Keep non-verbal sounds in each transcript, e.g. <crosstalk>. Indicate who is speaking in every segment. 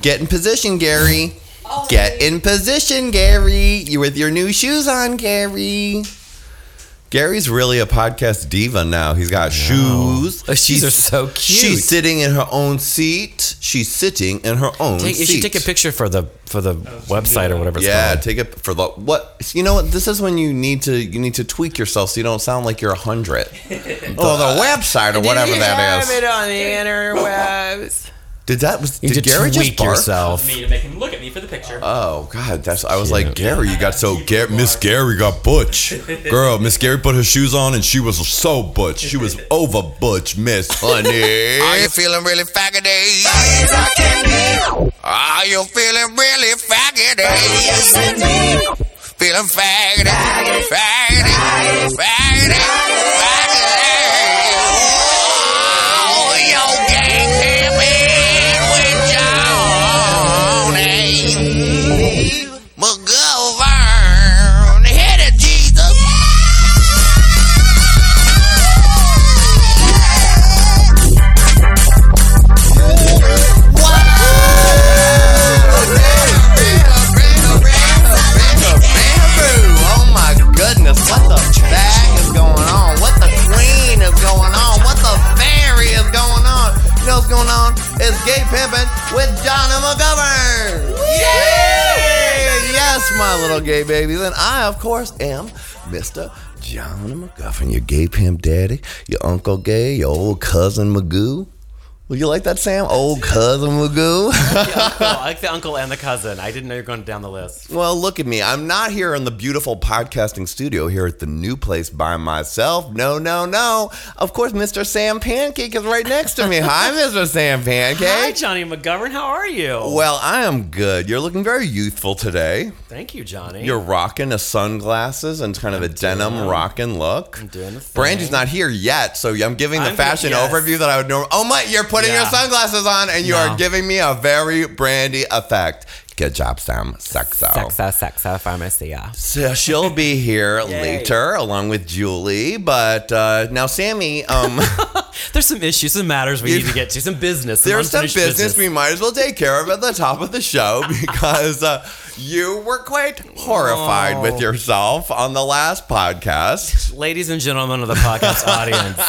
Speaker 1: Get in position, Gary. Get in position, Gary. You with your new shoes on, Gary. Gary's really a podcast diva now. He's got shoes.
Speaker 2: Those shoes
Speaker 1: She's-
Speaker 2: Oh, are so cute.
Speaker 1: She's sitting in her own seat. She's sitting in her own
Speaker 2: Take, you
Speaker 1: seat.
Speaker 2: should take a picture for the for the website or whatever. It's
Speaker 1: Yeah,
Speaker 2: called.
Speaker 1: take it for the what you know what this is when you need to you need to tweak yourself so you don't sound like you're a
Speaker 2: <laughs>
Speaker 1: hundred. <laughs> oh, the website or whatever that is.
Speaker 2: on the
Speaker 1: <laughs>
Speaker 2: interwebs.
Speaker 1: Did that was
Speaker 2: You did
Speaker 1: did Gary
Speaker 2: tweak
Speaker 1: just bark?
Speaker 2: yourself.
Speaker 3: Me to make him look at me for the picture.
Speaker 1: Oh God, that's I was like
Speaker 2: Cute.
Speaker 1: Gary, you got so Gar- Miss Gary got butch. Girl, Miss Gary put her shoes on and she was so butch. She was over butch, Miss Honey. <laughs> Are you feeling really faggoty? Are you feeling really faggoty? Feeling faggoty, faggoty, faggoty,
Speaker 4: McGovern, hit it, Jesus.
Speaker 1: Oh my goodness, what the fag is going on? What the queen is going on? What the fairy is going on? You know what's going on? It's gay pimping with Johnny McGovern. Yay! Yes, my little gay babies, and I, of course, am Mr. Johnny McGovern, your gay pimp daddy, your uncle gay, your old cousin Magoo. Would you like that, Sam? Old cousin Magoo. <laughs>
Speaker 2: I like the uncle and the cousin. I didn't know you were going down the list.
Speaker 1: Well, look at me. I'm not here in the beautiful podcasting studio here at the new place by myself. No, no, no. Of course, Mr. Sam Pancake is right next to me. <laughs> Hi, Mr. Sam
Speaker 2: Hi,
Speaker 1: Pancake.
Speaker 2: Johnny McGovern. How are you?
Speaker 1: Well, I am good. You're looking very youthful today.
Speaker 2: Thank you, Johnny.
Speaker 1: You're rocking a sunglasses and kind of a denim rocking look. I'm
Speaker 2: doing the thing.
Speaker 1: Brandy's not here yet, so I'm giving the
Speaker 2: I'm doing-
Speaker 1: fashion
Speaker 2: yes.
Speaker 1: overview that I would normally. Oh my! You're putting your
Speaker 2: Yeah.
Speaker 1: sunglasses on, and you
Speaker 2: No.
Speaker 1: are giving me a very Brandy effect. Good job, Sam. Sexo.
Speaker 2: sexo, sexo, pharmacy. Yeah.
Speaker 1: So she'll be
Speaker 2: <laughs>
Speaker 1: here later along with Julie. But uh, now, Sammy, um,
Speaker 2: There's some issues, some matters we need to get to, some <laughs> business. Some
Speaker 1: there's some
Speaker 2: unfinished
Speaker 1: business, we might as well take care of at the top of the show
Speaker 2: <laughs>
Speaker 1: because uh, you were quite horrified
Speaker 2: Oh.
Speaker 1: with yourself on the last
Speaker 2: <laughs>
Speaker 1: podcast.
Speaker 2: Ladies and gentlemen of the podcast
Speaker 1: <laughs>
Speaker 2: audience,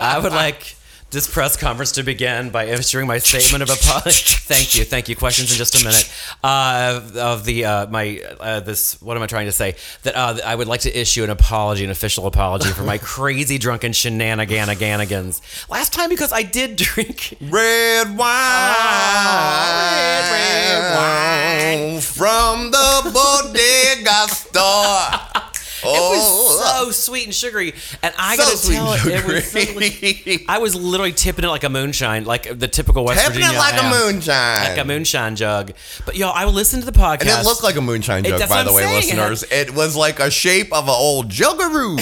Speaker 2: I would like this press conference to begin by issuing my statement of apology. <laughs> thank you, thank you. Questions in just a minute. Uh, of- of the uh, my uh, this, what am I trying to say? That uh, I would like to issue an apology, an official apology for
Speaker 1: <laughs>
Speaker 2: my crazy drunken shenanigans last time because I did <laughs> drink. Oh,
Speaker 1: Red wine,
Speaker 2: red
Speaker 1: from the bodega store.
Speaker 2: <laughs> It
Speaker 1: Oh,
Speaker 2: was so sweet and sugary, and I
Speaker 1: So
Speaker 2: gotta
Speaker 1: sweet
Speaker 2: tell
Speaker 1: and
Speaker 2: it, it was so
Speaker 1: sugary.
Speaker 2: I was literally tipping it like a moonshine, like the typical West
Speaker 1: Tipping it
Speaker 2: Virginia.
Speaker 1: like
Speaker 2: I
Speaker 1: a
Speaker 2: am.
Speaker 1: moonshine.
Speaker 2: like a moonshine jug. But yo, I listened to the podcast.
Speaker 1: And it looked like a moonshine
Speaker 2: It-
Speaker 1: jug,
Speaker 2: that's what
Speaker 1: by the
Speaker 2: I'm
Speaker 1: way,
Speaker 2: saying.
Speaker 1: listeners. It was like a shape of an
Speaker 2: <laughs>
Speaker 1: old juggaroo.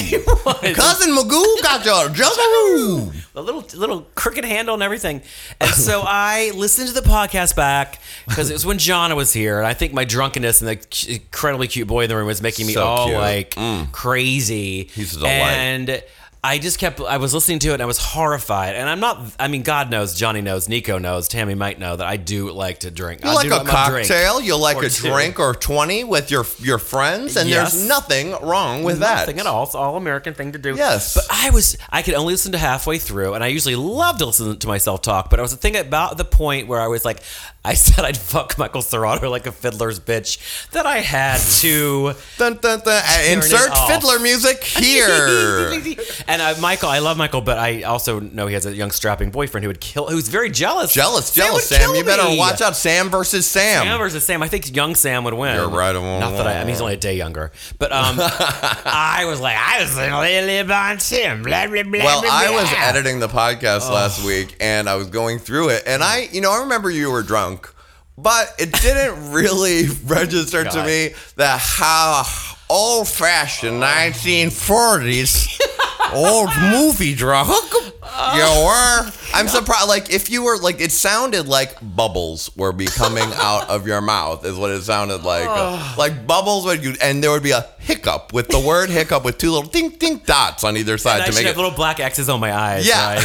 Speaker 1: Cousin Magoo got your juggaroo.
Speaker 2: a little little crooked handle and everything. And so I listened to the podcast back because it was when Jonna was here, and I think my drunkenness and the c- incredibly cute boy in the room was making me
Speaker 1: So
Speaker 2: all
Speaker 1: cute. Mm.
Speaker 2: like crazy.
Speaker 1: He's a delight.
Speaker 2: And I just kept. I was listening to it, and I was horrified. And I'm not. I mean, God knows, Johnny knows, Nico knows, Tammy might know that I do like to drink.
Speaker 1: You
Speaker 2: I
Speaker 1: like
Speaker 2: do
Speaker 1: a
Speaker 2: my drink.
Speaker 1: cocktail, you like
Speaker 2: Or
Speaker 1: a
Speaker 2: two.
Speaker 1: drink or 20 with your your friends, and
Speaker 2: Yes.
Speaker 1: there's nothing <laughs> wrong with that.
Speaker 2: Nothing at all. It's all American thing to do.
Speaker 1: Yes.
Speaker 2: But I was I could only listen to halfway through, and I usually love to listen to myself talk. But I was a thing about the point where I was like, I <laughs> said I'd fuck Michael Serrano like a fiddler's bitch. That I had to.
Speaker 1: <laughs> Dun, dun, dun. Uh, Insert
Speaker 2: off. <laughs>
Speaker 1: fiddler music here.
Speaker 2: and uh, Michael, I love Michael, but I also know he has a young strapping boyfriend who would kill, who's very jealous.
Speaker 1: jealous,
Speaker 2: Sam
Speaker 1: jealous,
Speaker 2: would
Speaker 1: Sam.
Speaker 2: kill
Speaker 1: You better
Speaker 2: me.
Speaker 1: watch out. Sam versus Sam.
Speaker 2: Sam versus Sam. I think young Sam would win.
Speaker 1: You're right.
Speaker 2: Not that I, I mean, he's only a day younger. But um,
Speaker 1: <laughs>
Speaker 2: I was like, I was really on Sam. Blah, blah, blah,
Speaker 1: Well,
Speaker 2: blah,
Speaker 1: I was
Speaker 2: blah. <laughs>
Speaker 1: editing the podcast last week and I was going through it and I, you know, I remember you were drunk, but it
Speaker 2: <laughs>
Speaker 1: didn't really register to
Speaker 2: God.
Speaker 1: me that how
Speaker 2: <laughs>
Speaker 1: old fashioned 1940s old movie drunk You were. I'm surprised. Like if you were like, it sounded like bubbles were be coming <laughs> out of your mouth. Is what it sounded like. like bubbles would you, and there would be a hiccup with the word hiccup with two little dink dink dots on either
Speaker 2: And
Speaker 1: side
Speaker 2: I
Speaker 1: to
Speaker 2: should
Speaker 1: make
Speaker 2: have
Speaker 1: it.
Speaker 2: little black X's on my eyes.
Speaker 1: Yeah. <laughs>
Speaker 2: right?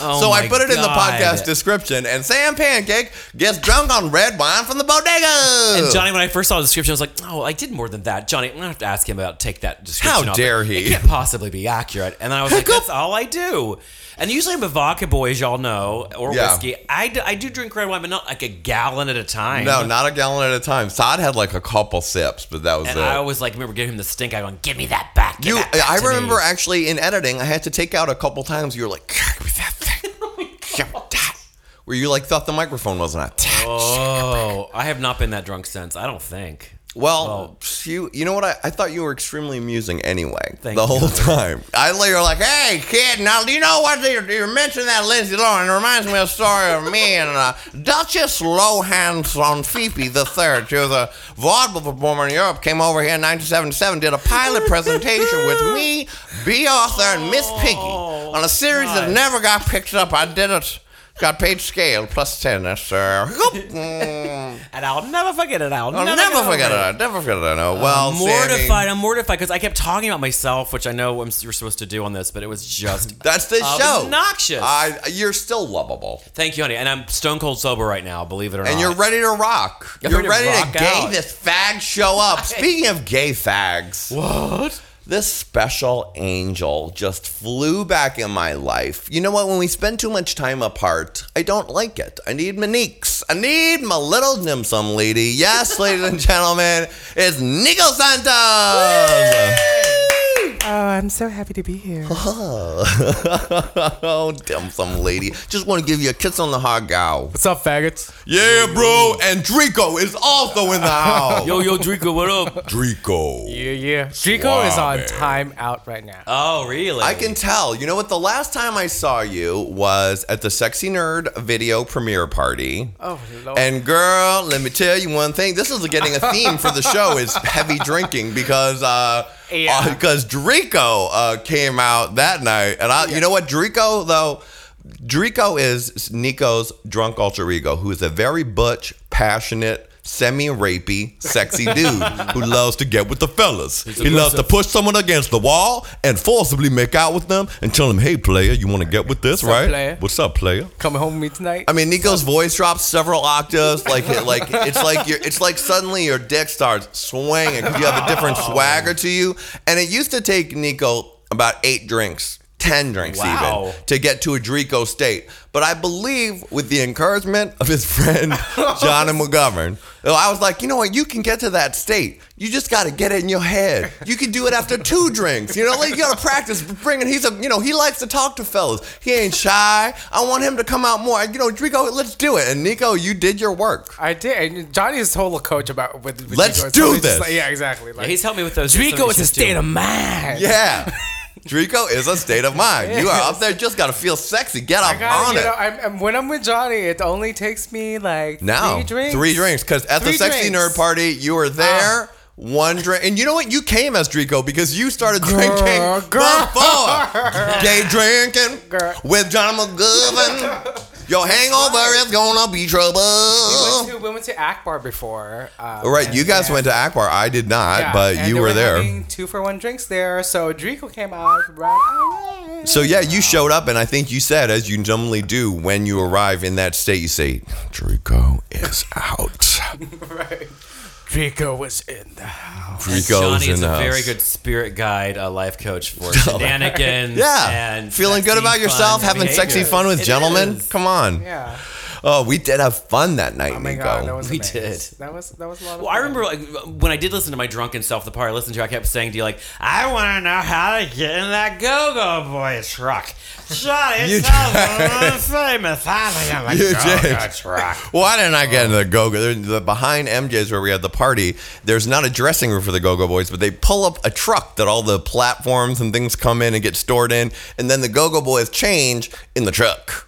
Speaker 2: Oh
Speaker 1: So I
Speaker 2: my
Speaker 1: put it in the
Speaker 2: God.
Speaker 1: podcast description, and Sam Pancake gets drunk on red wine from the bodega.
Speaker 2: And Johnny, when I first saw the description, I was like, "Oh, I did more than that." Johnny, I'm gonna have to ask him about take that description.
Speaker 1: How
Speaker 2: off.
Speaker 1: dare
Speaker 2: It
Speaker 1: he.
Speaker 2: can't possibly be accurate. And then I was like, "That's all I do." And usually I'm a vodka boy, as y'all know, or
Speaker 1: Yeah.
Speaker 2: whiskey. I do, I do drink red wine, but not like a gallon at a time.
Speaker 1: no, not a gallon at a time. Todd had like a couple sips, but that was
Speaker 2: And
Speaker 1: it.
Speaker 2: I always like remember giving him the stink eye, going, "Give me that back." give
Speaker 1: You,
Speaker 2: that back
Speaker 1: I
Speaker 2: to me."
Speaker 1: remember actually in editing, I had to take out a couple times. You were like, "Give me that
Speaker 2: <laughs>
Speaker 1: thing."
Speaker 2: Oh
Speaker 1: Give me that." Where you like thought the microphone wasn't on. <laughs>
Speaker 2: Oh, I have not been that drunk since. I don't think.
Speaker 1: Well, you you know what? I, I thought you were extremely amusing anyway
Speaker 2: Thank
Speaker 1: the
Speaker 2: you.
Speaker 1: whole time. I you were like, "Hey, kid, now do you know what you, you mentioned that Lindsay Lohan? It reminds me of a story of me and uh, Duchess Lohan Sonfipi the Third. She was a vaudeville performer in Europe. Came over here in 1977, did a pilot presentation with me, B. Arthur, and Miss Piggy on a series that
Speaker 2: Oh, nice.
Speaker 1: never got picked up. I did it. Got paid scale plus ten, yes, sir. Mm.
Speaker 2: And I'll never forget it. I'll,
Speaker 1: I'll
Speaker 2: never,
Speaker 1: never,
Speaker 2: get
Speaker 1: forget
Speaker 2: over
Speaker 1: it. I'll never forget it. I know. Uh, Well,
Speaker 2: I'm mortified.
Speaker 1: Sammy,
Speaker 2: I'm mortified because I kept talking about myself, which I know I'm, you're supposed to do on this, but it was just
Speaker 1: <laughs> that's the show.
Speaker 2: obnoxious.
Speaker 1: I, you're still lovable,
Speaker 2: Thank you, honey. And I'm stone cold sober right now, believe it or
Speaker 1: and
Speaker 2: not.
Speaker 1: you're ready to rock.
Speaker 2: I'm
Speaker 1: You're
Speaker 2: ready
Speaker 1: ready
Speaker 2: to
Speaker 1: to,
Speaker 2: rock
Speaker 1: gay
Speaker 2: out.
Speaker 1: this fag show up. Speaking of gay fags,
Speaker 2: What?
Speaker 1: this special angel just flew back in my life. You know what? When we spend too much time apart, I don't like it. I need my neeks. I need my little nimsum lady. Yes, ladies and gentlemen, it's Nico Santos.
Speaker 5: Oh, I'm so happy to be here.
Speaker 1: <laughs> oh, damn some lady. Just want to give you a kiss on the hard gow.
Speaker 5: What's up, faggots?
Speaker 1: Yeah, bro. And Drico is also in the house.
Speaker 2: Yo, yo, Drico, what up?
Speaker 1: Drico.
Speaker 5: Yeah, yeah. Chico is on time out right now.
Speaker 2: Oh, really?
Speaker 1: I can tell. You know what? The last time I saw you was at the Sexy Nerd video premiere party.
Speaker 5: Oh, Lord.
Speaker 1: And girl, let me tell you one thing. This is getting a theme for the show
Speaker 5: <laughs>
Speaker 1: is heavy drinking because uh
Speaker 5: Yeah.
Speaker 1: uh, because Drico uh, came out that night. And I you know what Drico though Drico is Nico's drunk alter ego who is a very butch, passionate Semi-rapey,
Speaker 5: <laughs>
Speaker 1: sexy dude who loves to get with the fellas. He loves to push someone against the wall and forcibly make out with them and tell them, "Hey, player, you want to get with this,
Speaker 5: What's up,
Speaker 1: right?
Speaker 5: player?"
Speaker 1: What's up, player?"
Speaker 5: Coming home with me tonight?
Speaker 1: I mean, Nico's voice drops several octaves. Like, it, like it's like you're, it's like suddenly your dick starts swinging because you have a different
Speaker 5: Oh.
Speaker 1: swagger to you. And it used to take Nico about eight drinks, ten drinks
Speaker 2: Wow.
Speaker 1: even, to get to a Drico state. But I believe with the encouragement of his friend
Speaker 5: <laughs>
Speaker 1: John and McGovern, I was like, you know what, you can get to that state. You just got to get it in your head. You can do it after two drinks. You know, like you got to practice bringing. He's a, you know, he likes to talk to fellas. He ain't shy. I want him to come out more. You know, Drico, let's do it. And Nico, you did your work.
Speaker 5: I did. And Johnny's whole coach about with. with
Speaker 1: Let's
Speaker 5: Chico. It's
Speaker 1: do
Speaker 5: really just
Speaker 1: this.
Speaker 5: like- yeah, exactly. Like,
Speaker 2: He's helped me with those.
Speaker 5: Chico is a
Speaker 2: associations, too.
Speaker 5: state of mind.
Speaker 1: Yeah. Drico is a state of mind. You are up there, just gotta feel sexy. Get up
Speaker 5: I gotta,
Speaker 1: on
Speaker 5: you
Speaker 1: it.
Speaker 5: know, I'm, I'm- when I'm with Johnny, it only takes me like
Speaker 1: Now,
Speaker 5: three drinks.
Speaker 1: Because at the
Speaker 5: Three
Speaker 1: Sexy
Speaker 5: drinks. Ah.
Speaker 1: Nerd Party, you were there. One drink, and you know what? You came as Drico because you started drinking
Speaker 5: girl.
Speaker 2: <laughs>
Speaker 1: before gay drinking
Speaker 5: Girl.
Speaker 1: with John McGovern. Your hangover is gonna be
Speaker 5: We
Speaker 1: trouble.
Speaker 5: went to, we went to Akbar before. Um,
Speaker 1: All right,
Speaker 5: and-
Speaker 1: you guys
Speaker 5: and-
Speaker 1: went to Akbar. I did not,
Speaker 5: yeah,
Speaker 1: but
Speaker 5: and
Speaker 1: you
Speaker 5: they
Speaker 1: were there.
Speaker 5: having Two for one drinks there, so Drico came out right.
Speaker 1: So yeah, you showed up, and I think you said, as you normally do when you arrive in that state, you say, "Draco is out."
Speaker 2: <laughs>
Speaker 5: Right. Drico was in the house.
Speaker 2: And
Speaker 1: Draco's
Speaker 2: Johnny
Speaker 1: in
Speaker 2: is
Speaker 1: the
Speaker 2: a
Speaker 1: house.
Speaker 2: very good spirit guide, a life coach
Speaker 1: <laughs>
Speaker 2: for shenanigans.
Speaker 1: Yeah,
Speaker 2: and
Speaker 1: feeling good
Speaker 2: sexy,
Speaker 1: about
Speaker 2: fun
Speaker 1: yourself, having sexy
Speaker 2: behaviors.
Speaker 1: fun with
Speaker 2: It
Speaker 1: gentlemen.
Speaker 2: is.
Speaker 1: Come on.
Speaker 5: Yeah.
Speaker 1: Oh, we did have fun that night,
Speaker 5: Oh my
Speaker 1: Nico.
Speaker 5: god, that was
Speaker 2: We
Speaker 5: amazing.
Speaker 2: did.
Speaker 5: That was that was a lot of.
Speaker 2: Well, I
Speaker 5: fun.
Speaker 2: remember like when I did listen to my drunken self, the part I listened to, I kept saying to you like, "I want to know how to get in that go-go boy
Speaker 3: <laughs>
Speaker 2: truck." Johnny,
Speaker 1: You
Speaker 2: you famous. I
Speaker 1: <laughs>
Speaker 4: oh
Speaker 2: like
Speaker 1: You
Speaker 2: a go-go
Speaker 1: did.
Speaker 2: truck.
Speaker 1: Why didn't I get into the go-go? The behind MJ's where we had the party. There's not a dressing room for the go-go boys, but they pull up a truck that all the platforms and things come in and get stored in, and then the go-go boys change in the truck.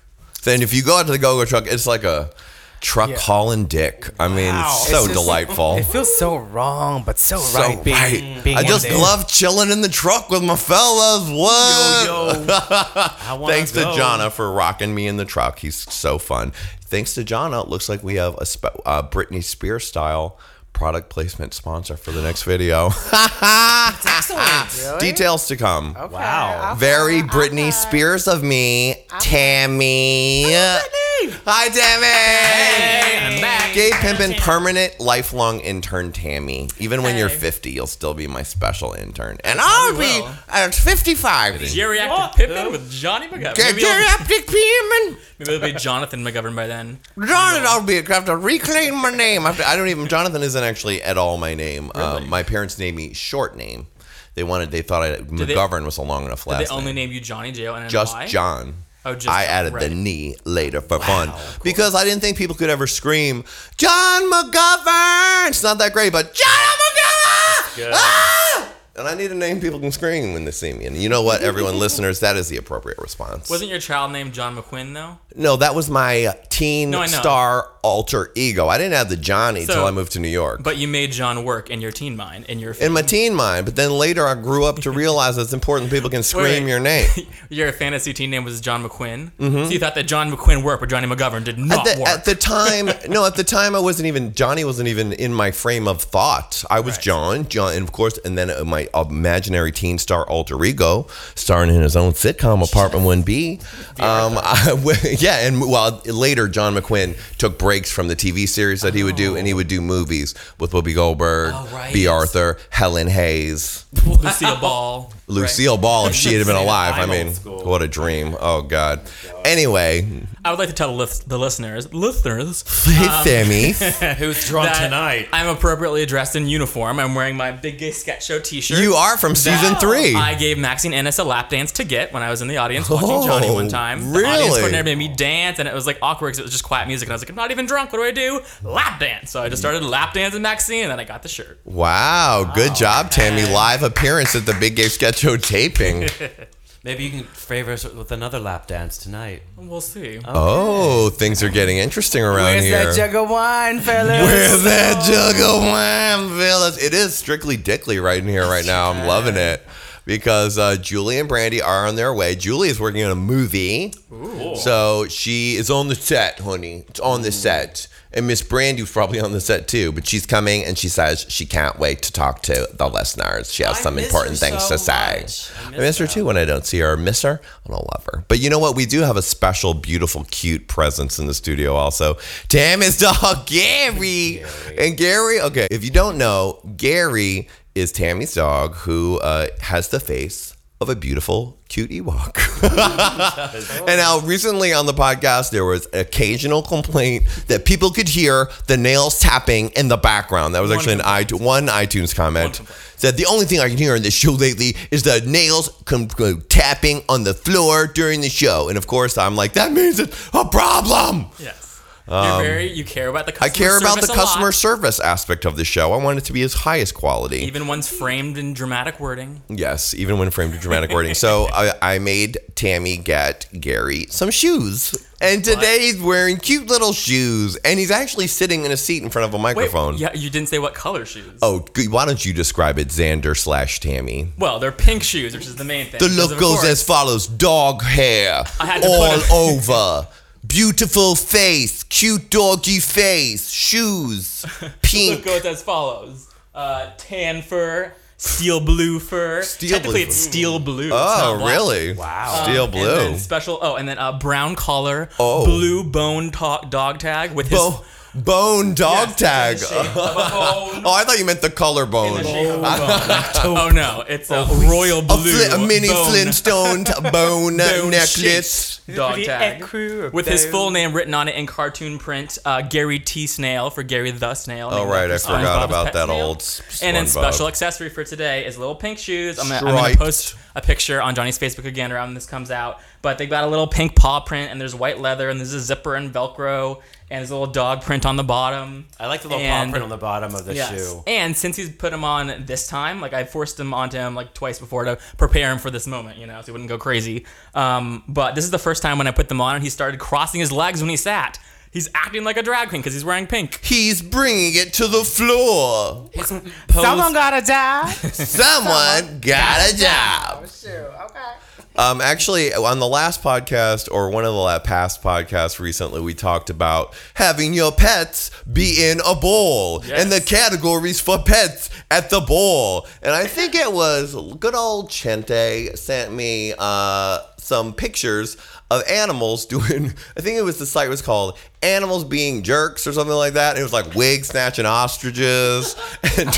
Speaker 1: Then if you go out to the go-go truck, it's like a truck
Speaker 4: Yeah.
Speaker 1: hauling dick. I mean, it's so
Speaker 4: <laughs> It's just-
Speaker 1: delightful.
Speaker 4: It feels so wrong, but so,
Speaker 1: So
Speaker 4: right. Being,
Speaker 1: right.
Speaker 4: being
Speaker 1: I
Speaker 4: in
Speaker 1: just
Speaker 4: there.
Speaker 1: love chilling in the truck with my fellas. What?
Speaker 2: Oh,
Speaker 1: <laughs>
Speaker 2: I wanna
Speaker 1: Uh, Thanks to
Speaker 2: go.
Speaker 1: Jonna for rocking me in the truck. He's so fun. Thanks to Jonna, it looks like we have a spe- uh, Britney Spears style product placement sponsor for the next video. <laughs>
Speaker 4: <laughs> Really?
Speaker 1: Details to come.
Speaker 4: Okay,
Speaker 2: Wow.
Speaker 4: I'll-
Speaker 1: Very Britney Spears of me, Tammy. Hi, Tammy.
Speaker 2: I'm back.
Speaker 1: Gay Pimpin' permanent lifelong intern Tammy. Even when you're 50, you'll still be my special intern. And I'll be
Speaker 3: will.
Speaker 1: at 55.
Speaker 3: Geriatric Pippin with Johnny McGovern. Maybe it'll,
Speaker 1: Geriatric Pimpin'.
Speaker 3: maybe it'll be Jonathan McGovern by then.
Speaker 1: Jonathan, I'll be. I have to reclaim my name. I, have to- I don't even. Jonathan isn't actually at all my name. Uh, my parents named me short name. They wanted. They thought I,
Speaker 3: they-
Speaker 1: McGovern was a long enough last
Speaker 3: They
Speaker 1: name.
Speaker 3: only name you Johnny J O N N Y.
Speaker 1: just John.
Speaker 3: Oh, just
Speaker 1: I
Speaker 3: John,
Speaker 1: added the
Speaker 3: right.
Speaker 1: knee later for fun because I didn't think people could ever scream John McGovern. It's not that great, but John McGovern. <laughs> Ah! And I need a name people can scream when they see me. And you know what, everyone, <laughs> listeners, that is the appropriate response.
Speaker 3: Wasn't your child named John McQuinn though?
Speaker 1: No, that was my teen
Speaker 3: No, I know.
Speaker 1: star alter ego. I didn't have the Johnny
Speaker 3: So-
Speaker 1: till I moved to New York.
Speaker 3: But you made John work in your teen mind in your
Speaker 1: in my teen mind, but then later I grew up to realize it's important people can scream your name.
Speaker 3: <laughs> your fantasy teen name was John McQuinn.
Speaker 1: Mm-hmm.
Speaker 3: So you thought that John McQuinn worked, but Johnny McGovern did
Speaker 1: At
Speaker 3: not
Speaker 1: the,
Speaker 3: work.
Speaker 1: at the time, no, at the time I wasn't even Johnny wasn't even in my frame of thought. I was John, John, and of course, and then uh, my imaginary teen star alter ego, starring in his own sitcom Apartment One B. Um, <laughs> I w- yeah, and well, later John McQuinn took breaks from the TV series that he would do, and he would do movies with Whoopi Goldberg,
Speaker 3: Oh, right.
Speaker 1: B. Arthur, Helen Hayes. <laughs>
Speaker 3: Lucille Ball.
Speaker 1: Lucille Ball, if she
Speaker 3: <laughs>
Speaker 1: had been alive, I
Speaker 2: I'm
Speaker 1: mean,
Speaker 2: old school.
Speaker 1: what a dream! Oh God. Anyway,
Speaker 3: I would like to tell the, lis- the listeners, listeners, um,
Speaker 1: hey Sammy,
Speaker 2: Who's
Speaker 3: <laughs>
Speaker 2: drunk
Speaker 3: that
Speaker 2: tonight?
Speaker 3: I'm appropriately dressed in uniform. I'm wearing my Big Gay Sketch Show T-shirt.
Speaker 1: you are from season three.
Speaker 3: I gave Maxine Ennis a lap dance to get when I was in the audience watching
Speaker 1: Oh,
Speaker 3: Johnny one time. The audience
Speaker 1: really?
Speaker 3: coordinator made me dance, and it was like awkward because it was just quiet music. And I was like, I'm not even drunk. What do I do? Lap dance. So I just started lap dancing Maxine, and then I got the shirt.
Speaker 1: Wow,
Speaker 2: Oh,
Speaker 1: good job, Tammy. Live appearance at the Big Gay Sketch
Speaker 2: <laughs>
Speaker 1: Show taping.
Speaker 2: Maybe you can favor us with another lap dance tonight.
Speaker 3: We'll see.
Speaker 1: Oh, things are getting interesting around
Speaker 4: Where's
Speaker 1: here.
Speaker 4: that jug of wine,
Speaker 2: <laughs>
Speaker 4: fellas?
Speaker 1: Where's that jug of wine, fellas? It is strictly dickly right in here right now. I'm loving it because uh, Julie and Brandy are on their way. Julie is working on a movie, so she is on the set, honey. It's on the set. And Miss Brandy was probably on the set too, but she's coming and she says she can't wait to talk to the listeners. She has
Speaker 2: I
Speaker 1: some
Speaker 2: miss
Speaker 1: important
Speaker 2: her
Speaker 1: things
Speaker 2: so
Speaker 1: to say.
Speaker 2: much.
Speaker 1: I
Speaker 2: I
Speaker 1: miss,
Speaker 2: miss
Speaker 1: her too when I don't see her. I miss her and I love her. But you know what? We do have a special, beautiful, cute presence in the studio also. Tammy's dog, <laughs> Gary. And Gary, okay, if you don't know, Gary is Tammy's dog who uh, has the face of a beautiful, cute Ewok. <laughs> And now, recently on the podcast, there was occasional complaint that people could hear the nails tapping in the background. That was actually an iTunes, one iTunes comment. said the only thing I can hear on this show lately is the nails com- com- tapping on the floor during the show. And of course, I'm like, that means it's a problem. Um,
Speaker 3: Yes. You're very, you care about the
Speaker 1: I
Speaker 3: customer
Speaker 1: care about the
Speaker 3: service a lot.
Speaker 1: customer service aspect of the show. I want it to be as high as quality.
Speaker 3: Even one's framed in dramatic wording.
Speaker 1: Yes, even when framed in dramatic wording. So
Speaker 3: <laughs>
Speaker 1: I, I made Tammy get Gary some shoes. And today he's wearing cute little shoes. And he's actually sitting in a seat in front of a
Speaker 3: Wait,
Speaker 1: microphone.
Speaker 3: yeah, you didn't say what color shoes.
Speaker 1: Oh, g- why don't you describe it, Xander slash Tammy?
Speaker 3: Well, they're pink shoes, which is the main thing.
Speaker 1: The
Speaker 3: because,
Speaker 1: look
Speaker 3: of
Speaker 1: goes
Speaker 3: course-
Speaker 1: as follows
Speaker 3: <laughs>
Speaker 1: dog hair
Speaker 3: had to
Speaker 1: all
Speaker 3: <laughs> put a-
Speaker 1: over. Beautiful face, cute doggy face, shoes,
Speaker 3: It
Speaker 1: pink.
Speaker 3: goes as follows: uh, tan fur, steel blue fur.
Speaker 1: Steel
Speaker 3: Technically,
Speaker 1: blue.
Speaker 3: it's steel blue. it's
Speaker 1: Oh,
Speaker 3: not black. Um,
Speaker 1: really?
Speaker 2: Wow.
Speaker 1: Steel
Speaker 3: And
Speaker 1: blue.
Speaker 3: then special. Oh, and then a brown collar,
Speaker 1: Oh.
Speaker 3: blue bone to- dog tag with his
Speaker 1: Bo- bone dog
Speaker 3: Yes,
Speaker 1: tag.
Speaker 3: in the shape of a bone.
Speaker 1: Oh, I thought you meant the color bone.
Speaker 3: In the
Speaker 1: <laughs>
Speaker 3: shape of a bone. oh no, it's a royal
Speaker 1: A,
Speaker 3: blue
Speaker 1: fli- a mini
Speaker 3: bone,
Speaker 1: Flintstone t- bone,
Speaker 3: bone
Speaker 1: necklace.
Speaker 3: shaped dog
Speaker 4: Pretty
Speaker 3: tag.
Speaker 4: accurate,
Speaker 3: With his
Speaker 4: though.
Speaker 3: full name written on it in cartoon print, uh, Gary T. Snail for Gary the Snail.
Speaker 1: All Oh, right, I
Speaker 3: After
Speaker 1: forgot
Speaker 3: SpongeBob's
Speaker 1: about
Speaker 3: pet
Speaker 1: that
Speaker 3: snail.
Speaker 1: old. s-
Speaker 3: And then
Speaker 1: SpongeBob.
Speaker 3: special accessory for today is little pink shoes. I'm gonna, I'm gonna
Speaker 1: Striped.
Speaker 3: post a picture on Johnny's Facebook again around when this comes out. But they've got a little pink paw print, and there's white leather, and there's a zipper and Velcro, and there's a little dog print on the bottom.
Speaker 2: I like the little paw
Speaker 3: And-
Speaker 2: print on the bottom of the shoe.
Speaker 3: And since he's put him on this time, like I forced him onto him like twice before to prepare him for this moment, you know, so he wouldn't go crazy. Um, but this is the first time when I put them on, and he started crossing his legs when he sat. He's acting like a drag queen because he's wearing pink.
Speaker 1: He's bringing it to the floor.
Speaker 2: Pose-
Speaker 5: Someone gotta die.
Speaker 3: <laughs>
Speaker 1: <laughs> Someone got a job.
Speaker 5: oh shoot. Okay.
Speaker 1: Um, actually, on the last podcast or one of the la- past podcasts recently, we talked about having your pets be in a bowl and the categories for pets at the bowl. And I think it was good old Chente sent me uh, some pictures of animals <laughs> doing. I think it was the site was called "Animals Being Jerks" or something like that. It was like wig snatching ostriches <laughs> and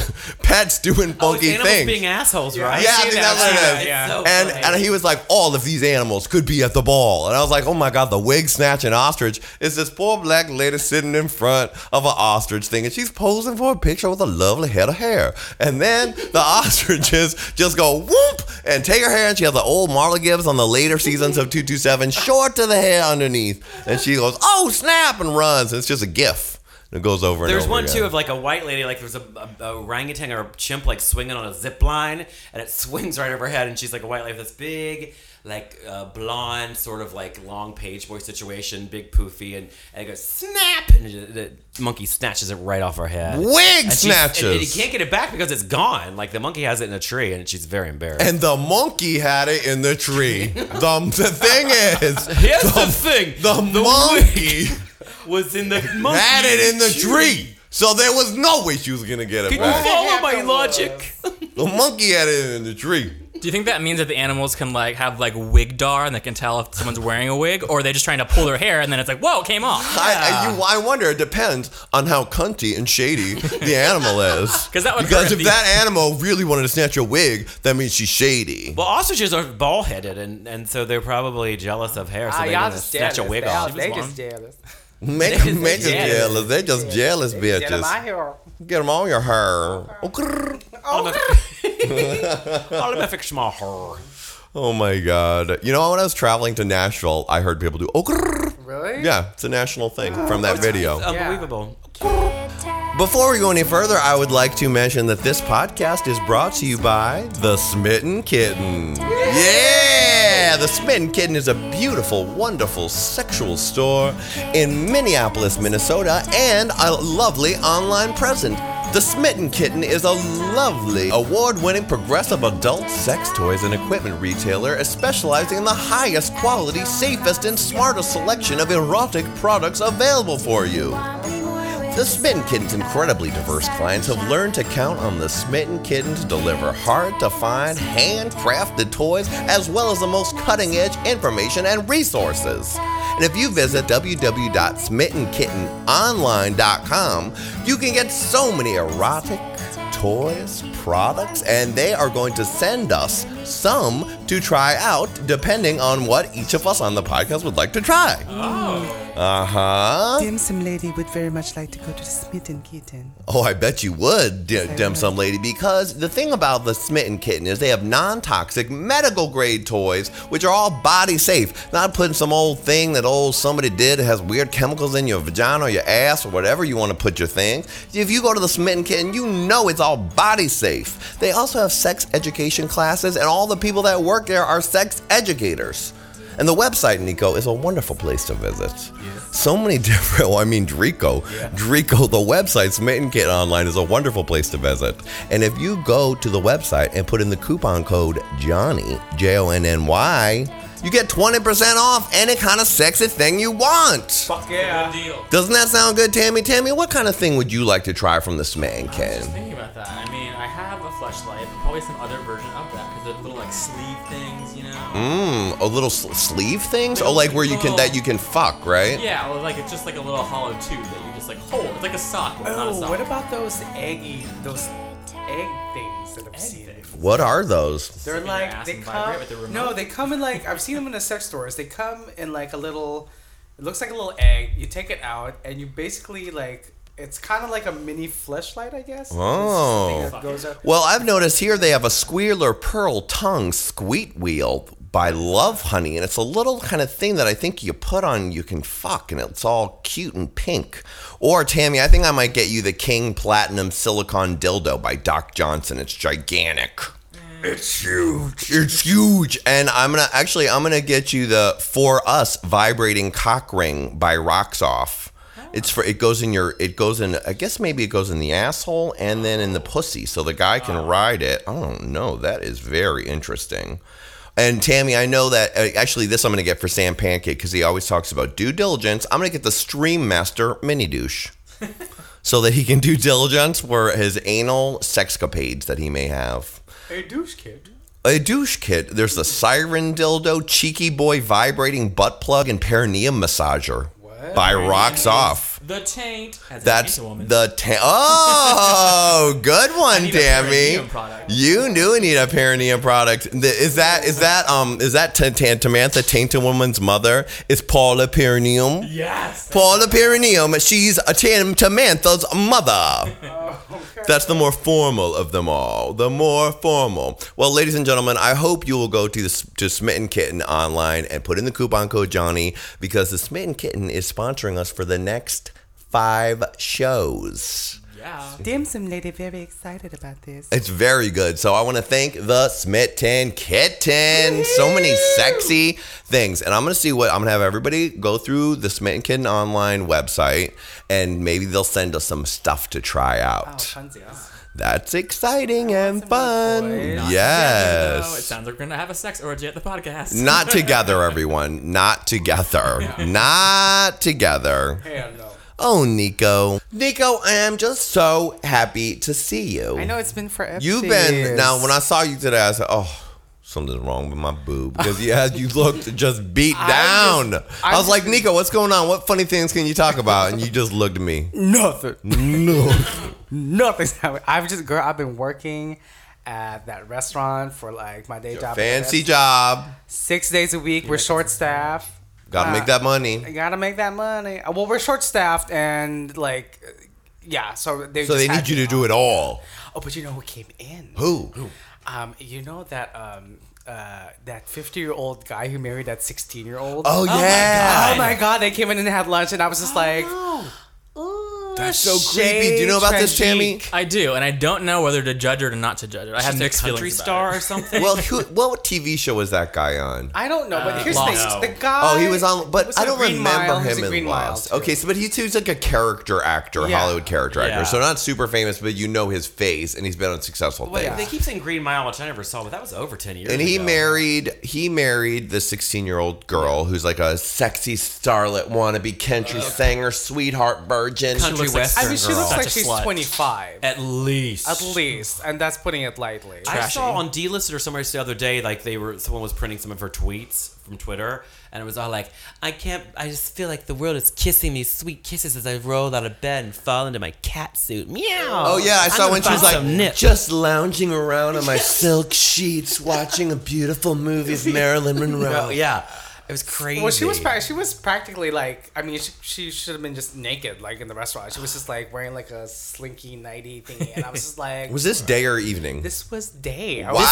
Speaker 1: pets doing
Speaker 2: Oh, it's
Speaker 1: funky
Speaker 2: animals
Speaker 1: things.
Speaker 2: being assholes, right?
Speaker 1: Yeah, I think that's what it is.
Speaker 3: Yeah.
Speaker 1: and and he was like, all of these animals could be at the ball, and I was like, oh my god, the wig snatching ostrich is this poor black lady sitting in front of an ostrich thing, and she's posing for a picture with a lovely head of hair, and then
Speaker 3: <laughs>
Speaker 1: the ostriches just go whoop and take her hair, and she has the old Marla Gibbs on the later seasons of Two Two Seven, short to the hair underneath, and she goes, oh snap, and runs, and it's just a gif. And it goes over and
Speaker 2: There's
Speaker 1: over
Speaker 2: one
Speaker 1: again.
Speaker 2: too of like a white lady, like there's a, a, a orangutan or a chimp like swinging on a zip line, and it <laughs> swings right over her head, and she's like a white lady with this big, like uh, blonde, sort of like long page boy situation, big poofy, and, and it goes snap, and the, the monkey snatches it right off her head.
Speaker 1: Wig
Speaker 2: And she's-
Speaker 1: snatches.
Speaker 2: And, and he can't get it back because it's gone. Like the monkey has it in a tree, and she's very embarrassed.
Speaker 1: And the monkey had it in the tree. the, the thing is,
Speaker 2: <laughs> Here's the, thing:
Speaker 1: the, monkey
Speaker 2: <laughs> was in the monkey
Speaker 1: had it in the
Speaker 2: tree.
Speaker 1: tree. So there was no way she was gonna get it back.
Speaker 2: Follow my
Speaker 5: Happened
Speaker 2: logic.
Speaker 1: The monkey had it in the tree.
Speaker 3: Do you think that means that the animals can like have like wig dar and they can tell if someone's wearing a wig, or are they just trying to pull their hair and then it's like, whoa, it came off?
Speaker 1: I, I, you, I wonder. It depends on how cunty and shady the animal is.
Speaker 3: <laughs> 'Cause that would
Speaker 1: because
Speaker 3: hurt
Speaker 1: if
Speaker 3: the-
Speaker 1: that animal really wanted to snatch your wig, that means she's shady.
Speaker 2: Well, ostriches are ball headed, and, and so they're probably jealous of hair, so
Speaker 5: Ah,
Speaker 2: they're
Speaker 5: y'all
Speaker 2: gonna
Speaker 5: just
Speaker 2: snatch
Speaker 5: jealous.
Speaker 2: a wig
Speaker 5: They all-
Speaker 2: off.
Speaker 5: They
Speaker 3: Just
Speaker 5: just jealous.
Speaker 1: Make
Speaker 2: just
Speaker 1: them, make them
Speaker 2: jealous.
Speaker 1: jealous. They're just jealous
Speaker 5: Get in my
Speaker 1: bitches.
Speaker 5: hair.
Speaker 1: Get them all your hair. Oh, grrr.
Speaker 2: All of
Speaker 1: <laughs>
Speaker 2: all of my Oh, fix my hair.
Speaker 1: Oh my god! You know when I was traveling to Nashville, I heard people do oh. grrr.
Speaker 5: Really?
Speaker 1: Yeah, it's a national thing from that video.
Speaker 2: Oh, Unbelievable.
Speaker 1: Before we go any further, I would like to mention that this podcast is brought to you by The Smitten Kitten. Yeah! The Smitten Kitten is a beautiful, wonderful sexual store in Minneapolis, Minnesota, and a lovely online present. The Smitten Kitten is a lovely, award winning progressive adult sex toys and equipment retailer specializing in the highest quality, safest, and smartest selection of erotic products available for you. The Smitten Kitten's incredibly diverse clients have learned to count on the Smitten Kitten to deliver hard to find, handcrafted toys, as well as the most cutting edge information and resources. And if you visit www.smittenkittenonline.com, you can get so many erotic, toys, products, and they are going to send us some to try out depending on what each of us on the podcast would like to try.
Speaker 3: Oh.
Speaker 1: Uh huh.
Speaker 6: Dim Sum Lady would very much like to go to the Smitten Kitten.
Speaker 1: Oh, I bet you would, d- Dim Sum Lady, because the thing about the Smitten Kitten is they have non toxic medical grade toys, which are all body safe. Not putting some old thing that old somebody did that has weird chemicals in your vagina or your ass or whatever you want to put your thing. If you go to the Smitten Kitten, you know it's all body safe. They also have sex education classes, and all the people that work there are sex educators. And the website, Nico, is a wonderful place to visit. So many <laughs> different, well, I mean, Drico. Drico, the website, Smitten Kit Online, is a wonderful place to visit. And if you go to the website and put in the coupon code Johnny, J O N N Y, you get 20% off any kind of sexy thing you want.
Speaker 5: Fuck yeah.
Speaker 3: Deal.
Speaker 1: Doesn't that sound good, Tammy? Tammy, what kind of thing would you like to try from the Smitten Kitten?
Speaker 3: Just thinking about that. I mean, I have a flashlight, probably some other version of that because they're little like sleeve things, you know.
Speaker 1: Mm, oh, little s- sleeve things? Oh, like where you can, that you can fuck, right?
Speaker 3: Yeah, or like it's just like a little hollow tube that you just like hold. It's like a sock, but not a
Speaker 5: Oh,
Speaker 3: sock.
Speaker 5: what about those eggy, those egg things that I've seen?
Speaker 1: What are those?
Speaker 5: They're
Speaker 3: Sit in your
Speaker 5: like
Speaker 3: ass
Speaker 5: they
Speaker 3: and vibrate
Speaker 5: come.
Speaker 3: with the remote?
Speaker 5: no, they come in like I've seen them in the sex stores. They come in like a little. It looks like a little egg. You take it out and you basically like. It's kind of like a mini fleshlight, I guess. It's just
Speaker 1: Oh.
Speaker 5: something that goes up.
Speaker 1: Well, I've noticed here they have a squealer pearl tongue squeak wheel by Love Honey, and it's a little kind of thing that I think you put on you can fuck, and it's all cute and pink. Or Tammy, I think I might get you the King Platinum Silicon Dildo by Doc Johnson. It's gigantic. It's huge. It's huge. And I'm gonna actually I'm gonna get you the For Us vibrating cock ring by Rocks Off. It's for it goes in your it goes in I guess maybe it goes in the asshole and then in the pussy so the guy can ride it. I don't know. That is very interesting. And Tammy, I know that uh, actually this I'm going to get for Sam Pancake because he always talks about due diligence. I'm going to get the Stream Master mini douche so that he can do diligence for his anal sexcapades that he may have.
Speaker 5: Hey, douche kid.
Speaker 1: A douche kit. There's the siren dildo, cheeky boy vibrating butt plug, and perineum massager
Speaker 5: What?
Speaker 1: by Rocks Off.
Speaker 3: The taint. As
Speaker 1: That's
Speaker 3: a woman.
Speaker 1: the ta-
Speaker 3: <laughs>
Speaker 1: oh, good one,
Speaker 3: need a
Speaker 1: Tammy.
Speaker 3: perineum product.
Speaker 1: You do need a perineum product. Th- Is that is that um is that T- T- Tamantha Tainted Woman's mother? Is Paula Perineum?
Speaker 3: yes.
Speaker 1: Paula Perineum. She's a Tam- Tamantha's mother. That's the more formal of them all. The more formal. Well, ladies and gentlemen, I hope you will go to the S- to Smitten Kitten online and put in the coupon code Johnny because the Smitten Kitten is sponsoring us for the next five shows.
Speaker 3: Yeah.
Speaker 4: Dimsum lady very excited about this.
Speaker 1: It's very good. So I want to thank the Smitten Kitten. So many sexy things. And I'm going to see what I'm going to have everybody go through the Smitten Kitten online website and maybe they'll send us some stuff to try
Speaker 5: Oh,
Speaker 1: out.
Speaker 5: funsies.
Speaker 1: That's exciting and fun.
Speaker 5: boys.
Speaker 3: No, it
Speaker 1: Yes.
Speaker 3: sounds like we're gonna have a sex orgy at the podcast.
Speaker 4: <laughs>
Speaker 1: Not
Speaker 3: <laughs>
Speaker 1: together, everyone. Not together. Not together.
Speaker 5: Hell no.
Speaker 1: Oh, Nico. Nico, I am just so happy to see Oh. you.
Speaker 4: I know it's been forever.
Speaker 1: You've been now. When I saw you today, I said, "Oh, something's wrong with my boob," because you had you looked just beat down. I was like, "Nico, what's going on? What funny things can you talk about?" And you just looked at
Speaker 5: <laughs>
Speaker 1: me.
Speaker 5: Nothing.
Speaker 1: No,
Speaker 5: <laughs> Nothing's happening. I've just, girl, I've been working at that restaurant for like my day job.
Speaker 1: fancy job.
Speaker 5: Six days a week. We're short staffed.
Speaker 1: Got to
Speaker 5: Uh,
Speaker 1: make that
Speaker 5: I
Speaker 1: money.
Speaker 5: gotta make that money. Uh, Well, we're short staffed and like, uh, yeah. So they
Speaker 1: So
Speaker 5: just
Speaker 1: they
Speaker 5: had
Speaker 1: need you
Speaker 5: me
Speaker 1: to do
Speaker 5: on.
Speaker 1: it all.
Speaker 5: Oh, but you know who came in?
Speaker 1: Who?
Speaker 5: Um, you know that um, uh, that fifty year old guy who married that sixteen year old.
Speaker 1: Oh yeah.
Speaker 5: Oh my god, they came in and had lunch, and I was
Speaker 3: <gasps>
Speaker 5: just like,
Speaker 3: Oh,
Speaker 5: "Ooh,
Speaker 1: <gasps> That's so creepy. Do you know about this, Tammy?
Speaker 3: I do, and I don't know whether to judge it or not to judge it. I have
Speaker 2: She's a
Speaker 3: mixed
Speaker 2: country
Speaker 3: feelings.
Speaker 2: star
Speaker 3: about it.
Speaker 2: or something.
Speaker 1: Well, who, what TV show was that guy on?
Speaker 5: I don't know, but here's the
Speaker 3: Uh, Lost.
Speaker 5: thing: the guy.
Speaker 1: Oh, he was on, but
Speaker 5: was
Speaker 1: I
Speaker 5: in
Speaker 1: don't
Speaker 5: Green
Speaker 1: remember
Speaker 5: Mile. He was
Speaker 1: him in
Speaker 5: Green Mile,
Speaker 1: Lost.
Speaker 5: too.
Speaker 1: Okay, so but he's, he's like a character actor,
Speaker 5: Yeah.
Speaker 1: Hollywood character actor,
Speaker 2: Yeah.
Speaker 1: so not super famous, but you know his face, and he's been on successful
Speaker 2: Wait,
Speaker 1: things.
Speaker 2: They keep saying Green Mile, which I never saw, but that was over ten years.
Speaker 1: And he
Speaker 2: ago.
Speaker 1: married he married the 16 year old girl who's like a sexy starlet wannabe country singer, sweetheart, virgin.
Speaker 3: Country
Speaker 2: She looks like
Speaker 3: western
Speaker 5: I mean, she
Speaker 3: girl.
Speaker 5: looks
Speaker 3: Such
Speaker 5: like
Speaker 3: a
Speaker 5: she's
Speaker 3: slut.
Speaker 5: 25
Speaker 2: at least.
Speaker 5: at least, and that's putting it lightly.
Speaker 2: I saw
Speaker 3: trashy.
Speaker 2: on D-List or somewhere the other day, like they were someone was printing some of her tweets from Twitter, and it was all like, "I can't. I just feel like the world is kissing me sweet kisses as I roll out of bed and fall into my cat suit. Meow."
Speaker 1: Oh yeah, I saw
Speaker 2: gonna
Speaker 1: when she was
Speaker 2: find
Speaker 1: like
Speaker 2: some nip.
Speaker 1: just lounging around on my silk sheets, watching a beautiful movie <laughs>
Speaker 2: <laughs>
Speaker 1: of Marilyn Monroe.
Speaker 2: Oh, yeah, it was crazy.
Speaker 5: Well, she was prac- she was practically like I mean she, she should have been just naked like in the restaurant. She was just like wearing like a slinky nighty thingy, and I was just like,
Speaker 1: <laughs> Was this day or evening?
Speaker 5: this was day. I
Speaker 1: wow.
Speaker 5: was,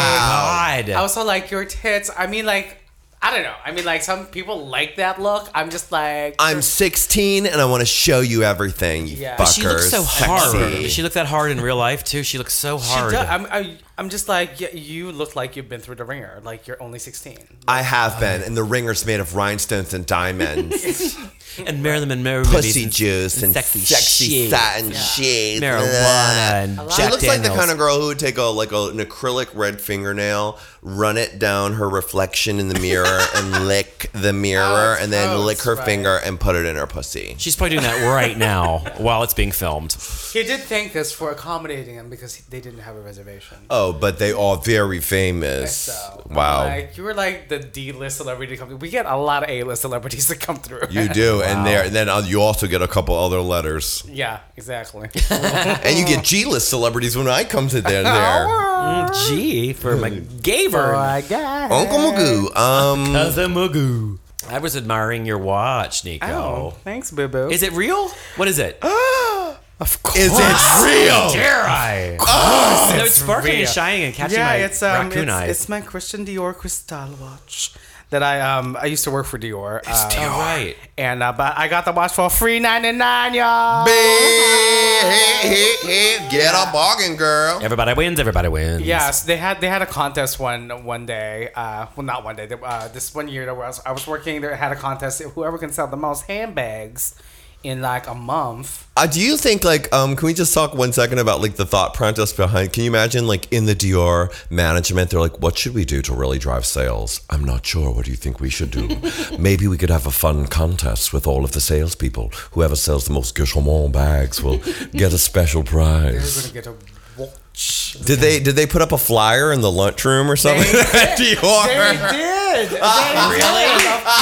Speaker 2: God.
Speaker 5: I was all like your tits. I mean like I don't know. I mean like some people like that look. I'm just like
Speaker 1: I'm 16 and I want to show you everything, you
Speaker 5: Yeah.
Speaker 1: fuckers.
Speaker 5: But
Speaker 2: she looked so hard.
Speaker 1: Sexy.
Speaker 2: She looked that hard in real life too. She looked so
Speaker 5: She
Speaker 2: hard.
Speaker 5: does- I'm, I, I'm just like yeah, you look like you've been through the ringer. Like you're only 16.
Speaker 1: I have been, and the ringer's made of rhinestones and diamonds,
Speaker 2: <laughs> and Marilyn Monroe movies
Speaker 1: pussy
Speaker 2: and
Speaker 1: juice, and
Speaker 2: sexy
Speaker 1: sexy,
Speaker 2: shit.
Speaker 1: satin shit,
Speaker 2: marijuana and
Speaker 1: She
Speaker 2: Jack
Speaker 1: looks like the
Speaker 2: Daniels.
Speaker 1: kind of girl who would take a like a, an acrylic red fingernail, run it down her reflection in the
Speaker 2: <laughs>
Speaker 1: mirror, and lick the mirror,
Speaker 5: Oh,
Speaker 1: and then
Speaker 5: gross,
Speaker 1: lick her
Speaker 5: right.
Speaker 1: finger and put it in her pussy.
Speaker 2: She's probably doing that
Speaker 1: <laughs>
Speaker 5: <laughs>
Speaker 2: right now while it's being filmed.
Speaker 5: He did thank us for accommodating him because they didn't have a reservation.
Speaker 1: Oh, but they are very famous.
Speaker 5: So, Oh,
Speaker 1: wow.
Speaker 5: Like you were like the D list celebrity to come through. We get a lot of A list celebrities <laughs> that come through.
Speaker 1: you do, and there, and then uh, you also get a couple other letters,
Speaker 5: yeah,
Speaker 1: <laughs>
Speaker 5: exactly.
Speaker 1: and you get G-list celebrities when I come
Speaker 5: <laughs>
Speaker 1: to there. there.
Speaker 2: G for McGavern.
Speaker 5: my god.
Speaker 1: Uncle Magoo. Um,
Speaker 2: Azamugu. I was admiring your watch, Nico.
Speaker 5: Oh, thanks, boo boo.
Speaker 2: Is it real? What is it?
Speaker 5: <gasps>
Speaker 1: is it real? Oh,
Speaker 2: Dare I? no, it's sparkling
Speaker 5: real.
Speaker 2: and shining and catching
Speaker 5: yeah,
Speaker 2: my
Speaker 5: it's um,
Speaker 2: raccoon
Speaker 5: it's,
Speaker 2: eyes.
Speaker 5: it's my Christian Dior Cristal watch that I um I used to work for Dior. uh,
Speaker 2: All right.
Speaker 5: And uh, but I got the watch for free ninety nine, y'all.
Speaker 1: Hey, hey, hey, Get a bargain, girl.
Speaker 2: Everybody wins. Everybody wins.
Speaker 5: Yes, they had they had a contest one one day. Uh, well, not one day. they- Uh, this one year, that was I was working. They had a contest. Whoever can sell the most handbags in like a month.
Speaker 1: Uh, do you think like um can we just talk one second about like the thought process behind can you imagine like in the Dior management they're like what should we do to really drive sales? I'm not sure. What do you think we should
Speaker 5: <laughs>
Speaker 1: do? Maybe we could have a fun contest with all of the salespeople. Whoever sells the most Gucci bags
Speaker 5: <laughs>
Speaker 1: will get a special
Speaker 5: We're
Speaker 1: prize.
Speaker 5: gonna get a watch.
Speaker 1: Did they did they put up a flyer in the lunchroom or something? <laughs> at Dior.
Speaker 5: They
Speaker 1: <laughs>
Speaker 5: did. They really?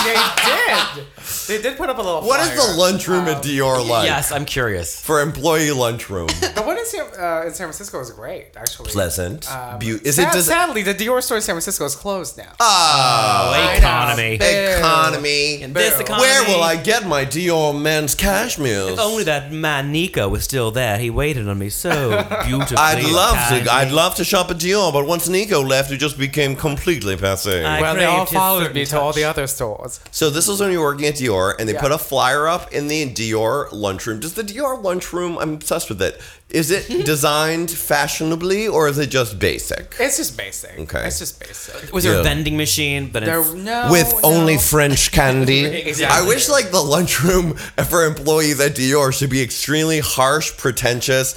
Speaker 5: They did. They did put up a little.
Speaker 1: What is
Speaker 5: flyer. Um,
Speaker 1: the lunchroom at Dior like?
Speaker 2: Yes, I'm curious.
Speaker 1: For employee
Speaker 2: <laughs>
Speaker 1: lunchroom.
Speaker 5: The one in San, uh, in San Francisco is great, actually. Uh,
Speaker 1: Pleasant. beau- is
Speaker 5: Sad,
Speaker 1: it does
Speaker 5: sadly, the Dior store in San Francisco is closed now.
Speaker 2: Oh, economy.
Speaker 1: Ah. economy?
Speaker 2: In this
Speaker 5: Boo.
Speaker 2: economy.
Speaker 1: Where will I get my Dior men's cashmere's?
Speaker 2: If only that man Nico was still there. He waited on me
Speaker 1: <laughs>
Speaker 2: so beautifully.
Speaker 1: I'd
Speaker 2: and
Speaker 1: love
Speaker 2: kindly.
Speaker 1: to. I'd love to shop at Dior, but once Nico left, it just became completely passe.
Speaker 2: I
Speaker 5: well, they all
Speaker 2: craved his
Speaker 5: followed
Speaker 2: certain
Speaker 5: me to all
Speaker 2: touch.
Speaker 5: the other stores.
Speaker 1: so this was when you were working at Dior, and they
Speaker 5: Yeah.
Speaker 1: put a flyer up in the Dior lunchroom. Does the Dior lunchroom? I'm obsessed with it. Is
Speaker 5: <laughs>
Speaker 1: it designed fashionably, or is it just basic?
Speaker 5: It's just basic.
Speaker 1: Okay.
Speaker 5: It's just basic.
Speaker 2: Was there
Speaker 1: Yeah.
Speaker 2: a vending machine? But
Speaker 5: There,
Speaker 2: it's,
Speaker 5: no,
Speaker 1: with
Speaker 5: no.
Speaker 1: only French <laughs>
Speaker 5: <laughs>
Speaker 1: candy.
Speaker 2: Exactly.
Speaker 1: I wish like the lunchroom <laughs> for employees at Dior should be extremely harsh, pretentious,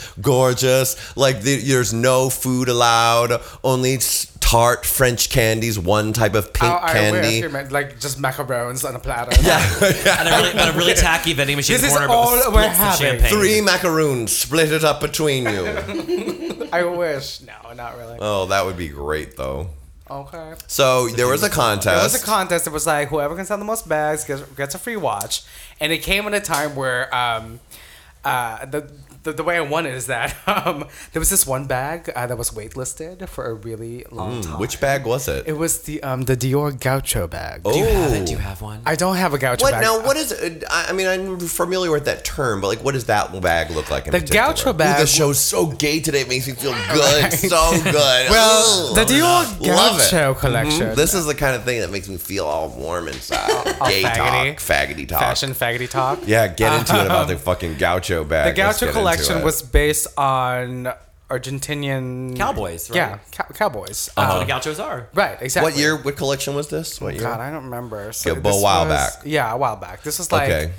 Speaker 1: gorgeous. Like the, there's no food allowed, only s- tart French candies, one type of pink
Speaker 5: Oh, I wish
Speaker 1: candy.
Speaker 5: you meant like just macarons on a platter.
Speaker 1: <laughs> Yeah,
Speaker 2: and a really, but a really tacky vending machine
Speaker 5: This is
Speaker 2: corner, but with
Speaker 5: all we're
Speaker 2: splits of
Speaker 5: having.
Speaker 2: champagne.
Speaker 1: three macaroons, split it up between
Speaker 5: <laughs>
Speaker 1: you.
Speaker 5: I wish. No, not really.
Speaker 1: oh, that would be great though.
Speaker 5: Okay.
Speaker 1: So there was a
Speaker 5: There was a
Speaker 1: contest.
Speaker 5: contest. It was like whoever can sell the most bags gets, gets a free watch, and it came at a time where um, uh, the. The, the way I won it is that <laughs> um, there was this one bag uh, that was waitlisted for a really long time.
Speaker 1: Mm, Which bag was it?
Speaker 5: It was the um, the Dior Gaucho bag.
Speaker 1: oh.
Speaker 2: Do you have it? Do you have one?
Speaker 5: I don't have a Gaucho
Speaker 1: what
Speaker 5: bag.
Speaker 1: now? What is? it- I I mean, I'm familiar with that term, but like, what does that bag look like? In
Speaker 5: The
Speaker 1: particular?
Speaker 5: gaucho
Speaker 1: Ooh,
Speaker 5: bag-
Speaker 1: the show's so gay today. It makes me feel good, so
Speaker 5: <laughs>
Speaker 2: <laughs>
Speaker 1: good. Well,
Speaker 5: the Dior
Speaker 1: Love it. Mm-hmm.
Speaker 5: Gaucho collection.
Speaker 1: This is the kind of thing that makes me feel all warm inside.
Speaker 5: <laughs>
Speaker 1: gay
Speaker 5: faggoty.
Speaker 1: talk, faggoty talk.
Speaker 5: fashion faggoty talk. Um,
Speaker 1: Yeah, get into it about the fucking gaucho <laughs> bag.
Speaker 5: The Gaucho
Speaker 1: Let's get into
Speaker 5: collection
Speaker 1: it.
Speaker 5: was based on Argentinian
Speaker 2: Cowboys, right?
Speaker 5: Yeah, cow- cowboys.
Speaker 2: That's
Speaker 5: Uh,
Speaker 2: what the gauchos are.
Speaker 5: right, exactly.
Speaker 1: What year? What collection was this? What year?
Speaker 5: God, I don't remember. So
Speaker 1: Yeah, but a
Speaker 5: this
Speaker 1: while
Speaker 5: was-
Speaker 1: back.
Speaker 5: Yeah, a while back. This was like
Speaker 1: Okay.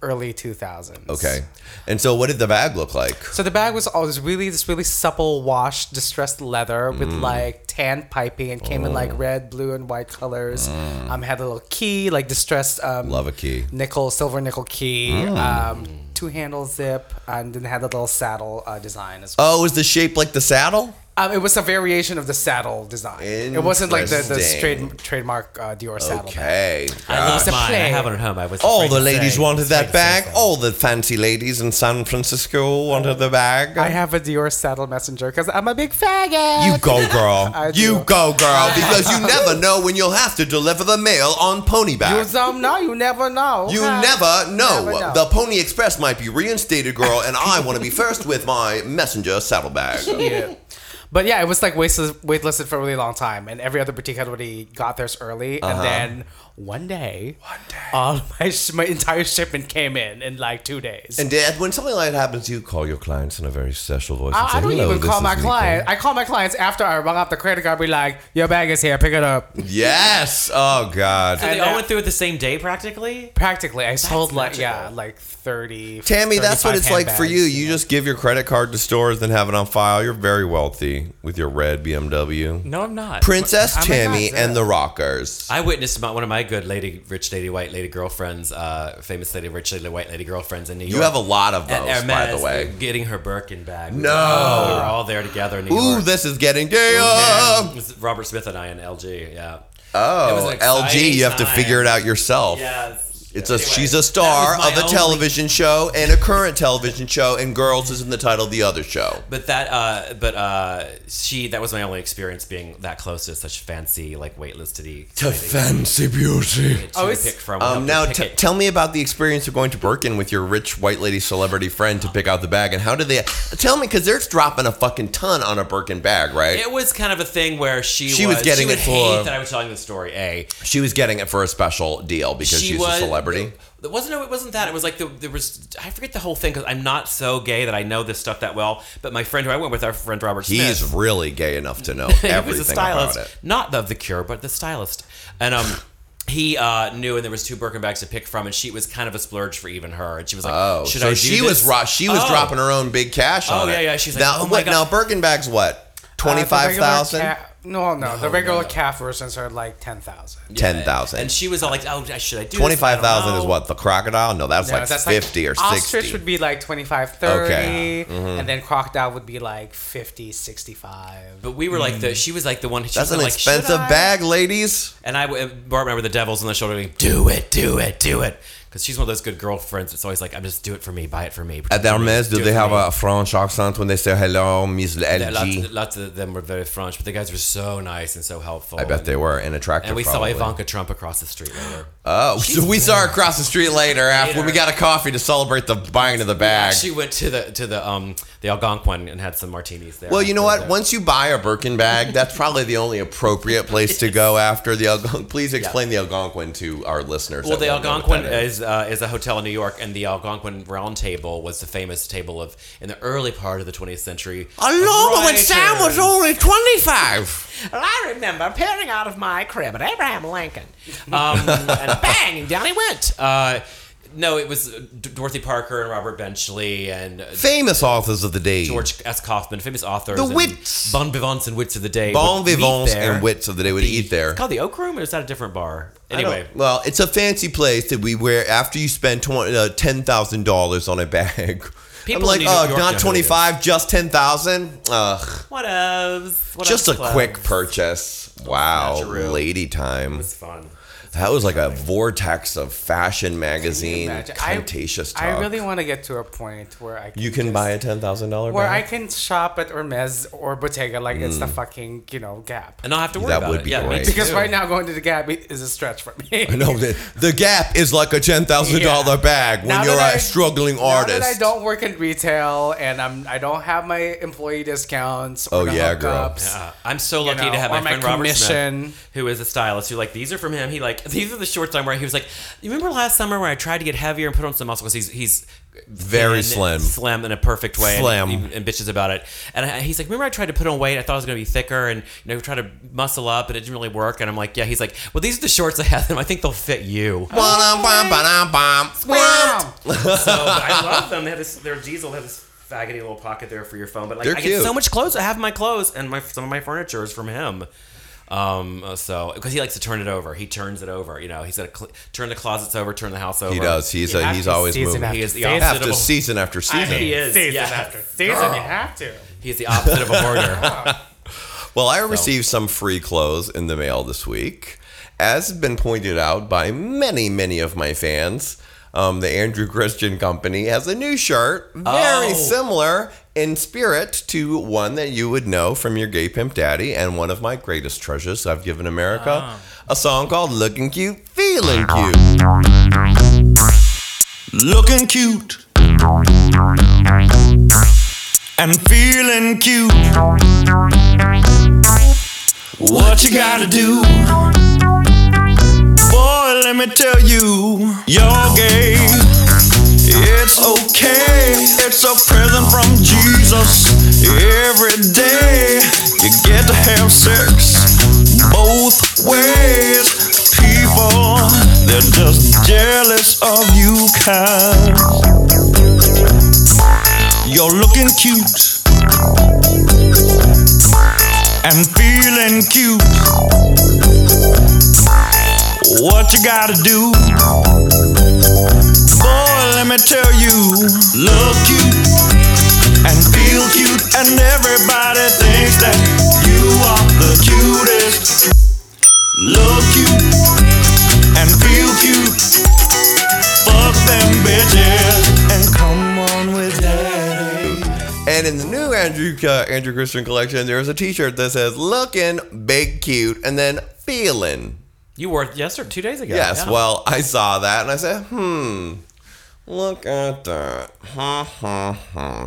Speaker 5: early 2000s.
Speaker 1: okay. And so, what did the bag look like?
Speaker 5: So the bag was all this really this really supple washed distressed leather with
Speaker 1: Mm.
Speaker 5: like tan piping and came in like
Speaker 1: Oh.
Speaker 5: red, blue, and white colors. Um, had a little key like distressed um,
Speaker 1: Mm. Love a key. Mm.
Speaker 5: nickel silver nickel key, um, two handle zip, and then had a little saddle uh, design as well.
Speaker 1: Oh, is the shape like the saddle?
Speaker 5: Um, it was a variation of the saddle design. It wasn't like the, the
Speaker 1: Interesting.
Speaker 5: straight, trademark uh, Dior saddle. bag.
Speaker 1: Okay.
Speaker 2: I
Speaker 1: God.
Speaker 5: It's
Speaker 2: lost
Speaker 5: a
Speaker 2: mine. I
Speaker 5: play.
Speaker 2: have one at home. I was.
Speaker 1: All
Speaker 2: afraid
Speaker 1: the
Speaker 2: to
Speaker 1: ladies
Speaker 2: say.
Speaker 1: wanted that
Speaker 2: Afraid to say
Speaker 1: bag.
Speaker 2: so.
Speaker 1: All the fancy ladies in San Francisco wanted the bag.
Speaker 5: I have a Dior saddle messenger because I'm a big faggot.
Speaker 1: you go, girl.
Speaker 5: I do.
Speaker 1: you go, girl. Because you never know when you'll have to deliver the mail on pony
Speaker 5: You
Speaker 1: bags.
Speaker 5: don't know. You never know.
Speaker 1: You
Speaker 5: okay?
Speaker 1: never know.
Speaker 5: Never know.
Speaker 1: The Pony Express might be reinstated, girl, and I want to be first with my messenger saddlebag.
Speaker 5: <laughs> Yeah. But yeah, it was like waitlisted, waitlisted for a really long time, and every other boutique had already got theirs early.
Speaker 1: Uh-huh.
Speaker 5: And then one day, one day, all <laughs> my sh- my entire shipment came in in like two days.
Speaker 1: And Dad, when something like that happens, you call your clients in a very special voice. and
Speaker 5: I,
Speaker 1: say,
Speaker 5: I don't
Speaker 1: "Hello,
Speaker 5: even
Speaker 1: this
Speaker 5: call
Speaker 1: is
Speaker 5: my
Speaker 1: Nico."
Speaker 5: client. I call my clients after I rung up the credit card, be like, "Your bag is here. Pick it
Speaker 1: <laughs>
Speaker 5: up."
Speaker 1: Yes. Oh God.
Speaker 2: They
Speaker 5: And
Speaker 2: all
Speaker 5: that-
Speaker 2: went through it the same day, practically.
Speaker 5: Practically, I sold like
Speaker 2: magical.
Speaker 5: yeah, like thirty.
Speaker 1: Tammy, that's what
Speaker 5: 35
Speaker 1: it's like for you.
Speaker 5: handbags.
Speaker 1: You just give your credit card to stores and have it on file. You're very wealthy with your red BMW.
Speaker 3: No, I'm not.
Speaker 1: Princess
Speaker 5: I'm a
Speaker 1: Tammy
Speaker 5: goddess.
Speaker 1: and the Rockers.
Speaker 2: I witnessed my, one of my good lady, rich lady, white lady girlfriends, uh, famous lady, rich lady, white lady girlfriends in New York.
Speaker 1: You have a lot of
Speaker 2: at
Speaker 1: those, by the
Speaker 2: Hermes,
Speaker 1: way.
Speaker 2: getting her Birkin bag.
Speaker 1: No.
Speaker 2: we were all there together in New
Speaker 1: Ooh,
Speaker 2: York.
Speaker 1: this is getting gay.
Speaker 2: Yeah, it
Speaker 1: Oh,
Speaker 2: was Robert Smith and I and LG. Yeah. was an
Speaker 1: LG, Oh, you have to
Speaker 2: exciting
Speaker 1: figure it out yourself.
Speaker 2: Yes.
Speaker 1: It's a,
Speaker 2: Anyway,
Speaker 1: she's a
Speaker 2: that
Speaker 1: star
Speaker 2: was my
Speaker 1: of a
Speaker 2: only-
Speaker 1: television show and a current television show, and Girls is in the title of the other show.
Speaker 2: But that, uh, but uh, she. That was my only experience being that close to such fancy, like waitlisted
Speaker 1: To fancy beauty.
Speaker 2: to
Speaker 5: Oh,
Speaker 2: pick
Speaker 5: it's-
Speaker 2: from.
Speaker 1: Um, now,
Speaker 2: pick
Speaker 1: t-
Speaker 2: it.
Speaker 1: tell me about the experience of going to Birkin with your rich white lady celebrity friend to pick out the bag, and how did they? Tell me, because they're dropping a fucking ton on a Birkin bag, right?
Speaker 2: It was kind of a thing where she
Speaker 1: She was getting
Speaker 2: she would
Speaker 1: it for-
Speaker 2: hate that I was telling the story. A
Speaker 1: she was getting it for a special deal because she's a celebrity.
Speaker 2: It wasn't it wasn't that it was like the, there was I forget the whole thing because I'm not so gay that I know this stuff that well. But my friend who I went with, our friend Robert Smith, <laughs>
Speaker 1: He's really gay enough to know
Speaker 2: He
Speaker 1: everything
Speaker 2: was a
Speaker 1: about
Speaker 2: stylist,
Speaker 1: it.
Speaker 2: not of the Cure, but the stylist. And um, <sighs> he uh, knew, and there was two Birkenbacks to pick from, and she it was kind of a splurge for even her. And she was like,
Speaker 1: Oh,
Speaker 2: should
Speaker 1: so
Speaker 2: I do
Speaker 1: she was
Speaker 2: this?
Speaker 1: ro- she was
Speaker 2: Oh.
Speaker 1: dropping her own big cash
Speaker 2: Oh,
Speaker 1: on it.
Speaker 2: yeah, yeah, she's like,
Speaker 1: now,
Speaker 2: oh my Uh,
Speaker 1: wait, now Birkenback's what? Twenty five thousand.
Speaker 5: Uh, the regular ca- no, no, the regular calf versions are like ten thousand.
Speaker 1: Ten
Speaker 2: And
Speaker 1: thousand.
Speaker 2: she was all like, oh, should I do this? I don't
Speaker 1: Twenty-five thousand is
Speaker 2: know.
Speaker 1: what the crocodile? No, that's like fifty or sixty.
Speaker 5: Ostrich would be like 25, 30,
Speaker 1: Okay. Mm-hmm.
Speaker 5: and then crocodile would be like 50, 65.
Speaker 2: But we were like the. She was like the one. She
Speaker 1: Mm. that's
Speaker 2: was
Speaker 1: an
Speaker 2: like, should
Speaker 1: expensive
Speaker 2: I?
Speaker 1: bag, ladies.
Speaker 2: And I, Bart and I were the devils on the shoulder, going, do it, do it, do it. Because she's one of those good girlfriends. It's always like, I'm just do it for me, buy it for me.
Speaker 1: At Hermes, do
Speaker 2: it
Speaker 1: they
Speaker 2: for
Speaker 1: have
Speaker 2: me."
Speaker 1: a French accent when they say hello, Miss
Speaker 2: Yeah, lots,
Speaker 1: LG?
Speaker 2: lots of them were very French, but the guys were so nice and so helpful.
Speaker 1: I bet they were and attractive.
Speaker 2: And we
Speaker 1: probably.
Speaker 2: saw Ivanka Trump across the street later.
Speaker 1: Oh, <laughs> so we saw her across the street later after when we
Speaker 2: Later.
Speaker 1: got a coffee to celebrate the buying of the bag.
Speaker 2: She went to the to the um the Algonquin and had some martinis there.
Speaker 1: Well, you know
Speaker 2: After
Speaker 1: what? Once you buy a Birkin bag, that's probably the only appropriate place to
Speaker 2: <laughs>
Speaker 1: go after the Algonquin. Please explain the Algonquin to our listeners.
Speaker 2: Well,
Speaker 1: that
Speaker 2: the
Speaker 1: won't know what
Speaker 2: Algonquin
Speaker 1: that
Speaker 2: is uh, is a hotel in New York, and the Algonquin Round Table was the famous table of in the early part of the 20th century.
Speaker 1: Along when
Speaker 2: Right.
Speaker 1: Sam was only 25.
Speaker 2: I remember peering out of my crib at Abraham Lincoln. Um, and bang, down he went. Uh, no, it was uh, D- Dorothy Parker and Robert Benchley and uh,
Speaker 1: Famous authors of the day.
Speaker 2: George S. Kaufman, famous authors.
Speaker 1: The
Speaker 2: and
Speaker 1: wits.
Speaker 2: Bon vivants and wits of the day.
Speaker 1: Bon
Speaker 2: would meet
Speaker 1: vivants
Speaker 2: there.
Speaker 1: and wits of the day would eat there.
Speaker 2: It's called the Oak Room, or is that a different bar?
Speaker 1: I don't-
Speaker 2: Anyway.
Speaker 1: Well, it's a fancy place that we where after you spend twen- uh, $10,000 on a bag. <laughs>
Speaker 2: People
Speaker 1: I'm
Speaker 2: in
Speaker 1: like,
Speaker 2: New
Speaker 1: oh,
Speaker 2: York know who it
Speaker 1: not
Speaker 2: is."
Speaker 1: 25, just 10,000? Ugh.
Speaker 2: What else? What
Speaker 1: Just a
Speaker 2: else, club?
Speaker 1: quick purchase. Wow. Lady time.
Speaker 2: It's fun.
Speaker 1: That was like a vortex of fashion magazine,
Speaker 5: Imagine- I-
Speaker 1: contentious talk.
Speaker 5: I, really want to get to a point where I can
Speaker 1: you can
Speaker 5: just-
Speaker 1: buy a ten thousand dollar
Speaker 5: where I
Speaker 1: bag.
Speaker 5: can shop at Hermes or Bottega like it's the fucking you know Gap.
Speaker 2: And I'll have to worry
Speaker 1: Mm. That
Speaker 2: about
Speaker 1: would
Speaker 2: it.
Speaker 1: be
Speaker 2: yeah, me
Speaker 1: great.
Speaker 2: too.
Speaker 5: Because right now going to the Gap is a stretch for
Speaker 1: <laughs>
Speaker 5: me.
Speaker 1: no, the, the gap is like a ten thousand thousand dollar
Speaker 5: Yeah.
Speaker 1: bag when
Speaker 5: Now
Speaker 1: you're a
Speaker 5: that I-
Speaker 1: struggling
Speaker 5: Now
Speaker 1: artist.
Speaker 5: that I don't work in retail and I'm I don't have my employee discounts. Or
Speaker 1: Oh,
Speaker 5: the
Speaker 1: yeah, girl.
Speaker 5: hookups.
Speaker 2: Uh, I'm so lucky
Speaker 5: know,
Speaker 2: to have
Speaker 5: or
Speaker 2: my,
Speaker 5: my
Speaker 2: friend Robert
Speaker 5: commission.
Speaker 2: Smith, who is a stylist, who like these are from him. He like these are the shorts I'm wearing. He was like, you remember last summer when I tried to get heavier and put on some muscle because he's he's
Speaker 1: Very
Speaker 2: thin,
Speaker 1: slim.
Speaker 2: slim in a perfect way, and-
Speaker 1: Slim.
Speaker 2: and, bitches about it. And I, he's like, remember I tried to put on weight? I thought I was going to be thicker and you know try to muscle up, and it didn't really work. And I'm like, yeah. He's like, well, these are the shorts I have. Them. I think they'll fit you.
Speaker 1: Ba-dum-bum-ba-dum-bum.
Speaker 5: Wow.
Speaker 2: So but I love them. They have this, their diesel has this faggoty little pocket there for your phone. But like,
Speaker 1: They're
Speaker 2: I
Speaker 1: cute.
Speaker 2: get so much clothes. I have my clothes and my some of my furniture is from him. Um, uh, so because he likes to turn it over, he turns it over. You know, he's gonna cl- turn the closets over, turn the house over.
Speaker 1: He does. He's a, he's
Speaker 5: After
Speaker 1: always
Speaker 5: season
Speaker 1: moving.
Speaker 2: He is the
Speaker 5: After
Speaker 2: opposite
Speaker 1: after
Speaker 2: of a,
Speaker 1: season after season.
Speaker 2: he is.
Speaker 5: Season
Speaker 2: yes.
Speaker 5: after season, you have to.
Speaker 2: He is the opposite of
Speaker 5: <laughs>
Speaker 2: a hoarder.
Speaker 1: Well, I received some free clothes in the mail this week. As has been pointed out by many, many of my fans, um, the Andrew Christian Company has a new shirt, very
Speaker 2: Oh.
Speaker 1: similar in spirit to one that you would know from your gay pimp daddy and one of my greatest treasures I've given America,
Speaker 7: Ah.
Speaker 1: a song called Looking Cute, Feeling Cute.
Speaker 7: Looking cute. And feeling cute. What you gotta do? Boy, let me tell you, you're gay. It's okay. It's a present from Jesus. Every day, you get to have sex both ways. People, they're just jealous of you, kind. You're looking cute and feeling cute. What you gotta do? Boy, let me tell you, look cute and feel cute, and everybody thinks that you are the cutest. Look cute and feel cute. Fuck them bitches and come on with daddy.
Speaker 1: And in the new Andrew uh, Andrew Christian collection, there's a T-shirt that says "Looking Big Cute" and then "Feeling."
Speaker 2: you were yesterday, two days ago.
Speaker 1: Yes,
Speaker 2: yeah.
Speaker 1: well, I saw that and I said, hmm, look at that. Hmm, hmm,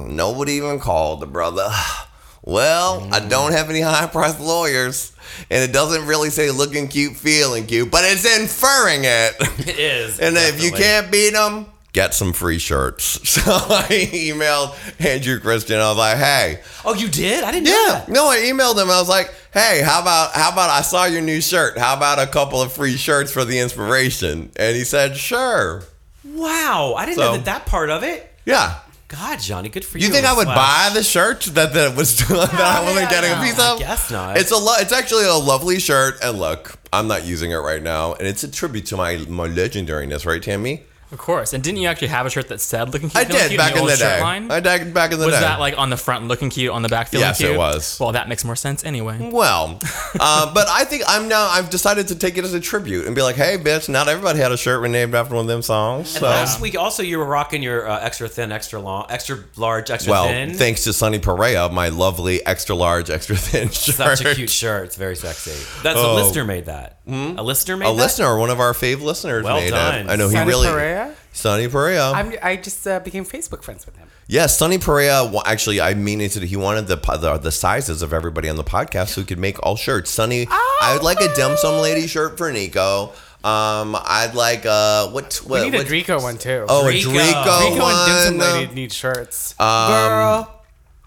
Speaker 1: hmm. Nobody even called the brother. <sighs> Well,
Speaker 2: Mm.
Speaker 1: I don't have any high priced lawyers, and it doesn't really say looking cute, feeling cute, but it's inferring it.
Speaker 2: <laughs> it is.
Speaker 1: <laughs> and if you
Speaker 2: definitely.
Speaker 1: can't beat them, get some free shirts. <laughs> So I emailed Andrew Christian. I was like, hey,
Speaker 2: Oh, you did? I didn't know
Speaker 1: yeah.
Speaker 2: that.
Speaker 1: No, I emailed him. I was like, "Hey, how about how about I saw your new shirt? How about a couple of free shirts for the inspiration?" And he said, "Sure."
Speaker 2: Wow. I didn't
Speaker 1: So-
Speaker 2: know that, that part of it.
Speaker 1: Yeah.
Speaker 2: God, Johnny, good for you.
Speaker 1: You think I would
Speaker 2: Flash.
Speaker 1: buy the shirt that that was <laughs> that I
Speaker 2: yeah,
Speaker 1: wasn't getting
Speaker 2: no,
Speaker 1: a piece
Speaker 2: I
Speaker 1: of?
Speaker 2: guess not.
Speaker 1: It's a lo- it's actually a lovely shirt, and look, I'm not using it right now, and it's a tribute to my my legendariness, right, Tammy?
Speaker 3: Of course. And didn't you actually have a shirt that said "Looking Cute"?
Speaker 1: I
Speaker 3: Feeling
Speaker 1: did
Speaker 3: Cute
Speaker 1: back in
Speaker 3: old
Speaker 1: the
Speaker 3: shirt
Speaker 1: day.
Speaker 3: line?
Speaker 1: I did back in the
Speaker 3: was
Speaker 1: day.
Speaker 3: that like on the front "Looking Cute," on the back "Feeling
Speaker 1: Yes, it
Speaker 3: Cute"?
Speaker 1: was.
Speaker 3: Well, that makes more sense
Speaker 5: <laughs>
Speaker 3: anyway.
Speaker 1: Well, uh, but I think I'm now. I've decided to take it as a tribute and be like, "Hey, bitch! Not everybody had a shirt named after one of them songs." So.
Speaker 2: Last week, also, you were rocking your uh, extra thin, extra long, extra large, extra
Speaker 1: well,
Speaker 2: thin. <laughs>
Speaker 1: thanks to Sunny Perea, my lovely extra large, extra thin shirt.
Speaker 2: Such a cute shirt. It's very sexy. That's a
Speaker 1: Oh. Hmm?
Speaker 2: listener made that. A listener made
Speaker 1: A
Speaker 2: that.
Speaker 1: listener, one of our fave listeners,
Speaker 2: Well
Speaker 1: made
Speaker 2: done.
Speaker 1: it. I know he
Speaker 8: Sonny
Speaker 1: really.
Speaker 8: Perea?
Speaker 1: Sonny Perea.
Speaker 5: I'm, I just uh, became Facebook friends with him.
Speaker 1: Yes, Sonny Perea. wa- Actually, I mean it. He wanted the, po- the the sizes of everybody on the podcast, so he could make all shirts. Sonny, I would like a Dim Sum Lady shirt for Nico. Um, I'd like uh, what?
Speaker 5: We
Speaker 1: what
Speaker 5: need a
Speaker 1: what-
Speaker 5: Drico one too.
Speaker 1: Oh, a
Speaker 2: Drico.
Speaker 1: Drico, Um,
Speaker 5: Rico and Dimsum
Speaker 1: one.
Speaker 5: Lady need shirts.
Speaker 8: Girl,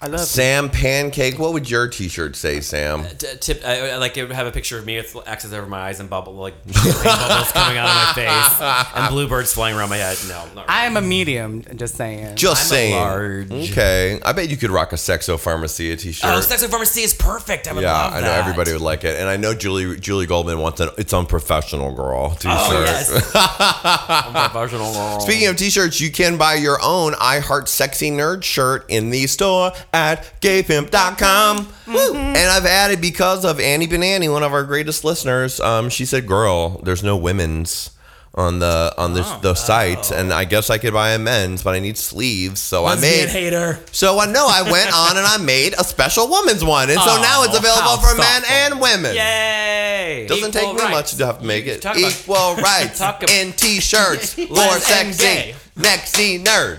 Speaker 8: I love it.
Speaker 1: Sam Pancake. What would your T-shirt say, Sam?
Speaker 2: D- Uh, tip, I, I, like it would have a picture of me with X's over my eyes and bubble like <laughs> bubbles coming out of my face
Speaker 1: <laughs>
Speaker 2: and bluebirds flying around my head. No, not really.
Speaker 5: I'm a medium. Just saying.
Speaker 1: Just
Speaker 2: I'm a
Speaker 1: saying.
Speaker 2: large.
Speaker 1: Okay, I bet you could rock a Sexo Pharmacia T-shirt.
Speaker 2: Oh, Sexo Pharmacy is perfect. I would
Speaker 1: yeah,
Speaker 2: love
Speaker 1: I
Speaker 2: that.
Speaker 1: know everybody would like it, and I know Julie Julie Goldman wants an "It's Unprofessional Girl" T-shirt.
Speaker 2: Oh,
Speaker 1: <laughs>
Speaker 2: yes. Unprofessional.
Speaker 1: Speaking of t-shirts, you can buy your own I Heart Sexy Nerd shirt in the store at gaypimp.com. Woo! And I've added because of Annie Banani, one of our greatest listeners. Um, she said, "Girl, there's no women's on the on the, the site, and I guess I could buy a men's, but I need sleeves, so I
Speaker 2: Lesbian
Speaker 1: made."
Speaker 2: hater.
Speaker 1: So I know I went on and I made a special woman's one, and so
Speaker 3: Oh,
Speaker 1: now it's
Speaker 3: how
Speaker 1: available for men
Speaker 3: thoughtful.
Speaker 1: and women.
Speaker 2: Yay!
Speaker 1: Doesn't
Speaker 2: Equal
Speaker 1: take me
Speaker 2: rights.
Speaker 1: much to have to make it.
Speaker 2: Talk about-
Speaker 9: <laughs>
Speaker 5: <laughs>
Speaker 1: Equal rights
Speaker 2: Talk ab- <laughs>
Speaker 1: in t-shirts for
Speaker 3: and
Speaker 1: sexy,
Speaker 3: gay.
Speaker 1: sexy nerd.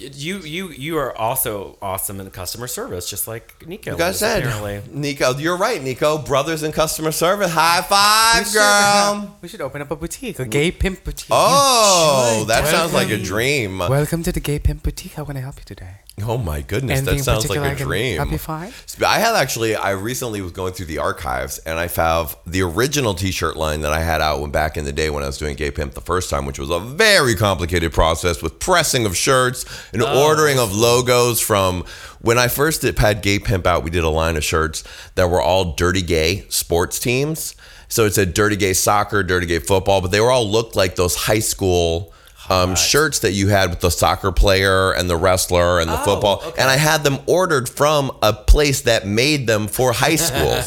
Speaker 2: You you you are also awesome in customer service, just like Nico.
Speaker 1: You guys
Speaker 2: was,
Speaker 1: said,
Speaker 2: apparently.
Speaker 1: Nico, you're right, Nico. Brothers in customer service. High five, girl.
Speaker 5: <laughs> We should open up a boutique, a gay pimp boutique.
Speaker 1: Oh, that sounds like a dream.
Speaker 5: Welcome to the Gay Pimp Boutique. How can I help you today?
Speaker 1: Oh my goodness,
Speaker 5: Anything
Speaker 1: that sounds
Speaker 5: particular I
Speaker 1: like a
Speaker 5: can
Speaker 1: dream.
Speaker 5: help you find?
Speaker 1: I had actually, I recently was going through the archives and I found the original T-shirt line that I had out when back in the day when I was doing Gay Pimp the first time, which was a very complicated process with pressing of shirts and
Speaker 5: Oh.
Speaker 1: ordering of logos from. When I first did, had Gay Pimp out, we did a line of shirts that were all dirty gay sports teams. So it said dirty gay soccer, dirty gay football, but they were all looked like those high school. Um, shirts that you had with the soccer player and the wrestler and the football, and I had them ordered from a place that made them for
Speaker 5: <laughs>
Speaker 1: high
Speaker 9: <laughs>
Speaker 1: schools.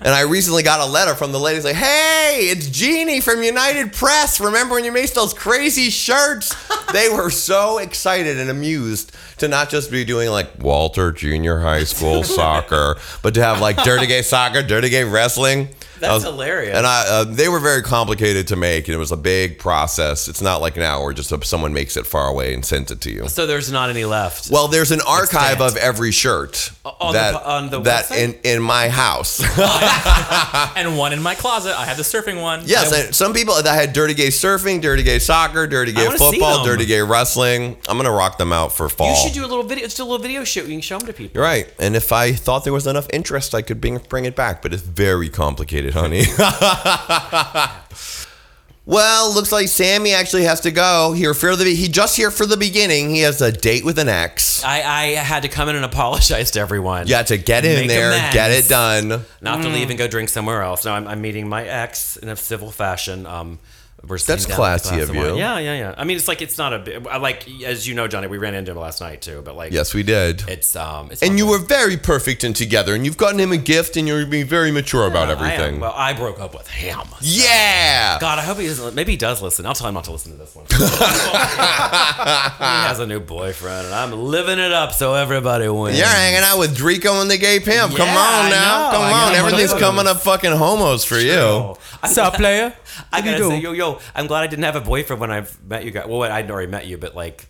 Speaker 1: and I recently got a letter from the lady saying, "Hey, it's Jeannie from United Press. Remember when you made those
Speaker 5: <laughs>
Speaker 1: crazy shirts? they were so excited and amused to not just be doing like Walter Junior
Speaker 2: <laughs>
Speaker 1: High School soccer, but to have like dirty gay soccer, dirty gay wrestling."
Speaker 2: That's
Speaker 1: I was-
Speaker 2: hilarious.
Speaker 1: And I, uh, they were very complicated to make, and it was a big process. It's not like now where just someone makes it far away and sends it to you.
Speaker 2: so there's not any left.
Speaker 1: Well, there's an archive
Speaker 2: Extant.
Speaker 1: of every shirt
Speaker 2: on the-
Speaker 1: that
Speaker 2: on the
Speaker 1: that
Speaker 2: website?
Speaker 1: in in my house.
Speaker 2: <laughs>
Speaker 3: <laughs> And one in my closet. I have the surfing one.
Speaker 1: yes,
Speaker 3: I-
Speaker 1: and some people that had dirty gay surfing, dirty gay soccer, dirty gay
Speaker 2: wanna see
Speaker 1: football,
Speaker 2: them.
Speaker 1: dirty gay wrestling. I'm gonna rock them out for fall.
Speaker 2: you should do a little video. It's a little video shoot. You can show them to people.
Speaker 1: You're right. And if I thought there was enough interest, I could bring, bring it back, but it's very complicated,
Speaker 2: <laughs>
Speaker 1: honey. <laughs> well, looks like Sammy actually has to go here for the he just here for the beginning. He has a date with an ex.
Speaker 2: I, I had to come in and apologize to everyone.
Speaker 1: You have to get in
Speaker 2: Make
Speaker 1: there,
Speaker 2: amends.
Speaker 1: get it done.
Speaker 2: Not to leave and go drink somewhere else. No, I'm, I'm meeting my ex in a civil fashion. Um, we're sitting
Speaker 1: That's
Speaker 2: down at a
Speaker 1: classy
Speaker 2: glass
Speaker 1: of
Speaker 2: wine.
Speaker 1: you.
Speaker 2: Yeah, yeah, yeah. I mean, it's like it's not a bi- I like as you know, Johnny. We ran into him last night too, but like
Speaker 1: Yes, we did.
Speaker 2: it's um, it's
Speaker 1: and
Speaker 2: fun.
Speaker 1: you were very perfect and together, and you've gotten him a gift, and you're being very mature about
Speaker 2: I am.
Speaker 1: everything.
Speaker 2: Well, I broke up with him.
Speaker 1: yeah.
Speaker 2: God, I hope he doesn't. Maybe he does listen. I'll tell him not to listen to
Speaker 1: <laughs>
Speaker 2: this one. he has a new boyfriend, and I'm living it up so everybody wins.
Speaker 1: You're hanging out with Drico and the gay pimp. Come
Speaker 2: Yeah,
Speaker 1: on
Speaker 2: I know.
Speaker 1: now. Come
Speaker 2: I
Speaker 1: on.
Speaker 2: know.
Speaker 1: Everything's coming up fucking homos for you.
Speaker 2: Oh, I- <laughs>
Speaker 5: Sup, player?
Speaker 2: I
Speaker 5: What you
Speaker 2: gotta say,
Speaker 5: doing?
Speaker 2: yo, yo, I'm glad I didn't have a boyfriend when I've met you guys. Well, wait, I'd already met you, but like,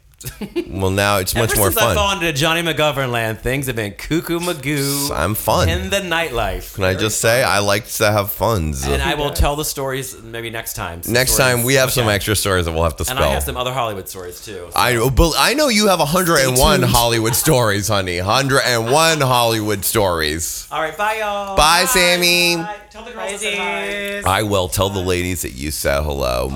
Speaker 1: Well, now it's much
Speaker 2: Ever
Speaker 1: more
Speaker 2: since I've
Speaker 1: fun.
Speaker 2: fallen into Johnny McGovern land, things have been cuckoo magoo.
Speaker 1: I'm fun.
Speaker 2: in the nightlife.
Speaker 1: Can I just say I like to have funs.
Speaker 2: And I will tell the stories maybe next time. Some
Speaker 1: Next
Speaker 2: stories.
Speaker 1: time we have some extra stories that we'll have to spell.
Speaker 2: and I have some other Hollywood stories too.
Speaker 1: I but I know you have 101 Hollywood stories, honey. 101 Hollywood stories.
Speaker 2: All right, bye y'all.
Speaker 1: Bye, Sammy.
Speaker 2: Tell the girls I said hi.
Speaker 1: I will tell the ladies that you said hello.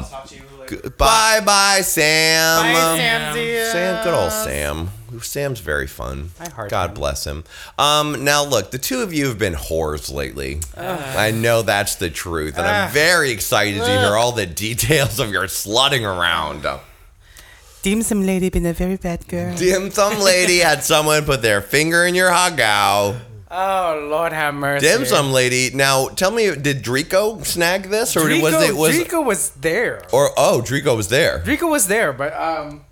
Speaker 1: Bye,
Speaker 9: Bye.
Speaker 1: bye, Sam.
Speaker 5: Bye, Samsies.
Speaker 1: Um, Sam, good old Sam. Sam's very fun.
Speaker 5: I heart
Speaker 1: God
Speaker 5: him.
Speaker 1: bless him. Um, now look, the two of you have been whores lately. I know that's the truth, and I'm very excited to hear all the details of your slutting around.
Speaker 8: Dim Sum Lady been a very bad girl.
Speaker 1: Dim some lady had someone put their finger in your hog out.
Speaker 5: Oh Lord have mercy.
Speaker 1: Dim sum lady. Now tell me, did Drico snag this, or
Speaker 5: Drico,
Speaker 1: was it was
Speaker 5: Drico was there.
Speaker 1: or oh Drico was there,
Speaker 5: Drico was there, but um,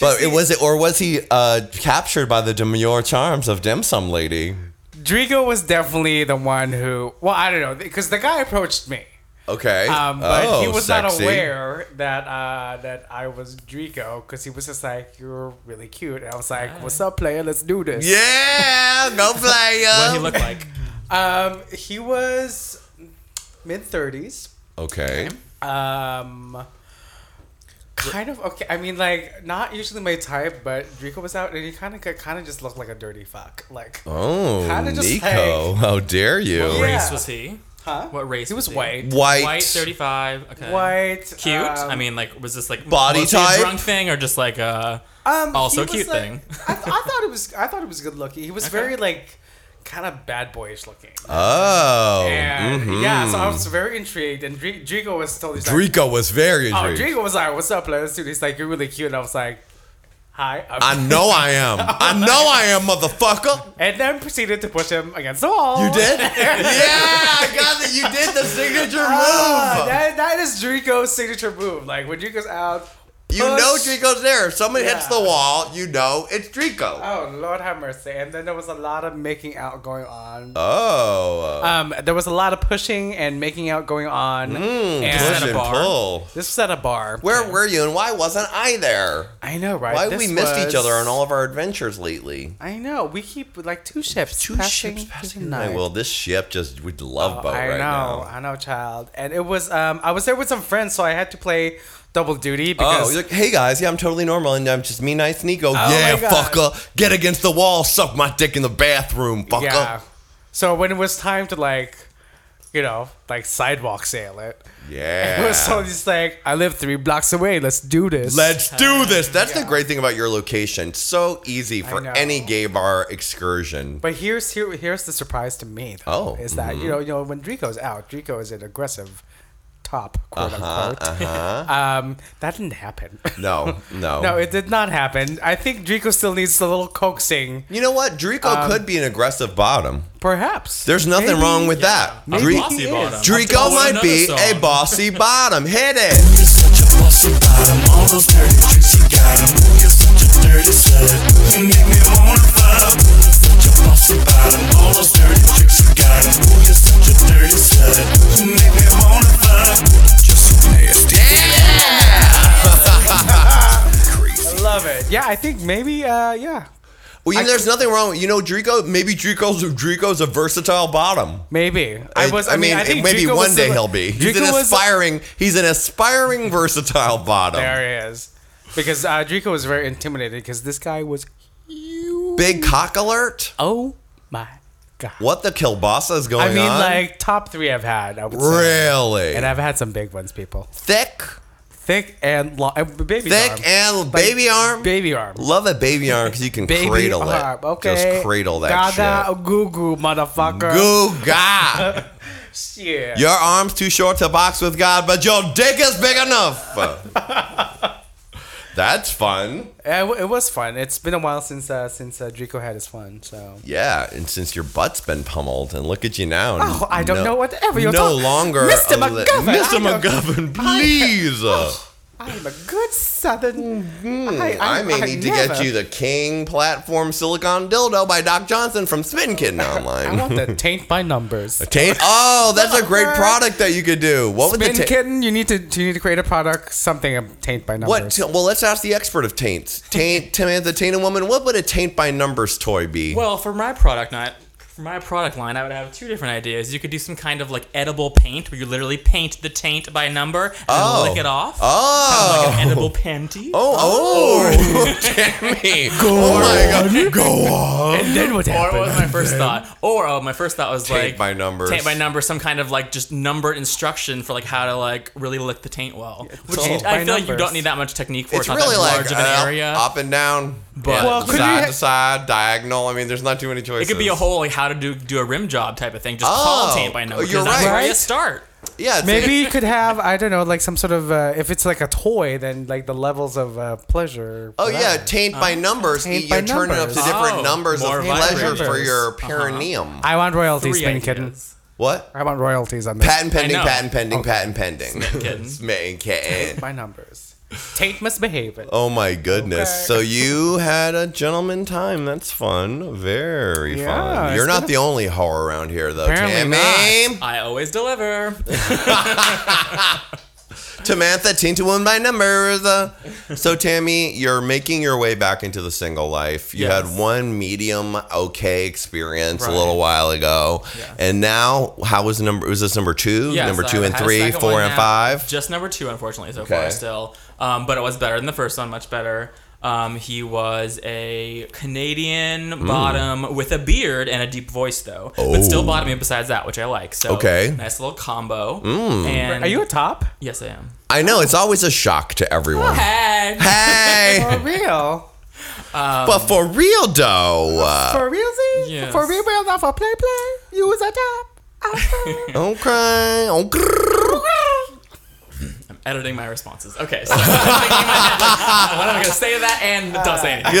Speaker 1: but it was it or was he uh, captured by the demure charms of Dim Sum Lady?
Speaker 5: Drico was definitely the one who. Well, I don't know because the guy approached me,
Speaker 1: Okay,
Speaker 5: um, but
Speaker 1: Oh,
Speaker 5: he was not
Speaker 1: sexy.
Speaker 5: aware that uh, that I was Drico because he was just like, "You're really cute," and I was like, "What's up, player? Let's do this."
Speaker 1: Yeah,
Speaker 3: <laughs>
Speaker 5: <laughs>
Speaker 1: go play.
Speaker 3: What he
Speaker 1: Um.
Speaker 3: looked like.
Speaker 5: Um, he was mid thirties.
Speaker 1: Okay,
Speaker 5: Um, kind of okay. I mean, like not usually my type, but Rico was out, and he kind of kind of just looked like a dirty fuck. Like,
Speaker 1: oh
Speaker 5: Kinda just
Speaker 1: Nico, how dare you?
Speaker 5: Yeah.
Speaker 3: What race was he?
Speaker 5: huh?
Speaker 3: What race?
Speaker 5: He was
Speaker 3: he?
Speaker 5: white.
Speaker 1: White,
Speaker 3: White, 35. Okay.
Speaker 5: White.
Speaker 3: Cute.
Speaker 5: um,
Speaker 3: I mean, like, was this like
Speaker 1: Body
Speaker 3: mostly a
Speaker 1: type?
Speaker 3: drunk thing or just like a
Speaker 5: um,
Speaker 3: also
Speaker 5: he was,
Speaker 3: cute
Speaker 5: like-
Speaker 3: thing?
Speaker 5: I, th- I thought it was. I thought it was good looking. He was very like kind of bad boyish looking.
Speaker 1: Oh,
Speaker 5: and
Speaker 1: mhm.
Speaker 5: yeah, so I was very intrigued, and Dri- Drigo was totally like,
Speaker 1: Drico was very
Speaker 5: Oh,
Speaker 1: intrigued.
Speaker 5: Drigo was like, "What's up, like, let's do this." Like, you're really cute. And I was like, "Hi." I'm-
Speaker 1: I know I
Speaker 5: <laughs>
Speaker 1: am. I know I am, motherfucker.
Speaker 5: and then proceeded to push him against the wall.
Speaker 1: You
Speaker 5: <laughs>
Speaker 1: did? yeah, I got that. You did the signature move.
Speaker 5: Ah, that, that is Draco's signature move. Like when Draco's out,
Speaker 1: you
Speaker 5: push-
Speaker 1: know Drico's there. If somebody hits
Speaker 5: Yeah.
Speaker 1: the wall, you know it's Drico.
Speaker 5: Oh Lord have mercy! And then there was a lot of making out going on.
Speaker 1: Oh.
Speaker 5: Um, there was a lot of pushing and making out going on.
Speaker 1: Hmm, push
Speaker 5: and
Speaker 1: and pull.
Speaker 5: this was at a bar.
Speaker 1: Where were you and why wasn't I there?
Speaker 5: I know, right?
Speaker 1: Why
Speaker 5: This
Speaker 1: we missed each
Speaker 5: was-
Speaker 1: other on all of our adventures lately?
Speaker 5: I know. We keep like two ships.
Speaker 1: Two
Speaker 5: passing
Speaker 1: ships
Speaker 5: through
Speaker 1: passing
Speaker 5: the
Speaker 1: the night.
Speaker 5: night.
Speaker 1: Well, this ship just, we love boat
Speaker 5: Oh, I
Speaker 1: right
Speaker 5: know,
Speaker 1: now.
Speaker 5: I know, child. And it was um, I was there with some friends, so I had to play double duty
Speaker 1: Oh,
Speaker 5: because Oh,
Speaker 1: you're like, hey guys, yeah, I'm totally normal, and I'm just me, nice Nico. yeah,
Speaker 5: God.
Speaker 1: fucker, get against the wall, suck my dick in the bathroom, fucker.
Speaker 5: Yeah. So when it was time to like, you know, like sidewalk sail it,
Speaker 1: Yeah.
Speaker 5: it was <laughs> so just like, I live three blocks away. Let's do this.
Speaker 1: Let's do this. That's the great thing about your location. So easy for
Speaker 5: know.
Speaker 1: any gay bar excursion.
Speaker 5: but here's here, here's the surprise to me. Though,
Speaker 1: Oh,
Speaker 5: is that you know you know when Drico's out, Drico is an aggressive top quote unquote. <laughs> Um, that didn't happen.
Speaker 1: Uh-huh, No, no.
Speaker 5: no, it did not happen. I think Drico still needs a little coaxing, Um,
Speaker 1: you know what? Drico could be an aggressive bottom.
Speaker 5: perhaps.
Speaker 1: There's nothing
Speaker 5: Maybe-
Speaker 1: wrong with that.
Speaker 3: I'm
Speaker 1: Dri-
Speaker 3: bossy about him.
Speaker 1: Drico
Speaker 3: That's
Speaker 1: might be
Speaker 3: another
Speaker 1: a
Speaker 3: song.
Speaker 1: bossy
Speaker 5: <laughs>
Speaker 1: bottom. Hit it.
Speaker 10: such a bossy bottom. All those dirty tricks you got 'em. You're such a dirty slut. You make me wanna fuck. Such a bossy bottom. All those dirty tricks you got 'em. You're such a dirty slut. You make me wanna fuck. You're so nasty. Crazy.
Speaker 5: Love it. Yeah, I think maybe. Uh, yeah,
Speaker 1: Well, you know, there's nothing wrong. You know, Drico. Maybe Drico's Drico's a versatile bottom.
Speaker 5: maybe. I was. I mean, I think
Speaker 1: maybe
Speaker 5: Drico was
Speaker 1: one day
Speaker 5: still-
Speaker 1: he'll be. He's
Speaker 5: Drico
Speaker 1: an
Speaker 5: was-
Speaker 1: aspiring. He's an aspiring versatile bottom.
Speaker 5: There he is. Because uh, Draco was very intimidated because this guy was.
Speaker 1: Big cock alert.
Speaker 5: Oh my god.
Speaker 1: What the kielbasa is going
Speaker 5: I
Speaker 1: on?
Speaker 5: mean, like, top three I've had, I would say.
Speaker 1: really
Speaker 5: And I've had <laughs> some big ones, people.
Speaker 1: thick,
Speaker 5: Thick and long. Baby
Speaker 1: thick
Speaker 5: arm.
Speaker 1: and
Speaker 5: Like,
Speaker 1: baby arm.
Speaker 5: Baby arm.
Speaker 1: Love a baby arm because you can
Speaker 5: Baby
Speaker 1: cradle
Speaker 5: arm.
Speaker 1: it.
Speaker 5: Okay.
Speaker 1: just cradle that
Speaker 5: Gaga goo goo, motherfucker.
Speaker 1: shit. Goo ga.
Speaker 5: <laughs> Yeah.
Speaker 1: Your arm's too short to box with God, but your dick is big
Speaker 5: <laughs>
Speaker 1: enough. That's fun.
Speaker 5: Yeah, It, wa- it was fun. It's been a while since uh, since uh, Draco had his fun, so.
Speaker 1: Yeah, and since your butt's been pummeled, and look at you now.
Speaker 5: Oh, I don't know whatever you're
Speaker 1: No
Speaker 5: talking-
Speaker 1: longer,
Speaker 5: Mr.
Speaker 1: a li-
Speaker 5: McGovern, <laughs> I
Speaker 1: Mr.
Speaker 5: don't-
Speaker 1: McGovern, please. Hmm,
Speaker 5: I'm a good southern. I,
Speaker 1: I, may
Speaker 5: I
Speaker 1: need to get
Speaker 5: never-
Speaker 1: you the King Platform Silicon Dildo by Doc Johnson from Spin Kitten
Speaker 5: <laughs> I
Speaker 1: online.
Speaker 5: want the taint by numbers.
Speaker 1: Taint- oh, that's a great product that you could do. What would
Speaker 5: Spin
Speaker 1: the ta-
Speaker 5: kitten, you need to you need to create a product something of taint by
Speaker 1: What?
Speaker 5: numbers.
Speaker 1: t- well, let's ask the expert of taints.
Speaker 3: <laughs>
Speaker 1: Taint, Samantha, taint a woman. What would a taint by numbers toy be?
Speaker 3: Well, for my product not for my product line, I would have two different ideas. You could do some kind of like edible paint where you literally paint the taint by number and
Speaker 1: Oh.
Speaker 3: lick it off.
Speaker 1: oh,
Speaker 3: Like an edible panty.
Speaker 1: oh, <laughs> oh, Jimmy. Go on. Go on.
Speaker 5: And then what
Speaker 3: Or what was my
Speaker 5: happened?
Speaker 3: first thought? Or oh, my first thought was
Speaker 1: Taint
Speaker 3: like
Speaker 1: by numbers.
Speaker 3: Taint by number, some kind of like just numbered instruction for like how to like really lick the taint well. Which
Speaker 5: taint
Speaker 3: I
Speaker 5: by
Speaker 3: feel like you
Speaker 5: numbers.
Speaker 3: don't need that much technique for.
Speaker 1: It's
Speaker 3: It's, not
Speaker 1: really
Speaker 3: that
Speaker 1: like
Speaker 3: large of an
Speaker 1: up,
Speaker 3: area.
Speaker 1: up and down,
Speaker 3: But-
Speaker 1: but
Speaker 3: Well,
Speaker 5: could
Speaker 1: side
Speaker 5: you ha-
Speaker 1: to side, diagonal. I mean, there's not too many choices.
Speaker 3: It could be a whole like how to do do a rim job type of thing. Just
Speaker 1: Oh,
Speaker 3: call taint by number.
Speaker 1: you're
Speaker 3: 'cause That's
Speaker 1: right.
Speaker 3: where you
Speaker 5: Right?
Speaker 3: start.
Speaker 1: Yeah, it's
Speaker 5: Maybe you could have I don't know like some sort of uh, if it's like a toy then like the levels of uh, pleasure.
Speaker 1: Oh
Speaker 5: for
Speaker 1: yeah,
Speaker 5: that.
Speaker 1: taint by numbers.
Speaker 5: Taint
Speaker 1: you
Speaker 5: by
Speaker 1: turn it up
Speaker 5: numbers.
Speaker 1: to different
Speaker 3: Oh,
Speaker 1: numbers
Speaker 3: more
Speaker 1: of pleasure
Speaker 3: vibrators.
Speaker 1: for your perineum.
Speaker 5: I want royalties,
Speaker 3: Three
Speaker 5: Spin kitten.
Speaker 3: ideas.
Speaker 1: What?
Speaker 5: I want royalties on this.
Speaker 1: Patent pending,
Speaker 3: I know.
Speaker 1: patent
Speaker 5: Oh.
Speaker 1: pending, patent pending.
Speaker 3: kitten.
Speaker 1: <laughs> Smitten
Speaker 3: <laughs>
Speaker 1: kitten.
Speaker 5: by numbers. Taint misbehaving.
Speaker 1: Oh my goodness! So you had a gentleman time. That's fun. Very
Speaker 5: Yeah,
Speaker 1: fun.
Speaker 5: it's
Speaker 1: You're not
Speaker 5: been
Speaker 1: the only whore around here, though.
Speaker 5: Apparently
Speaker 1: Tammy,
Speaker 3: I always deliver.
Speaker 1: Tamantha, taint to woman by numbers.
Speaker 3: <laughs>
Speaker 1: Uh, So Tammy, you're making your way back into the single life. You
Speaker 3: Yes.
Speaker 1: had one medium okay experience a
Speaker 3: Right.
Speaker 1: little while ago, and now how was number? Was this number two?
Speaker 3: Yes,
Speaker 1: number
Speaker 3: I
Speaker 1: two and
Speaker 3: had a
Speaker 1: three,
Speaker 3: second
Speaker 1: four
Speaker 3: one
Speaker 1: and
Speaker 3: now.
Speaker 1: five.
Speaker 3: Just number two, unfortunately, so
Speaker 1: Okay.
Speaker 3: far still. Um, but it was better than the first one, much better. Um, he was a Canadian bottom with a beard and a deep voice, though, but still
Speaker 1: Hmm. Oh.
Speaker 3: bottoming. Besides that, which I like. So
Speaker 1: Okay. Hmm.
Speaker 3: nice little combo. And
Speaker 5: Are you a top?
Speaker 3: Yes, I am.
Speaker 1: I know it's always a shock to everyone.
Speaker 3: Hey.
Speaker 5: For
Speaker 1: Hey,
Speaker 5: real?
Speaker 1: but for real though. uh,
Speaker 5: For realsy?
Speaker 3: Yes.
Speaker 5: For real, real, not for play, play. You was a top. Okay.
Speaker 1: Okay. okay.
Speaker 3: I'm editing my responses.
Speaker 1: <laughs>
Speaker 3: Okay. So I'm thinking in my head, like, what am I gonna say to that? And don't say anything.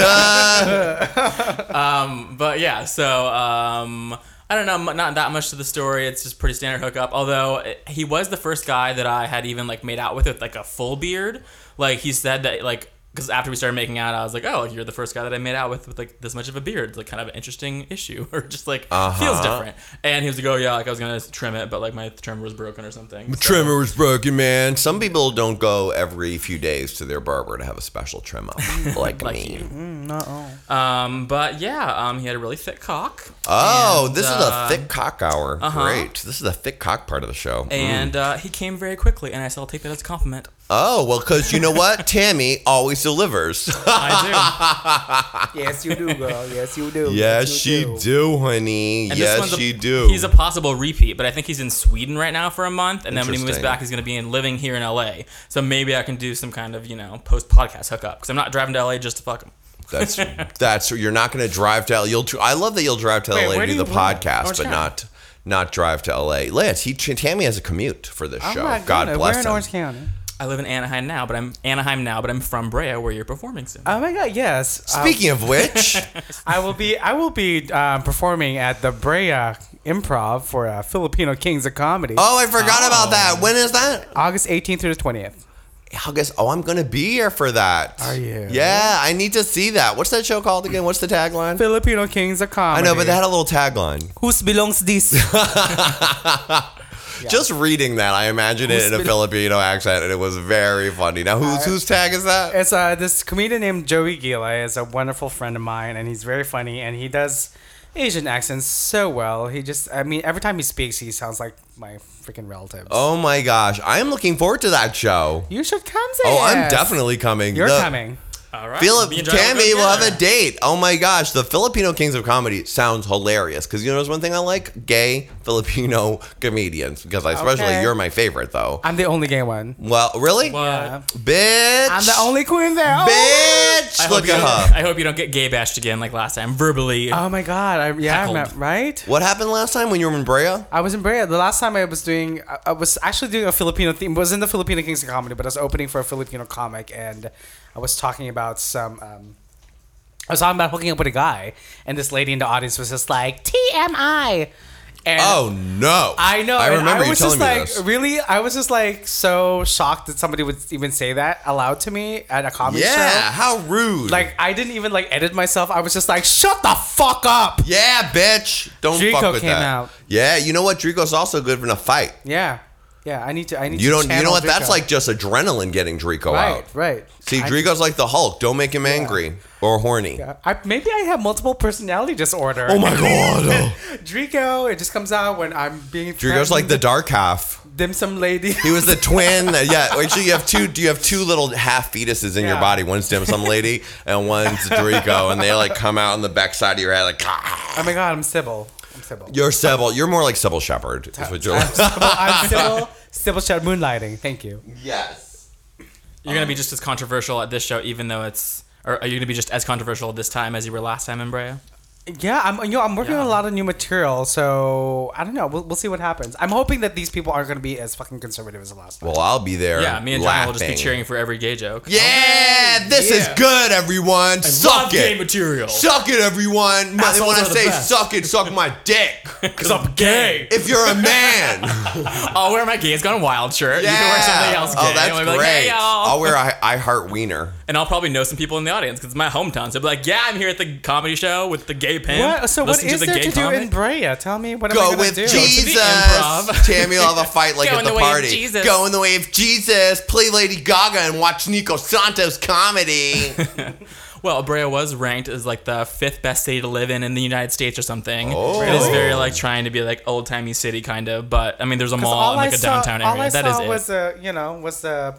Speaker 3: <laughs>
Speaker 1: Uh,
Speaker 3: But yeah, so um, I don't know, m- not that much to the story. It's just pretty standard hookup. Although eh, he was the first guy that I had even like made out with with like a full beard. Like he said that like because after we started making out, I was like, oh, you're the first guy that I made out with with like this much of a beard. It's like kind of an interesting issue, <laughs> or just like feels different. And he was like, oh yeah, like I was gonna trim it, but like my trimmer was broken or something. So-
Speaker 1: trimmer was broken, man. Some people don't go every few days to their barber to have a special
Speaker 3: <laughs>
Speaker 1: trim up, like,
Speaker 3: Like
Speaker 1: me.
Speaker 3: you.
Speaker 5: Mm,
Speaker 3: Um, but yeah, um, he had a really thick cock.
Speaker 1: Oh,
Speaker 3: And,
Speaker 1: this
Speaker 3: uh, uh-huh.
Speaker 1: is a thick cock hour. Great. This is the thick cock part of the show. Mm.
Speaker 3: And uh, he came very quickly, and I said, I'll take that as a compliment.
Speaker 1: Oh, well, because you know
Speaker 3: <laughs>
Speaker 1: what? Tammy always delivers.
Speaker 3: I do.
Speaker 1: <laughs>
Speaker 5: yes, you do, girl. Yes, you do.
Speaker 1: yes, you do, honey.
Speaker 3: And this
Speaker 1: yes,
Speaker 3: one's a-
Speaker 1: she do.
Speaker 3: He's a possible repeat, but I think he's in Sweden right now for a month, and then when he moves
Speaker 1: Interesting.
Speaker 3: back, he's going to be in living here in LA. So maybe I can do some kind of you know post podcast hookup because I'm not driving to LA just to fuck him.
Speaker 1: that's that's you're not going to drive to. L- You'll. tr- I love that you'll drive to
Speaker 5: Wait,
Speaker 1: LA
Speaker 5: where
Speaker 1: to do
Speaker 5: do
Speaker 1: the
Speaker 5: you live?
Speaker 1: podcast,
Speaker 3: Orange
Speaker 1: but
Speaker 3: County.
Speaker 1: not not drive to LA. Lance, he Tammy has a commute for this
Speaker 5: I'm
Speaker 1: show.
Speaker 5: not
Speaker 1: God
Speaker 5: gonna. Oh
Speaker 1: bless
Speaker 5: We're in
Speaker 1: him.
Speaker 5: Orange County.
Speaker 3: I live in Anaheim now, but I'm Anaheim now, but I'm from Brea where you're performing soon.
Speaker 5: Oh my God! Yes. Uh,
Speaker 1: Speaking of which,
Speaker 5: <laughs> I will be I will be um, performing at the Brea Improv for uh, Filipino Kings of Comedy, Uh,
Speaker 1: oh, I forgot about that. When is that?
Speaker 5: August 18th through the 20th.
Speaker 1: August. Oh, I'm going to be here for that.
Speaker 5: Are you?
Speaker 1: Yeah, I need to see that. What's that show called again? What's the tagline?
Speaker 5: Filipino Kings of
Speaker 1: I
Speaker 5: Comedy.
Speaker 1: know, but they had a little tagline.
Speaker 5: whose belongs this?
Speaker 1: Just reading that, I imagine it in a Filipino accent, and it was very funny. Now, <laughs> whose whose tag is that?
Speaker 5: it's uh, this comedian named Joey Gila is a wonderful friend of mine, and he's very funny, and he does Asian accents so well. He just I mean every time he speaks, he sounds like my freaking relatives.
Speaker 1: Oh my gosh, I am looking forward to that show.
Speaker 5: You should come to
Speaker 1: Oh, I'm
Speaker 5: us.
Speaker 1: definitely coming.
Speaker 5: You're
Speaker 1: The-
Speaker 5: coming.
Speaker 3: All right,
Speaker 1: Philip
Speaker 3: me and John
Speaker 1: Tammy
Speaker 3: go
Speaker 1: will have a
Speaker 3: together.
Speaker 1: date. Oh my gosh, the Filipino Kings of Comedy sounds hilarious because you know there's one thing I like: gay Filipino <laughs> comedians. Because I especially
Speaker 5: Okay.
Speaker 1: you're my favorite though.
Speaker 5: I'm the only gay one.
Speaker 1: Well, really,
Speaker 3: What?
Speaker 1: bitch.
Speaker 5: I'm the only queen there. Oh,
Speaker 3: I
Speaker 1: bitch.
Speaker 3: hope,
Speaker 1: Look
Speaker 3: you
Speaker 1: at
Speaker 3: don't-
Speaker 1: her.
Speaker 3: I hope you don't get gay bashed again like last time, verbally.
Speaker 5: Oh my god! I, yeah, I'm
Speaker 3: Tackled.
Speaker 5: not, right.
Speaker 1: What happened last time when you were in Brea?
Speaker 5: I was in Brea. The last time I was doing, I- I was actually doing a Filipino theme. It was in the Filipino Kings of Comedy, but I was opening for a Filipino comic, and I was talking about some. Um, I was talking about hooking up with a guy, and this lady in the audience was just like TMI, And
Speaker 1: Oh no!
Speaker 5: I know.
Speaker 1: I
Speaker 5: and
Speaker 1: remember you
Speaker 5: was
Speaker 1: telling
Speaker 5: just
Speaker 1: me
Speaker 5: like,
Speaker 1: this.
Speaker 5: Really, I was just like so shocked that somebody would even say that aloud to me at a comedy
Speaker 1: yeah,
Speaker 5: show.
Speaker 1: how rude!
Speaker 5: Like I didn't even like edit myself. I was just like, shut the fuck up.
Speaker 1: yeah, bitch, don't
Speaker 5: Draco
Speaker 1: fuck with
Speaker 5: came
Speaker 1: that.
Speaker 5: out.
Speaker 1: Yeah, you know what? Draco's also good in a fight.
Speaker 5: Yeah, yeah. I need to. I need.
Speaker 1: You
Speaker 5: to
Speaker 1: don't. You
Speaker 5: channel
Speaker 1: know what? That's
Speaker 5: Draco.
Speaker 1: like just adrenaline getting Draco
Speaker 5: right,
Speaker 1: out.
Speaker 5: right.
Speaker 1: See,
Speaker 5: I-
Speaker 1: Draco's like the Hulk. Don't make him angry or horny.
Speaker 5: I, maybe I have multiple personality disorder.
Speaker 1: Oh my
Speaker 5: <laughs>
Speaker 1: god!
Speaker 5: Draco, it just comes out when I'm being.
Speaker 1: Draco's like the dark half.
Speaker 5: dim sum lady.
Speaker 1: He was the twin. that- yeah, actually, you have two. Do you have two little half fetuses in your
Speaker 5: Yeah.
Speaker 1: body? One's dim sum lady, and one's Draco, and they like come out on the backside of your head like. "Ah,
Speaker 5: oh my god, I'm Sybil. I'm Sybil.
Speaker 1: You're Sybil. You're more like <laughs> Sybil Shepherd. Is
Speaker 5: <laughs>
Speaker 1: what you're. Like.
Speaker 5: I'm Sybil. Sybil Shad moonlighting. Thank you.
Speaker 1: yes.
Speaker 3: You're gonna be just as controversial at this show, even though it's. Or are you gonna be just as controversial this time as you were last time, Embryo?
Speaker 5: Yeah, I'm. You know, I'm working on a
Speaker 3: Yeah.
Speaker 5: lot of new material, so I don't know. We'll, we'll see what happens. I'm hoping that these people aren't going to be as fucking conservative as the last one.
Speaker 1: Well, I'll be there.
Speaker 3: Yeah, me and John
Speaker 1: laughing.
Speaker 3: will just be cheering for every gay joke.
Speaker 1: Yeah, this is
Speaker 3: Yeah.
Speaker 1: good, everyone.
Speaker 3: Love
Speaker 1: Suck
Speaker 3: gay
Speaker 1: it.
Speaker 3: material.
Speaker 1: Suck it, everyone. My, when
Speaker 3: Assholes
Speaker 1: I
Speaker 3: are the
Speaker 1: say
Speaker 3: best.
Speaker 1: suck it, suck my <laughs> dick.
Speaker 3: Cause I'm gay.
Speaker 1: If you're a man,
Speaker 3: <laughs> I'll wear my gay has gone wild shirt.
Speaker 1: yeah.
Speaker 3: You can wear something else gay.
Speaker 1: Oh,
Speaker 3: and
Speaker 1: that's
Speaker 3: we'll
Speaker 1: great.
Speaker 3: be Like, hey, y'all.
Speaker 1: I'll wear I, I heart wiener.
Speaker 3: <laughs> and I'll probably know some people in the audience because it's my hometown. So I'll be like, yeah, I'm here at the comedy show with the gay pimp.
Speaker 5: What? So what
Speaker 3: Listen
Speaker 5: is
Speaker 3: the
Speaker 5: there
Speaker 3: gay
Speaker 5: to do
Speaker 3: comic.
Speaker 5: in Brea? Tell me what am I
Speaker 1: Go
Speaker 5: going
Speaker 1: with
Speaker 5: to do?
Speaker 1: Jesus. <laughs>
Speaker 3: improv.
Speaker 1: Tammy will have a fight like
Speaker 3: Go
Speaker 1: at
Speaker 3: in
Speaker 1: the,
Speaker 3: the way of
Speaker 1: party.
Speaker 3: Jesus.
Speaker 1: Go in the way of Jesus. Play Lady Gaga and watch Nico
Speaker 3: <laughs>
Speaker 1: Santos comedy.
Speaker 3: Well, Brea was ranked as like the fifth best city to live in in the United States or something.
Speaker 1: Oh.
Speaker 3: It is
Speaker 1: Really?
Speaker 3: very like trying to be like old timey city kind of, but I mean, there's a
Speaker 5: 'Cause
Speaker 3: mall and like
Speaker 5: I
Speaker 3: a downtown
Speaker 5: saw, All I
Speaker 3: area. That is
Speaker 5: saw
Speaker 3: it.
Speaker 5: was a, you know, was the,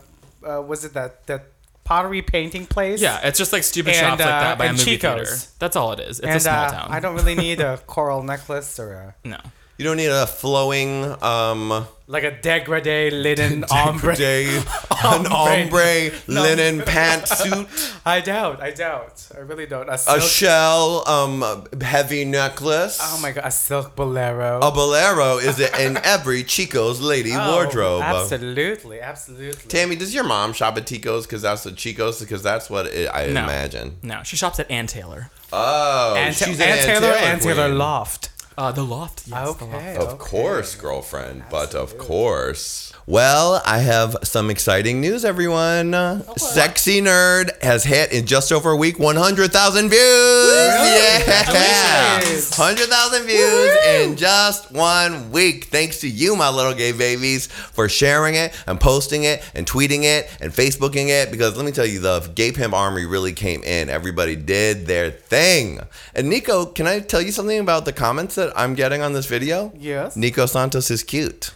Speaker 5: uh, was it that that pottery painting place?
Speaker 3: yeah, it's just like stupid
Speaker 5: And,
Speaker 3: shops like
Speaker 5: uh,
Speaker 3: that by a
Speaker 5: and
Speaker 3: movie
Speaker 5: Chico's.
Speaker 3: theater. That's all it is. It's
Speaker 5: and
Speaker 3: a small
Speaker 5: uh,
Speaker 3: town.
Speaker 5: I don't
Speaker 3: <laughs>
Speaker 5: really need a coral necklace or a
Speaker 3: No.
Speaker 1: you don't need a flowing um
Speaker 5: like a degradé
Speaker 1: <laughs>
Speaker 5: linen ombre.
Speaker 1: day,
Speaker 5: <laughs>
Speaker 1: an ombre linen pantsuit,
Speaker 5: I doubt. I doubt. I really don't. A
Speaker 1: a
Speaker 5: silk.
Speaker 1: shell um heavy necklace.
Speaker 5: oh my god, a silk bolero.
Speaker 1: A bolero is in every Chico's lady
Speaker 5: Oh,
Speaker 1: wardrobe.
Speaker 5: Absolutely, absolutely.
Speaker 1: Tammy, does your mom shop at Chico's? Because that's what Chico's. Because that's what it, I
Speaker 3: No.
Speaker 1: imagine.
Speaker 3: No. She shops at Ann Taylor.
Speaker 1: Oh,
Speaker 5: and, Ta-
Speaker 1: she's an
Speaker 5: and Taylor, and
Speaker 1: queen.
Speaker 5: Taylor Loft.
Speaker 3: Uh, the loft. Yes, the loft.
Speaker 5: Okay.
Speaker 1: Of
Speaker 5: okay.
Speaker 1: course, girlfriend, but of course. Well, I have some exciting news, everyone.
Speaker 5: Oh,
Speaker 1: Sexy Nerd has hit in just over a week 100,000 views. Yeah.
Speaker 5: Congratulations.
Speaker 1: 100,000 views in just one week. Thanks to you, my little gay babies, for sharing it and posting it and tweeting it and Facebooking it. Because let me tell you, the gay pimp army really came in. Everybody did their thing. And Nico, can I tell you something about the comments that I'm getting on this video?
Speaker 5: Yes.
Speaker 1: Nico Santos is cute.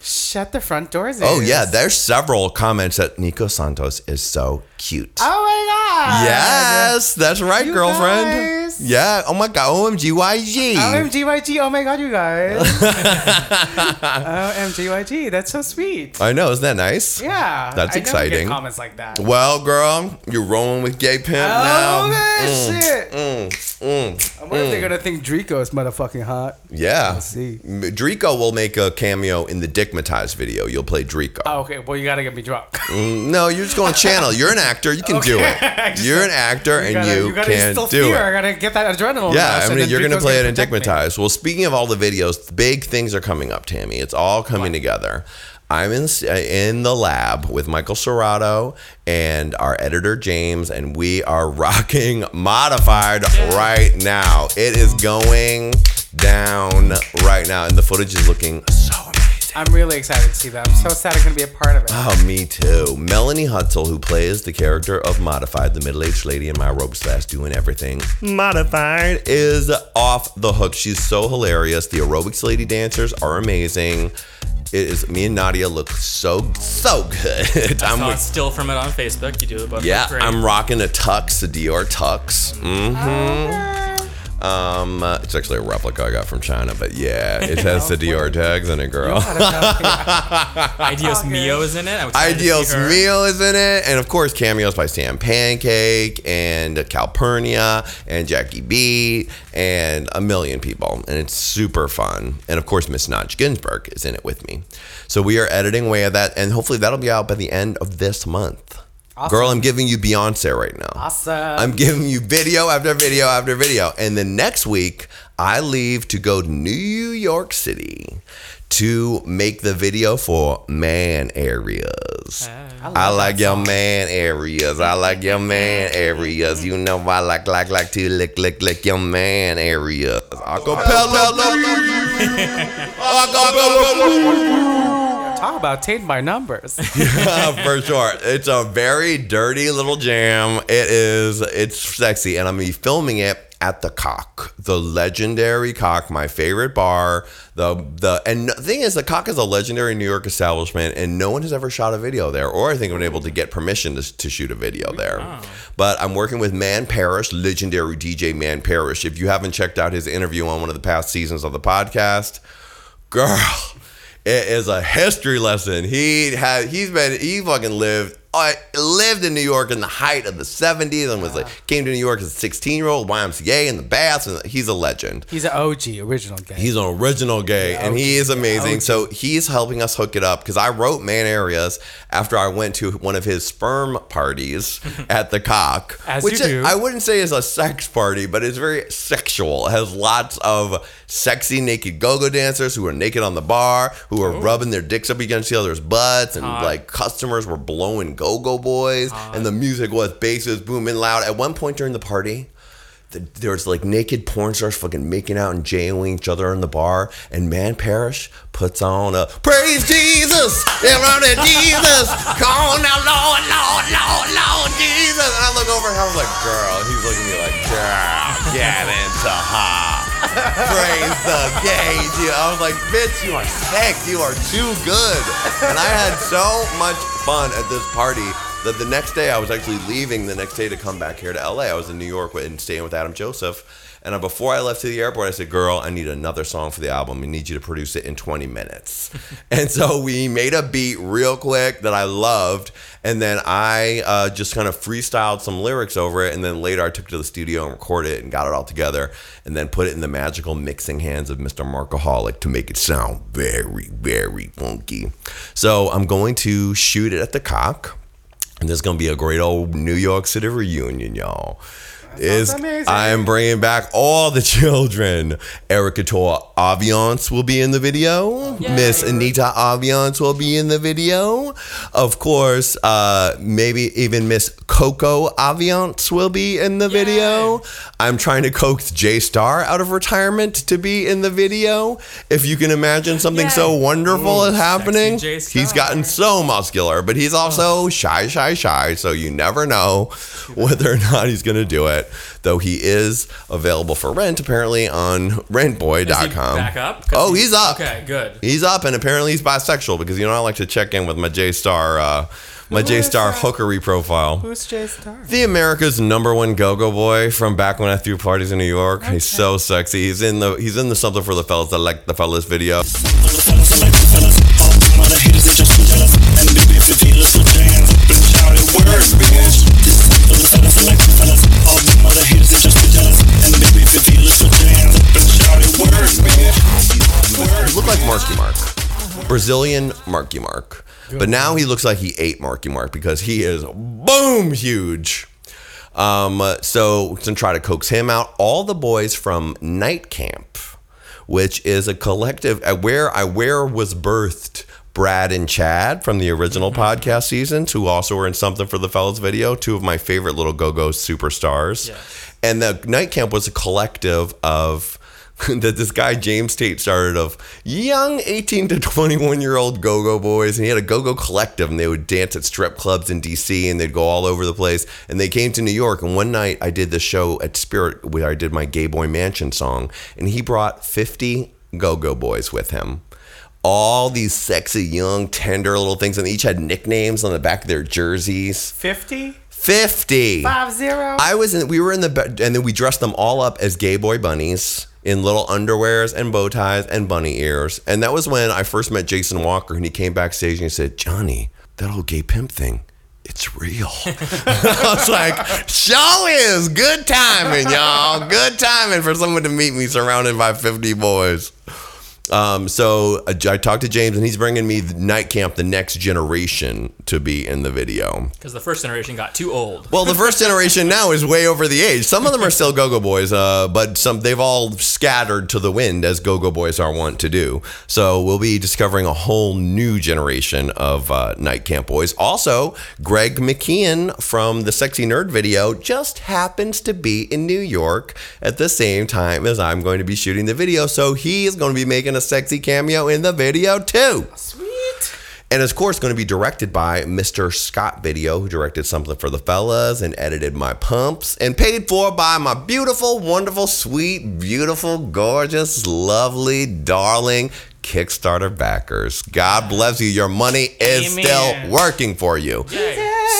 Speaker 5: Shut the front doors.
Speaker 1: Oh,
Speaker 5: Ace.
Speaker 1: yeah. There's several comments that Nico Santos is so cute.
Speaker 5: Oh my god.
Speaker 1: Yes, that's right,
Speaker 5: You
Speaker 1: girlfriend.
Speaker 5: guys.
Speaker 1: Yeah. Oh my God. OMG, YG.
Speaker 5: OMGYG, oh my god, you
Speaker 1: <laughs>
Speaker 5: guys. OMGYG, that's so sweet.
Speaker 1: I know, isn't that nice?
Speaker 5: Yeah.
Speaker 1: That's
Speaker 5: I Never
Speaker 1: exciting.
Speaker 5: get comments like that.
Speaker 1: Well, girl, you're rolling with gay pimp now.
Speaker 5: Oh, man, shit.
Speaker 1: Mm, mm.
Speaker 5: I wonder if they're gonna think Draco is motherfucking hot.
Speaker 1: Yeah.
Speaker 5: see.
Speaker 1: M- Draco will make a cameo in the Dickmatized video. You'll
Speaker 5: <laughs>
Speaker 1: play Draco.
Speaker 5: Oh, okay, well, you gotta get me drunk.
Speaker 1: Mm, No, you're just going to channel. You're an actor. You can do
Speaker 5: <laughs> I
Speaker 1: it.
Speaker 5: just-
Speaker 1: You're an actor and
Speaker 5: gotta,
Speaker 1: you,
Speaker 5: gotta
Speaker 1: can
Speaker 5: instill
Speaker 1: do
Speaker 5: fear.
Speaker 1: it.
Speaker 5: I gotta get that adrenaline.
Speaker 1: Yeah,
Speaker 5: rush,
Speaker 1: I
Speaker 5: and
Speaker 1: mean,
Speaker 5: then
Speaker 1: you're going to
Speaker 5: Draco's
Speaker 1: play it in
Speaker 5: protect me.
Speaker 1: Dickmatized. Well, speaking of all the videos, big things are coming up, Tammy. It's all coming together. I'm in uh, in the lab with Michael Serrato and our editor James, and we are <laughs> rocking modified right now. It is going down right now, and the footage is looking so amazing.
Speaker 5: I'm really excited to see that. I'm so sad I'm gonna be a part
Speaker 1: <laughs>
Speaker 5: of it.
Speaker 1: Oh, me too. Melanie Hutzel, who plays the character of Modified, the middle-aged lady in my robe slash doing everything. Modified is off the hook. She's so hilarious. The aerobics lady dancers are amazing. It is me and Nadia look <laughs> so so good.
Speaker 3: I
Speaker 1: I'm
Speaker 3: saw a
Speaker 1: with-
Speaker 3: still from it on Facebook. You do it, but
Speaker 1: yeah,
Speaker 3: great.
Speaker 1: I'm rocking a tux, a Dior tux. hmm Um, uh, it's actually a replica I got from China, but yeah, it has the Dior tags in it, girl.
Speaker 3: Ideos Mio is in it. I'm excited to see
Speaker 1: Ideals
Speaker 3: her.
Speaker 1: Meal is in it, and of course cameos by Sam Pancake and Calpurnia and Jackie B and a million people, and it's super fun. And of course Miss Notch Ginsburg is in it with me, so we are editing away at that, and hopefully that'll be out by the end of this month. Girl, I'm giving you Beyonce right now.
Speaker 5: Awesome.
Speaker 1: <laughs> I'm giving you video after video after video. And then next week, I leave to go to New York City to make the video for man areas. I, like your man areas. I like your man areas. You know I like like like to lick lick lick your man areas. Acapella. Ah,
Speaker 5: Talk about taint my numbers.
Speaker 1: <laughs> for sure. It's a very dirty little jam. It is. It's sexy, and I'm gonna be filming it at the Cock, the legendary Cock, my favorite bar. The the and the thing is, the Cock is a legendary New York establishment, and no one has ever shot a video there, or I think I've been able to get permission to, to shoot a video there. But I'm working with Man Parrish, legendary DJ Man Parrish. If you haven't checked out his interview on one of the past seasons of the podcast girl, it is a history lesson. He had he's been he fucking lived I lived in New York in the height of the 70s and was like came to New York as a 16 year old YMCA in the baths and he's a legend.
Speaker 5: He's an OG, original guy.
Speaker 1: He's an original gay, and he is amazing. So he's helping us hook it up because I wrote Man Areas after I went to one of his sperm parties at the Cock,
Speaker 5: As
Speaker 1: which
Speaker 5: you do.
Speaker 1: I wouldn't say is a sex party, but it's very sexual. It has lots of sexy naked go-go dancers who are naked on the bar, who
Speaker 5: Oh.
Speaker 1: are rubbing their dicks up against each other's butts, and like customers were blowing go-go boys, and the music was bass was booming loud. At one point during the party the, there's like naked porn stars fucking making out and jailing each other in the bar, and Man Parrish puts on a <laughs> praise Jesus, everyone to Jesus, come on now, Lord, Lord, Lord, Lord Jesus. And I look over and I'm like, girl, and he's looking at me like, girl, get into her. Praise the gay dude. I was like, bitch, you are sick. You are too good. And I had so much fun at this party that the next day I was actually leaving the next day to come back here to LA. I was in New York with- and staying with Adam Joseph. And I- before I left to the airport, I said, Girl, I need another song for the album. I need you to produce it in 20 minutes. <laughs> and so we made a beat real quick that I loved. And then I uh, just kind of freestyled some lyrics over it. And then later I took it to the studio and recorded it and got it all together. And then put it in the magical mixing hands of Mr. Markaholic to make it sound very, very funky. So I'm going to shoot it at the cock. And there's gonna be a great old New York City reunion, y'all. It's,
Speaker 5: amazing.
Speaker 1: I am bringing back all the <laughs> children. Erica Tor Aviance will be in the video. Miss Anita Aviance will be in the video. Of course, uh, maybe even Miss Coco Aviance will be in the video. I'm trying to coax J Star out of retirement to be in the video. If you can imagine something so wonderful is happening,
Speaker 3: J Star.
Speaker 1: he's gotten so muscular, but he's also shy, shy, shy. So you never know whether or not he's going to do it. Though he is available for rent apparently on
Speaker 3: Is he Back
Speaker 1: rentboy.com.
Speaker 3: up. 'Cause
Speaker 1: Oh, he's up.
Speaker 3: Okay, good.
Speaker 1: He's up, and apparently he's bisexual because you know I like to check in with my J Star, uh, my J Star hookery profile.
Speaker 5: Who's Jay Star?
Speaker 1: The America's number one go-go boy from back when I threw parties in New York. He's so sexy. He's in the he's in the something for the fellas that like the fellas video. He looked like Marky Mark. Brazilian Marky Mark. But now he looks like he ate Marky Mark because he is boom huge. Um, uh, so to try to coax him out, all the boys from Night Camp, which is a collective uh, where I where was birthed Brad and Chad from the original podcast seasons, who also were in something for the fellas video, two of my favorite little go-go superstars. And the Night Camp was a collective of <laughs> that this guy James Tate started of young 18 to 21 year old go-go boys and he had a go-go collective and they would dance at strip clubs in DC and they'd go all over the place and they came to New York and one night I did the show at Spirit where I did my Gay Boy Mansion song and he brought 50 go-go boys with him all these sexy young tender little things and they each had nicknames on the back of their jerseys
Speaker 5: 50?
Speaker 1: 50
Speaker 5: Five zero?
Speaker 1: I was in. We were in the be- and then we dressed them all up as gay boy bunnies in little underwears and bow ties and bunny ears. And that was when I first met Jason Walker, and he came backstage and he said, "Johnny, that old gay pimp thing." It's real. <laughs> I was like, show is good timing, y'all. Good timing for someone to meet me surrounded by 50 boys. Um, so uh, I talked to James, and he's bringing me the Night Camp: The Next Generation to be in the video.
Speaker 3: because the first generation got too old.
Speaker 1: Well, the first generation now is way over the age. Some of them are still go-go boys, uh, but some they've all scattered to the wind as go-go boys are wont to do. So we'll be discovering a whole new generation of uh, night camp boys. Also, Greg McKeon from the Sexy Nerd video just happens to be in New York at the same time as I'm going to be shooting the video, so he is going to be making a sexy cameo in the video too. And it's, of course, going to be directed by Mr. Scott Video, who directed something for the fellas and edited my pumps, and paid for by my beautiful, wonderful, sweet, beautiful, gorgeous, lovely, darling Kickstarter backers. God bless you. Your money is still working for you.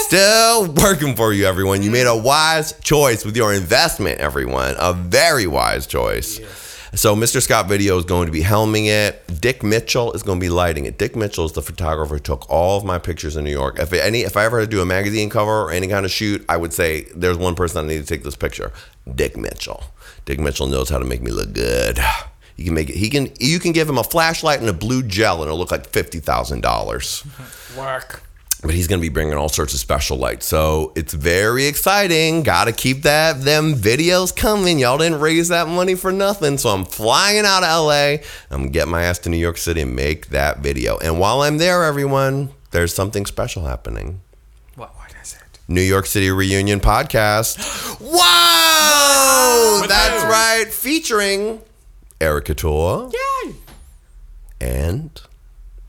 Speaker 1: Still working for you, everyone. You made a wise choice with your investment, everyone. A very wise choice. So Mr. Scott Video is going to be helming it. Dick Mitchell is going to be lighting it. Dick Mitchell is the photographer who took all of my pictures in New York. If any, if I ever had to do a magazine cover or any kind of shoot, I would say there's one person I need to take this picture. Dick Mitchell. Dick Mitchell knows how to make me look good. You can make it. He can. You can give him a flashlight and a blue gel, and it'll look like fifty thousand dollars
Speaker 5: Work.
Speaker 1: but he's going to be bringing all sorts of special lights. So it's very exciting. Got to keep that them videos coming. Y'all didn't raise that money for nothing. So I'm flying out of LA. I'm gonna get my ass to New York City and make that video. And while I'm there, everyone, there's something special happening.
Speaker 3: What, what is it?
Speaker 1: New York City Reunion podcast. <gasps> Whoa! That's
Speaker 3: who?
Speaker 1: right. Featuring Erica Tour. And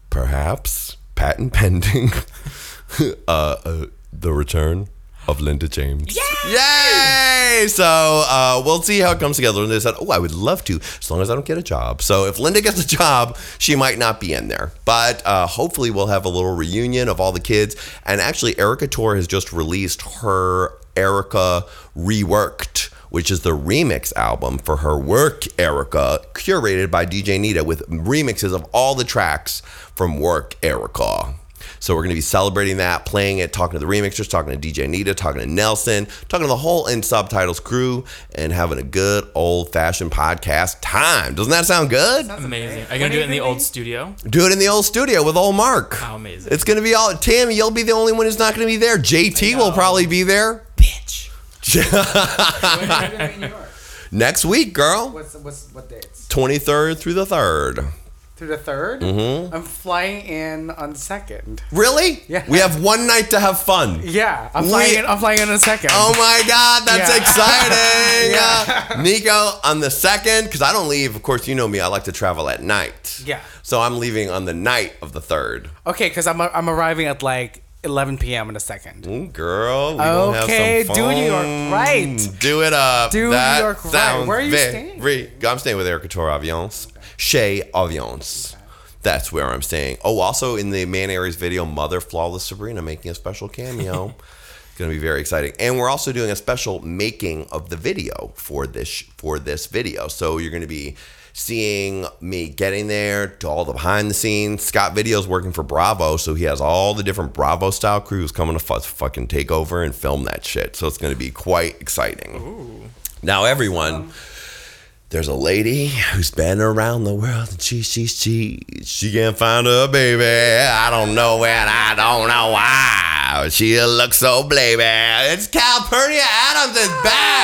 Speaker 1: perhaps patent pending <laughs> uh, uh, the return of Linda James. Yay! So uh, we'll see how it comes together. And they said, oh, I would love to, as long as I don't get a job. So if Linda gets a job, she might not be in there. But uh, hopefully, we'll have a little reunion of all the kids. And actually, Erica Tor has just released her Erica Reworked. Which is the remix album for her work, Erica, curated by DJ Nita with remixes of all the tracks from work, Erica. So we're going to be celebrating that, playing it, talking to the remixers, talking to DJ Nita, talking to Nelson, talking to the whole In Subtitles crew, and having a good old fashioned podcast time. Doesn't that sound good?
Speaker 3: Amazing. Are you gonna do it in the old studio?
Speaker 1: Do it in the old studio <laughs> with old Mark.
Speaker 3: How amazing.
Speaker 1: It's going to be all Tim. You'll be the only one who's not going to be there. JT will probably be there. <laughs>
Speaker 3: Bitch.
Speaker 1: Next week, girl.
Speaker 5: What's what's what dates?
Speaker 1: 23rd through the 3rd.
Speaker 5: Through the 3rd
Speaker 1: Mm-hmm.
Speaker 5: I'm flying in on second.
Speaker 1: Really?
Speaker 5: Yeah.
Speaker 1: We have one night to have
Speaker 5: <laughs>
Speaker 1: fun.
Speaker 5: Yeah, I'm flying
Speaker 1: We-
Speaker 5: in. I'm flying in on second.
Speaker 1: Oh my God, that's
Speaker 5: Yeah. <laughs>
Speaker 1: exciting! Uh, Nico, on the second, because I don't leave. Of course, you know me. I like to travel at night.
Speaker 5: Yeah.
Speaker 1: So I'm leaving on the night of the third.
Speaker 5: Okay, because I'm I'm arriving at like 11 p.m. in a second.
Speaker 1: Ooh, girl, we gonna
Speaker 5: Okay,
Speaker 1: have some
Speaker 5: do New York
Speaker 1: fun.
Speaker 5: right.
Speaker 1: Do it up.
Speaker 5: Do New
Speaker 1: That
Speaker 5: York right.
Speaker 1: sounds
Speaker 5: Where are you
Speaker 1: very- I'm staying with Erica Tour Avions, Chez Avions. That's where I'm staying. Oh, also in the Man Aries video, Mother Flawless Sabrina making a
Speaker 5: <laughs>
Speaker 1: special cameo. It's Gonna be very exciting, and we're also doing a special making of the video for this for this video. So you're gonna be seeing me getting there to all the behind the scenes. Scott Video's working for Bravo, so he has all the different Bravo style crews coming to fu- fucking take over and film that shit. So it's gonna be quite exciting. Now everyone, there's a lady who's been around the world and she she she she can't find her baby. I don't know and I don't know why. She looks so baby. It's Calpurnia Adams is back.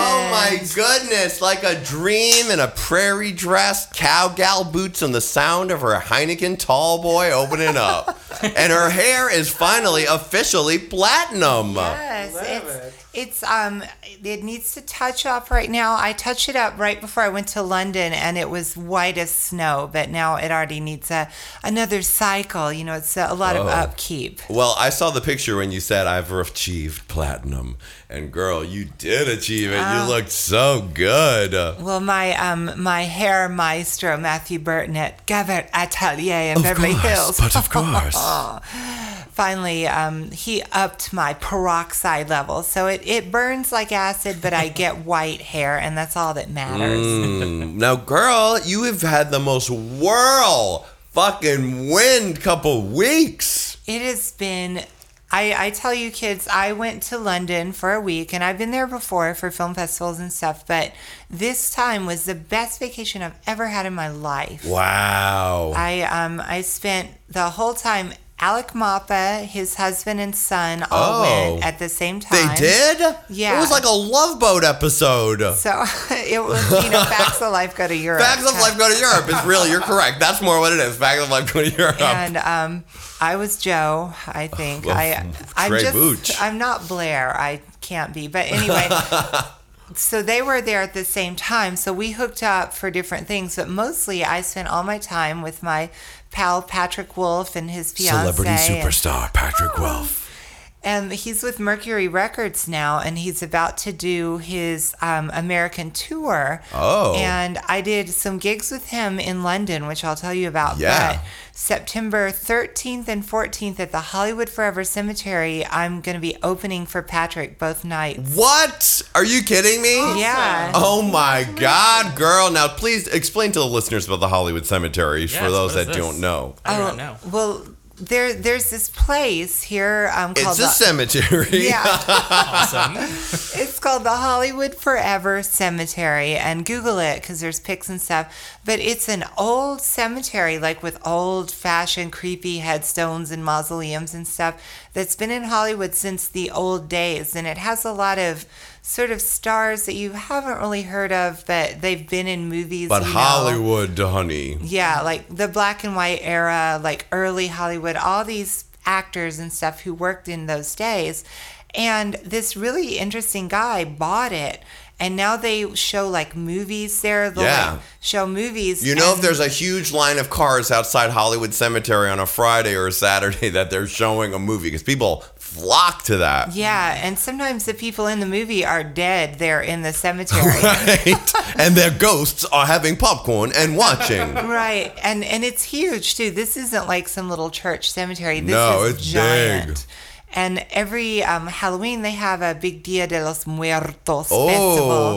Speaker 1: Oh my goodness! Like a dream in a prairie dress, cowgal boots, and the sound of her Heineken tall boy opening up, and her hair is finally officially platinum.
Speaker 11: Yes, it's, it's um, it needs to touch up right now. I touched it up right before I went to London, and it was white as snow. But now it already needs a another cycle. You know, it's a, a lot of upkeep.
Speaker 1: Well, I saw the picture when you said I've achieved platinum, and girl, you did achieve it.
Speaker 11: Ah.
Speaker 1: you looked so good.
Speaker 11: Well, my um, my hair maestro Matthew Burton at Gavert Atelier in Beverly Hills.
Speaker 1: but of course.
Speaker 11: <laughs> Finally, um, he upped my peroxide level, so it, it burns like acid, but I
Speaker 1: <laughs>
Speaker 11: get white hair, and that's all that matters.
Speaker 1: Mm. now, girl, you have had the most whirl fucking wind couple weeks.
Speaker 11: It has been I, I tell you kids, I went to London for a week and I've been there before for film festivals and stuff, but this time was the best vacation I've ever had in my life.
Speaker 1: <laughs> Wow.
Speaker 11: I um I spent the whole time Alec Mappa, his husband and son all
Speaker 1: Oh.
Speaker 11: went at the same
Speaker 1: They
Speaker 11: time.
Speaker 1: did?
Speaker 11: Yeah.
Speaker 1: It was like a Love Boat episode.
Speaker 11: So <laughs> it was, you know, Facts of Life Go to Europe.
Speaker 1: Bags of Life Go to Europe is really, you're correct. That's more what it is. Bags of Life Go to Europe.
Speaker 11: And um, I was Joe, I think.
Speaker 1: Well,
Speaker 11: I, I'm
Speaker 1: Trey
Speaker 11: just,
Speaker 1: Booch.
Speaker 11: I'm not Blair. I can't be. But
Speaker 1: <laughs>
Speaker 11: anyway, so they were there at the same time. So we hooked up for different things. But mostly, I spent all my time with my pal Patrick Wolf and his fiance.
Speaker 1: Celebrity
Speaker 11: and-
Speaker 1: superstar Patrick
Speaker 9: Oh.
Speaker 1: Wolf.
Speaker 11: um, Oh. he's with Mercury Records now, and he's about to do his um, American tour.
Speaker 1: Oh.
Speaker 11: And I did some gigs with him in London, which I'll tell you about.
Speaker 1: Yeah.
Speaker 11: But September 13th and 14th at the Hollywood Forever Cemetery, I'm going to be opening for Patrick both nights.
Speaker 1: What? Are you kidding me?
Speaker 11: Yeah.
Speaker 1: Oh my God, girl. Now, please explain to the listeners about the Hollywood Cemetery for
Speaker 3: Yes,
Speaker 1: those
Speaker 3: what is
Speaker 1: that
Speaker 3: this?
Speaker 1: don't know.
Speaker 3: I don't know.
Speaker 11: Oh, Well, there, there's this place here um, called
Speaker 1: It's a
Speaker 11: the-
Speaker 1: cemetery. <laughs>
Speaker 11: Yeah.
Speaker 3: Awesome.
Speaker 11: It's called the Hollywood Forever Cemetery, and Google it because there's pics and stuff. But it's an old cemetery, like with old fashioned, creepy headstones and mausoleums and stuff, that's been in Hollywood since the old days. And it has a lot of sort of stars that you haven't really heard of, but they've been in movies.
Speaker 1: But
Speaker 11: you know.
Speaker 1: Hollywood, honey.
Speaker 11: Yeah, like the black and white era, like early Hollywood, all these actors and stuff who worked in those days. And this really interesting guy bought it. And now they show like movies there. They'll
Speaker 1: Yeah.
Speaker 11: like, show movies.
Speaker 1: You know, if
Speaker 11: and-
Speaker 1: there's a huge line of cars outside Hollywood Cemetery on a Friday or a Saturday <laughs> that they're showing a movie because people flock to that.
Speaker 11: Yeah. And sometimes the people in the movie are dead there in the
Speaker 1: <laughs>
Speaker 11: cemetery.
Speaker 1: Right? and their ghosts are having popcorn and
Speaker 11: <laughs>
Speaker 1: watching.
Speaker 11: right and and it's huge too this isn't like some little church cemetery this
Speaker 1: No,
Speaker 11: is
Speaker 1: it's
Speaker 11: giant
Speaker 1: big.
Speaker 11: and every um, halloween they have a big dia de los muertos
Speaker 1: Oh.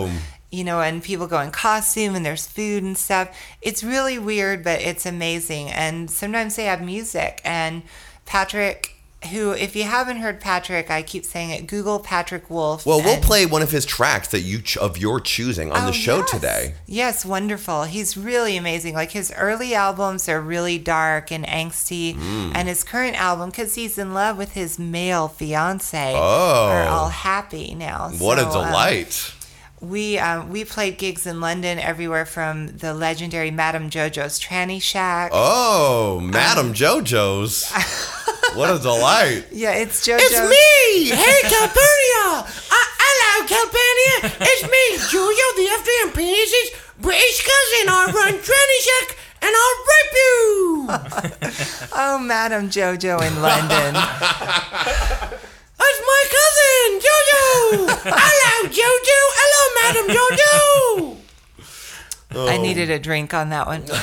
Speaker 11: festival you know and people go in costume and there's food and stuff it's really weird but it's amazing and sometimes they have music and patrick who if you haven't heard patrick i keep saying it google patrick wolf
Speaker 1: Well, we'll
Speaker 11: and-
Speaker 1: play one of his tracks that you ch- of your choosing on
Speaker 11: Oh,
Speaker 1: the show
Speaker 11: yes.
Speaker 1: today.
Speaker 11: Yes, wonderful. He's really amazing. Like his early albums are really dark and angsty,
Speaker 1: Mm.
Speaker 11: and his current album, because he's in love with his male fiance, are
Speaker 1: Oh.
Speaker 11: all happy now.
Speaker 1: What a
Speaker 11: So, um,
Speaker 1: delight.
Speaker 11: we um, we played gigs in London everywhere from the legendary Madame JoJo's Tranny Shack.
Speaker 1: oh, Madam
Speaker 11: Um, <laughs>
Speaker 1: JoJo's. what a delight.
Speaker 11: Yeah, it's JoJo's.
Speaker 9: It's me, Harry Calpurnia. Uh, hello, Calpurnia. It's
Speaker 1: <laughs>
Speaker 9: me, Julio, the FDM Penises, British cousin. I run Tranny Shack, and I'll rape
Speaker 1: <laughs>
Speaker 9: you.
Speaker 11: <laughs> Oh, Madame JoJo in
Speaker 1: <laughs>
Speaker 11: London.
Speaker 9: That's my cousin,
Speaker 1: <laughs>
Speaker 9: Jojo. hello, Jojo. Hello, Madam Jojo.
Speaker 11: I needed
Speaker 1: <laughs>
Speaker 11: a drink on that one.
Speaker 1: Oh.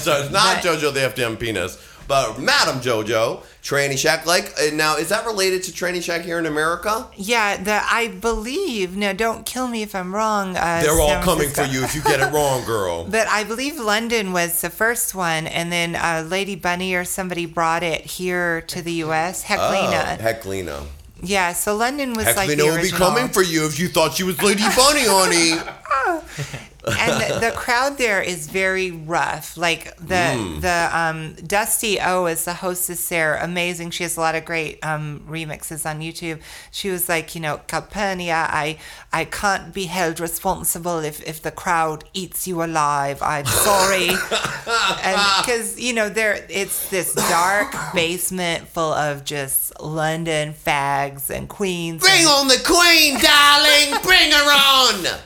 Speaker 1: So it's not JoJo the FDM penis, but Madam JoJo, Tranny Shack. Like, uh, now, is that related to Tranny Shack here in America?
Speaker 11: Yeah, the I believe. No, don't kill me if I'm wrong. Uh,
Speaker 1: They're all
Speaker 11: San
Speaker 1: coming
Speaker 11: Francisco.
Speaker 1: for you if you get it
Speaker 11: <laughs>
Speaker 1: wrong, girl.
Speaker 11: But I believe London was the first one, and then uh, Lady Bunny or somebody brought it here to the U.S. Heclina.
Speaker 1: Ah, Heclina.
Speaker 11: yeah, so London was like
Speaker 1: Oh. Heclina
Speaker 11: the
Speaker 1: would be
Speaker 11: original.
Speaker 1: coming for you if you thought she was
Speaker 11: <laughs>
Speaker 1: Lady Bunny, honey.
Speaker 11: Ah. and
Speaker 1: <laughs>
Speaker 11: the, the crowd there is very rough. Like the the um, Dusty O is the hostess there, amazing. She has a lot of great um, remixes on YouTube. She was like, you know, Calpurnia, I I can't be held responsible if if the crowd eats you alive. I'm sorry, and because you know there it's this dark basement full of just London fags and queens. and-
Speaker 9: Bring on the queen, darling. Bring her on.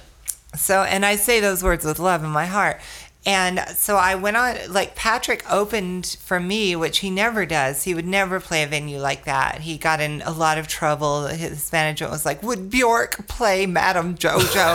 Speaker 11: so, and I say those words with love in my heart. And so I went on, like Patrick opened for me, which he never does. He would never play a venue like that. He got in a lot of trouble. His management was like, Would Bjork play Madame
Speaker 1: <laughs>
Speaker 11: JoJo?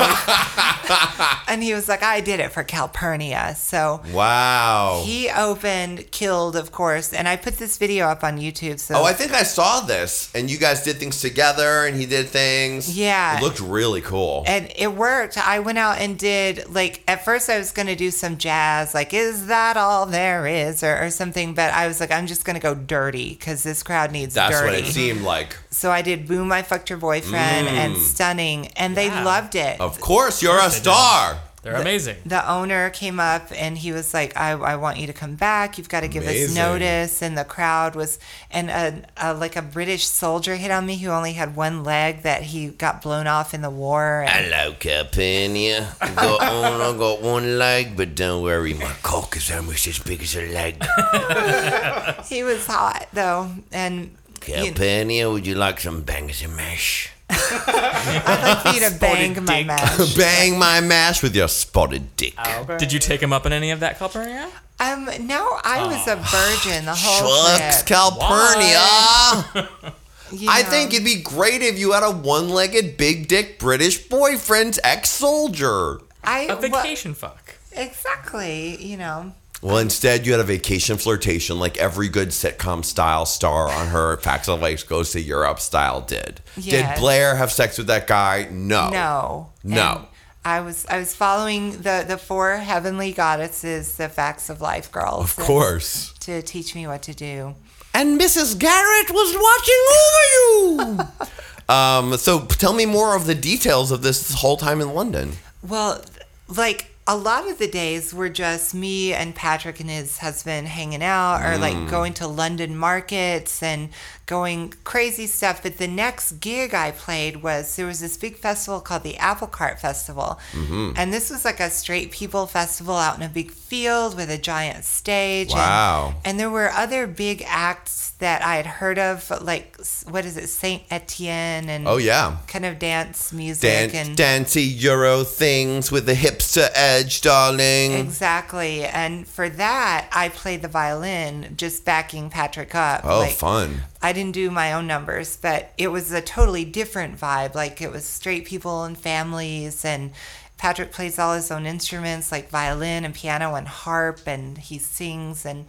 Speaker 11: and he was like, I did it for Calpurnia. So
Speaker 1: Wow.
Speaker 11: he opened, killed, of course. And I put this video up on YouTube. So
Speaker 1: Oh, I think I saw this, and you guys did things together, and he did things.
Speaker 11: Yeah.
Speaker 1: it looked really cool.
Speaker 11: and it worked. I went out and did like at first I was going to do some some jazz, like, is that all there is? Or, or something. But I was like, I'm just going to go dirty because this crowd needs
Speaker 1: That's
Speaker 11: dirty.
Speaker 1: what it seemed like.
Speaker 11: So I did Boom, I Fucked Your Boyfriend and
Speaker 1: Mm.
Speaker 11: Stunning, and they loved it.
Speaker 1: Of course, you're a star.
Speaker 3: They're amazing.
Speaker 11: The owner came up and he was like, I, I want you to come back. You've got to give us
Speaker 1: Amazing.
Speaker 11: notice. And the crowd was, and a, a, like a British soldier hit on me who only had one leg that he got blown off in the war. And
Speaker 9: Hello, Carpania. Got on, I got one leg, but don't worry, my cock is almost as big as a leg.
Speaker 11: <laughs> he was hot though. And you-
Speaker 9: Carpania, would you like some bangers and mash?
Speaker 11: I'd like for you to bang my mask.
Speaker 1: <laughs> Bang my mash with your spotted dick.
Speaker 3: Did you take him up on any of that, Calpurnia?
Speaker 11: Um, no, I was a virgin the whole
Speaker 1: Shucks,
Speaker 11: trip.
Speaker 1: Calpurnia.
Speaker 11: You
Speaker 1: I
Speaker 11: know.
Speaker 1: think it'd be great if you had a one-legged big dick British boyfriend ex-soldier.
Speaker 11: I
Speaker 3: A
Speaker 11: wa-
Speaker 3: vacation fuck.
Speaker 11: exactly, you know.
Speaker 1: Well, instead, you had a vacation flirtation like every good sitcom style star on her Facts of Life Goes to Europe style did.
Speaker 11: Yes.
Speaker 1: Did Blair have sex with that guy? No.
Speaker 11: No.
Speaker 1: No.
Speaker 11: And I was I was following the the four heavenly goddesses, the facts of life girls.
Speaker 1: Of course.
Speaker 11: To teach me what to do.
Speaker 1: And Mrs. Garrett was watching over you. um, so p- tell me more of the details of this whole time in London.
Speaker 11: Well, like a lot of the days were just me and Patrick and his husband hanging out or like
Speaker 12: Mm.
Speaker 11: going to London markets and going crazy stuff. But the next gig I played was there was this big festival called the Apple Cart Festival.
Speaker 12: Mhm.
Speaker 1: Mm.
Speaker 11: And this was like a straight people festival out in a big field with a giant stage. and-
Speaker 12: Wow.
Speaker 11: And, there were other big acts that I had heard of, like s- what is it, Saint Etienne and
Speaker 1: Oh, yeah.
Speaker 11: kind of dance music
Speaker 1: Dan-
Speaker 11: and
Speaker 1: dancy Euro things with the hipster edge, darling.
Speaker 11: Exactly. And for that, I played the violin, just backing Patrick up.
Speaker 1: Oh,
Speaker 11: Like,
Speaker 1: fun.
Speaker 11: I didn't do my own numbers, but it was a totally different vibe. Like it was straight people and families and Patrick plays all his own instruments like violin and piano and harp and he sings and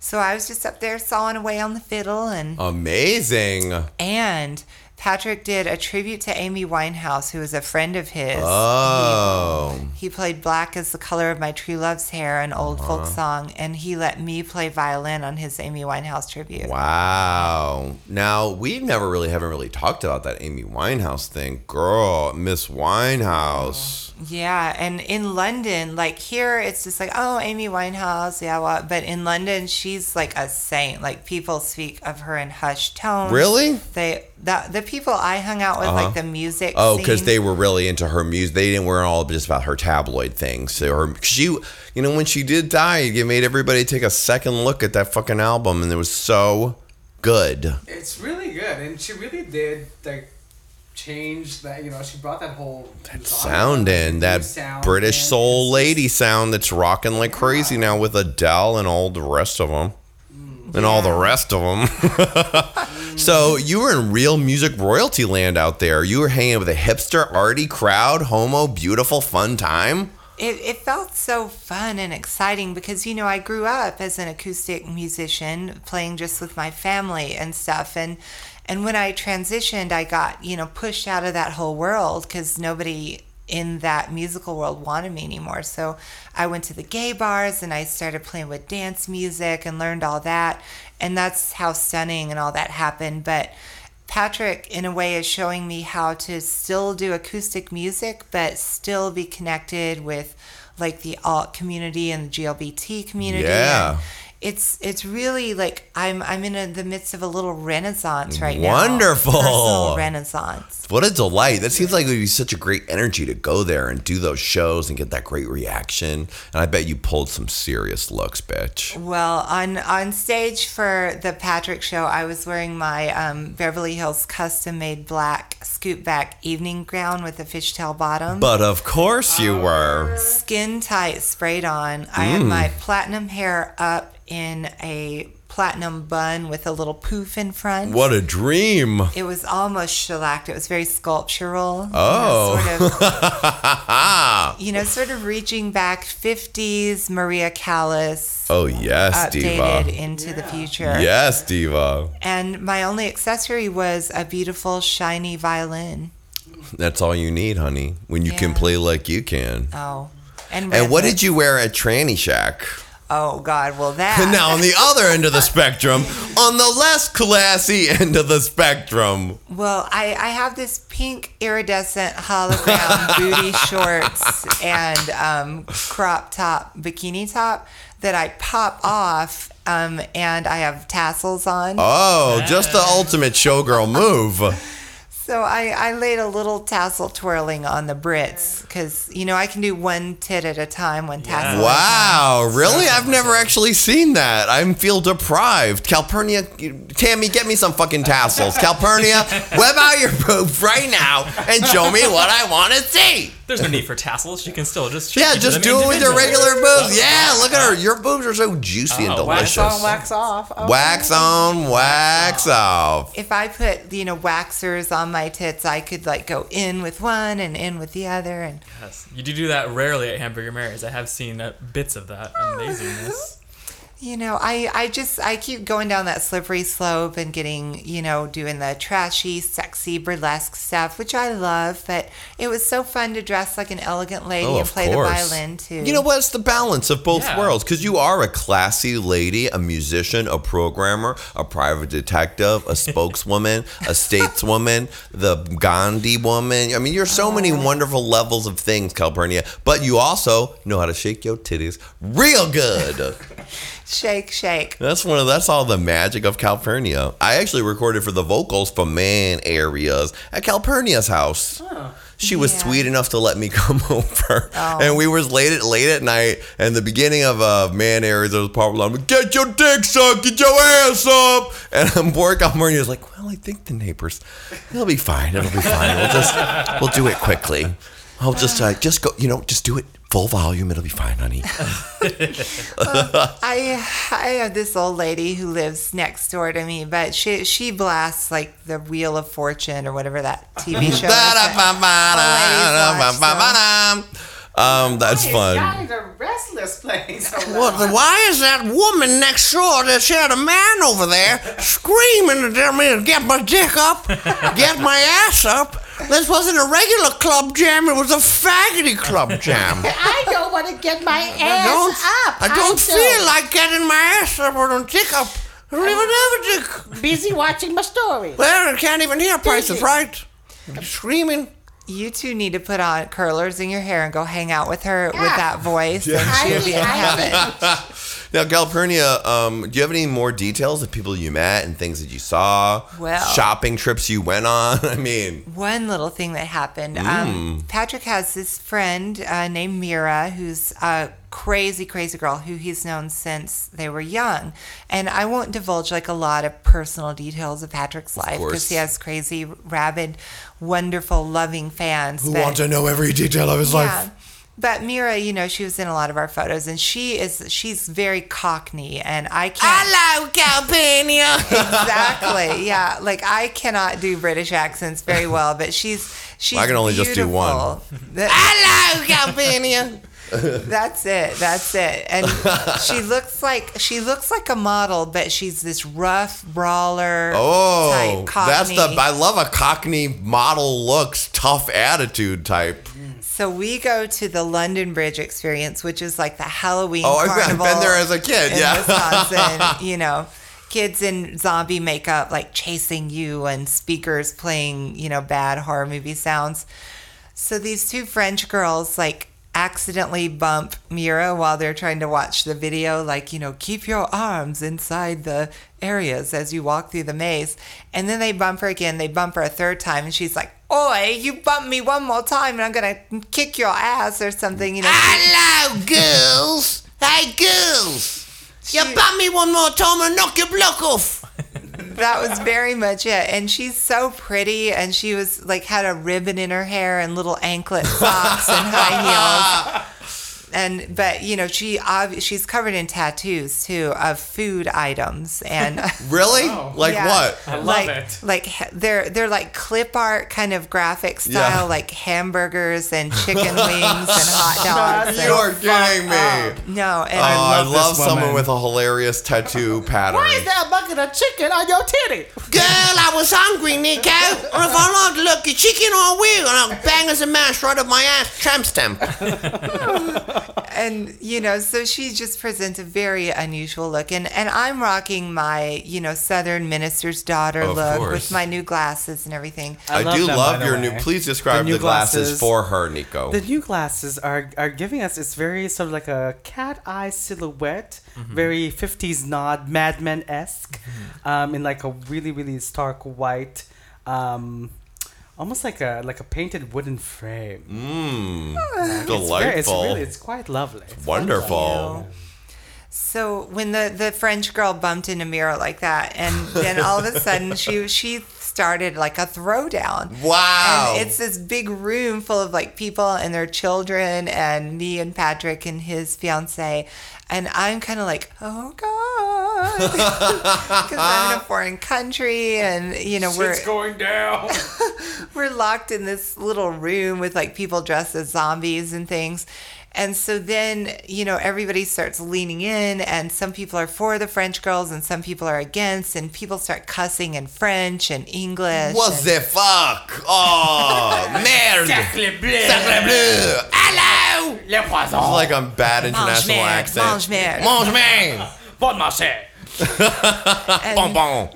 Speaker 11: so I was just up there sawing away on the fiddle and
Speaker 1: Amazing.
Speaker 11: and Patrick did a tribute to Amy Winehouse, who was a friend of his.
Speaker 1: Oh.
Speaker 11: He played Black is the Color of My True Love's Hair, an old folk
Speaker 1: Uh-huh.
Speaker 11: song, and he let me play violin on his Amy Winehouse tribute.
Speaker 1: Wow. Now we never really haven't really talked about that Amy Winehouse thing, girl. Miss Winehouse.
Speaker 11: Yeah, and in London, like here, it's just like, oh, Amy Winehouse, yeah, well, but in London, she's like a saint. Like people speak of her in hushed tones.
Speaker 1: Really?
Speaker 11: They the the people I hung out with,
Speaker 1: Uh-huh.
Speaker 11: like the music.
Speaker 1: Oh, because
Speaker 11: scene-
Speaker 1: they were really into her music. They didn't were all just about her tabloid things. So her, she, you know, when she did die, it made everybody take a second look at that fucking album, and it was so good.
Speaker 5: It's really good, and she really did like change that. You know, she brought that whole
Speaker 1: Sound in that British soul lady sound that's rocking like crazy now with Adele and all the rest of them.
Speaker 11: Mm.
Speaker 1: And all the rest of them. <laughs> so you were in real music royalty land out there. You were hanging with a hipster, arty crowd, homo, beautiful, fun time.
Speaker 11: It, it felt so fun and exciting because, you know, I grew up as an acoustic musician playing just with my family and stuff. And, and when I transitioned, I got, you know, pushed out of that whole world because nobody in that musical world wanted me anymore. So I went to the gay bars and I started playing with dance music and learned all that. And that's how stunning and all that happened. But Patrick, in a way, is showing me how to still do acoustic music, but still be connected with like the alt community and the GLBT community.
Speaker 1: Yeah.
Speaker 11: And It's it's really like I'm I'm in a, the midst of a little renaissance right
Speaker 1: Wonderful.
Speaker 11: now. Personal renaissance.
Speaker 1: What a delight. That seems like it would be such a great energy to go there and do those shows and get that great reaction. And I bet you pulled some serious looks, bitch.
Speaker 11: Well, on on stage for the Patrick show, I was wearing my um, Beverly Hills custom made black scoop back evening gown with a fishtail bottom.
Speaker 1: But of course you
Speaker 11: Um,
Speaker 1: were.
Speaker 11: skin tight sprayed on. I had
Speaker 1: Mm.
Speaker 11: my platinum hair up in a platinum bun with a little poof in front.
Speaker 1: What a dream.
Speaker 11: It was almost shellacked. It was very sculptural. you know,
Speaker 1: Oh.
Speaker 11: sort of
Speaker 1: <laughs>
Speaker 11: you
Speaker 1: oh,
Speaker 11: know, sort of reaching back 50s Maria Callas.
Speaker 1: Oh, yes,
Speaker 11: updated
Speaker 1: Diva.
Speaker 11: into the future.
Speaker 1: Yes, Diva.
Speaker 11: And my only accessory was a beautiful, shiny violin.
Speaker 1: That's all you need, honey, when you can
Speaker 11: Yeah.
Speaker 1: play like you can.
Speaker 11: Oh. And
Speaker 1: And what
Speaker 11: ribbon.
Speaker 1: did you wear at Tranny Shack?
Speaker 11: Oh God, well that.
Speaker 1: And <laughs> now on the other end of the
Speaker 11: <laughs>
Speaker 1: spectrum, on the less classy end of the spectrum.
Speaker 11: Well, I, I have this pink iridescent
Speaker 1: <laughs>
Speaker 11: hologram booty shorts and um, crop top, bikini top that I pop off, um, and I have tassels on.
Speaker 1: Oh, just the ultimate showgirl move.
Speaker 11: So I, I laid a little tassel twirling on the Brits because, you know, I can do one tit at a time, one tassel. at a
Speaker 1: Wow, really? I've never actually seen that. I am feel deprived. Calpurnia, Tammy, get me some fucking <laughs> tassels. Calpurnia, web out your boobs right now and show me what I want to see.
Speaker 3: There's no need for tassels. You can still just
Speaker 1: <laughs> Yeah,
Speaker 3: shape
Speaker 1: just
Speaker 3: them
Speaker 1: do it with your
Speaker 3: individually.
Speaker 1: regular boobs. Yeah, look at her. Your boobs are so juicy and
Speaker 3: Oh, wax
Speaker 1: delicious.
Speaker 5: on, wax off. Oh.
Speaker 1: Wax on, wax off.
Speaker 11: If I put, you know, waxers on my tits, I could like go in with one and in with the other. And
Speaker 3: Yes. You do do that rarely at Hamburger Mary's. I have seen uh, bits of that amazingness.
Speaker 11: You know, I, I just I keep going down that slippery slope and getting, you know, doing the trashy, sexy, burlesque stuff, which I love, but it was so fun to dress like an elegant lady
Speaker 1: Oh,
Speaker 11: and
Speaker 1: of
Speaker 11: play
Speaker 1: course.
Speaker 11: the violin too.
Speaker 1: You know what's the balance of both
Speaker 11: Yeah.
Speaker 1: worlds? Because you are a classy lady, a musician, a programmer, a private detective,
Speaker 11: <laughs>
Speaker 1: a spokeswoman, a stateswoman, the Gandhi woman. I mean, you're so
Speaker 11: Oh.
Speaker 1: many wonderful levels of things, Calpurnia. But you also know how to shake your titties
Speaker 11: <laughs>
Speaker 1: real good.
Speaker 11: Shake, shake.
Speaker 1: That's one of that's all the magic of Calpurnia. I actually recorded for the vocals for man areas at Calpurnia's house. She was sweet enough to let me <laughs> come over, and we was late at late at night. And the beginning of uh, man areas, there was part where I'm like, "Get your dick sucked, get your ass up," and I'm poor Calpurnia's like, "Well, I think the neighbors, it'll be fine, it'll be fine. We'll just we'll do it quickly. I'll just uh, just go, you know, just do it full volume. It'll be fine, honey." <laughs>
Speaker 11: I I have this old lady who lives next door to me, but she she blasts like the Wheel of Fortune or whatever that TV
Speaker 4: <laughs>
Speaker 11: show. is that all ladies watch, so-
Speaker 1: Um, that's fun.
Speaker 5: Kind of restless
Speaker 1: <laughs>
Speaker 5: place. Oh,
Speaker 4: What, the- why is that woman next door that's had a man over there screaming at me to get my dick up, get my ass up? This wasn't a regular club jam, it was a faggoty
Speaker 12: <laughs>
Speaker 4: club jam.
Speaker 12: I don't want to get my ass
Speaker 4: don't-
Speaker 12: up.
Speaker 4: I don't feel like getting my ass up or don't dick up. I don't even have a dick.
Speaker 12: Busy watching my stories.
Speaker 4: Well, I can't even hear prices,
Speaker 12: Busy.
Speaker 4: right? Screaming.
Speaker 11: You two need to put on curlers in your hair and go hang out with her with that voice, and
Speaker 12: I
Speaker 11: she would
Speaker 12: need-
Speaker 11: be in
Speaker 12: I
Speaker 11: heaven.
Speaker 1: now, Calpurnia, um, do you have any more details of people you met and things that you saw?
Speaker 11: Well-
Speaker 1: shopping trips you went on. <laughs> I mean,
Speaker 11: One little thing that happened.
Speaker 1: Mm.
Speaker 11: Um, Patrick has this friend uh, named Mira, who's a crazy, crazy girl who he's known since they were young. And I won't divulge like a lot of personal details of Patrick's life
Speaker 1: course.
Speaker 11: because he has crazy, rabid, wonderful, loving fans
Speaker 1: Who
Speaker 11: that-
Speaker 1: want to know every detail of his life.
Speaker 11: But Mira, you know, she was in a lot of our photos, and she is she's very Cockney, and I can't.
Speaker 4: Hello, Calpurnia.
Speaker 11: exactly. Yeah. Like I cannot do British accents very well, but she's she's.
Speaker 1: I can only just do one.
Speaker 11: beautiful. That-
Speaker 4: Hello, Calpurnia.
Speaker 11: <laughs> That's it. That's it. And she looks like she looks like a model, but she's this rough brawler.
Speaker 1: oh,
Speaker 11: type
Speaker 1: that's
Speaker 11: Cockney.
Speaker 1: the I love a Cockney model looks tough attitude type.
Speaker 11: So we go to the London Bridge experience, which is like the Halloween.
Speaker 1: Oh, I've been- I've
Speaker 11: carnival
Speaker 1: been there as a kid,
Speaker 11: in
Speaker 1: yeah. <laughs>
Speaker 11: Wisconsin, you know, kids in zombie makeup, like chasing you, and speakers playing, you know, bad horror movie sounds. So these two French girls like accidentally bump Mira while they're trying to watch the video, like, you know, keep your arms inside the areas as you walk through the maze. And then they bump her again. They bump her a third time, and she's like, Oi, you bump me one more time, and I'm going to kick your ass or something, you know.
Speaker 4: Hello, girls. Hey, girls. You bum me one more time and knock your block off.
Speaker 11: that was very much it. And she's so pretty, and she was like had a ribbon in her hair and little
Speaker 4: <laughs>
Speaker 11: anklet socks and high heels. And but you know she obvi- she's covered in tattoos too of food items and <laughs>
Speaker 1: Really? Like
Speaker 11: Yeah.
Speaker 1: what?
Speaker 11: like, Like ha- they're they're like clip art kind of graphic
Speaker 1: Yeah.
Speaker 11: style, like hamburgers
Speaker 4: <laughs>
Speaker 11: and chicken wings
Speaker 12: <laughs>
Speaker 11: and hot dogs.
Speaker 1: You are kidding me.
Speaker 11: no, and
Speaker 1: oh, I love,
Speaker 5: love this
Speaker 1: someone
Speaker 5: woman.
Speaker 1: with a hilarious
Speaker 11: <laughs>
Speaker 1: tattoo pattern.
Speaker 12: Why is there a bucket of chicken on your titty?
Speaker 4: Girl, I was hungry, Nico.
Speaker 12: <laughs>
Speaker 4: And if I like to look at chicken, I will. And I'll bang as a mash right up my ass. Tramp stamp.
Speaker 11: and you know, so she just presents a very unusual look, and and I'm rocking my you know Southern minister's daughter
Speaker 1: Of
Speaker 11: look
Speaker 1: course.
Speaker 11: with my new glasses and everything.
Speaker 1: I, do love your new. Please describe the,
Speaker 5: new
Speaker 1: glasses,
Speaker 5: glasses.
Speaker 1: for her, Nico.
Speaker 5: The new glasses are, are giving us, it's very sort of like a cat eye silhouette, very 50s nod, Madman esque, um, in like a really, really stark white, um, almost like a like a painted wooden frame.
Speaker 1: Mmm,
Speaker 5: It's, very- it's
Speaker 1: delightful.
Speaker 5: really, it's quite lovely. It's
Speaker 1: Wonderful.
Speaker 11: So when the the French girl bumped into Mira like that, and then all of a sudden she she started like a throwdown.
Speaker 9: Wow.
Speaker 11: And it's this big room full of like people and their children, and me and Patrick and his fiance, and I'm kind of like, oh god, because I'm in
Speaker 9: <laughs>
Speaker 11: a foreign country, and you know we're <laughs>
Speaker 5: going down.
Speaker 11: we're locked in this little room with like people dressed as zombies and things. And so then, you know, everybody starts leaning in, and some people are for the French girls and some people are against, and people start cussing in French and English.
Speaker 9: What
Speaker 11: and-
Speaker 9: the fuck?
Speaker 1: <laughs>
Speaker 9: Oh, merde!
Speaker 11: Sacre bleu.
Speaker 9: Sacre bleu! Hello!
Speaker 5: Le
Speaker 1: This is like a bad international
Speaker 11: merde, mange
Speaker 1: accent.
Speaker 11: merde.
Speaker 9: Mange merde!
Speaker 5: Bon marché.
Speaker 11: And-
Speaker 1: Bon
Speaker 11: <laughs>
Speaker 1: bon.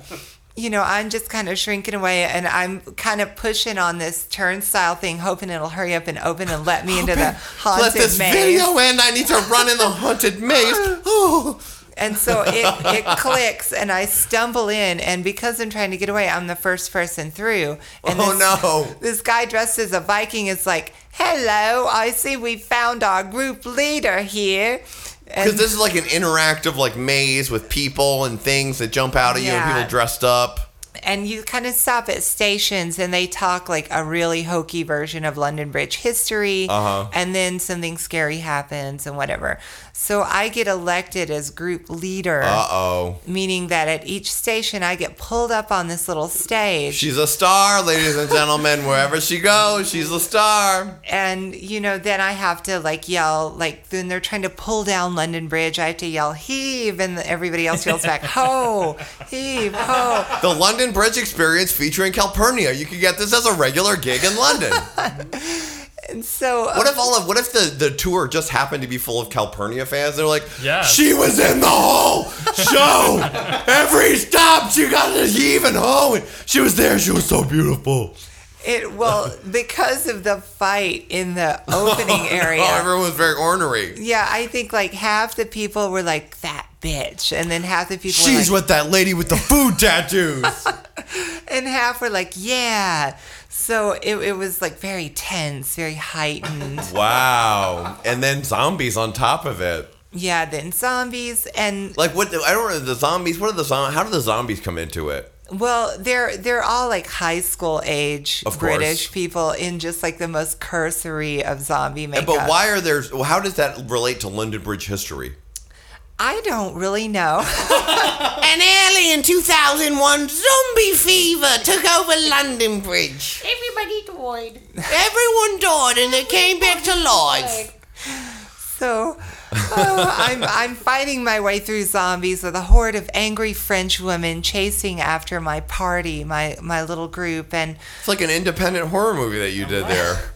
Speaker 11: you know, I'm just kind of shrinking away and I'm kind of pushing on this turnstile thing, hoping it'll hurry up and open and let me into the
Speaker 9: Let
Speaker 11: haunted
Speaker 9: this
Speaker 11: maze.
Speaker 9: video end. I need to run in the
Speaker 11: <laughs>
Speaker 9: haunted maze. Oh.
Speaker 11: And so it,
Speaker 9: <laughs>
Speaker 11: it clicks, and I stumble in. And because I'm trying to get away, I'm the first person through. And
Speaker 9: Oh,
Speaker 11: this,
Speaker 9: no.
Speaker 11: This guy dressed as a Viking is like, Hello, I see we found our group leader here. And
Speaker 9: Because this is like an interactive like maze with people and things that jump out at you and
Speaker 11: Yeah.
Speaker 9: people dressed up.
Speaker 11: and you kind of stop at stations and they talk like a really hokey version of London Bridge history.
Speaker 9: Uh-huh.
Speaker 11: And then something scary happens and whatever. So I get elected as group leader,
Speaker 9: Uh oh.
Speaker 11: meaning that at each station I get pulled up on this little stage.
Speaker 9: She's a star, ladies and gentlemen. Wherever she goes, she's a star.
Speaker 11: and you know then i have to like yell like then they're trying to pull down london bridge i have to yell heave and everybody else yells back ho heave ho
Speaker 9: The London Bridge Experience featuring Calpurnia. You could get this as a regular gig in London.
Speaker 11: <laughs> and so um,
Speaker 9: What if all of what if the, the tour just happened to be full of Calpurnia fans? They're like,
Speaker 3: Yes.
Speaker 9: she was in the whole show. Every stop she got to heave and
Speaker 1: oh,
Speaker 9: hoe. and She was there. She was so beautiful.
Speaker 11: it well because of the fight in the
Speaker 1: <laughs>
Speaker 9: <laughs>
Speaker 11: opening area
Speaker 9: Oh, everyone was very ornery.
Speaker 11: yeah i think like half the people were like that bitch and then half the people were like,
Speaker 9: She's with that lady with the food
Speaker 11: <laughs>
Speaker 9: tattoos.
Speaker 11: and half were like yeah so it, it was like very tense very
Speaker 9: <laughs>
Speaker 11: heightened
Speaker 1: Wow. And then zombies on top of it.
Speaker 11: yeah then zombies and
Speaker 1: Like what? I don't know. The zombies. What are the zombies? How do the zombies come into it?
Speaker 11: Well, they're they're all like high school age
Speaker 1: Of course.
Speaker 11: British people in just like the most cursory of zombie makeup.
Speaker 1: But why are there? How does that relate to London Bridge history?
Speaker 11: I don't really know. <laughs>
Speaker 4: And early in 2001, zombie fever took over London Bridge.
Speaker 12: Everybody died.
Speaker 4: Everyone died and they came back to life.
Speaker 11: So oh, I'm I'm fighting my way through zombies with a horde of angry French women chasing after my party, my my little group, and
Speaker 1: It's like an independent horror movie that you did there.
Speaker 11: <laughs>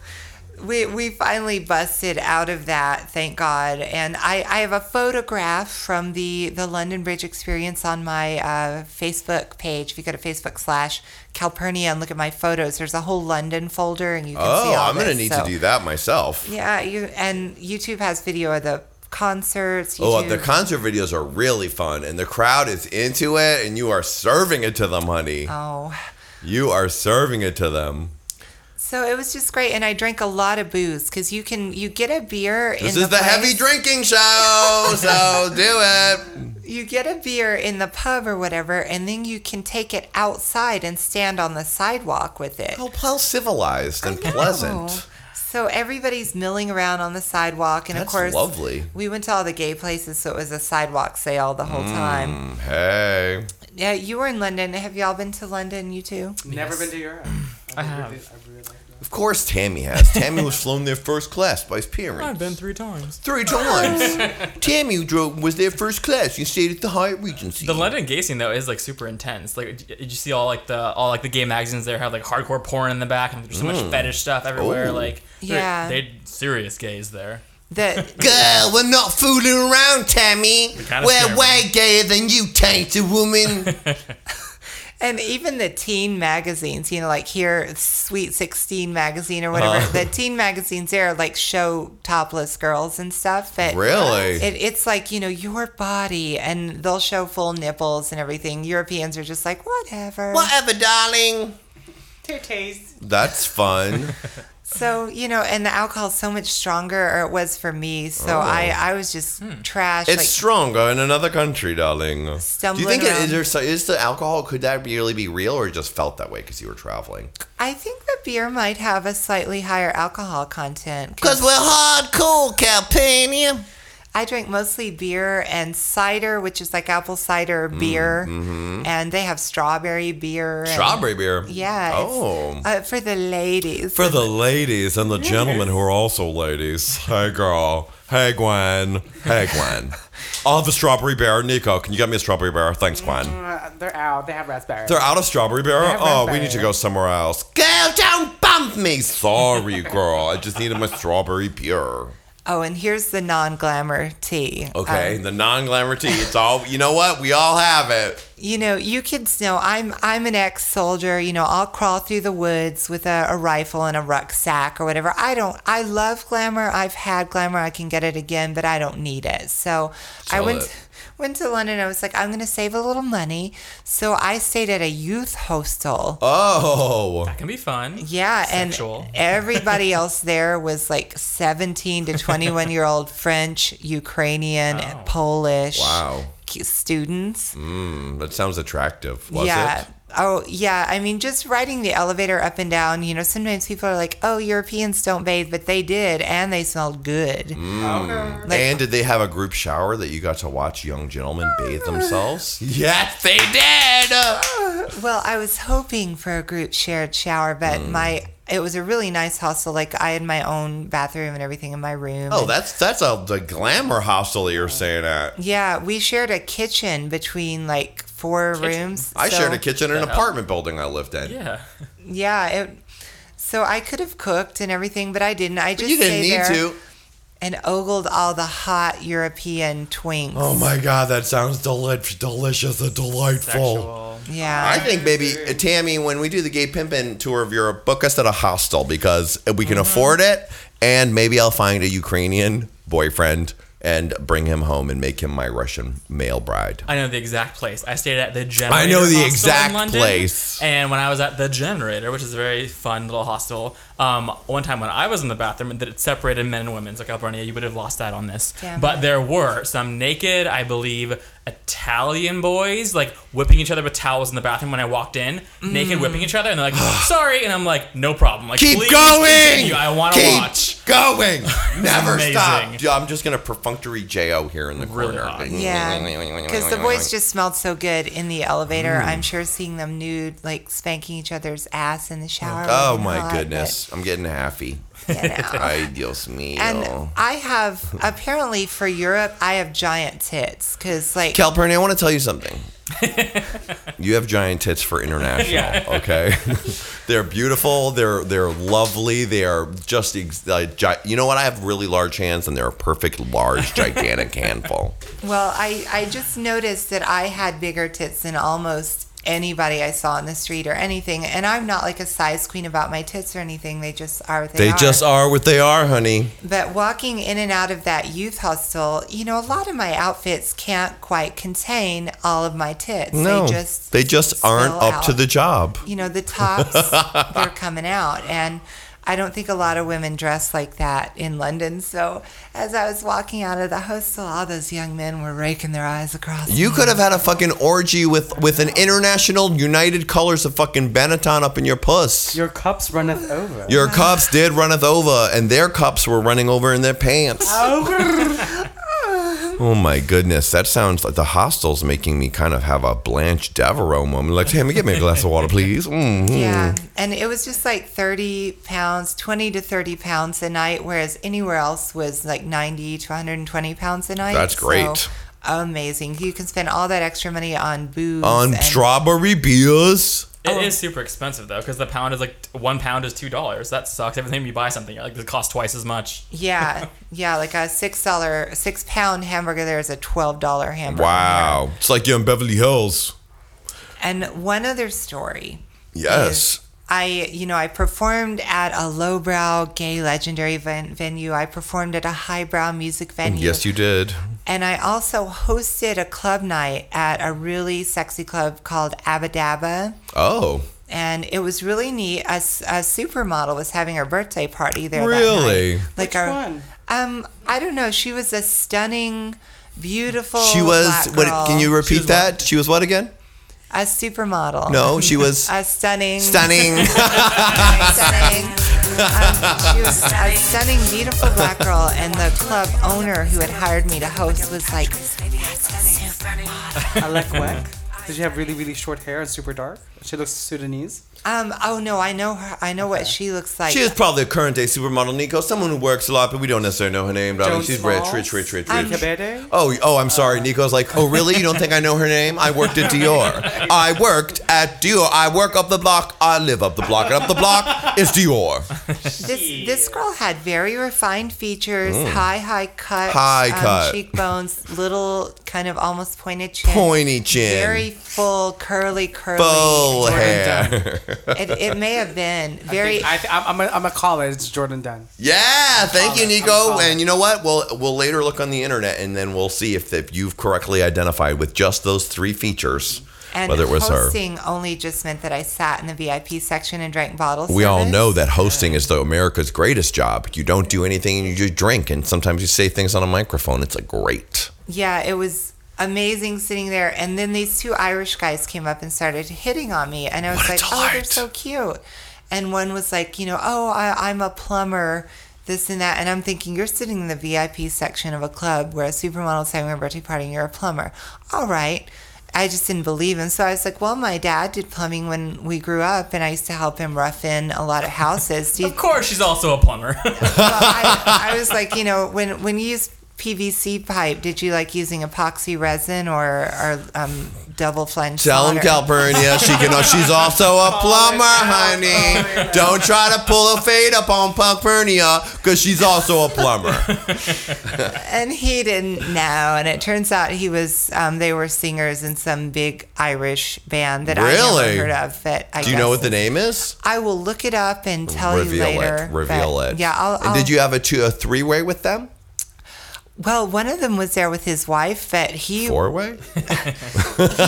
Speaker 11: we we finally busted out of that, thank God. And I, I have a photograph from the the London Bridge experience on my uh, Facebook page. If you go to Facebook slash Calpurnia and look at my photos, there's a whole London folder, and you can see
Speaker 1: Oh,
Speaker 11: all
Speaker 1: I'm gonna
Speaker 11: this.
Speaker 1: need
Speaker 11: So-
Speaker 1: to do that myself.
Speaker 11: Yeah, you and YouTube has video of the concerts.
Speaker 1: Oh,
Speaker 11: YouTube-
Speaker 1: the concert videos are really fun, and the crowd is into it, and you are serving it to them, honey.
Speaker 11: oh.
Speaker 1: You are serving it to them.
Speaker 11: So it was just great, and I drank a lot of booze because you can you get a beer.
Speaker 1: This
Speaker 11: in
Speaker 1: is the heavy
Speaker 11: place-
Speaker 1: drinking
Speaker 9: Oh,
Speaker 11: <laughs>
Speaker 1: show, so do it.
Speaker 11: you get a beer in the pub or whatever, and then you can take it outside and stand on the sidewalk with it.
Speaker 1: How Oh, well civilized and pleasant.
Speaker 11: So everybody's milling around on the sidewalk, and
Speaker 1: That's
Speaker 11: of course,
Speaker 1: lovely.
Speaker 11: we went to all the gay places, so it was a sidewalk sale the
Speaker 1: Mm.
Speaker 11: whole time.
Speaker 1: Hey,
Speaker 11: Yeah, you were in London. Have y'all been to London? You two?
Speaker 5: Never been to
Speaker 1: <clears throat>
Speaker 5: Europe. I have.
Speaker 1: of course Tammy has. Tammy was flown there first class by his parents.
Speaker 3: I've been three times.
Speaker 1: Three times.
Speaker 11: <laughs>
Speaker 1: Tammy drove was there first class. You stayed at the Hyatt Regency.
Speaker 3: <laughs> The London gay scene though is like super intense. Like, did you see all like the all like the gay magazines there have like
Speaker 1: Mm.
Speaker 3: hardcore porn in the back and there's so much fetish stuff everywhere.
Speaker 1: Oh.
Speaker 3: Like, they're-
Speaker 11: Yeah.
Speaker 3: they serious gays there.
Speaker 11: The
Speaker 9: Girl, we're not fooling around, Tammy.
Speaker 11: kinda
Speaker 9: We're
Speaker 11: scared
Speaker 9: way gayer than you, tainted woman.
Speaker 11: And even the teen magazines, you know, like here, Sweet 16 magazine or whatever,
Speaker 1: Oh.
Speaker 11: the teen magazines there like show topless girls and stuff. But
Speaker 1: Really?
Speaker 11: It, it's like, you know, your body and they'll show full nipples and everything. Europeans are just like, whatever.
Speaker 9: Whatever, darling.
Speaker 11: Titties.
Speaker 1: That's
Speaker 11: <laughs>
Speaker 1: fun.
Speaker 11: So, you know, and the alcohol's so much stronger, or it was for me. So
Speaker 1: Oh. Hmm.
Speaker 11: I, I was just trash.
Speaker 1: It's
Speaker 11: like,
Speaker 1: stronger in another country, darling. Do you
Speaker 11: Stumbling
Speaker 1: think it
Speaker 11: around.
Speaker 1: is, there, so- is the alcohol? Could that really be real, or it just felt that way because you were traveling?
Speaker 11: I think the beer might have a slightly higher alcohol content.
Speaker 9: Because we're hardcore Calpurnia.
Speaker 11: I drink mostly beer and cider, which is like apple cider beer,
Speaker 1: mhm.
Speaker 11: and they have strawberry beer. and-
Speaker 1: Strawberry beer.
Speaker 11: Yeah. it's,
Speaker 1: Oh.
Speaker 11: uh, for the ladies.
Speaker 1: For the ladies and the gentlemen who are also ladies. Hey, girl. Hey, Gwen. Hey, Gwen. I'll have the strawberry bear. Nico, can you get me a strawberry bear? Thanks, Gwen.
Speaker 5: Uh, they're out. They have raspberry. <laughs>
Speaker 1: They're out of strawberry bear?
Speaker 5: They have
Speaker 1: Oh, we
Speaker 5: raspberry.
Speaker 1: need to go somewhere else.
Speaker 9: Girl, don't bump me.
Speaker 1: Sorry, girl. I just needed my strawberry beer.
Speaker 11: Oh, and here's the non-glamour tea.
Speaker 1: Okay,
Speaker 11: Um,
Speaker 1: the non glamour tea. It's all, you know what? We all have it.
Speaker 11: you know, you kids know I'm I'm an ex-soldier. You know, I'll crawl through the woods with a, a rifle and a rucksack or whatever. I don't. I love glamour. I've had glamour. I can get it again, but I don't need it. So I
Speaker 8: Sell
Speaker 11: went.
Speaker 8: it.
Speaker 11: Went to London. I was like, I'm going to save a little money, so I stayed at a youth hostel.
Speaker 1: Oh.
Speaker 3: That can be fun.
Speaker 11: Yeah,
Speaker 3: Sexual.
Speaker 11: and everybody else there was like 17 to 21 year old French, Ukrainian, and Polish
Speaker 1: Wow.
Speaker 11: ki- students.
Speaker 1: Mmm, that sounds attractive. Was
Speaker 11: yeah.
Speaker 1: it?
Speaker 11: Oh, yeah. I mean, just riding the elevator up and down, you know, sometimes people are like, oh, Europeans don't bathe, but they did, and they smelled good.
Speaker 1: Mm.
Speaker 11: Like-
Speaker 1: and did they have a group shower that you got to watch young gentlemen bathe themselves? Yes,
Speaker 9: they did.
Speaker 11: <laughs> Well, I was hoping for a group shared shower, but
Speaker 1: Mm.
Speaker 11: my it was a really nice hostel. Like I had my own bathroom and everything in my room.
Speaker 1: Oh,
Speaker 11: and-
Speaker 1: that's that's a the glamour hostel that you're staying at.
Speaker 11: Yeah, we shared a kitchen between like four rooms.
Speaker 1: I
Speaker 11: so-
Speaker 1: shared a kitchen in an apartment building I lived in.
Speaker 3: Yeah.
Speaker 11: Yeah, it, so I could have cooked and everything, but I didn't. I just
Speaker 1: you didn't
Speaker 11: stayed
Speaker 1: need
Speaker 11: there
Speaker 1: to.
Speaker 11: And ogled all the hot European twinks.
Speaker 1: Oh my god, that sounds deli- delicious and delightful.
Speaker 11: Yeah.
Speaker 1: I think maybe uh, Tammy, when we do the gay pimpin' tour of Europe, book us at a hostel because we
Speaker 3: Mm-hmm.
Speaker 1: can afford it, and maybe I'll find a Ukrainian boyfriend and bring him home and make him my Russian male bride.
Speaker 3: I know the exact place. I stayed at the generator.
Speaker 1: I know the
Speaker 3: hostel in
Speaker 1: exact
Speaker 3: London,
Speaker 1: place.
Speaker 3: And when I was at the generator, which is a very fun little hostel, um, one time when I was in the bathroom, that it separated men and women. So Calpurnia, you would have lost that on this.
Speaker 2: Damn
Speaker 3: but
Speaker 2: it.
Speaker 3: there were some naked, I believe, Italian boys like whipping each other with towels in the bathroom when I walked in, naked
Speaker 2: Mm.
Speaker 3: whipping each other, and they're
Speaker 1: <sighs>
Speaker 3: like, "Sorry," and I'm like, "No problem." Like,
Speaker 1: Keep
Speaker 3: please
Speaker 1: going!
Speaker 3: continue. I want to
Speaker 1: Keep
Speaker 3: watch. <laughs>
Speaker 1: going. Never
Speaker 3: Amazing.
Speaker 1: stop. Dude, I'm just gonna perfunctory jo here in the corner.
Speaker 11: Yeah, because the boys just smelled so good in the elevator.
Speaker 1: Mm.
Speaker 11: I'm sure seeing them nude, like spanking each other's ass in the shower.
Speaker 1: Oh
Speaker 11: was
Speaker 1: my
Speaker 11: hot, but-
Speaker 1: goodness, I'm getting happy. <laughs> Ay, Dios mío.
Speaker 11: And I have apparently for Europe, I have giant tits because like
Speaker 1: Calpurnia, <laughs> I want to tell you something.
Speaker 11: <laughs>
Speaker 1: you have giant tits for international,
Speaker 11: Yeah. <laughs>
Speaker 1: okay? <laughs> they're beautiful. They're they're lovely. They are just ex- uh, gi- you know what? I have really large hands, and they're a perfect
Speaker 11: <laughs>
Speaker 1: large, gigantic handful.
Speaker 11: Well, I, I just noticed that I had bigger tits than almost anybody I saw on the street or anything. And I'm not like a size queen about my tits or anything. They just are what they,
Speaker 1: They,
Speaker 11: are.
Speaker 1: just are what they are, honey.
Speaker 11: But walking in and out of that youth hostel, you know, a lot of my outfits can't quite contain all of my tits.
Speaker 1: no,
Speaker 11: They just,
Speaker 1: they just aren't
Speaker 11: spill
Speaker 1: up to
Speaker 11: out.
Speaker 1: the job.
Speaker 11: you know, the
Speaker 1: <laughs>
Speaker 11: tops, they're coming out. And I don't think a lot of women dress like that in London. So as I was walking out of the hostel, all those young men were raking their eyes across.
Speaker 1: You could have had a fucking orgy with with an international United Colors of fucking Benetton up in your puss.
Speaker 5: Your cups runneth over.
Speaker 1: Your cups did runneth over, and their cups were running over in their
Speaker 11: Uh-huh.
Speaker 1: pants.
Speaker 5: Over.
Speaker 1: Oh my goodness, that sounds like the hostel's making me kind of have a Blanche Devereaux moment. Like, Tammy, get me a glass of water,
Speaker 11: <laughs>
Speaker 1: please. hmm
Speaker 11: Yeah, and it was just like 30 pounds, 20 to 30 pounds a night, whereas anywhere else was like 90 to 120 pounds a night.
Speaker 1: That's great.
Speaker 11: So, amazing. You can spend all that extra money on booze.
Speaker 1: On
Speaker 11: and-
Speaker 1: strawberry beers.
Speaker 3: It is super expensive though, because the pound is like one pound is two dollars. That sucks. Every time you buy something, you're like, this costs twice as much.
Speaker 1: <laughs>
Speaker 11: Yeah, yeah, like a six dollar, six pound hamburger. There's a twelve dollar hamburger.
Speaker 1: Wow. It's like you're in Beverly Hills.
Speaker 11: And one other story.
Speaker 1: Yes.
Speaker 11: I, you know, I performed at a lowbrow gay legendary ven- venue. I performed at a highbrow music venue.
Speaker 1: Yes, you did.
Speaker 11: And I also hosted a club night at a really sexy club called Abadaba.
Speaker 1: Oh.
Speaker 11: And it was really neat. A, s- a supermodel was having her birthday party there. that night.
Speaker 1: Really?
Speaker 11: Like our, Um, I don't
Speaker 4: <laughs>
Speaker 11: know. She was a stunning, beautiful.
Speaker 1: She was.
Speaker 11: Oh, black
Speaker 1: What?
Speaker 11: girl.
Speaker 1: Can you repeat that? She was what again?
Speaker 11: A supermodel.
Speaker 1: No, she was-
Speaker 11: <laughs> a stunning.
Speaker 1: Stunning.
Speaker 11: stunning. Um, she was <laughs> a stunning, beautiful black girl, and the club owner who had hired me to host was like,
Speaker 5: Alec Weck. Did you have really, really short hair and super dark? She looks Sudanese.
Speaker 11: um, "Oh no, I know her. I know what she looks like."
Speaker 1: She is probably a current day supermodel, Nico. Someone who works a lot, but we don't necessarily know her name. Darling.
Speaker 5: Joan
Speaker 1: She's
Speaker 5: Smalls?
Speaker 1: rich, rich, rich,
Speaker 11: I'm-
Speaker 1: rich, rich. Oh, oh, I'm sorry. Nico's like, oh, really? You don't think I know her name? I worked at Dior. I worked at Dior. I work up the block. I live up the block. And up the block is Dior.
Speaker 11: this this girl had very refined features,
Speaker 1: Mm.
Speaker 11: high high cut, um,
Speaker 1: High cut.
Speaker 11: cheekbones, little kind of almost pointed chin,
Speaker 1: Pointy chin.
Speaker 11: very full curly curly
Speaker 1: Full
Speaker 11: Jordan
Speaker 1: hair. <laughs>
Speaker 11: Dunn. It, it may have been very.
Speaker 5: <laughs> I think, I, I'm, I'm, a, I'm a college Jordan Dunn.
Speaker 1: Yeah, thank
Speaker 5: calling
Speaker 1: you,
Speaker 5: it. I'm
Speaker 1: Nico.
Speaker 5: calling
Speaker 1: And you know what? We'll we'll later look on the internet and then we'll see if, if you've correctly identified with just those three features
Speaker 11: and
Speaker 1: whether it was her.
Speaker 11: hosting only just meant that I sat in the VIP section and drank bottles.
Speaker 1: We all know that hosting is the America's greatest job. You don't do anything, you just drink, and sometimes you say things on a microphone. It's like great.
Speaker 11: Yeah, it was amazing sitting there. And then these two Irish guys came up and started hitting on me. And I was like, oh, they're so cute. And one was like, you know, oh, I, I'm a plumber, this and that. And I'm thinking, you're sitting in the VIP section of a club where a supermodel's having a birthday party and you're a plumber. All right. I just didn't believe him. So I was like, well, my dad did plumbing when we grew up, and I used to help him rough in a lot of houses. Do you
Speaker 3: Of course, she's also a plumber.
Speaker 11: I was like, you know, when when you use PVC pipe, did you like using epoxy resin or or um, double flanged?
Speaker 1: Tell him Calpurnia, she can. She's also
Speaker 9: <laughs>
Speaker 1: a plumber,
Speaker 9: Oh,
Speaker 1: honey. Don't try to pull a fade up on Calpurnia, because she's also a
Speaker 11: <laughs>
Speaker 1: plumber.
Speaker 11: <laughs> And he didn't know. And it turns out he was. Um, they were singers in some big Irish band that I
Speaker 1: Really?
Speaker 11: never heard of. But I
Speaker 1: do you know
Speaker 11: guess-
Speaker 1: what the name is?
Speaker 11: I will look it up and tell you
Speaker 1: Reveal
Speaker 11: later.
Speaker 1: it. Reveal
Speaker 11: but
Speaker 1: it.
Speaker 11: Yeah. I'll,
Speaker 1: and did
Speaker 11: I'll-
Speaker 1: you have a two, a three way with them?
Speaker 11: Well, one of them was there with his wife, but he
Speaker 1: Four way?
Speaker 11: <laughs> he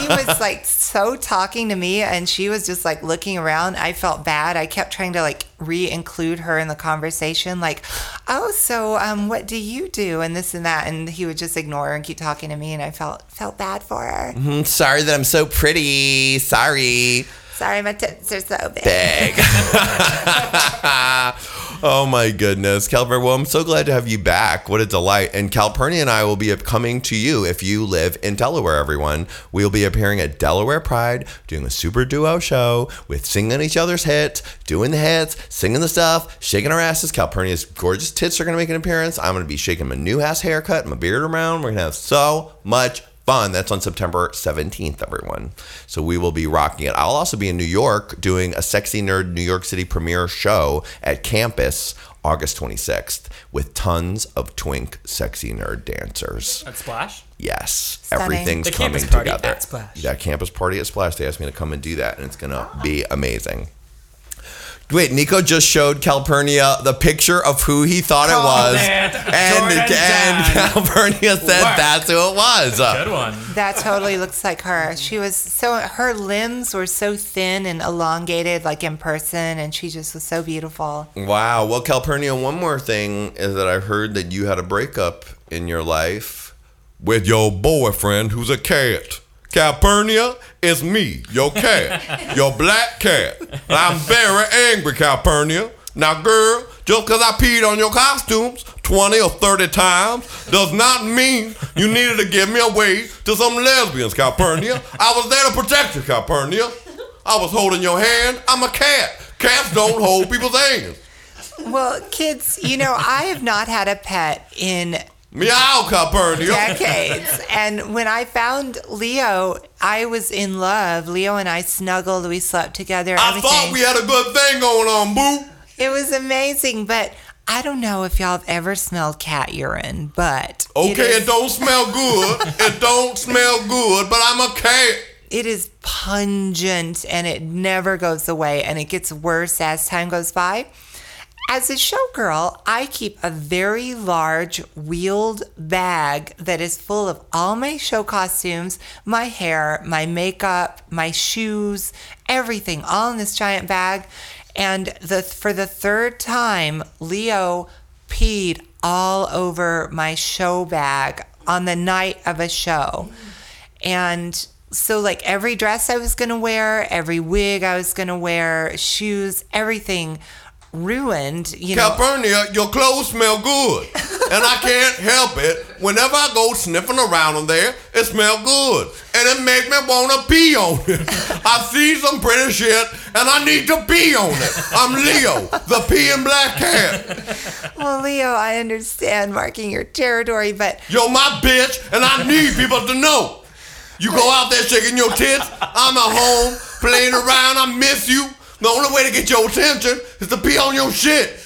Speaker 11: was like so talking to me and she was just like looking around i felt bad i kept trying to like re-include her in the conversation like oh so um what do you do and this and that and he would just ignore her and keep talking to me and i felt felt bad for her
Speaker 1: Mhm, sorry that I'm so pretty. Sorry.
Speaker 11: sorry my tits are so big
Speaker 1: Big. <laughs> oh my goodness. Calvert, well, I'm so glad to have you back. What a delight. And Calpurnia and I will be coming to you if you live in Delaware, everyone. We'll be appearing at Delaware Pride, doing a super duo show with singing each other's hits, doing the hits, singing the stuff, shaking our asses. Calpurnia's gorgeous tits are going to make an appearance. I'm going to be shaking my new ass haircut, my beard around. We're going to have so much fun. That's on September 17th, everyone. So we will be rocking it. I'll also be in New York doing a Sexy Nerd New York City premiere show at campus August 26th with tons of twink sexy nerd dancers.
Speaker 3: At Splash.
Speaker 1: Yes,
Speaker 3: Stunning.
Speaker 1: everything's
Speaker 3: The
Speaker 1: coming
Speaker 3: campus party
Speaker 1: together.
Speaker 3: at Splash.
Speaker 1: Yeah, campus party at Splash. They asked me to come and do that, and it's gonna be amazing. Wait, Nico just showed Calpurnia the picture of who he thought it was,
Speaker 3: man.
Speaker 1: and and Calpurnia said
Speaker 11: Work.
Speaker 1: that's who it was. Good
Speaker 3: one.
Speaker 11: that totally looks like her she was so her limbs were so thin and elongated like in person and she just was so beautiful
Speaker 1: Wow. Well, Calpurnia, one more thing is that I heard that you had a breakup in your life with your boyfriend who's a cat. Calpurnia is me, your cat, your black cat. And I'm very angry, Calpurnia. Now, girl, just because I peed on your costumes 20 or 30 times does not mean you needed to give me away to some lesbians, Calpurnia. I was there to protect you, Calpurnia. I was holding your hand. I'm a cat. Cats don't hold people's hands.
Speaker 11: Well, kids, you know, I have not had a pet in
Speaker 13: Meow, Calpurnia.
Speaker 11: decades. And when I found Leo, I was in love. Leo and I snuggled. We slept together.
Speaker 13: I thought we had a good thing going on, boo.
Speaker 11: It was amazing, but I don't know if y'all have ever smelled cat urine, but it
Speaker 13: Okay,
Speaker 11: is-
Speaker 13: it don't smell good. it don't smell good, but I'm a cat.
Speaker 11: it is pungent and it never goes away and it gets worse as time goes by. As a showgirl, I keep a very large wheeled bag that is full of all my show costumes, my hair, my makeup, my shoes, everything, all in this giant bag. And the for the third time, Leo peed all over my show bag on the night of a show. And so, like every dress I was going to wear, every wig I was going to wear, shoes, everything ruined, you know.
Speaker 13: Calpurnia, your clothes smell good. and I can't help it. Whenever I go sniffing around in there, it smells good. And it makes me want to pee on it. I see some pretty shit and I need to pee on it. I'm Leo, the peeing black cat.
Speaker 11: <laughs> Well, Leo, I understand marking your territory, but
Speaker 13: You're my bitch and I need people to know. You go out there shaking your tits, I'm at home playing around, I miss you. The only way to get your attention is to pee on your shit.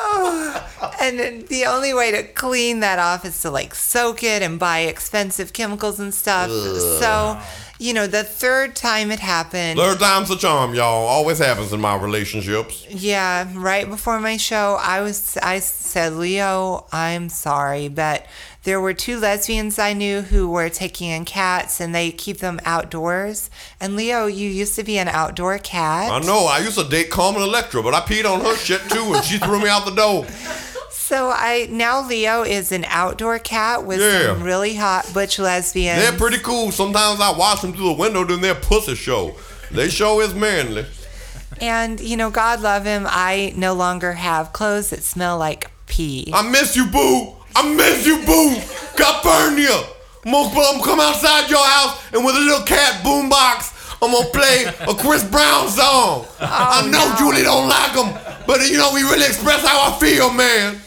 Speaker 11: oh, and then the only way to clean that off is to like soak it and buy expensive chemicals and stuff.
Speaker 13: Ugh.
Speaker 11: So, you know, the third time it happened,
Speaker 13: Third time's a charm, y'all. Always happens in my relationships.
Speaker 11: Yeah, right before my show, I was I said, "Leo, I'm sorry, but there were two lesbians I knew who were taking in cats and they keep them outdoors. And Leo, you used to be an outdoor cat.
Speaker 13: I know. I used to date Carmen Electra, but I peed on her shit too, and she threw me out the door.
Speaker 11: So I now Leo is an outdoor cat with
Speaker 13: Yeah.
Speaker 11: some really hot butch lesbians.
Speaker 13: They're pretty cool. Sometimes I watch them through the window doing their pussy show. They show is manly.
Speaker 11: And you know, God love him, I no longer have clothes that smell like pee.
Speaker 13: I miss you, boo. I miss you, boo. Calpurnia. I'm gonna come outside your house and with a little cat boombox, I'm gonna play a Chris Brown song.
Speaker 14: Oh,
Speaker 13: I know Julie don't like him, but you know we really express how I feel, man.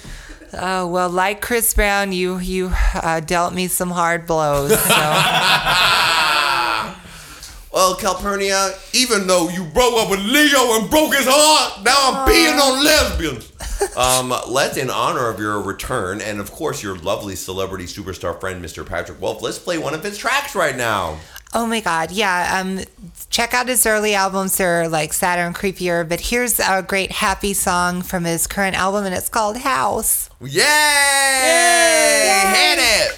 Speaker 11: Oh well, like Chris Brown, you you uh, dealt me some hard blows. So.
Speaker 13: <laughs> Well, Calpurnia, even though you broke up with Leo and broke his heart, now I'm
Speaker 14: Oh.
Speaker 13: peeing on lesbians. um, let's, in honor of your return and of course your lovely celebrity superstar friend, Mr. Patrick Wolf, let's play one of his tracks right now.
Speaker 11: oh my God, yeah. Um, check out his early albums; they're like sadder and creepier. But here's a great happy song from his current album, and it's called House.
Speaker 13: Yay! Hit it!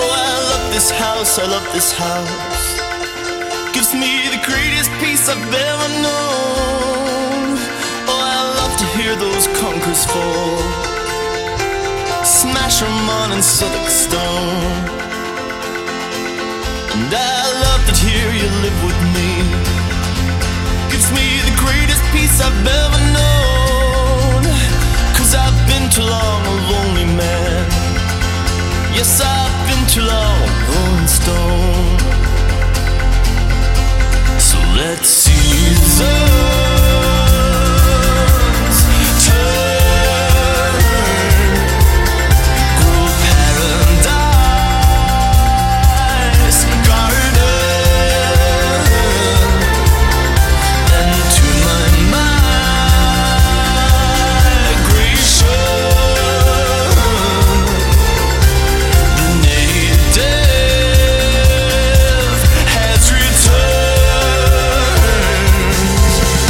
Speaker 15: Oh, I love this house, I love this house. Gives me the greatest peace I've ever known. Oh, I love to hear those conkers fall. Smash 'em on and Southwark stone. And I love that here you live with me. Gives me the greatest peace I've ever known. Cause I've been too long a lonely man. Yes, I've been too long on stone. So let's see turns, turn, grow paradise, garden, and to my migration. Native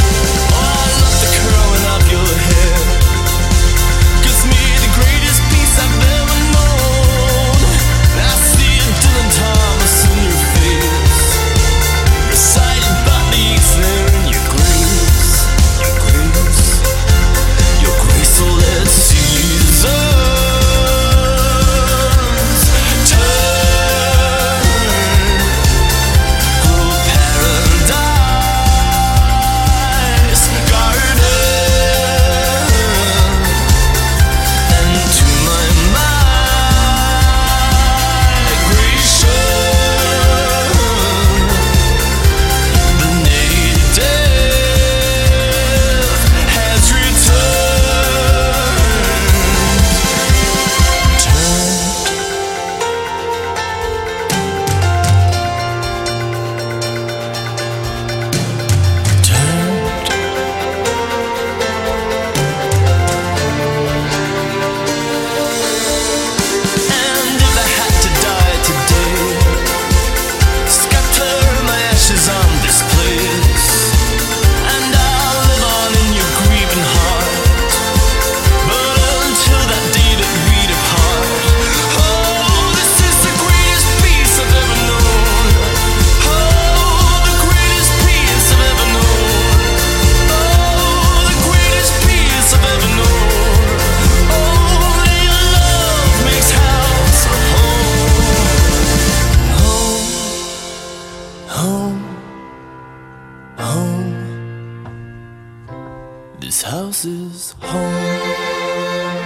Speaker 15: has returned. oh, This house is home.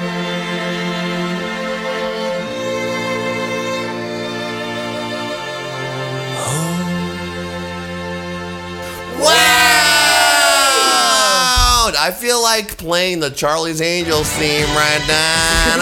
Speaker 9: Wow! I feel like playing the Charlie's Angels theme right now.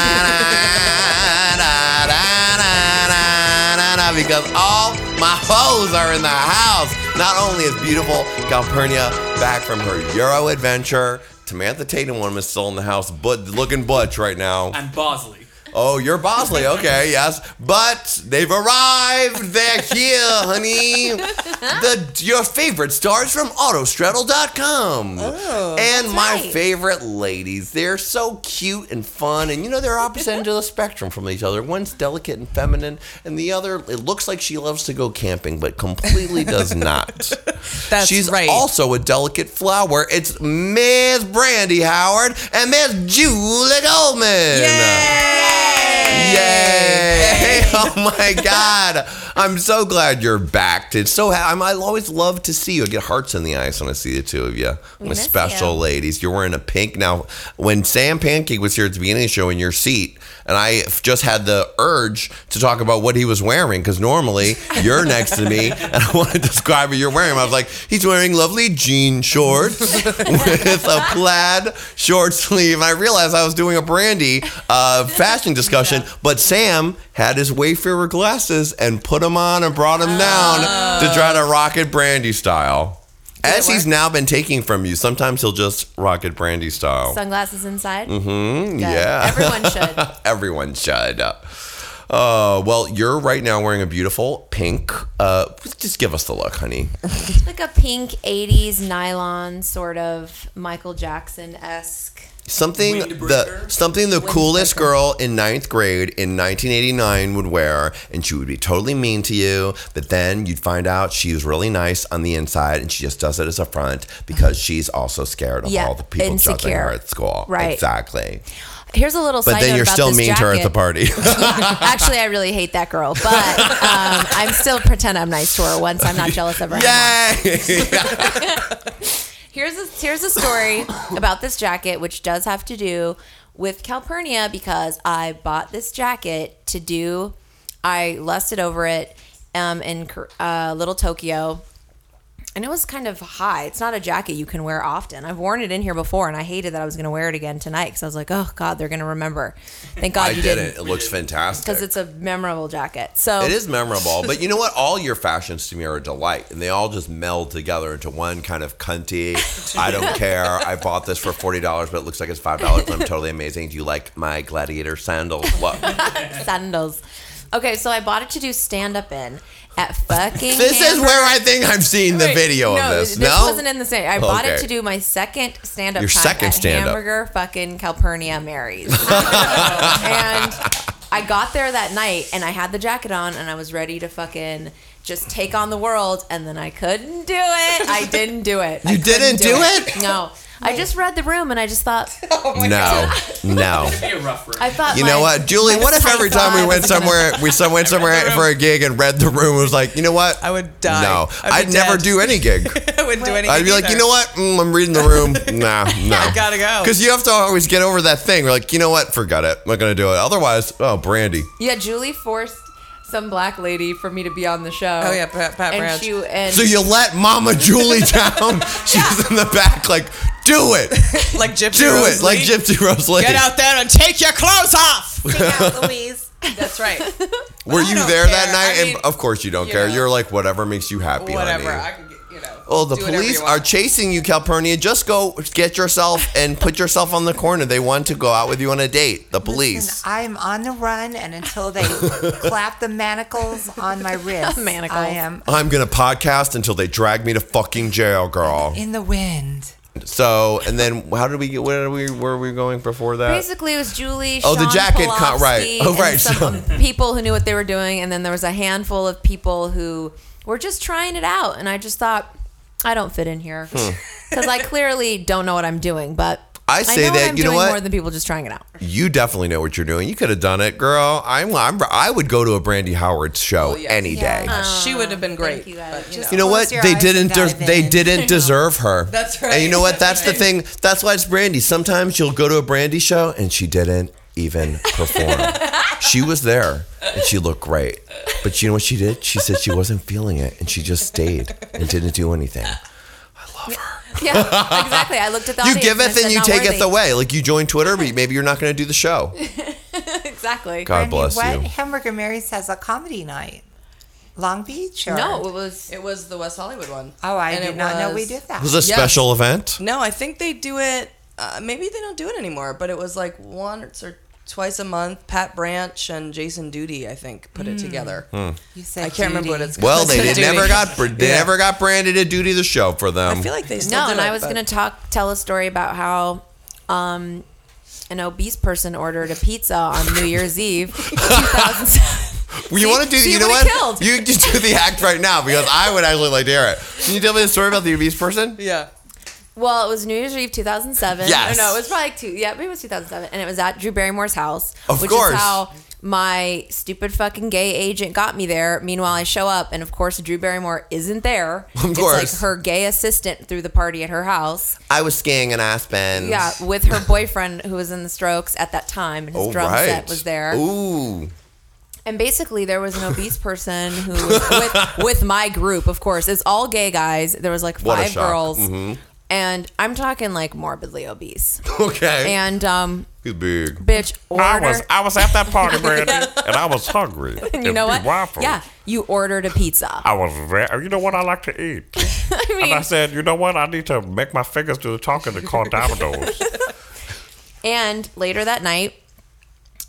Speaker 9: because all my hoes are in the house.
Speaker 1: Not only is beautiful Calpurnia back from her Euro adventure, Samantha Tatum one is still in the house, but looking butch right now.
Speaker 3: And Bosley.
Speaker 1: Oh, you're Bosley. <laughs> Okay, yes.
Speaker 9: But they've arrived. They're here,
Speaker 1: <laughs>
Speaker 9: honey. The your favorite stars from autostraddle.com.
Speaker 1: Oh,
Speaker 9: and
Speaker 1: that's
Speaker 9: my
Speaker 1: right.
Speaker 9: favorite ladies. They're so cute and fun and you know they're opposite ends of the spectrum from each other. One's delicate and feminine and the other it looks like she loves to go camping but completely <laughs> does not. That's She's right. also a delicate flower. It's Miss Brandy Howard and Miss Julie Goldman. Yay!
Speaker 1: <laughs> Oh my God. I'm so glad you're back. It's so ha- I'm, I always love to see you. I get hearts in the eyes when I see the two of you.
Speaker 9: We
Speaker 1: My
Speaker 9: miss
Speaker 1: special
Speaker 9: you.
Speaker 1: ladies. You're wearing a pink. Now, when Sam Pancake was here at the beginning of the show in your seat, and I f- just had the urge to talk about what <laughs> he was wearing because normally you're next to me and I want to describe what you're wearing. I was like, he's wearing lovely jean shorts with a plaid short sleeve. And I realized I was doing a brandy uh, fashion discussion, but Sam had his Wayfarer glasses and put them on and brought them down to try to rock it brandy style. As he's now been taking from you, sometimes he'll just rock it brandy style.
Speaker 14: Sunglasses inside.
Speaker 1: <laughs> Mm-hmm.
Speaker 14: Good.
Speaker 1: Yeah.
Speaker 14: Everyone should.
Speaker 1: <laughs> Everyone should. Uh, well, you're right now wearing a beautiful pink. Uh, just give us the look, honey.
Speaker 14: like a pink 80s nylon sort of Michael Jackson esque.
Speaker 1: Something the something the coolest girl in ninth grade in 1989 would wear, and she would be totally mean to you. But then you'd find out she was really nice on the inside, and she just does it as a front because she's also scared of
Speaker 14: Yeah,
Speaker 1: all the people judging
Speaker 14: insecure.
Speaker 1: her at school.
Speaker 14: Right.
Speaker 1: Exactly.
Speaker 14: Here's a little
Speaker 1: But
Speaker 14: side
Speaker 1: then
Speaker 14: note
Speaker 1: you're
Speaker 14: about
Speaker 1: still
Speaker 14: this
Speaker 1: mean
Speaker 14: jacket.
Speaker 1: to her at the party.
Speaker 14: Yeah.
Speaker 1: <laughs>
Speaker 14: <laughs> Actually, I really hate that girl, but um, I'm still pretend I'm nice to her once I'm not jealous
Speaker 1: <laughs>
Speaker 14: of her. Here's a, here's a story about this jacket, which does have to do with Calpurnia because I bought this jacket to do. I lusted over it um, in Cor- uh, Little Tokyo, and it was kind of high. It's not a jacket you can wear often. I've worn it in here before, and I hated that I was going to wear it again tonight because I was like, oh god, they're going to remember. Thank God
Speaker 1: I
Speaker 14: you
Speaker 1: didn't.
Speaker 14: didn't,
Speaker 1: It looks fantastic.
Speaker 14: because it's a memorable jacket. So
Speaker 1: It is memorable, <laughs> but you know what? All your fashions to me are a delight, and they all just meld together into one kind of cunty.
Speaker 14: <laughs>
Speaker 1: I don't care. I bought this for forty dollars, but it looks like it's five dollars. I'm totally amazing. Do you like my gladiator sandals?
Speaker 14: <laughs> <laughs>
Speaker 1: Look,
Speaker 14: sandals. Okay, so I bought it to do stand up in at fucking.
Speaker 1: this is where I think I've seen the
Speaker 14: Wait,
Speaker 1: video
Speaker 14: no,
Speaker 1: of this.
Speaker 14: This
Speaker 1: no,
Speaker 14: wasn't in the same. I bought it
Speaker 1: Okay.
Speaker 14: to do my second stand up.
Speaker 1: Your
Speaker 14: time
Speaker 1: second
Speaker 14: at
Speaker 1: stand-up.
Speaker 14: Hamburger fucking Calpurnia Mary's. <laughs> and I got there that night and I had the jacket on and I was ready to fucking just take on the world and then I couldn't do it. I didn't do it. I
Speaker 1: You
Speaker 14: couldn't
Speaker 1: didn't do it?
Speaker 14: No. I just read the room and I just
Speaker 1: <laughs>
Speaker 14: thought. Oh
Speaker 1: no, <laughs> no.
Speaker 14: I thought.
Speaker 1: You know
Speaker 14: my-
Speaker 1: what, Julie?
Speaker 14: my
Speaker 1: What if every time we
Speaker 14: 25
Speaker 1: went somewhere, we some went <laughs> somewhere for a gig and read the room was like, you know what? I would die. No, I'd,
Speaker 16: I'd be
Speaker 1: never
Speaker 16: dead.
Speaker 1: do any <laughs> gig.
Speaker 16: I wouldn't do anything.
Speaker 1: I'd be like,
Speaker 16: either.
Speaker 1: you know what? Mm, I'm reading
Speaker 16: <laughs>
Speaker 1: the room. Nah, no.
Speaker 16: Gotta go.
Speaker 1: Because you have to always get over that thing. We're like, you know what? Forget it. I'm not gonna do it. Otherwise, oh, Brandy.
Speaker 14: Yeah, Julie forced some black lady for me to be on the show.
Speaker 16: Oh, yeah, Pat- Pat
Speaker 14: and
Speaker 16: Branch.
Speaker 14: She, and
Speaker 1: So you
Speaker 16: <laughs>
Speaker 1: let Mama Julie down. She's in the back, like, do it,
Speaker 16: <laughs> like Gypsy
Speaker 1: do
Speaker 16: Rose
Speaker 1: it, like
Speaker 16: Lee.
Speaker 1: Gypsy Rose Lee.
Speaker 16: Get
Speaker 1: <laughs>
Speaker 16: out there and take your
Speaker 11: <laughs>
Speaker 16: clothes off.
Speaker 14: Louise.
Speaker 16: That's
Speaker 4: <laughs>
Speaker 16: right.
Speaker 1: Were you there that night?
Speaker 16: I
Speaker 1: and of course you don't
Speaker 16: you
Speaker 1: care.
Speaker 16: know.
Speaker 1: You're like whatever makes you happy.
Speaker 16: Whatever.
Speaker 1: honey.
Speaker 16: I can get, you know.
Speaker 1: Oh, the
Speaker 16: do whatever
Speaker 1: police
Speaker 16: you want.
Speaker 1: are chasing you, Calpurnia. Just go get yourself and put yourself on the corner. They want to go out with you on a date. The police.
Speaker 11: Listen, I'm on the run, and until
Speaker 1: <laughs>
Speaker 11: they clap the manacles on my wrists, manacles. I am
Speaker 1: I'm gonna podcast until they drag me to fucking jail, girl.
Speaker 11: in the wind.
Speaker 1: So, and then how did we get? Where are we? Where were we going before that?
Speaker 14: Basically, it was Julie.
Speaker 1: Oh, the
Speaker 14: Sean
Speaker 1: jacket con-
Speaker 14: Pulaski,
Speaker 1: right. Oh,
Speaker 14: and
Speaker 1: right,
Speaker 14: some
Speaker 1: so-
Speaker 14: people who knew what they were doing, and then there was a handful of people who were just trying it out. And I just thought, I don't fit in here
Speaker 1: Hmm.
Speaker 14: because I clearly don't know what I'm doing, but
Speaker 1: I say
Speaker 14: I know
Speaker 1: that
Speaker 14: what I'm
Speaker 1: you know
Speaker 14: doing
Speaker 1: what
Speaker 14: more than people just trying it
Speaker 1: <laughs>
Speaker 14: out.
Speaker 1: you definitely know what you're doing. You could have done it, girl. I'm, I'm I would go to a Brandy Howard show
Speaker 16: Oh,
Speaker 1: any day.
Speaker 16: she would have been great. but, you, know.
Speaker 1: You know what? They didn't. des- they
Speaker 14: <laughs>
Speaker 1: <laughs> didn't deserve her.
Speaker 16: That's
Speaker 1: And you know
Speaker 16: right.
Speaker 1: what? That's the thing. That's why it's Brandy. Sometimes you'll go to a Brandy show and she didn't even perform.
Speaker 16: <laughs>
Speaker 1: she was there and she looked great, but you know what she did? She said she wasn't feeling it and she just stayed and didn't do anything.
Speaker 14: Yeah, exactly. I looked at the
Speaker 1: you
Speaker 14: audience
Speaker 1: giveth
Speaker 14: said,
Speaker 1: and you
Speaker 14: "Not
Speaker 1: taketh
Speaker 14: worthy."
Speaker 1: away. Like you join Twitter, but maybe you're not going to do the show.
Speaker 16: <laughs>
Speaker 14: exactly.
Speaker 1: God bless
Speaker 11: what
Speaker 1: you.
Speaker 11: Hamburger Mary's has a comedy night? Long Beach? Or?
Speaker 16: No, it was it was the West Hollywood one.
Speaker 11: Oh, I
Speaker 16: And
Speaker 11: did
Speaker 16: it
Speaker 11: not know we did that.
Speaker 1: Was it a
Speaker 16: Yes.
Speaker 1: special event?
Speaker 16: No, I think they do it. Uh, maybe they don't do it anymore, but it was like once or twice a month. Pat Branch and Jason Duty, I think, put it
Speaker 11: Mm.
Speaker 16: together.
Speaker 1: Hmm.
Speaker 11: You said
Speaker 16: I can't remember what
Speaker 11: Judy.
Speaker 16: it's called. <laughs>
Speaker 1: Well, they
Speaker 16: It's
Speaker 1: did,
Speaker 16: Judy.
Speaker 1: never got br- they
Speaker 16: Yeah.
Speaker 1: never got branded a duty the show for them.
Speaker 16: I feel like they still
Speaker 14: no,
Speaker 16: do
Speaker 14: and
Speaker 16: it,
Speaker 14: I was
Speaker 16: but-
Speaker 14: gonna talk tell a story about how um, an obese person ordered a pizza on New Year's Eve,
Speaker 1: <laughs>
Speaker 14: in 2007.
Speaker 1: Well, you want to do?
Speaker 14: she
Speaker 1: You know what?
Speaker 14: would've killed.
Speaker 1: You can do the act right now because I would actually like to hear it. Can you tell me the story about the obese person? <laughs>
Speaker 16: Yeah.
Speaker 14: Well, it was New Year's Eve 2007.
Speaker 1: Yes.
Speaker 14: Or Oh, no, it was probably like two. Yeah, maybe it was 2007, and it was at Drew Barrymore's house,
Speaker 1: Of
Speaker 14: which
Speaker 1: course.
Speaker 14: is how my stupid fucking gay agent got me there. Meanwhile, I show up, and of course, Drew Barrymore isn't there.
Speaker 1: Of
Speaker 14: it's
Speaker 1: course.
Speaker 14: like her gay assistant threw the party at her house.
Speaker 1: I was skiing in Aspen.
Speaker 14: Yeah, with her boyfriend who was in the Strokes at that time, and his
Speaker 1: Oh,
Speaker 14: drum
Speaker 1: right.
Speaker 14: set was there.
Speaker 1: Ooh.
Speaker 14: And basically, there was an obese person who was
Speaker 1: <laughs>
Speaker 14: with, with my group, of course. It's all gay guys. There was like
Speaker 1: What a
Speaker 14: five
Speaker 1: shock.
Speaker 14: girls.
Speaker 1: Mhm.
Speaker 14: And I'm talking like morbidly
Speaker 17: <laughs>
Speaker 14: obese.
Speaker 1: Okay.
Speaker 14: And um,
Speaker 1: He's big.
Speaker 14: bitch, order.
Speaker 17: I was I was at that
Speaker 14: <laughs>
Speaker 17: party, Brandy, and I was hungry.
Speaker 14: and <laughs> you know
Speaker 17: we
Speaker 14: what?
Speaker 17: waffled.
Speaker 14: Yeah, you ordered a pizza.
Speaker 17: I was very, you know what I like to eat.
Speaker 14: <laughs> I
Speaker 17: and <laughs> I
Speaker 14: mean,
Speaker 17: said, you know what? I need to make my fingers do the talking to call Domino's.
Speaker 14: <laughs> and later that night,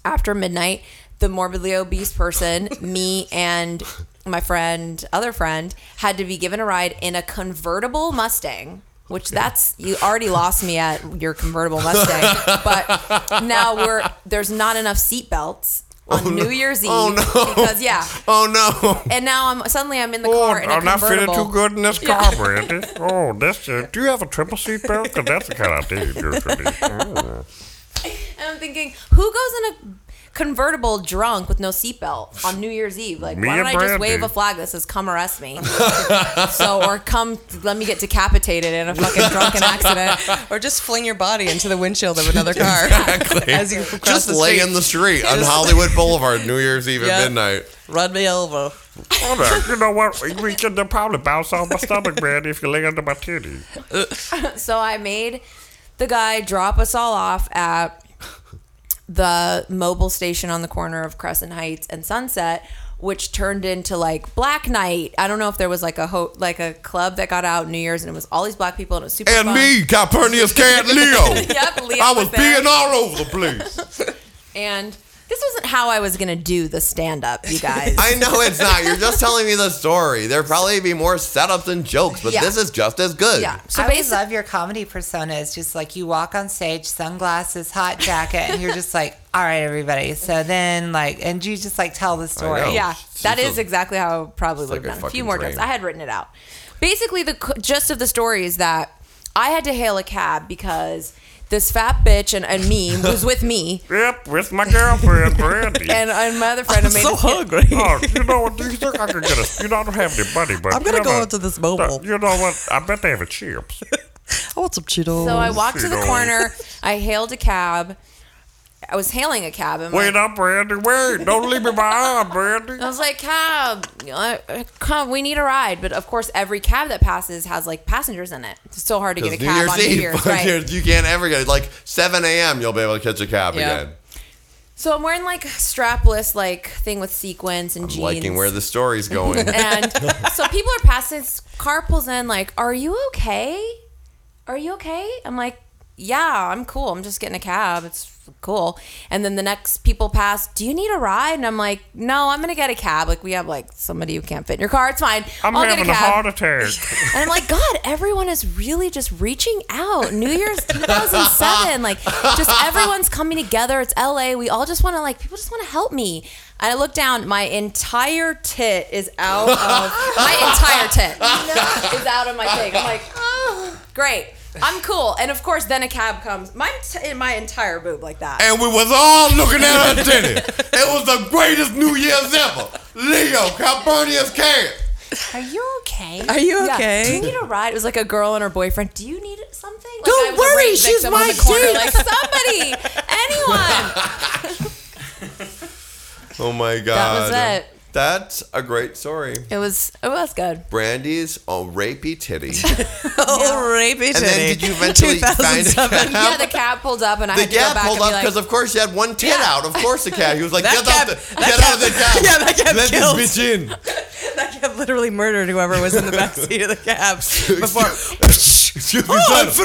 Speaker 14: after midnight, the morbidly obese
Speaker 17: <laughs>
Speaker 14: person, me and my friend, other friend, had to be given a ride in a convertible Mustang. Which that's you already lost me at your convertible
Speaker 1: <laughs>
Speaker 14: Mustang, but now we're there's not enough seat belts on New Year's Eve
Speaker 1: Oh, no.
Speaker 14: because
Speaker 17: <laughs>
Speaker 14: yeah,
Speaker 1: Oh no.
Speaker 14: and now I'm suddenly I'm in the car in a
Speaker 17: Oh, I'm not feeling
Speaker 14: convertible.
Speaker 17: too good in this
Speaker 14: Yeah.
Speaker 17: car, Brandy. Oh, this. Uh, do you have a triple seat belt? Because that's the kind I need usually.
Speaker 14: <laughs>
Speaker 17: Mm.
Speaker 14: <laughs> And I'm thinking, who goes in a convertible drunk with no seatbelt on New Year's Eve? Like,
Speaker 17: Me
Speaker 14: why don't
Speaker 17: and
Speaker 14: I just wave
Speaker 17: Brandy.
Speaker 14: a flag that says "Come arrest
Speaker 17: <laughs>
Speaker 14: me"? so, or come, let me get decapitated in a fucking
Speaker 17: <laughs>
Speaker 14: drunken accident.
Speaker 16: <laughs> or just fling your body into the windshield of
Speaker 1: <laughs> Oh,
Speaker 16: another car. As you cross
Speaker 1: Just
Speaker 16: the
Speaker 1: lay
Speaker 16: street.
Speaker 1: in the street on
Speaker 16: Just-
Speaker 1: Hollywood Boulevard, New Year's Eve
Speaker 16: Yeah.
Speaker 1: at midnight.
Speaker 16: Run me over.
Speaker 17: Hold on. Oh, You know what? We can they'll probably bounce off my stomach, Brandy, if you lay under my titty.
Speaker 14: Uh, <laughs> so I made the guy drop us all off at the mobile station on the corner of Crescent Heights and Sunset, which turned into like Black Night. I don't know if there was like a ho- like a club that got out New Year's and it was all these black people and it was super
Speaker 1: And
Speaker 14: fun.
Speaker 1: me, Calpurnius
Speaker 14: <laughs>
Speaker 1: Cat Leo.
Speaker 14: Yep, Leo
Speaker 1: I
Speaker 14: was
Speaker 1: was
Speaker 14: there.
Speaker 1: being all over the place.
Speaker 14: And this wasn't how I was gonna do the stand
Speaker 11: <laughs>
Speaker 14: up, you guys.
Speaker 1: I know it's not. You're just telling me the story. There'd probably be more setups and jokes, but
Speaker 11: Yeah.
Speaker 1: this is just as good.
Speaker 11: So I always love your comedy persona. It's just like you walk on stage, sunglasses, hot jacket, and you're just like, all right, everybody. So then, like, and you just like tell the story.
Speaker 14: yeah, that
Speaker 11: She's
Speaker 14: is
Speaker 11: a-
Speaker 14: exactly how I probably
Speaker 11: It's
Speaker 14: would have
Speaker 11: like a
Speaker 14: done. A few
Speaker 11: fucking
Speaker 14: more jokes.
Speaker 11: dream.
Speaker 14: I had written it out. Basically, the c- gist of the story is that I had to hail a cab because this fat bitch and, and
Speaker 11: <laughs>
Speaker 14: me was with me.
Speaker 17: Yep, with my girlfriend, Brandy.
Speaker 14: And, and my other friend
Speaker 17: I'm
Speaker 14: made
Speaker 17: so
Speaker 14: us get- <laughs>
Speaker 17: hungry. Oh, you know what? Do you think I could get a? You know, I don't have any money, but
Speaker 14: I'm gonna
Speaker 17: you
Speaker 14: go
Speaker 17: know,
Speaker 14: into this mobile.
Speaker 17: You know what? I bet they have a chips.
Speaker 1: Oh,
Speaker 16: I want some Cheetos.
Speaker 14: So I walked to the corner. I hailed a cab. I was hailing a cab. And my-
Speaker 17: Wait up, Brandy. Wait! Don't leave me behind,
Speaker 14: <laughs>
Speaker 17: Brandy.
Speaker 14: I was like, cab, uh, uh, come, we need a ride. But of course, every cab that passes has like passengers in it. It's so hard to get a
Speaker 1: Because New
Speaker 14: cab
Speaker 1: Year's
Speaker 14: on New
Speaker 1: Eve, <laughs>
Speaker 14: Year's,
Speaker 1: fuck,
Speaker 14: right?
Speaker 1: you're- you can't ever get it. Like 7 a.m., you'll be able to catch a cab
Speaker 14: Yeah.
Speaker 1: again.
Speaker 14: So I'm wearing like strapless like thing with sequins and jeans.
Speaker 1: Liking where the
Speaker 14: <laughs>
Speaker 1: story's going.
Speaker 14: and so people are passing. this Car pulls in. Like, are you okay? Are you okay? I'm like, yeah, I'm cool. I'm just getting a cab. It's cool. And then the next people pass. Do you need a ride? And I'm like, no, I'm gonna get a cab. Like we have like somebody who can't fit in your car. It's fine.
Speaker 17: I'm
Speaker 14: I'll get
Speaker 17: having a,
Speaker 14: cab.
Speaker 17: heart attack.
Speaker 14: <laughs> And I'm like, God, everyone is really just reaching out. New
Speaker 1: <laughs>
Speaker 14: Year's 2007, like, just everyone's coming together. It's LA. We all just want to, like, people just want to help me. And I look down, my entire tit is
Speaker 1: <laughs> <sighs>
Speaker 14: out of my entire tit is out of my thing. I'm like, oh, great.
Speaker 13: I'm cool. And of course, then a cab comes. My ent- in my entire boob like that.
Speaker 4: And we was all looking at her titty. It was the greatest New Year's ever. Leo Calpurnia's cat.
Speaker 14: Are you okay?
Speaker 16: Are you
Speaker 14: Yeah.
Speaker 16: okay?
Speaker 14: Do you need a ride? It was like a girl and her boyfriend. Do you need something? Like
Speaker 16: Don't
Speaker 14: I was a
Speaker 16: worry,
Speaker 14: rape
Speaker 16: she's
Speaker 14: victim in the
Speaker 16: my
Speaker 14: corner, Like
Speaker 16: dick.
Speaker 14: somebody,
Speaker 4: <laughs>
Speaker 14: anyone.
Speaker 1: Oh my
Speaker 14: was
Speaker 1: god.
Speaker 14: it.
Speaker 1: That's a great story.
Speaker 14: It was it was good.
Speaker 1: Brandy's a rapey titty.
Speaker 14: <laughs>
Speaker 16: oh, rapey
Speaker 1: And then did you eventually find a
Speaker 14: yeah,
Speaker 1: cab?
Speaker 14: the cab pulled up and I
Speaker 1: The
Speaker 14: had to go
Speaker 1: gap
Speaker 14: back
Speaker 1: pulled
Speaker 14: and be
Speaker 1: up
Speaker 14: like,
Speaker 1: because, of course, you had one tit
Speaker 14: Yeah.
Speaker 1: out. Of course, the cat. He was like,
Speaker 16: That
Speaker 1: "Get
Speaker 16: cab-
Speaker 1: out,
Speaker 14: <laughs>
Speaker 1: the, get out of the cab."
Speaker 16: Yeah, that cab
Speaker 1: Let
Speaker 16: killed.
Speaker 1: this bitch in.
Speaker 16: that cab literally murdered whoever was in the back seat of the cab before.
Speaker 1: Excuse me,
Speaker 16: <laughs> oh, I'm
Speaker 1: sir.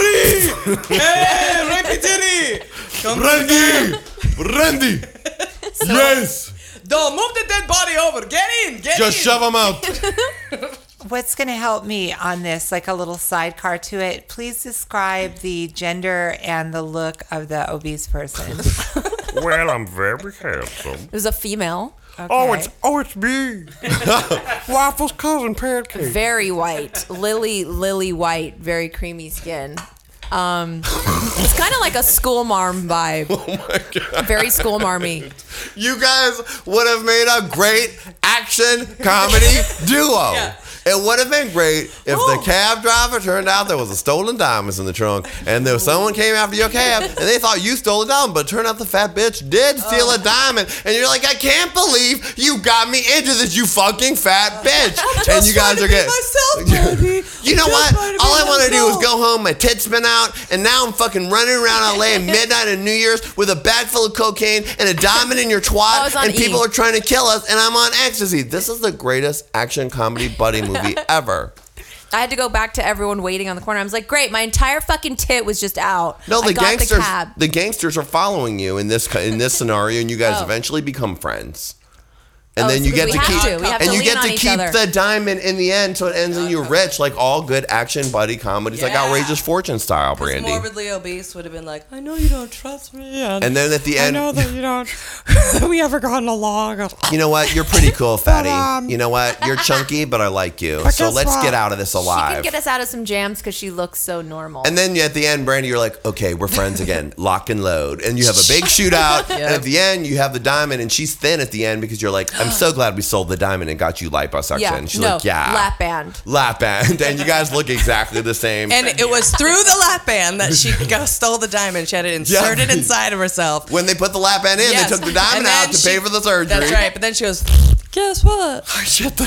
Speaker 16: free! hey, rapey titty!
Speaker 1: Brandy!
Speaker 11: <laughs>
Speaker 1: Brandy! yes!
Speaker 16: Don't move the dead body over. Get in. Get
Speaker 1: Just shove
Speaker 14: <laughs>
Speaker 1: him out.
Speaker 11: What's going to help me on this, like a little sidecar to it? Please describe the gender and the look of the obese
Speaker 14: <laughs>
Speaker 11: person.
Speaker 17: Well, I'm very handsome.
Speaker 14: it was a female.
Speaker 17: Oh, it's oh,
Speaker 14: <laughs>
Speaker 17: it's me. Waffles, cousin, pancake.
Speaker 14: very white, lily lily white, very creamy skin. Um, it's kind of like a school marm
Speaker 1: <laughs>
Speaker 14: vibe.
Speaker 1: Oh
Speaker 14: Very school marmy.
Speaker 1: You guys would have made a great action comedy duo. It would have been great if the cab driver turned out there was a stolen diamonds in the trunk, and there someone came after your cab, and they thought you stole a diamond, but turned out the fat bitch did steal a diamond, and you're like, I can't believe you got me into this, you fucking fat bitch, and you guys are getting. <laughs> You know what? All I want to do is go home. My tits been out, and now I'm fucking running around LA
Speaker 16: <laughs>
Speaker 1: at midnight and New Year's with a bag full of cocaine and a diamond in your
Speaker 14: I
Speaker 1: twat,
Speaker 14: was on
Speaker 1: and
Speaker 14: E.
Speaker 1: people are trying to kill us, and I'm on ecstasy. This is the greatest action comedy buddy
Speaker 14: <laughs>
Speaker 1: movie ever.
Speaker 14: I had to go back to everyone waiting on the corner. I was like, great, my entire fucking tit was just out.
Speaker 1: No, the
Speaker 14: I got
Speaker 1: gangsters,
Speaker 14: the cab.
Speaker 1: the, gangsters are following you in this co-
Speaker 14: <laughs>
Speaker 1: in this scenario, and you guys
Speaker 14: Oh.
Speaker 1: eventually become friends. And
Speaker 14: Oh,
Speaker 1: then
Speaker 14: it's
Speaker 1: you
Speaker 14: 'cause
Speaker 1: get
Speaker 14: we
Speaker 1: to
Speaker 14: have
Speaker 1: keep,
Speaker 14: to. We have
Speaker 1: and
Speaker 14: to
Speaker 1: you
Speaker 14: lean
Speaker 1: get
Speaker 14: on
Speaker 1: to
Speaker 14: each
Speaker 1: keep
Speaker 14: other.
Speaker 1: the diamond in the end, so it ends in you rich, like all good action buddy comedies, like
Speaker 16: Yeah.
Speaker 1: outrageous fortune style,
Speaker 16: Brandy.
Speaker 1: Brandy.
Speaker 16: Morbidly obese would have been like, I know you don't trust me.
Speaker 1: And then at the end-
Speaker 16: I know
Speaker 1: <laughs>
Speaker 16: that you don't. that we ever gotten along.
Speaker 1: You know what? You're
Speaker 16: <laughs>
Speaker 1: pretty cool, fatty.
Speaker 16: um,
Speaker 1: you know what? You're chunky, but I like you.
Speaker 14: But
Speaker 1: So
Speaker 14: guess
Speaker 1: let's
Speaker 14: what?
Speaker 1: get out of this
Speaker 14: She can
Speaker 1: alive.
Speaker 14: get us out of some jams because she looks so normal.
Speaker 1: And then at the end, Brandy, you're like, okay, we're friends again. Lock and load. And you have a big shootout.
Speaker 14: Yeah.
Speaker 1: And at the end, you have the diamond, and she's thin at the end because you're like, I'm so glad we sold the diamond and got you liposuction.
Speaker 14: yeah,
Speaker 1: She's
Speaker 14: no,
Speaker 1: like, yeah.
Speaker 14: lap band.
Speaker 1: Lap band. And you guys look exactly the same. <laughs>
Speaker 16: And it was through the lap band that she got, stole the diamond. She had it inserted
Speaker 1: <laughs> Yeah.
Speaker 16: inside of herself.
Speaker 1: When they put the lap band in, they took the diamond out to pay for the surgery.
Speaker 16: That's right. But then she goes, guess <laughs> what? I
Speaker 1: shut the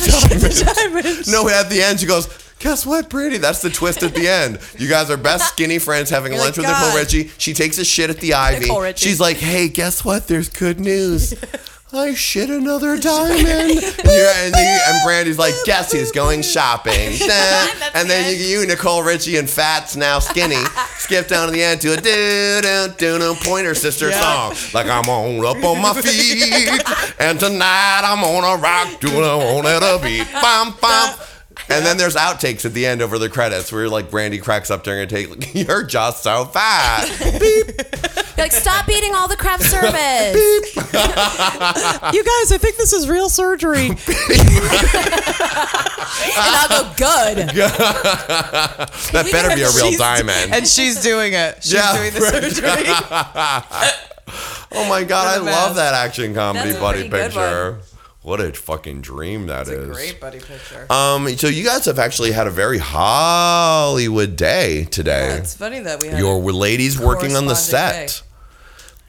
Speaker 16: diamond.
Speaker 1: No, at the end she goes, Guess what, Brandy? That's the twist at the end. You guys are best skinny friends having lunch with Nicole
Speaker 16: God.
Speaker 1: Richie. She takes a shit at the Ivy.
Speaker 16: Nicole Richie.
Speaker 1: She's like, Hey, guess what? There's
Speaker 16: <laughs>
Speaker 1: good news. I shit another diamond. and, you're- and you- and Brandy's like, Guess who's going shopping? Nah. and then you, you, Nicole Richie, and Fats, now skinny, skip down to the end to a doo doo doo doo Pointer Sister
Speaker 17: Yeah.
Speaker 1: song. Like, I'm on up on my feet, and tonight I'm on a rock, do what I want it to be. Bum, <laughs> bum. And then there's outtakes at the end over the credits where like Brandy cracks up during a take. Like, <laughs> You're just
Speaker 16: <laughs>
Speaker 1: so fat.
Speaker 14: You're like, stop eating all the
Speaker 1: <laughs>
Speaker 14: craft service.
Speaker 16: <laughs> You guys, I think this is real
Speaker 1: <laughs>
Speaker 16: surgery. and
Speaker 14: I'll go, good.
Speaker 1: <laughs> that better be a real
Speaker 16: She's-
Speaker 1: diamond.
Speaker 16: And she's doing it. She's doing the surgery.
Speaker 1: <laughs> oh my god, I
Speaker 16: You're the
Speaker 1: love
Speaker 16: best.
Speaker 1: that action comedy
Speaker 16: That's a
Speaker 1: buddy
Speaker 16: pretty good
Speaker 1: picture. What a fucking dream that is.
Speaker 16: Great buddy picture.
Speaker 1: Um, so you guys have actually had a very Hollywood day today.
Speaker 16: It's funny that we had
Speaker 1: Your ladies working on the
Speaker 16: corresponding
Speaker 1: set.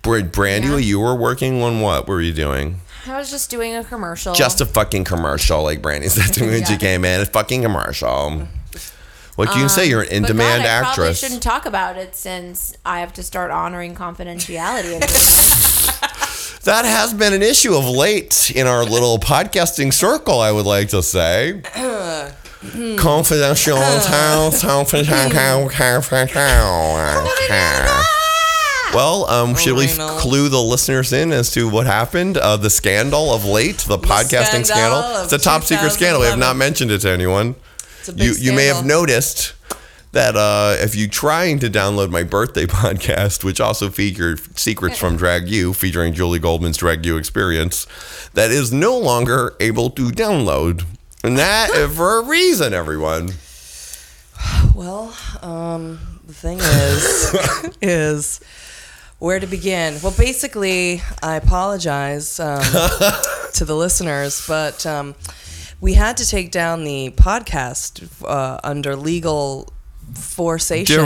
Speaker 1: Br- Brandy, you were working on what? Were you doing?
Speaker 14: I was just doing a commercial.
Speaker 1: Just a fucking commercial, like Brandy said to me when she came in. A fucking commercial. What can you say?
Speaker 14: Um,
Speaker 1: You're an
Speaker 14: but God,
Speaker 1: in-demand
Speaker 14: I Probably
Speaker 1: actress.
Speaker 14: shouldn't talk about it since I have to start honoring confidentiality. in this.
Speaker 1: That has been an issue of late in our little podcasting circle. I would like to say.
Speaker 14: Hmm.
Speaker 16: day.
Speaker 14: <laughs>
Speaker 1: confidential house, confidential, confidential. Well,
Speaker 14: Oh,
Speaker 1: um, should we
Speaker 16: Lionel.
Speaker 1: clue the listeners in as to what happened? Uh, the scandal of late, the,
Speaker 16: scandal
Speaker 1: podcasting scandal.
Speaker 16: of
Speaker 1: It's a top secret scandal. We have not mentioned it to anyone. you you may have noticed that uh, if you trying to download my birthday <laughs> podcast, which also featured Secrets from Drag U, featuring Julie Goldman's Drag U experience, that is no longer able to download.
Speaker 16: <laughs>
Speaker 1: And that is for a reason, everyone.
Speaker 16: Well, um, the thing is, is where to begin. Well, basically, I apologize um, to the listeners, but um, we had to take down the podcast uh, under legal forceation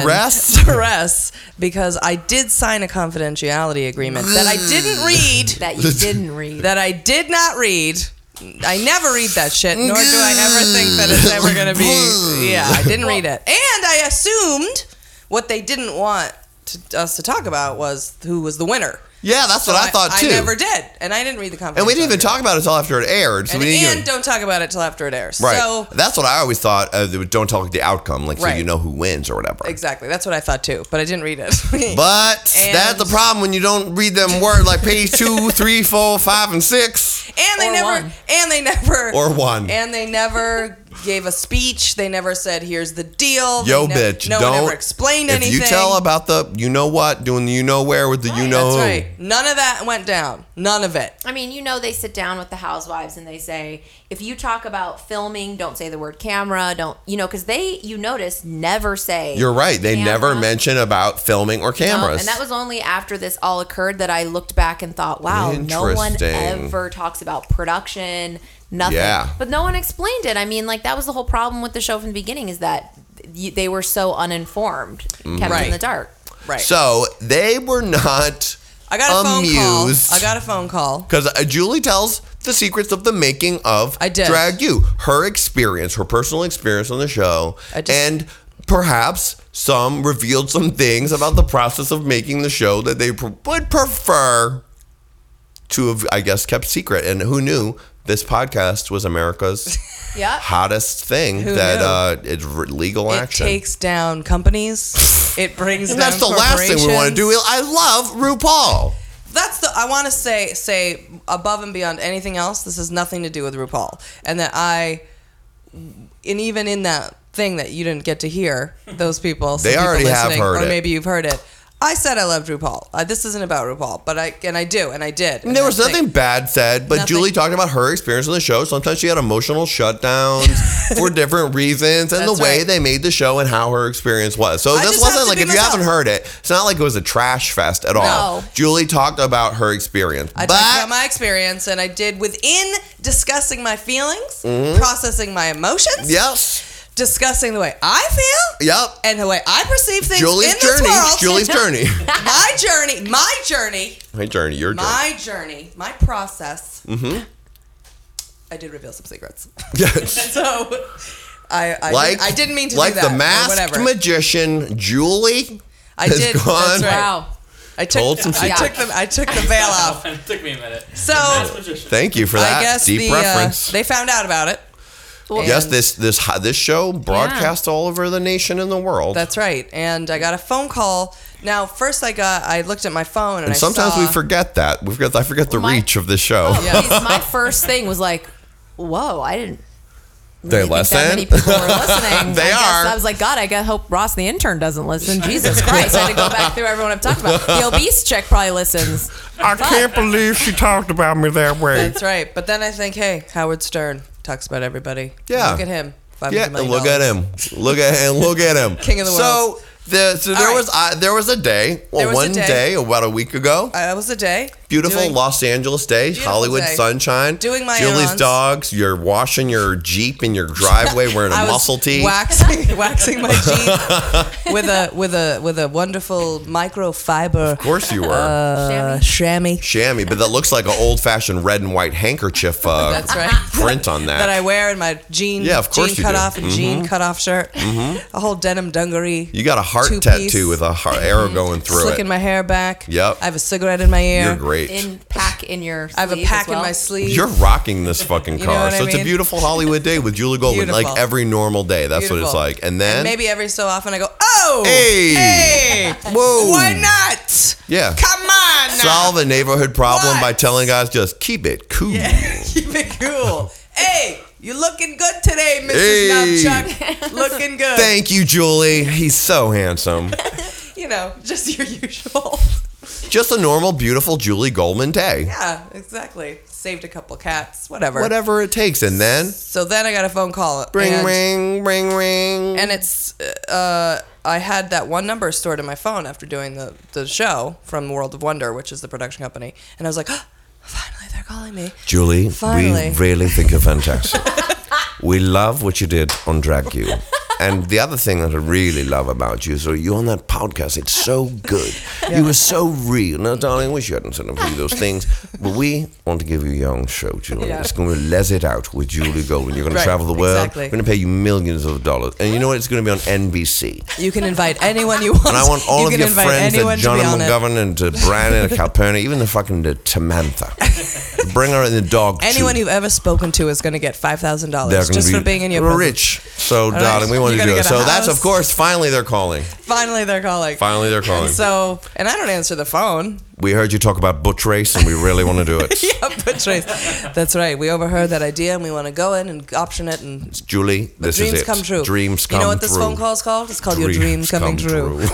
Speaker 16: <laughs>
Speaker 1: Duress?
Speaker 16: duress because i did sign a confidentiality agreement that i didn't read
Speaker 14: <laughs> That you didn't
Speaker 1: <laughs>
Speaker 14: read.
Speaker 16: that I did not read. I never read that shit, nor do I ever think that it's ever going to be. Yeah, I didn't read it. And I assumed what they didn't want to, us to talk about was who was the winner.
Speaker 1: Yeah, that's what I thought, too.
Speaker 16: I never did, and I didn't read the confidence.
Speaker 1: And we didn't even talk about it until after it aired. So
Speaker 16: and,
Speaker 1: we didn't
Speaker 16: and
Speaker 1: even,
Speaker 16: don't talk about it till after it airs.
Speaker 1: right.
Speaker 16: So
Speaker 1: That's what I always thought. Uh, they would- don't talk the outcome, like so
Speaker 16: Right.
Speaker 1: you know who wins or whatever.
Speaker 16: exactly, that's what I thought too, but I didn't read it. <laughs>
Speaker 1: But that's the problem when you don't read them word
Speaker 16: <laughs>
Speaker 1: like page two, three, four, five, and six.
Speaker 16: And they never. And they never.
Speaker 1: Or one.
Speaker 16: And they never gave a speech. They never said, "Here's the deal." They
Speaker 1: Yo,
Speaker 16: never-
Speaker 1: bitch,
Speaker 16: No
Speaker 1: don't
Speaker 16: one ever explained
Speaker 1: if
Speaker 16: anything.
Speaker 1: you tell about the you know what doing the you know where with the you
Speaker 16: <laughs> That's
Speaker 1: know who.
Speaker 16: right. None of that went down. None of it.
Speaker 14: I mean, you know, they sit down with the housewives and they say, if you talk about filming, don't say the word camera. Don't, you know, because they, you notice, never say.
Speaker 1: You're right. They
Speaker 14: camera.
Speaker 1: never mention about filming or
Speaker 14: No,
Speaker 1: cameras.
Speaker 14: Um, and that was only after this all occurred that I looked back and thought, wow, no one
Speaker 1: Interesting.
Speaker 14: ever talks about production, nothing.
Speaker 1: Yeah.
Speaker 14: But no one explained it. I mean, like, that was the whole problem with the show from the beginning is that y- they were so uninformed,
Speaker 1: Mhm.
Speaker 14: kept
Speaker 1: Right.
Speaker 14: in the dark.
Speaker 16: Right.
Speaker 1: So they were not.
Speaker 16: I got a
Speaker 1: amused.
Speaker 16: phone call. I got a phone call.
Speaker 1: Because uh, Julie tells the secrets of the making of
Speaker 16: I did.
Speaker 1: Drag You, her experience, her personal experience on the show, and perhaps some revealed some things about the process of making the show that they pr- would prefer to have, I guess, kept secret. And who knew this podcast was America's
Speaker 14: Yeah.
Speaker 1: hottest thing
Speaker 16: Who
Speaker 1: that
Speaker 16: knew?
Speaker 1: uh, it's re- legal
Speaker 16: It
Speaker 1: action.
Speaker 16: takes down
Speaker 1: <laughs>
Speaker 16: companies. It brings
Speaker 1: and that's the
Speaker 16: down
Speaker 1: last thing we want to do.
Speaker 16: corporations.
Speaker 1: I love RuPaul.
Speaker 16: That's the I want to say say above and beyond anything else. This has nothing to do with RuPaul, and that I, and even in that thing that you didn't get to hear, those people some
Speaker 1: They
Speaker 16: people
Speaker 1: already have
Speaker 16: listening,
Speaker 1: heard
Speaker 16: or
Speaker 1: it.
Speaker 16: maybe you've heard it. I said I loved RuPaul. Uh, this isn't about RuPaul, but I and I do, and I did.
Speaker 1: And there was nothing bad said, but
Speaker 16: Nothing.
Speaker 1: Julie talked about her experience on the show. Sometimes she had
Speaker 16: <laughs>
Speaker 1: emotional shutdowns for different reasons and
Speaker 16: That's
Speaker 1: the way
Speaker 16: right.
Speaker 1: they made the show and how her experience was. So
Speaker 16: I
Speaker 1: this
Speaker 16: just have
Speaker 1: wasn't
Speaker 16: to
Speaker 1: like
Speaker 16: be
Speaker 1: if you
Speaker 16: myself.
Speaker 1: haven't heard it, it's not like it was a trash fest at all.
Speaker 16: No.
Speaker 1: Julie talked about her experience.
Speaker 16: I
Speaker 1: but
Speaker 16: talked about my experience, and I did within discussing my feelings,
Speaker 1: Mhm.
Speaker 16: processing my emotions.
Speaker 1: Yes.
Speaker 16: Discussing the way I feel.
Speaker 1: Yep.
Speaker 16: And the way I perceive things
Speaker 1: Julie's
Speaker 16: in this
Speaker 1: journey,
Speaker 16: world. <laughs>
Speaker 1: Julie's journey.
Speaker 16: my journey. My journey.
Speaker 1: <laughs> my journey, your journey.
Speaker 16: My journey. My process.
Speaker 1: Mhm.
Speaker 16: I did reveal some secrets.
Speaker 1: Yes.
Speaker 16: <laughs> so. I, I,
Speaker 1: like
Speaker 16: didn't, I didn't mean to
Speaker 1: like
Speaker 16: do that.
Speaker 1: the
Speaker 16: or
Speaker 1: masked
Speaker 16: whatever.
Speaker 1: magician Julie.
Speaker 16: I
Speaker 1: has
Speaker 16: did.
Speaker 1: Gone
Speaker 16: That's right. I took,
Speaker 1: Told some
Speaker 16: I took
Speaker 1: secrets.
Speaker 16: the I took the veil off.
Speaker 3: it <laughs> took me a minute.
Speaker 16: So
Speaker 1: Thank you for that
Speaker 16: I guess
Speaker 1: deep
Speaker 16: the,
Speaker 1: reference.
Speaker 16: Uh, they found out about it.
Speaker 1: yes,
Speaker 16: And-
Speaker 1: this this ho- this show broadcast all over the nation and the world.
Speaker 16: That's right. And I got a phone call. Now, first I got I looked at my phone and,
Speaker 1: and
Speaker 16: I
Speaker 1: sometimes
Speaker 16: saw, Oh,
Speaker 1: we forget that we forget I forget the reach of the show.
Speaker 14: Jeez, my first thing was like, whoa, I didn't.
Speaker 1: they listen.
Speaker 14: That many people
Speaker 1: <laughs>
Speaker 14: were listening.
Speaker 1: they
Speaker 14: I
Speaker 1: are.
Speaker 14: Guess, I was like, God, I got, hope Ross the intern doesn't listen.
Speaker 1: <laughs>
Speaker 14: Jesus Christ, I had to go back through everyone I've talked about. The obese chick probably
Speaker 1: <laughs>
Speaker 14: listens.
Speaker 17: I can't believe she talked about me that way.
Speaker 16: That's right. But then I think, hey, Howard Stern talks about everybody.
Speaker 1: Yeah.
Speaker 16: Look at him. $500
Speaker 1: yeah,
Speaker 16: million
Speaker 1: look at him. Look at him. Look at him.
Speaker 16: <laughs> King of the
Speaker 1: so,
Speaker 16: world.
Speaker 1: The, so there
Speaker 16: All right.
Speaker 1: was I there was a day,
Speaker 16: There
Speaker 1: well,
Speaker 16: was a
Speaker 1: one
Speaker 16: day.
Speaker 1: day about a week ago.
Speaker 16: That was the day.
Speaker 1: Beautiful
Speaker 16: Doing-
Speaker 1: Los Angeles day,
Speaker 16: Beautiful
Speaker 1: Hollywood
Speaker 16: day.
Speaker 1: sunshine.
Speaker 16: Doing my
Speaker 1: Julie's
Speaker 16: errands.
Speaker 1: dogs. You're washing your jeep in your
Speaker 16: <laughs>
Speaker 1: driveway wearing a
Speaker 16: I was
Speaker 1: muscle tee.
Speaker 16: Waxing, <laughs> waxing
Speaker 1: <laughs>
Speaker 16: my jeans with a with a with a wonderful microfiber. Of
Speaker 1: course you were.
Speaker 16: Uh, chamois.
Speaker 1: Chamois, but that looks like an old fashioned red and white handkerchief
Speaker 16: <laughs>
Speaker 1: uh,
Speaker 16: That's right. <laughs>
Speaker 1: print on that.
Speaker 16: That I wear in my jean,
Speaker 1: Yeah, of
Speaker 16: jean
Speaker 1: course you do.
Speaker 16: cut off and jean
Speaker 1: Mhm.
Speaker 16: cut off shirt,
Speaker 1: Mhm.
Speaker 16: a whole denim dungaree.
Speaker 1: You got a heart
Speaker 16: Two-piece.
Speaker 1: tattoo with a heart arrow going through
Speaker 16: slicking
Speaker 1: it.
Speaker 16: my hair back.
Speaker 1: Yep.
Speaker 16: I have a cigarette in my ear.
Speaker 1: You're great.
Speaker 14: In pack in your.
Speaker 16: I have a
Speaker 14: sleeve as
Speaker 16: pack
Speaker 14: well.
Speaker 16: in my sleeve.
Speaker 1: You're rocking this
Speaker 16: <laughs>
Speaker 1: fucking
Speaker 16: You
Speaker 1: car.
Speaker 16: know what I
Speaker 1: so it's a
Speaker 16: mean?
Speaker 1: beautiful Hollywood day with Julie Goldman,
Speaker 16: Beautiful.
Speaker 1: like every normal day. That's what it's
Speaker 16: Beautiful.
Speaker 1: like. And then,
Speaker 16: maybe every so often I go, oh,
Speaker 1: Hey!
Speaker 16: hey,
Speaker 1: Whoa.
Speaker 16: why not?
Speaker 1: yeah,
Speaker 16: Come on,
Speaker 1: solve a neighborhood problem by telling guys just keep it cool.
Speaker 16: keep it cool. hey, you looking good today, Mrs.
Speaker 1: Hey.
Speaker 16: Nubchuck. Looking good.
Speaker 1: Thank you, Julie. He's so
Speaker 16: <laughs>
Speaker 1: handsome.
Speaker 16: You know, just your usual.
Speaker 1: just a normal, beautiful Julie Goldman day.
Speaker 16: Yeah, exactly. Saved a couple cats, whatever.
Speaker 1: Whatever it takes. And then
Speaker 16: So then I got a phone call.
Speaker 1: Ring,
Speaker 16: and-
Speaker 1: ring, ring, ring.
Speaker 16: And it's uh, I had that one number stored in my phone after doing the, the show from World of Wonder, which is the production company. And I was like, finally, they're calling me.
Speaker 1: Julie,
Speaker 16: Finally.
Speaker 1: we really think you're fantastic. we love what you did on Drag You. And the other thing that I really love about you is that you on that podcast. It's so good. You were so real. Now, darling, I wish you hadn't said a few of those things. But we want to give you a young show, Julie.
Speaker 16: Yeah.
Speaker 1: It's going to let it out with Julie Golden. You're going
Speaker 16: Right,
Speaker 1: to travel the world.
Speaker 16: exactly.
Speaker 1: We're going to pay you millions of dollars. And you know what? It's going to be on NBC.
Speaker 16: You can invite anyone you want.
Speaker 1: And I want all
Speaker 16: you
Speaker 1: of
Speaker 16: can
Speaker 1: your
Speaker 16: invite
Speaker 1: friends
Speaker 16: anyone
Speaker 1: at
Speaker 16: to
Speaker 1: John
Speaker 16: be on
Speaker 1: and
Speaker 16: it.
Speaker 1: McGovern and to Brandon and Calpurnia, even the fucking to Tamantha.
Speaker 16: <laughs>
Speaker 1: Bring her in the dog. too.
Speaker 16: Anyone you've ever spoken to is going to get five thousand dollars
Speaker 1: gonna
Speaker 16: just for being in your presence.
Speaker 1: rich. So,
Speaker 16: All right.
Speaker 1: darling, we
Speaker 16: You're
Speaker 1: want to
Speaker 16: gonna
Speaker 1: do it.
Speaker 16: get a
Speaker 1: So that's of
Speaker 16: house.
Speaker 1: course. Finally, they're calling.
Speaker 16: Finally, they're calling.
Speaker 1: Finally, they're calling.
Speaker 16: And so, and I don't answer the phone.
Speaker 1: we heard you talk about butch race, and we really want to do
Speaker 16: <laughs>
Speaker 1: it.
Speaker 16: yeah, but Trace, that's right. We overheard that idea, and we want to go in and option it, and
Speaker 1: Julie, this
Speaker 16: dreams
Speaker 1: is it.
Speaker 16: come true.
Speaker 1: Dreams come
Speaker 16: You know what this
Speaker 1: true.
Speaker 16: phone call is called? It's called your dreams coming
Speaker 1: come
Speaker 16: true. <laughs>
Speaker 1: <laughs>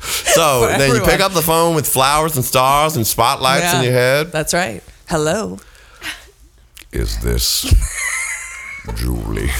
Speaker 1: so
Speaker 16: For
Speaker 1: then you pick
Speaker 16: everyone.
Speaker 1: up the phone with flowers and stars and spotlights
Speaker 16: Yeah,
Speaker 1: in your head.
Speaker 16: That's right. Hello.
Speaker 1: Is this Julie?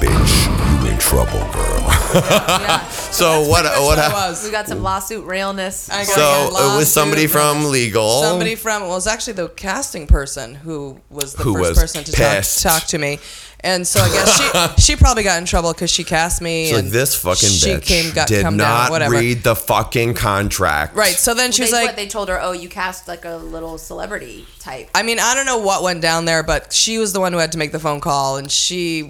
Speaker 1: Bitch, you in trouble, girl. <laughs> so what? What? hap-
Speaker 14: We got some lawsuit realness.
Speaker 16: I got
Speaker 1: So
Speaker 16: a
Speaker 1: it was somebody
Speaker 16: lawsuit.
Speaker 1: from legal.
Speaker 16: Somebody from well, it was actually the casting person who was the
Speaker 1: Who
Speaker 16: first
Speaker 1: was
Speaker 16: person to talk,
Speaker 1: pissed.
Speaker 16: talk to me, and so I guess
Speaker 1: <laughs>
Speaker 16: she she probably got in trouble because she cast me.
Speaker 1: So
Speaker 16: and
Speaker 1: this fucking
Speaker 16: she
Speaker 1: bitch
Speaker 16: came got
Speaker 1: did
Speaker 16: come
Speaker 1: not
Speaker 16: down, whatever.
Speaker 1: read the fucking contract.
Speaker 16: Right. So then she was
Speaker 14: they,
Speaker 16: like,
Speaker 14: what, they told her, "Oh, you cast like a little celebrity type."
Speaker 16: I mean, I don't know what went down there, but she was the one who had to make the phone call, and she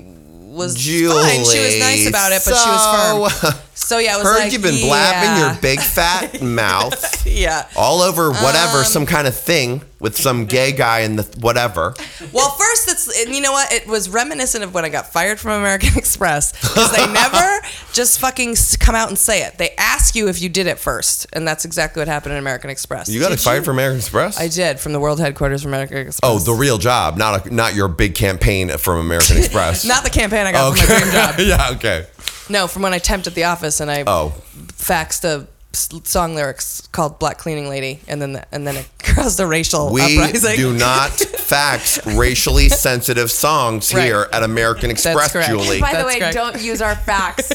Speaker 16: was fine. She was nice
Speaker 1: Julie,
Speaker 16: about it, but she was firm. So yeah, I was
Speaker 1: Heard
Speaker 16: like,
Speaker 1: you've been
Speaker 16: yeah.
Speaker 1: blabbing your
Speaker 16: <laughs>
Speaker 1: big fat mouth
Speaker 16: yeah.
Speaker 1: all over whatever,
Speaker 16: Um,
Speaker 1: some kind of thing with some gay guy in the whatever.
Speaker 16: Well, first, it's and you know what? It was reminiscent of when I got fired from American <laughs> Express because they
Speaker 1: <laughs>
Speaker 16: never just fucking s- come out and say it. They ask you if you did it first, and that's exactly what happened in American Express.
Speaker 1: You got
Speaker 16: Did
Speaker 1: fired from American Express?
Speaker 16: I did from the world headquarters from American Express.
Speaker 1: oh, the real job, not a, not your big campaign from
Speaker 16: <laughs>
Speaker 1: American Express.
Speaker 16: Not the campaign I got
Speaker 1: okay. <laughs>
Speaker 16: from my dream job.
Speaker 1: yeah, okay.
Speaker 16: No, from when I temped at the office and I
Speaker 1: Oh.
Speaker 16: faxed a s- song lyrics called "Black Cleaning Lady" and then and then it <laughs> caused a racial
Speaker 1: We
Speaker 16: Oh, uprising.
Speaker 1: do not fax
Speaker 16: <laughs>
Speaker 1: racially sensitive songs
Speaker 16: Right.
Speaker 1: here at American Express,
Speaker 16: correct.
Speaker 1: Julie.
Speaker 14: By the way,
Speaker 16: correct.
Speaker 14: don't use our facts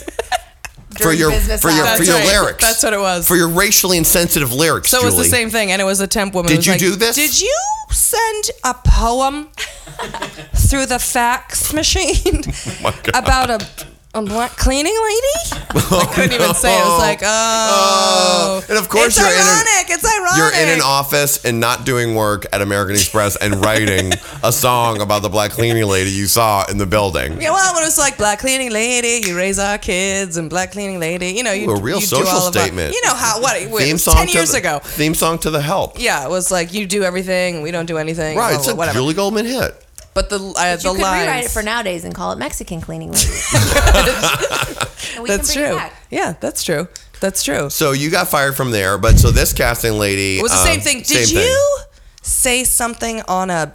Speaker 1: for your
Speaker 14: business
Speaker 1: for your
Speaker 14: hours.
Speaker 1: for
Speaker 14: That's
Speaker 1: your
Speaker 14: right.
Speaker 1: lyrics.
Speaker 16: That's what it was.
Speaker 1: For your racially insensitive lyrics,
Speaker 16: <laughs> So it
Speaker 1: Julie.
Speaker 16: was the same thing, and it was a temp woman.
Speaker 1: Did
Speaker 16: who was
Speaker 1: you
Speaker 16: like,
Speaker 1: do this?
Speaker 16: Did you send a poem <laughs> through the fax machine
Speaker 1: <laughs> Oh
Speaker 16: <laughs> about a, a black cleaning lady? I couldn't even say. It It was like, oh,
Speaker 1: Oh. and Oh, of course
Speaker 16: it's
Speaker 1: you're in an-
Speaker 16: ironic. it's ironic.
Speaker 1: You're in an office and not doing work at American
Speaker 16: <laughs>
Speaker 1: Express and writing a song about the black cleaning lady you saw in the building.
Speaker 16: Yeah, well, when it was like black cleaning lady, you raise our kids, and black cleaning lady, you know, you
Speaker 1: Ooh, a real
Speaker 16: you do
Speaker 1: social
Speaker 16: all of our-
Speaker 1: statement.
Speaker 16: you know how what? it was
Speaker 1: Theme song
Speaker 16: ten
Speaker 1: to
Speaker 16: years
Speaker 1: the-
Speaker 16: ago.
Speaker 1: Theme song to the help.
Speaker 16: Yeah, it was like you do everything, we don't do anything.
Speaker 1: right,
Speaker 16: blah,
Speaker 1: it's
Speaker 16: blah,
Speaker 1: a
Speaker 16: whatever.
Speaker 1: Julie Goldman hit.
Speaker 16: but the uh, the
Speaker 14: you could rewrite
Speaker 16: lines.
Speaker 14: it for nowadays and call it Mexican cleaning
Speaker 16: <laughs>
Speaker 14: lady. And we can
Speaker 16: that's
Speaker 14: bring it
Speaker 16: true.
Speaker 14: back.
Speaker 16: Yeah, that's true. That's true.
Speaker 1: So you got fired from there, but so this casting lady
Speaker 16: It was the
Speaker 1: um,
Speaker 16: same thing. Did
Speaker 1: same thing.
Speaker 16: you say something on a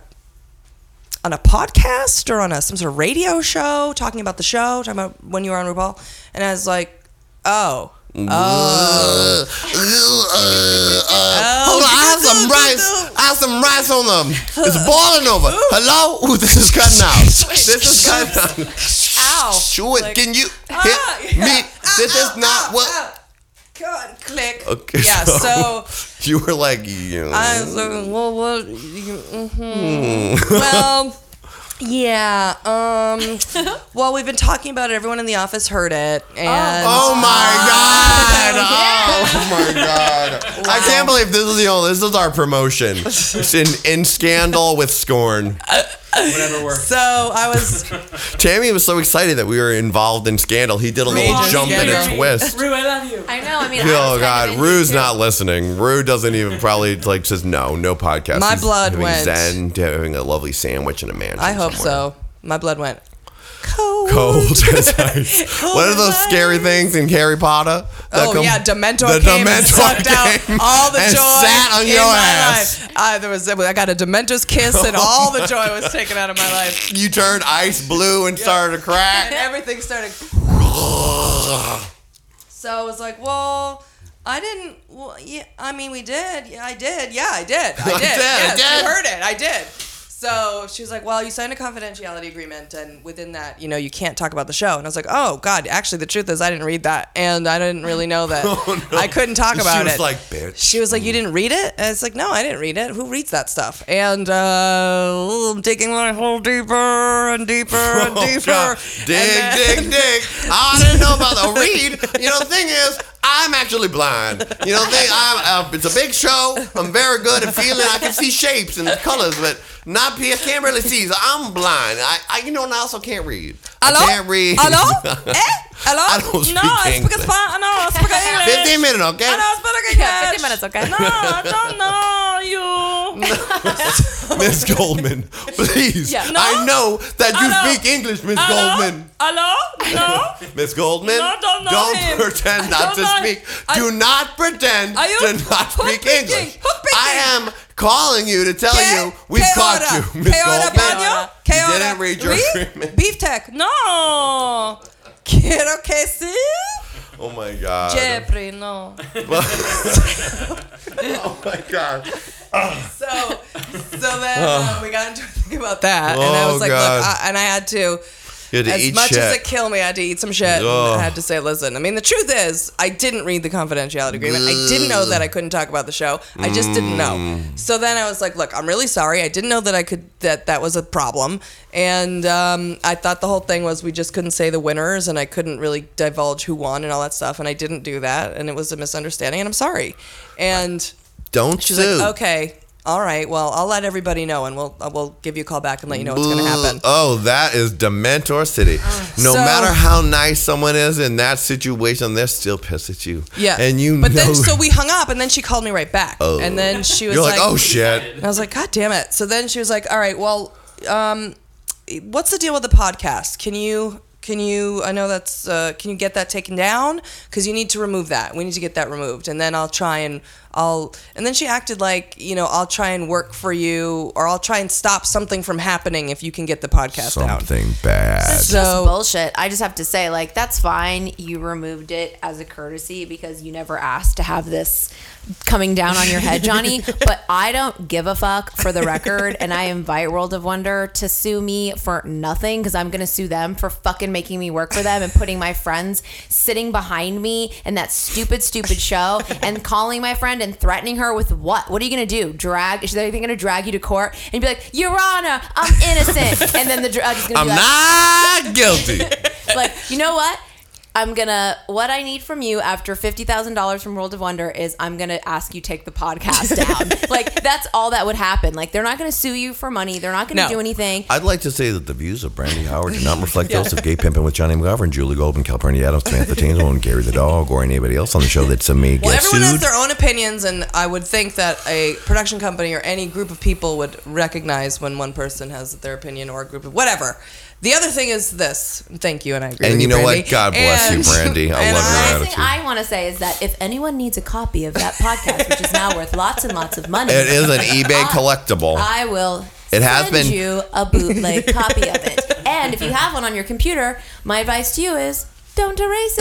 Speaker 16: on a podcast or on a some sort of radio show talking about the show, talking about when you were on RuPaul? And I was like, oh. Oh.
Speaker 1: Hold on, I have some rice. I have some rice on them. It's boiling over. Hello? Ooh, this is cutting out. This is cutting out.
Speaker 16: Ow. ah,
Speaker 1: Chew it. Can you hit me? This is not <laughs> what.
Speaker 16: Go on, click.
Speaker 1: Okay. <laughs>
Speaker 16: Yeah, so
Speaker 1: you were like, you know.
Speaker 16: I was like, well, what? hmm
Speaker 1: Hmm.
Speaker 16: well, yeah. Um. Well, we've been talking about it. Everyone in the office heard it. And
Speaker 1: Oh
Speaker 16: <laughs>
Speaker 1: my god! Oh my god! I can't believe this is the only. This is
Speaker 16: <laughs>
Speaker 1: our promotion. It's in in scandal with scorn.
Speaker 3: Whatever works.
Speaker 16: So I was
Speaker 1: Tammy was so excited that we were involved in scandal. He did a little jump and
Speaker 16: <laughs>
Speaker 1: a twist.
Speaker 3: Rue, I love you.
Speaker 14: I know. I mean,
Speaker 1: oh God, Rue's not listening. Rue doesn't even probably like says no, no podcast.
Speaker 16: My blood
Speaker 1: having
Speaker 16: went.
Speaker 1: Zen doing a lovely sandwich in a mansion.
Speaker 16: I hope so. My blood went. <laughs>
Speaker 1: Cold <laughs> as ice. what are those scary things in Harry Potter? that
Speaker 16: oh
Speaker 1: come-
Speaker 16: yeah, Dementor
Speaker 1: the
Speaker 16: came and
Speaker 1: Dementor
Speaker 16: sucked
Speaker 1: came
Speaker 16: out all the
Speaker 1: and
Speaker 16: joy
Speaker 1: sat on
Speaker 16: in
Speaker 1: your
Speaker 16: my
Speaker 1: ass.
Speaker 16: life. I, Ah, there was, I got a Dementor's kiss,
Speaker 1: <laughs>
Speaker 16: and
Speaker 1: Oh
Speaker 16: all the
Speaker 1: my
Speaker 16: joy was taken out of my life.
Speaker 1: You turned ice blue and started to
Speaker 16: And <laughs>
Speaker 1: crack.
Speaker 16: everything started. So I was like, well, I didn't. Well, yeah, I mean, we did. Yeah, I did. Yeah, I did. I did.
Speaker 1: <laughs> I did, I
Speaker 16: yes,
Speaker 1: did.
Speaker 16: you heard it. I did. So she was like, "Well, you signed a confidentiality agreement, and within that, you know, you can't talk about the show." And I was like, "Oh God, actually, the truth is, I didn't read that, and I didn't really know
Speaker 1: <laughs>
Speaker 16: that. I couldn't talk
Speaker 1: Oh, She
Speaker 16: about
Speaker 1: was
Speaker 16: it."
Speaker 1: like, "Mm." "Bitch."
Speaker 16: She was like, "You didn't read it?" And it's like, "No, I didn't read it. Who reads that stuff?" And uh, I'm digging my hole deeper and deeper
Speaker 1: <laughs>
Speaker 16: and
Speaker 1: Oh,
Speaker 16: deeper.
Speaker 9: Dig,
Speaker 16: <laughs>
Speaker 9: dig, dig.
Speaker 1: I didn't know about the read. You know, the thing is, I'm actually blind. You know, they, I'm, uh, it's a big show. I'm very good at feeling. I can see shapes and colors, but not I can't really see. So I'm blind. I, I you know, and I also can't read. I
Speaker 16: Hello?
Speaker 1: can't read. <laughs>
Speaker 16: Hello? Eh? Hello?
Speaker 1: I don't speak
Speaker 16: no, I speak
Speaker 1: English.
Speaker 16: Spa- no, I speak English. Ah,
Speaker 1: 15 minutes, okay?
Speaker 16: I don't speak English.
Speaker 14: Yeah, 15 minutes, okay?
Speaker 16: No, I don't
Speaker 1: <laughs>
Speaker 16: know you. <laughs>
Speaker 1: Miss Goldman, please.
Speaker 16: Yeah. No?
Speaker 1: I know that you
Speaker 16: Hello?
Speaker 1: speak English, Miss
Speaker 16: Hello?
Speaker 1: Goldman.
Speaker 16: Hello?
Speaker 13: <laughs>
Speaker 16: No?
Speaker 1: Miss Goldman,
Speaker 16: No, don't know him.
Speaker 1: pretend not
Speaker 16: don't
Speaker 1: to
Speaker 16: know-
Speaker 1: speak. Do not pretend
Speaker 16: Are you-
Speaker 1: to not speak English. I am calling you to tell you we've
Speaker 16: que
Speaker 1: caught
Speaker 16: hora?
Speaker 1: you, Miss
Speaker 16: Que hora,
Speaker 1: Goldman.
Speaker 16: Banyo? Que
Speaker 1: You
Speaker 16: hora?
Speaker 1: didn't read your
Speaker 16: Oui?
Speaker 1: agreement.
Speaker 16: Beef tech. No. Quiero que sí.
Speaker 1: Oh my god.
Speaker 16: Jeffrey, no.
Speaker 1: <laughs> oh my god.
Speaker 16: so, so
Speaker 1: <sighs>
Speaker 16: then
Speaker 1: Oh.
Speaker 16: um, we got into a thing about that, and I
Speaker 1: Oh,
Speaker 16: was like,
Speaker 1: God.
Speaker 16: look, I, and I had to.
Speaker 1: You had to
Speaker 16: as
Speaker 1: eat
Speaker 16: much as
Speaker 1: shit.
Speaker 16: it killed me, I had to eat some shit. and
Speaker 1: Ugh.
Speaker 16: I had to say, listen, I mean, the truth is, I didn't read the confidentiality agreement. I didn't know that I couldn't talk about the show. <laughs> I just didn't know.
Speaker 1: Mm.
Speaker 16: So then I was like, look, I'm really sorry. I didn't know that I could, that that was a problem. And um, I thought the whole thing was we just couldn't say the winners and I couldn't really divulge who won and all that stuff. And I didn't do that. And it was a misunderstanding. And I'm sorry. And.
Speaker 1: Don't
Speaker 16: She's
Speaker 1: sue.
Speaker 16: like, okay, all right. Well, I'll let everybody know, and we'll uh, we'll give you a call back and let you know what's going to
Speaker 1: <laughs>
Speaker 16: happen.
Speaker 1: Oh, that is Dementor City.
Speaker 16: <gasps> So-
Speaker 1: No matter how nice someone is in that situation, they're still pissed at you.
Speaker 16: Yeah.
Speaker 1: And you
Speaker 16: But
Speaker 1: know.
Speaker 16: then
Speaker 1: <laughs>
Speaker 16: so we hung up, and then she called me right back,
Speaker 1: Oh.
Speaker 16: and then she was
Speaker 1: You're
Speaker 16: like,
Speaker 1: like, oh shit.
Speaker 16: And I was like, God damn it. So then she was like, all right, well, um, what's the deal with the podcast? Can you, can you, I know that's, uh, can you get that taken down? Cause you need to remove that. We need to get that removed. And then I'll try and I'll, and then she acted like, you know, I'll try and work for you or I'll try and stop something from happening if you can get the podcast out.
Speaker 1: Something bad.
Speaker 14: It's just bullshit. I just have to say, like, that's fine. You removed it as a courtesy because you never asked to have this coming down on your head,
Speaker 1: <laughs>
Speaker 14: Johnny. but I don't give a fuck for the record. And I invite World of Wonder to sue me for nothing because I'm going to sue them for fucking making me work for them and putting my friends sitting behind me in that stupid, stupid show and calling my friend and threatening her with what? What are you going to do? Drag? Is they going to drag you to court and be like, Your Honor, I'm innocent. and then the judge is going to
Speaker 1: I'm
Speaker 14: be like,
Speaker 1: not guilty.
Speaker 14: like, you know what? I'm gonna. What I need from you after fifty thousand dollars from World of Wonder is I'm gonna ask you take the
Speaker 1: <laughs>
Speaker 14: podcast down. like that's all that would happen. Like they're not gonna sue you for money. They're not gonna
Speaker 1: No.
Speaker 14: do anything.
Speaker 1: I'd like to say that the views of Brandy Howard do not reflect those of Gay Pimpin' with Johnny McGovern, Julie Goldman, Calpurnia Adams, Samantha Tainzel, and Gary the Dog, or anybody else on the show that's a me
Speaker 16: Well,
Speaker 1: get
Speaker 16: everyone has
Speaker 1: sued.
Speaker 16: their own opinions, and I would think that a production company or any group of people would recognize when one person has their opinion or a group of whatever. The other thing is this. Thank you, and I agree.
Speaker 1: And
Speaker 16: with
Speaker 1: you know
Speaker 16: Brandy.
Speaker 1: what? God bless you,
Speaker 16: And-
Speaker 1: Brandy. I
Speaker 16: and
Speaker 1: love your
Speaker 14: The
Speaker 1: attitude.
Speaker 14: thing I want to say is that if anyone needs a copy of that podcast, which is now worth lots and lots of money,
Speaker 1: It is
Speaker 14: <laughs>
Speaker 1: an eBay collectible.
Speaker 14: I will.
Speaker 1: It
Speaker 14: send
Speaker 1: has been-
Speaker 14: you a bootleg
Speaker 1: <laughs>
Speaker 14: copy of it. And if you have one on your computer, my advice to you is don't erase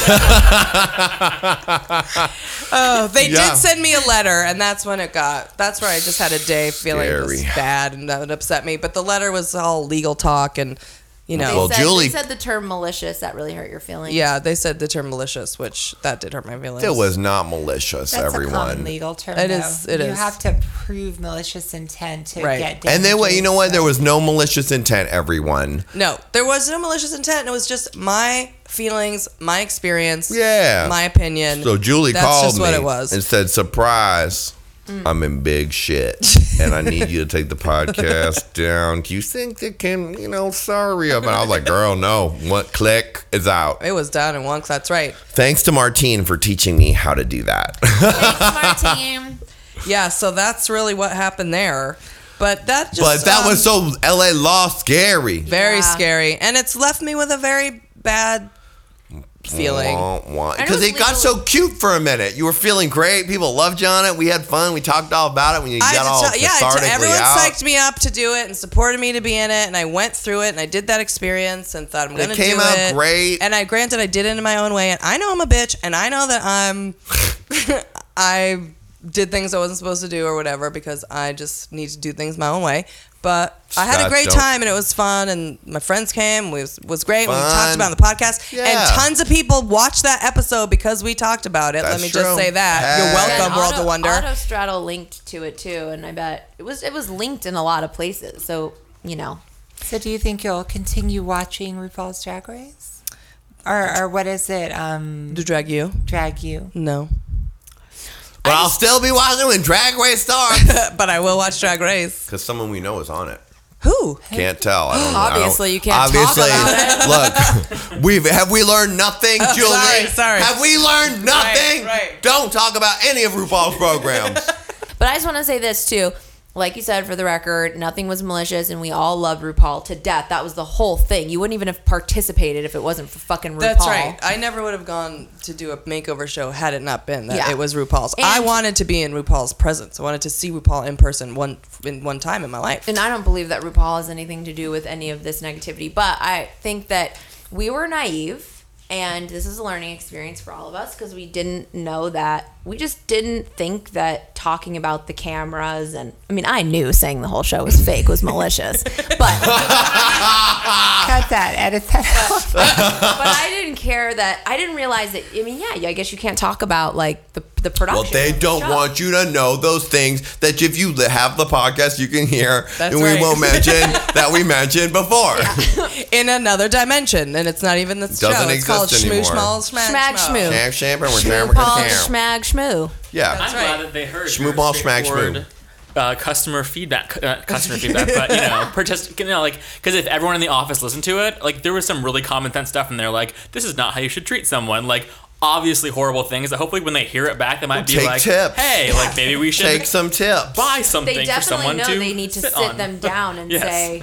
Speaker 1: <laughs>
Speaker 14: it.
Speaker 16: <laughs> Oh, they
Speaker 14: Yeah.
Speaker 16: did send me a letter, and that's when it got. That's where I just had a day feeling it was
Speaker 1: Scary.
Speaker 16: bad, and that would upset me. But the letter was all legal talk, and you know,
Speaker 14: they said, they said the term malicious that really hurt your feelings.
Speaker 16: yeah, they said the term malicious, which that did hurt my feelings.
Speaker 1: It was not malicious,
Speaker 11: That's a
Speaker 1: everyone.
Speaker 11: common legal term.
Speaker 16: It is-
Speaker 11: though.
Speaker 16: it
Speaker 11: you
Speaker 16: is.
Speaker 11: have to prove malicious intent to
Speaker 16: Right.
Speaker 11: get
Speaker 1: and then what? You know what? There was no malicious intent, everyone.
Speaker 16: No, there was no malicious intent. and It was just my feelings, my experience,
Speaker 1: Yeah.
Speaker 16: my opinion.
Speaker 1: So Julie
Speaker 16: That's
Speaker 1: called
Speaker 16: just
Speaker 1: me
Speaker 16: what it was.
Speaker 1: and said, "Surprise."
Speaker 16: Mm.
Speaker 1: I'm in big shit, and I need you to take the podcast down. Do you think that can, you know, sorry about? I was like, "Girl, no." One click, it's out.
Speaker 16: It was down in Wonks. That's right.
Speaker 1: Thanks to Martine for teaching me how to do that. <laughs>
Speaker 16: Team. yeah. So that's really what happened there. But that just.
Speaker 1: but that
Speaker 16: um,
Speaker 1: was so LA law scary.
Speaker 16: very scary, and it's left me with a very bad <laughs> feeling. And it
Speaker 1: Because
Speaker 16: was
Speaker 1: it got so cute for a minute. You were feeling great. People loved you on it. We had fun. We talked all about it when you
Speaker 16: I
Speaker 1: got all
Speaker 16: had to tell, yeah, I
Speaker 1: cathartically
Speaker 16: t- everyone
Speaker 1: out.
Speaker 16: psyched me up to do it and supported me to be in it, and I went through it and I did that experience and thought I'm
Speaker 1: It
Speaker 16: gonna
Speaker 1: came
Speaker 16: do
Speaker 1: out
Speaker 16: it.
Speaker 1: great.
Speaker 16: And I granted <laughs> I did it in my own way, and I know I'm a bitch, and I know that I'm I did things I wasn't supposed to do or whatever because I just need to do things my own way. But I had
Speaker 14: Scott,
Speaker 16: a great
Speaker 14: don't-
Speaker 16: time and it was fun and my friends came. We was was great. We
Speaker 14: Fun.
Speaker 16: talked about it on the podcast
Speaker 14: Yeah.
Speaker 16: and tons of people watched that episode because we talked about it. Let
Speaker 14: That's
Speaker 16: me
Speaker 14: true.
Speaker 16: just say that you're welcome,
Speaker 14: And
Speaker 16: World
Speaker 14: Auto-
Speaker 16: of Wonder.
Speaker 14: Autostraddle linked to it too, and I bet it was it was linked in a lot of places. So you know,
Speaker 11: So, do you think you'll continue watching RuPaul's Drag Race, or or what is it? Um,
Speaker 16: to drag you,
Speaker 11: drag you.
Speaker 16: No,
Speaker 4: But I'll still be watching when Drag Race starts. <laughs>
Speaker 16: but I will watch Drag Race
Speaker 1: because someone we know is on it.
Speaker 16: Who?
Speaker 1: Can't tell. I don't,
Speaker 4: Obviously,
Speaker 1: I don't,
Speaker 4: you can't talk
Speaker 1: Obviously,
Speaker 4: about
Speaker 1: <laughs> look, we've have we learned nothing,
Speaker 4: <laughs> Oh,
Speaker 1: children?
Speaker 4: sorry, sorry.
Speaker 1: Have we learned nothing?
Speaker 4: Right,
Speaker 1: Don't talk about any of RuPaul's
Speaker 3: <laughs>
Speaker 1: programs.
Speaker 14: but I just want to say this too. Like you said, for the record, nothing was malicious, and we all loved RuPaul to death. That was the whole thing. You wouldn't even have participated if it wasn't for fucking RuPaul.
Speaker 16: That's right. I never would have gone to do a makeover show had it not been that
Speaker 14: Yeah.
Speaker 16: it was RuPaul's. I wanted to be in RuPaul's presence. I wanted to see RuPaul in person one in one time in my life.
Speaker 14: And I don't believe that RuPaul has anything to do with any of this negativity, but I think that we were naive and this is a learning experience for all of us because we didn't know that we just didn't think that talking about the cameras and I mean I knew saying the whole show was fake was malicious.
Speaker 1: Ah.
Speaker 11: Cut that. Edit that. out.
Speaker 14: <laughs> but I didn't care that I didn't realize that I mean yeah, I guess you can't talk about like the the production.
Speaker 1: <laughs> Well, they
Speaker 14: of the
Speaker 1: don't
Speaker 14: show.
Speaker 1: want you to know those things that if you li- have the podcast, you can hear,
Speaker 16: That's
Speaker 1: and we
Speaker 16: right.
Speaker 1: won't
Speaker 16: <laughs>
Speaker 1: mention that we mentioned before.
Speaker 16: <laughs> in another dimension, and it's not even this show.
Speaker 1: Doesn't
Speaker 16: It's called
Speaker 1: exist
Speaker 16: Schmoo
Speaker 1: anymore.
Speaker 16: Schmall
Speaker 14: Schmag
Speaker 16: Schmag
Speaker 14: Schmoo.
Speaker 1: Sham, sham, and we're sham, we're
Speaker 14: RuPaul
Speaker 1: sham.
Speaker 14: Schmag Schmoo.
Speaker 1: Yeah.
Speaker 3: I'm glad that they heard.
Speaker 1: Shmoo
Speaker 3: your
Speaker 1: ball, schmag shmoo.
Speaker 3: straightforward, Uh, customer feedback, uh, customer feedback, but you know, protest, you know, like, because if everyone in the office listened to it, like, there was some really common sense stuff in there, like, this is not how you should treat someone, like, obviously horrible things that hopefully when they hear it back, they might be
Speaker 1: take
Speaker 3: like,
Speaker 1: tips.
Speaker 3: hey, like, maybe
Speaker 1: <laughs>
Speaker 3: we should
Speaker 1: Take some
Speaker 4: <laughs>
Speaker 1: tips,
Speaker 3: buy something
Speaker 14: They
Speaker 3: for
Speaker 14: definitely
Speaker 3: someone
Speaker 14: know
Speaker 3: to
Speaker 14: they need to sit,
Speaker 3: on.
Speaker 14: them down and
Speaker 3: <laughs> Yes.
Speaker 14: say,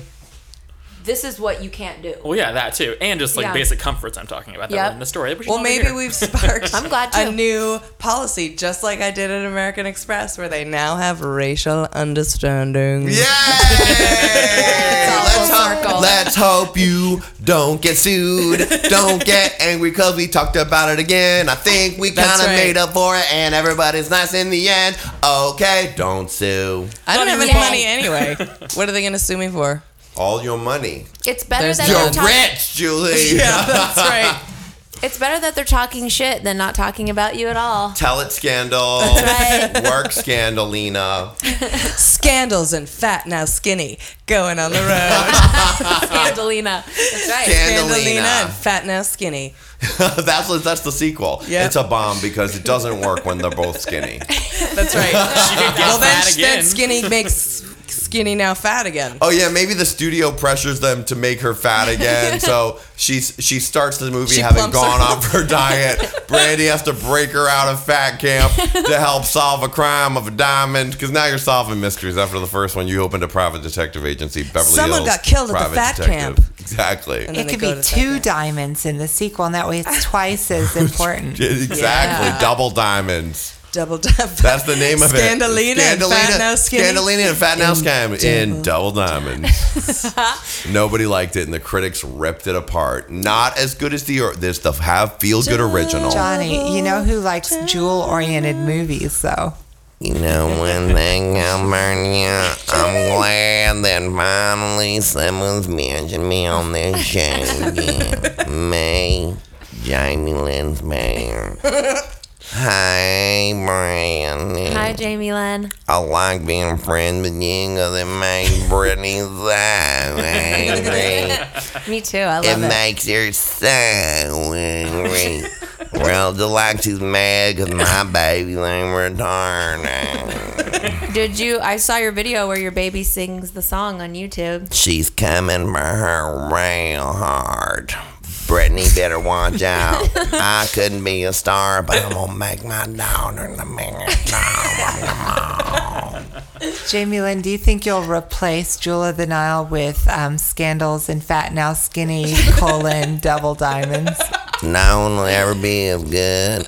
Speaker 14: "This is what you can't do."
Speaker 3: Well, yeah, that too, and just like
Speaker 14: Yeah.
Speaker 3: basic comforts I'm talking about that
Speaker 14: Yep.
Speaker 3: were in the story.
Speaker 16: Well, maybe we've
Speaker 14: <laughs>
Speaker 16: sparked
Speaker 14: I'm glad
Speaker 16: a new policy, just like I did at American Express, where they now have racial understanding.
Speaker 1: Yeah, Let's hope you don't get sued.
Speaker 4: <laughs>
Speaker 1: Don't get angry because we talked about it again. I think we kind
Speaker 4: That's
Speaker 1: of
Speaker 4: right.
Speaker 1: made up for it and everybody's nice in the end. Okay, don't sue.
Speaker 16: I don't have any
Speaker 14: Yay.
Speaker 16: money anyway. what are they going to sue me for?
Speaker 1: All your money.
Speaker 14: It's better
Speaker 1: There's
Speaker 14: that
Speaker 1: You're
Speaker 14: they're talk-
Speaker 1: rich,
Speaker 16: <laughs>
Speaker 1: Julie.
Speaker 16: Yeah, that's right.
Speaker 14: It's better that they're talking shit than not talking about you at
Speaker 1: <laughs>
Speaker 14: all.
Speaker 1: Tell it scandal.
Speaker 14: That's right.
Speaker 1: <laughs> Work scandalina.
Speaker 16: <laughs>
Speaker 1: <laughs>
Speaker 16: Scandals and fat now skinny going on the road.
Speaker 14: Scandalina. That's right.
Speaker 16: Scandalina
Speaker 1: Scandalina.
Speaker 16: and fat now skinny.
Speaker 1: that's what- that's the sequel.
Speaker 16: Yeah.
Speaker 1: It's a bomb because it doesn't work when they're both skinny.
Speaker 16: That's right. <laughs> well, then,
Speaker 3: fat
Speaker 16: then
Speaker 3: again.
Speaker 16: skinny makes skinny now fat again.
Speaker 1: Oh yeah, maybe the studio pressures them to make her
Speaker 16: <laughs>
Speaker 1: fat again. so she's she starts the movie
Speaker 16: She
Speaker 1: having
Speaker 16: plumps
Speaker 1: gone
Speaker 16: her. <laughs>
Speaker 1: off her diet. Brandy has to break her out of fat camp
Speaker 16: <laughs>
Speaker 1: to help solve a crime of a diamond. Because now you're solving mysteries after the first one. You opened a private detective agency, Beverly
Speaker 16: Someone
Speaker 1: Hills.
Speaker 16: got killed at the
Speaker 1: private
Speaker 16: fat
Speaker 1: detective.
Speaker 16: camp.
Speaker 1: Exactly.
Speaker 11: It could be two diamonds in the sequel, and that way
Speaker 16: <laughs>
Speaker 11: it's twice as important.
Speaker 1: <laughs> exactly. Double diamonds.
Speaker 16: Double diamond.
Speaker 1: <laughs> That's the name of
Speaker 16: Scandalina and
Speaker 1: it.
Speaker 16: Fat Now Skinny.
Speaker 1: Scandalina and Fat Now Skinny in Double Diamonds. Nobody liked it, and the critics ripped it apart. Not as good as the this the have feel good original.
Speaker 11: Johnny, you know who likes jewel-oriented movies, though.
Speaker 9: <laughs> You know, one thing, Albernia, I'm glad that finally someone's mentioned me
Speaker 16: <laughs>
Speaker 9: on this show again. May, Jamie Lynn's mayor. Hi, Brandy.
Speaker 14: Hi, Jamie Lynn.
Speaker 9: I like being friends with you because it makes
Speaker 16: <laughs>
Speaker 9: Brittany sad. angry.
Speaker 14: Me too. I love
Speaker 9: it,
Speaker 14: it.
Speaker 9: makes her so angry. well, Deluxe's mad because my baby's ain't retarded.
Speaker 14: Did you? I saw your video where your baby sings the song on
Speaker 1: <laughs>
Speaker 14: YouTube.
Speaker 9: She's coming for her real hard. Brittany better watch out. I couldn't be a star, but I'm gonna make my daughter the mayor.
Speaker 11: Jamie Lynn, do you think you'll replace Jewel of the Nile with um, Scandals and Fat Now
Speaker 16: <laughs>
Speaker 11: Skinny colon Double Diamonds?
Speaker 9: Not only ever be as good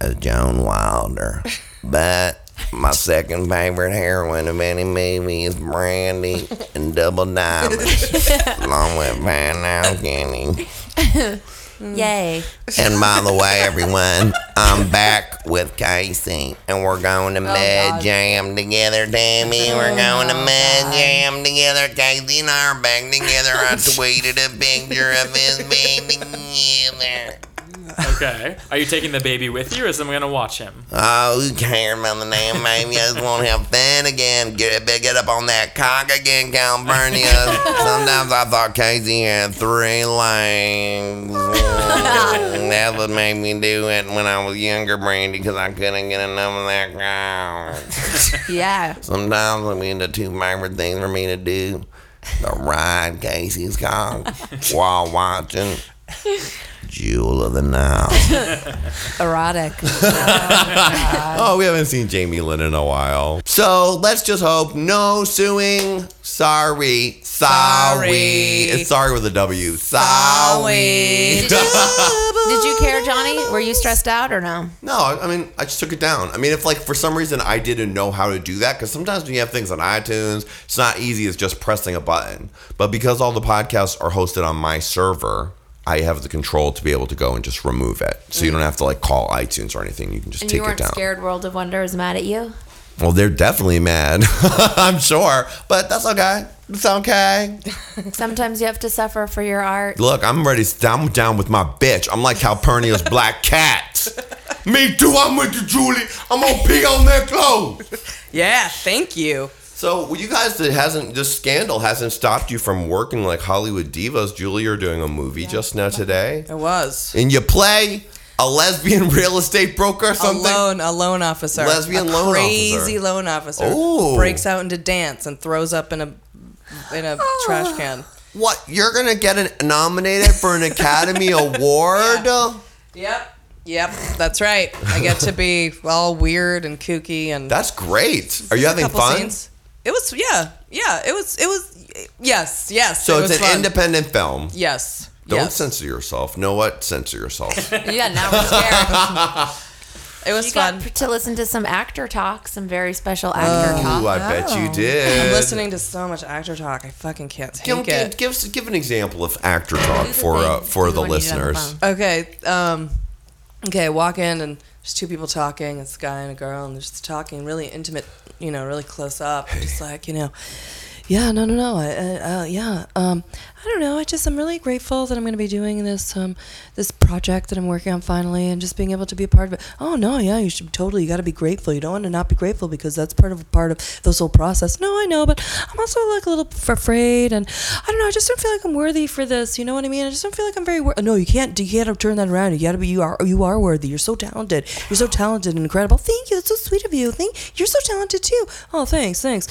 Speaker 9: as Joan Wilder, but my second favorite heroine of any movie is Brandy and Double Diamonds, along with Van Alkany.
Speaker 14: Yay. <laughs>
Speaker 9: And by the way, everyone, I'm back with Casey, and we're going to mud jam together, Tammy.
Speaker 4: Oh,
Speaker 9: We're going to mud jam together. Casey and I are back together. I tweeted a picture of his baby together.
Speaker 3: <laughs> Okay. Are you taking the baby with you, or is someone gonna watch him?
Speaker 9: Oh, who cares about the name, baby? I just want to have fun again. Get, get up on that cock again, California. Sometimes I thought Casey had three legs. And That's what made me do it when I was younger, Brandy, because I couldn't get enough of that cock.
Speaker 14: Yeah.
Speaker 9: Sometimes, I mean, the two favorite things for me to do, the ride Casey's cock while watching Jewel of the Nile.
Speaker 14: <laughs> Erotic.
Speaker 1: oh, we haven't seen Jamie Lynn in a while.
Speaker 9: So let's just hope no suing. Sorry. Sorry.
Speaker 1: It's sorry with a W.
Speaker 9: Sorry.
Speaker 14: Did you, did you care, Johnny? Were you stressed out or no?
Speaker 1: No, I I mean, I just took it down. I mean, if like for some reason I didn't know how to do that, because sometimes when you have things on iTunes, it's not easy as just pressing a button. But because all the podcasts are hosted on my server, I have the control to be able to go and just remove it. So you don't have to like call iTunes or anything. You can
Speaker 14: Mm.
Speaker 1: just
Speaker 14: and
Speaker 1: take
Speaker 14: you
Speaker 1: it
Speaker 14: weren't
Speaker 1: down.
Speaker 14: scared World of Wonder is mad at you?
Speaker 1: Well, they're definitely mad. <laughs> I'm sure. But that's okay. It's okay.
Speaker 14: Sometimes you have to suffer for your art.
Speaker 1: Look, I'm ready. I'm down with my bitch. I'm like Calpurnia's black cat. Me too. I'm with you, Julie. I'm gonna pee on their clothes.
Speaker 16: Yeah. Thank you.
Speaker 1: So, well, you guys, it hasn't this scandal hasn't stopped you from working like Hollywood divas. Julie, you're doing a movie just now today,
Speaker 16: It was.
Speaker 1: and you play a lesbian <laughs> real estate broker or something.
Speaker 16: A loan, a loan officer.
Speaker 1: Lesbian
Speaker 16: a
Speaker 1: loan
Speaker 16: crazy
Speaker 1: officer.
Speaker 16: loan officer.
Speaker 1: Ooh.
Speaker 16: Breaks out into dance and throws up in a in a trash can.
Speaker 1: What? You're gonna get an, nominated for an <laughs> Academy Award?
Speaker 16: Yep. Yep. That's right. I get to
Speaker 1: <laughs>
Speaker 16: be all weird and kooky and.
Speaker 1: That's great. Are you
Speaker 16: A
Speaker 1: having
Speaker 16: couple
Speaker 1: fun?
Speaker 16: scenes. It was. Yeah. Yeah. It was. It was. Yes. Yes.
Speaker 1: So
Speaker 16: it
Speaker 1: it's
Speaker 16: was
Speaker 1: an
Speaker 16: fun.
Speaker 1: independent film.
Speaker 16: Yes.
Speaker 1: Don't
Speaker 16: yes.
Speaker 1: censor yourself. Know what?
Speaker 16: <laughs>
Speaker 1: Censor yourself.
Speaker 14: Yeah, now we're <laughs> scared.
Speaker 16: it was
Speaker 14: you fun got to listen to some actor talk, some very special actor talk.
Speaker 1: Ooh, I bet
Speaker 16: Oh.
Speaker 1: you did.
Speaker 16: I'm listening to so much actor talk. I fucking can't take
Speaker 1: Give,
Speaker 16: it.
Speaker 1: give, give, us- give an example of actor talk
Speaker 16: Do the
Speaker 1: for
Speaker 16: thing.
Speaker 1: uh, for
Speaker 16: Do
Speaker 1: the
Speaker 16: one you did on the
Speaker 1: <laughs> listeners.
Speaker 16: Okay. Um, okay. I walk in and there's two people talking. It's a guy and a girl, and they're just talking really intimate, you know, really close up. Just like you know, yeah, no, no, no. I, I, uh, yeah. Um, I don't know. I just I'm really grateful that I'm going to be doing this um this project that I'm working on finally, and just being able to be a part of it. Oh no, yeah, you should totally. You got to be grateful. You don't want to not be grateful because that's part of part of this whole process. No, I know, but I'm also like a little f- afraid, and I don't know. I just don't feel like I'm worthy for this. You know what I mean? I just don't feel like I'm very. Wor- no, you can't. You can't turn that around. You got to be. You are. You are worthy. You're so talented. You're so talented and incredible. Thank you. That's so sweet of you. Thank. You're so talented too. Oh, thanks. Thanks.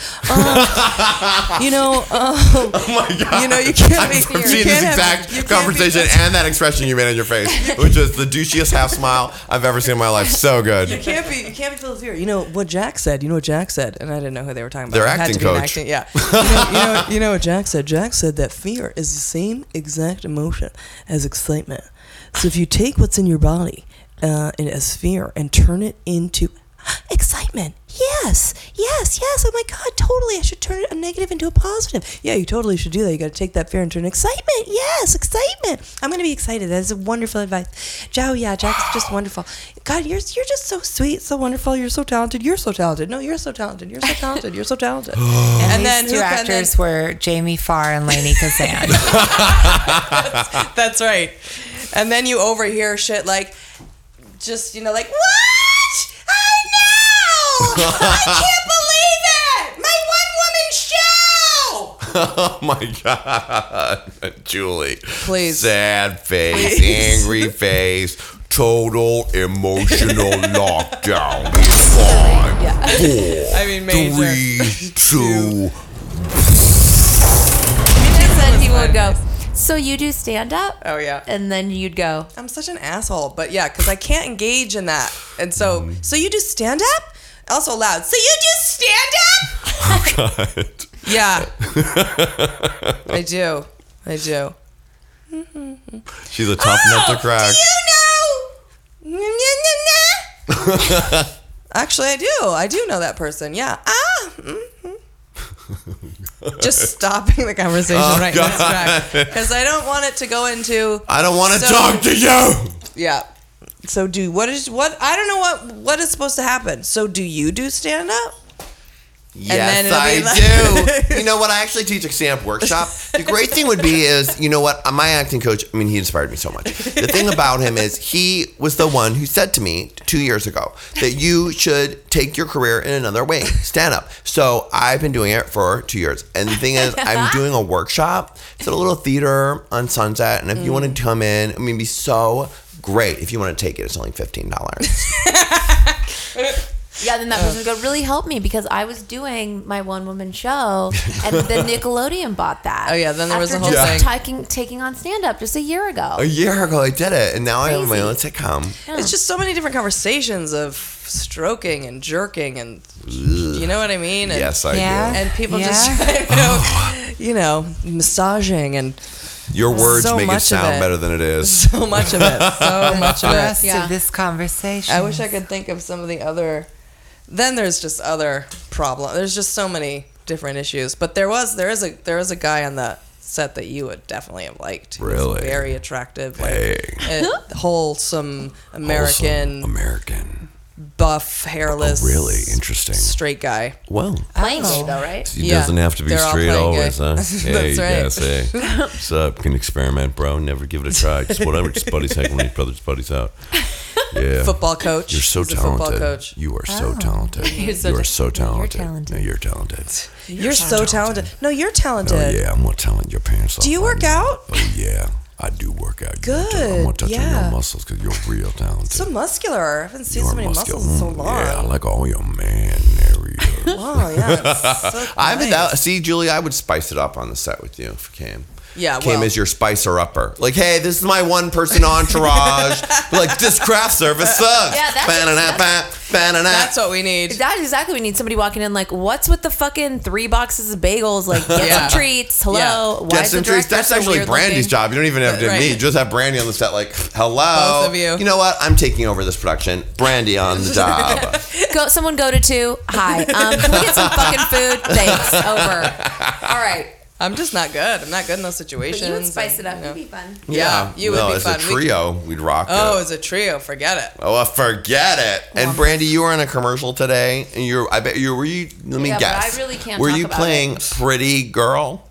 Speaker 16: Um, you know. Um, oh
Speaker 1: my
Speaker 16: <laughs> <laughs>
Speaker 1: god.
Speaker 16: You know you can't
Speaker 1: I've
Speaker 16: be.
Speaker 1: seen
Speaker 16: You
Speaker 1: this
Speaker 16: can't have,
Speaker 1: exact conversation and that expression you made on your
Speaker 16: <laughs>
Speaker 1: face, which was the douchiest half smile I've ever seen in my life. So good.
Speaker 16: You can't be. You can't be filled with fear. You know what Jack said. You know what Jack said, and I didn't know who they were talking about.
Speaker 1: Their
Speaker 16: It had to
Speaker 1: acting
Speaker 16: be an
Speaker 1: coach.
Speaker 16: acting-
Speaker 1: <laughs>
Speaker 16: yeah. You know, you, know, you know what Jack said. Jack said that fear is the same exact emotion as excitement. So if you take what's in your body uh, and as fear and turn it into excitement. Yes, yes, yes. Oh my God, totally. I should turn a negative into a positive. Yeah, you totally should do that. You got to take that fear and turn it- excitement. Yes, excitement. I'm going to be excited. That is wonderful advice. Joe, yeah, Jack's just wonderful. God, you're, you're just so sweet, so wonderful. You're so talented. You're so talented. No, you're so talented. You're so talented. You're so talented. <laughs>
Speaker 11: And,
Speaker 16: and
Speaker 11: these
Speaker 16: then
Speaker 11: two
Speaker 16: who can then
Speaker 11: actors were Jamie Farr and Lainey Kazan.
Speaker 16: <laughs> That's right. And then you overhear shit like, just, you know, like, what? I know! I can't
Speaker 14: <laughs>
Speaker 16: believe it! My one woman show!
Speaker 1: <laughs> oh my god, Julie!
Speaker 16: Please.
Speaker 1: sad face,
Speaker 16: Please. <laughs>
Speaker 1: angry face, total emotional lockdown. Five, four,
Speaker 16: I mean, major.
Speaker 1: three, two.
Speaker 14: said he would go. So you do stand up?
Speaker 16: Oh yeah.
Speaker 14: And then you'd go.
Speaker 16: I'm such an asshole, but yeah, because I can't engage in that. And so, so you do stand up? Also loud. So you do stand
Speaker 14: <laughs>
Speaker 16: up?
Speaker 1: <laughs>
Speaker 16: Yeah, I do. I do. Mm-hmm.
Speaker 1: She's a tough nut
Speaker 16: Oh,
Speaker 1: to crack.
Speaker 16: Actually, I do. I do know that person. Yeah. Ah. mhm. mm-hmm.
Speaker 1: <laughs>
Speaker 16: just stopping the conversation
Speaker 1: Oh,
Speaker 16: right in its
Speaker 1: God.
Speaker 16: track because I don't want it to go into.
Speaker 1: I don't want to
Speaker 16: so-
Speaker 1: talk to you.
Speaker 16: Yeah. So do what is what I don't know what what is supposed to happen. So do you do stand up? then
Speaker 9: Yes,
Speaker 16: it'll
Speaker 9: I
Speaker 16: be
Speaker 9: do.
Speaker 1: you know what? I actually teach a stand-up workshop. The great thing would be is, you know what? Uh, My acting coach, I mean, he inspired me so much. The thing about him is he was the one who said to me two years ago that you should take your career in another way, stand up. So I've been doing it for two years. And the thing is, I'm doing a workshop. It's at a little theater on Sunset. And if you
Speaker 9: Mm.
Speaker 1: want to come in, I mean, it'd be so great if you want to take it. It's only $15.
Speaker 14: Yeah, then that person would go, really help me because I was doing my one woman
Speaker 1: <laughs>
Speaker 14: show and then Nickelodeon bought that.
Speaker 16: Oh, yeah, then there was
Speaker 14: After
Speaker 16: the whole
Speaker 14: just
Speaker 16: thing.
Speaker 14: Taking, taking on stand up just a year ago.
Speaker 1: A year ago, I did it. And now I have my
Speaker 14: Crazy.
Speaker 1: own sitcom.
Speaker 16: <laughs> It's just so many different conversations of stroking and jerking and you know what I mean? And,
Speaker 1: Yes, I Yeah. do.
Speaker 16: And people
Speaker 1: Yeah.
Speaker 16: just you know, you know, massaging and
Speaker 1: Your words
Speaker 16: so
Speaker 1: make it
Speaker 16: much of
Speaker 1: sound better than it is.
Speaker 16: <laughs> So much of
Speaker 1: <laughs>
Speaker 16: it. So much of
Speaker 11: The
Speaker 16: it.
Speaker 11: rest of this conversation.
Speaker 16: I wish I could think of some of the other. Then there's just other problem. There's just so many different issues. But there was there is a there was a guy on the set that you would definitely have liked. He was
Speaker 1: Really?
Speaker 16: very attractive, like
Speaker 1: Hey.
Speaker 16: a wholesome American
Speaker 1: American
Speaker 16: buff, hairless.
Speaker 1: Oh, really? Interesting.
Speaker 16: Straight guy.
Speaker 1: Well.
Speaker 14: Playing gay, though, right?
Speaker 1: It doesn't have to be
Speaker 16: They're all
Speaker 1: straight
Speaker 16: playing
Speaker 1: always,
Speaker 16: gay. <laughs>
Speaker 1: huh?
Speaker 16: That's
Speaker 1: hey,
Speaker 16: right.
Speaker 1: yes, hey. What's up? Can experiment, bro. Never give it a try. Just whatever. Just buddies hang when each brother's buddies out. Yeah.
Speaker 16: Football coach.
Speaker 1: You're so
Speaker 16: He's a
Speaker 1: talented.
Speaker 16: football coach.
Speaker 1: You are so
Speaker 16: Oh.
Speaker 1: talented.
Speaker 16: <laughs> You're so
Speaker 1: you are
Speaker 16: ta-
Speaker 1: so talented.
Speaker 16: talented.
Speaker 1: No, you're talented.
Speaker 16: You're, so, talented. No, you're talented.
Speaker 1: Oh, yeah. I'm going to talent your parents off.
Speaker 16: Do you work out?
Speaker 1: Oh, yeah. I do work out. I'm going
Speaker 16: Good.
Speaker 1: to touch on
Speaker 16: yeah.
Speaker 1: your muscles because you're real talented.
Speaker 16: So muscular. I haven't seen so many muscles in so
Speaker 1: Mm,
Speaker 16: long.
Speaker 1: Yeah, I like all your man areas.
Speaker 16: Wow,
Speaker 1: <laughs>
Speaker 16: yeah,
Speaker 1: I would that, see, Julie. I would spice it up on the set with you if you came.
Speaker 16: <laughs> Yeah,
Speaker 1: came
Speaker 16: well-
Speaker 1: as your spicer upper. Like, hey, this is my one person entourage. But, like this craft service sucks.
Speaker 14: Yeah, that's-
Speaker 1: Ba-na-na, ba-na-na.
Speaker 16: That's what we need.
Speaker 14: That's exactly we need somebody walking in like, what's with the fucking three boxes of bagels? Like, <laughs> get
Speaker 1: Yeah.
Speaker 14: some treats. Hello. Why
Speaker 1: Get
Speaker 14: is
Speaker 1: some
Speaker 14: the
Speaker 1: treats.
Speaker 14: director
Speaker 1: That's
Speaker 14: so
Speaker 1: actually
Speaker 14: weird
Speaker 1: Brandy's
Speaker 14: looking?
Speaker 1: job. You don't even have to have
Speaker 14: Right.
Speaker 1: me. Just have Brandy on the set. Like, hello.
Speaker 14: Both of you.
Speaker 1: You know what? I'm taking over this production. Brandy
Speaker 14: <laughs>
Speaker 1: on the job.
Speaker 14: Go, someone go to two. Hi. Um, can we get some fucking food?
Speaker 1: <laughs>
Speaker 14: Thanks. Over. All right.
Speaker 16: I'm just not good. I'm not good in those situations.
Speaker 14: But you would spice it up.
Speaker 16: and,
Speaker 14: It'd be fun.
Speaker 16: Yeah, you would
Speaker 1: no,
Speaker 16: be
Speaker 1: as
Speaker 16: fun.
Speaker 1: a
Speaker 16: We-
Speaker 1: trio, we'd rock it.
Speaker 16: Oh, as a trio, forget it.
Speaker 1: Oh, well, forget it. And Brandy, you were in a commercial today, and you're. I bet you were. You let me
Speaker 14: Yeah, but I
Speaker 1: guess.
Speaker 14: really can't
Speaker 1: Were
Speaker 14: talk
Speaker 1: you
Speaker 14: about
Speaker 1: playing Pretty Girl?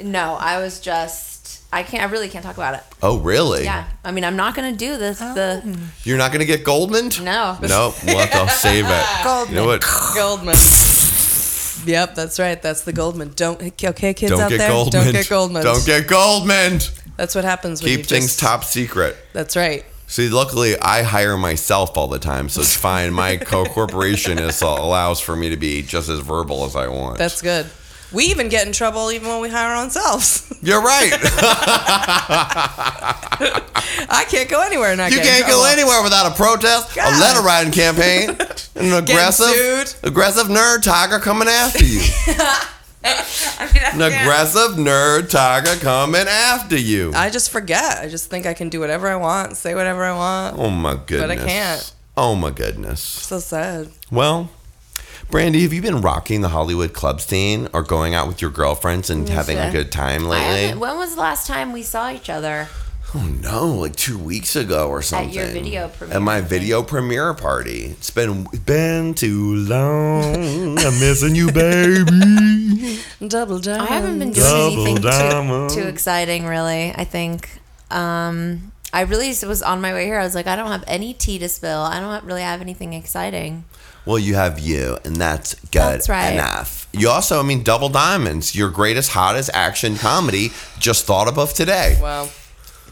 Speaker 14: No, I was just. I can't. I really can't talk about it.
Speaker 1: Oh, really?
Speaker 14: Yeah. I mean, I'm not gonna do this. The
Speaker 1: You're not gonna get Goldman?
Speaker 16: Oh.
Speaker 14: no.
Speaker 1: No, we'll have to save
Speaker 14: <laughs>
Speaker 1: it. You know what?
Speaker 16: Goldman. Yep, that's right. That's the Goldman. Don't okay, kids
Speaker 1: Don't
Speaker 16: out
Speaker 1: get
Speaker 16: there.
Speaker 1: Goldman.
Speaker 16: Don't get Goldman.
Speaker 1: Don't get Goldman.
Speaker 16: That's what happens when
Speaker 1: Keep
Speaker 16: you
Speaker 1: things
Speaker 16: Just,
Speaker 1: top secret.
Speaker 16: that's right.
Speaker 1: See, luckily, I hire myself all the time, so it's
Speaker 16: <laughs>
Speaker 1: fine. My co corporation is uh, allows for me to be just as verbal as I want.
Speaker 16: That's good. We even get in trouble even when we hire our own selves.
Speaker 1: You're right.
Speaker 16: <laughs> I can't go anywhere. and <laughs> Not
Speaker 1: you
Speaker 16: get in
Speaker 1: can't go
Speaker 16: trouble. <laughs>
Speaker 1: anywhere without a protest, a letter writing campaign, and an aggressive, aggressive nerd tiger coming after you. An aggressive nerd tiger coming after you.
Speaker 16: I just forget. I just think I can do whatever I want, say whatever I want.
Speaker 1: Oh my goodness.
Speaker 16: But I can't.
Speaker 1: Oh my goodness.
Speaker 16: So sad.
Speaker 1: Well, Brandy, have you been rocking the Hollywood club scene or going out with your girlfriends and
Speaker 14: Yes,
Speaker 1: having
Speaker 14: yeah.
Speaker 1: a good time
Speaker 14: I haven't-
Speaker 1: lately?
Speaker 14: when was the last time we saw each other?
Speaker 1: Oh no, like two weeks ago or something.
Speaker 14: At your video premiere,
Speaker 1: At my
Speaker 14: I
Speaker 1: video premiere party. It's been been too long. I'm missing you,
Speaker 14: <laughs>
Speaker 1: baby.
Speaker 16: Double down.
Speaker 14: I haven't been doing
Speaker 1: Double
Speaker 14: anything too,
Speaker 1: diamond.
Speaker 14: too exciting, really. I think um, I really s- was on my way here. I was like, I don't have any tea to spill. I don't really have anything exciting.
Speaker 1: Well, you have you, and that's good
Speaker 14: That's right.
Speaker 1: enough. You also, I mean, Double Diamonds, your greatest, hottest action comedy, just thought above today.
Speaker 16: Wow.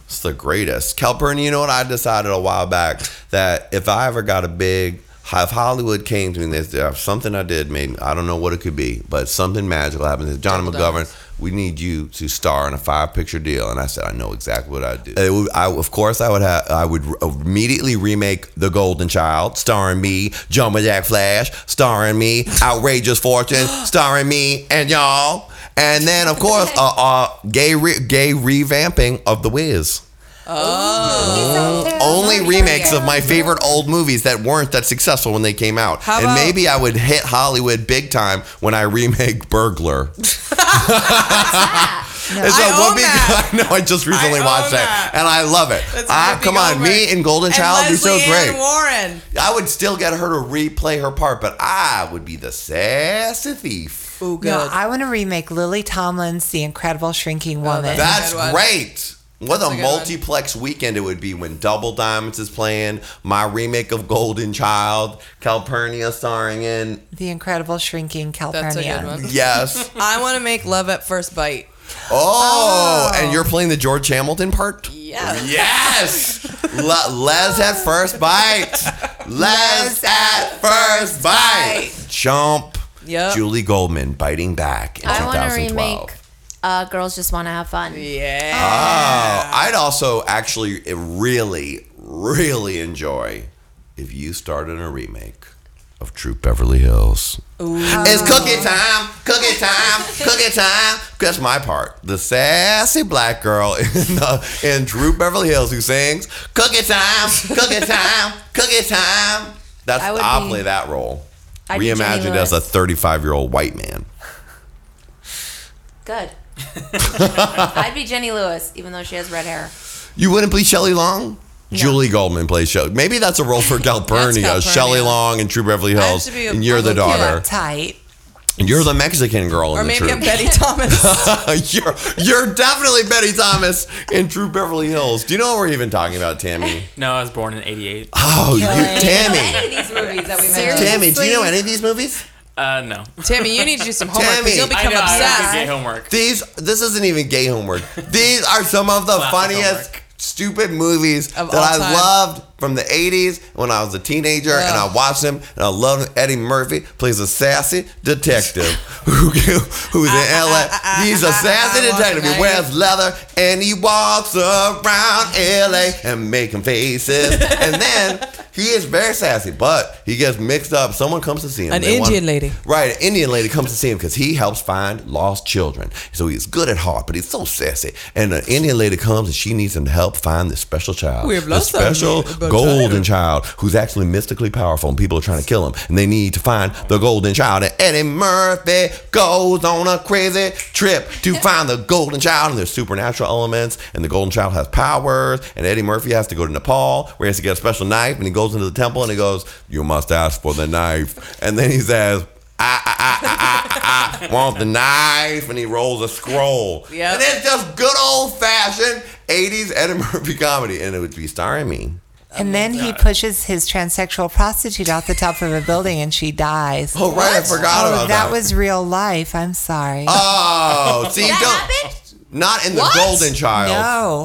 Speaker 1: It's the greatest. Calpurnia, you know what? I decided a while back that if I ever got a big, if Hollywood came to me, there's there's something I did, maybe, I don't know what it could be, but something magical happened. They said, Johnny
Speaker 16: Double
Speaker 1: McGovern, we need you to star in a five picture deal. And I said, I know exactly what I'd do. It would, I, of course, I would have, I would immediately remake The Golden Child, starring me, Jumbo Jack Flash, starring me, Outrageous <gasps> Fortune, starring me, and y'all. And then, of course, uh, uh, gay re- gay revamping of The Wiz.
Speaker 16: Oh.
Speaker 1: Only remakes of my favorite old movies that weren't that successful when they came out.
Speaker 16: How
Speaker 1: and
Speaker 16: about-
Speaker 1: maybe I would hit Hollywood big time when I remake Burglar. It's
Speaker 16: I
Speaker 1: a
Speaker 16: own
Speaker 1: whoopee- <laughs> I know. I just recently watched that, and I love it.
Speaker 16: That's
Speaker 1: Ah,
Speaker 16: Whoopi
Speaker 1: come on, me and Golden
Speaker 16: And
Speaker 1: Child do so
Speaker 16: Leslie Ann
Speaker 1: great.
Speaker 16: Warren.
Speaker 1: I would still get her to replay her part, but I would be the sassy thief.
Speaker 16: Ooh,
Speaker 11: No, I want to remake Lily Tomlin's The Incredible Shrinking
Speaker 16: Oh,
Speaker 11: Woman.
Speaker 1: That's great. What
Speaker 11: That's a good
Speaker 1: a
Speaker 11: one.
Speaker 1: multiplex weekend it would be when Double Diamonds is playing, my remake of Golden Child, Calpurnia starring in.
Speaker 11: The Incredible Shrinking Calpurnia.
Speaker 16: That's a good one. <laughs>
Speaker 1: Yes.
Speaker 16: I want to make love at first bite.
Speaker 1: Oh, and you're playing the George Hamilton part?
Speaker 16: <laughs> Yeah. <laughs>
Speaker 1: Yes. Le- Les at first bite. Les at first bite. Chomp.
Speaker 14: Yep.
Speaker 1: Julie Goldman biting back in
Speaker 14: I want to
Speaker 1: 2012.
Speaker 14: remake uh, Girls Just Want to Have Fun.
Speaker 16: Yeah.
Speaker 1: Oh, I'd also actually really, really enjoy if you started a remake of True Beverly Hills. It's cookie time, cookie time, cookie time. That's my part. The sassy black girl <laughs> in, the, in Drew Beverly Hills who sings "Cookie Time, Cookie Time, Cookie Time." That's
Speaker 14: I would
Speaker 1: I'll
Speaker 14: be-
Speaker 1: play that role,
Speaker 14: I'd be Jenny
Speaker 1: reimagined as a
Speaker 14: Lewis.
Speaker 1: thirty-five-year-old white man. <laughs>
Speaker 14: Good. I'd be Jenny Lewis, even though she has red hair.
Speaker 1: You wouldn't play Shelley Long? Julie Goldman plays Shelley. Maybe that's a role for Galpurnia.
Speaker 14: Calpurnia.
Speaker 1: Shelley Long and True Beverly
Speaker 16: I have
Speaker 1: Hills.
Speaker 16: to be a-
Speaker 1: and you're
Speaker 16: I'm
Speaker 1: the
Speaker 16: a kid.
Speaker 1: daughter.
Speaker 11: Tight.
Speaker 1: And you're the Mexican girl
Speaker 16: Or
Speaker 1: in the
Speaker 16: maybe
Speaker 1: troop.
Speaker 16: I'm Betty Thomas.
Speaker 1: <laughs> you're, you're definitely Betty Thomas in True Beverly Hills. Do you know what we're even talking about, Tammy?
Speaker 3: No, I was born in '88.
Speaker 1: Oh, you, Tammy.
Speaker 14: Any of these movies that we
Speaker 1: Seriously? Tammy, do you know any of these movies?
Speaker 3: Uh, no.
Speaker 16: Tammy, you need to do some homework 'cause
Speaker 1: Tammy.
Speaker 16: you'll become
Speaker 1: I know, I have to
Speaker 16: obsessed.
Speaker 1: get
Speaker 3: homework.
Speaker 1: These this isn't even gay homework. These are some of the
Speaker 16: Classic
Speaker 1: funniest stupid movies
Speaker 16: <laughs> Of
Speaker 1: that
Speaker 16: all
Speaker 1: I
Speaker 16: time.
Speaker 1: loved from the 80s when I was a teenager and I watched them and I loved Eddie Murphy plays a sassy detective <laughs> who who's
Speaker 16: Ah,
Speaker 1: in LA. He's a sassy detective. He wears leather and he walks around LA and making
Speaker 16: <laughs>
Speaker 1: faces. and then he is very sassy, but he gets mixed up. Someone comes to see him.
Speaker 16: An
Speaker 1: They want-
Speaker 16: Indian lady.
Speaker 1: Right, an Indian lady comes to see him because he helps find lost children. So he's good at heart, but he's so sassy. And an Indian lady comes and she needs him to help find this special child.
Speaker 16: We have
Speaker 1: the
Speaker 16: lost our
Speaker 1: special
Speaker 16: need- but-
Speaker 1: golden child who's actually mystically powerful and people are trying to kill him. And they need to find the golden child. And Eddie Murphy goes on a crazy trip to find the golden child. And there's supernatural elements. And the golden child has powers. And Eddie Murphy has to go to Nepal where he has to get a special knife. And he goes into the temple and he goes, You must ask for the knife. And then he says, I, I, I, I, I want the knife, and he rolls a scroll.
Speaker 16: Yep.
Speaker 1: And it's just good old fashioned 80s Eddie Murphy comedy, and it would be
Speaker 16: <laughs>
Speaker 1: starring me.
Speaker 11: And then he pushes his transsexual prostitute off the top of a building and she dies.
Speaker 1: Oh, right, I What? forgot
Speaker 11: Oh,
Speaker 1: about that.
Speaker 11: was real life. I'm sorry.
Speaker 16: <laughs>
Speaker 1: Oh, see, don't. Not in the
Speaker 11: What?
Speaker 1: Golden Child.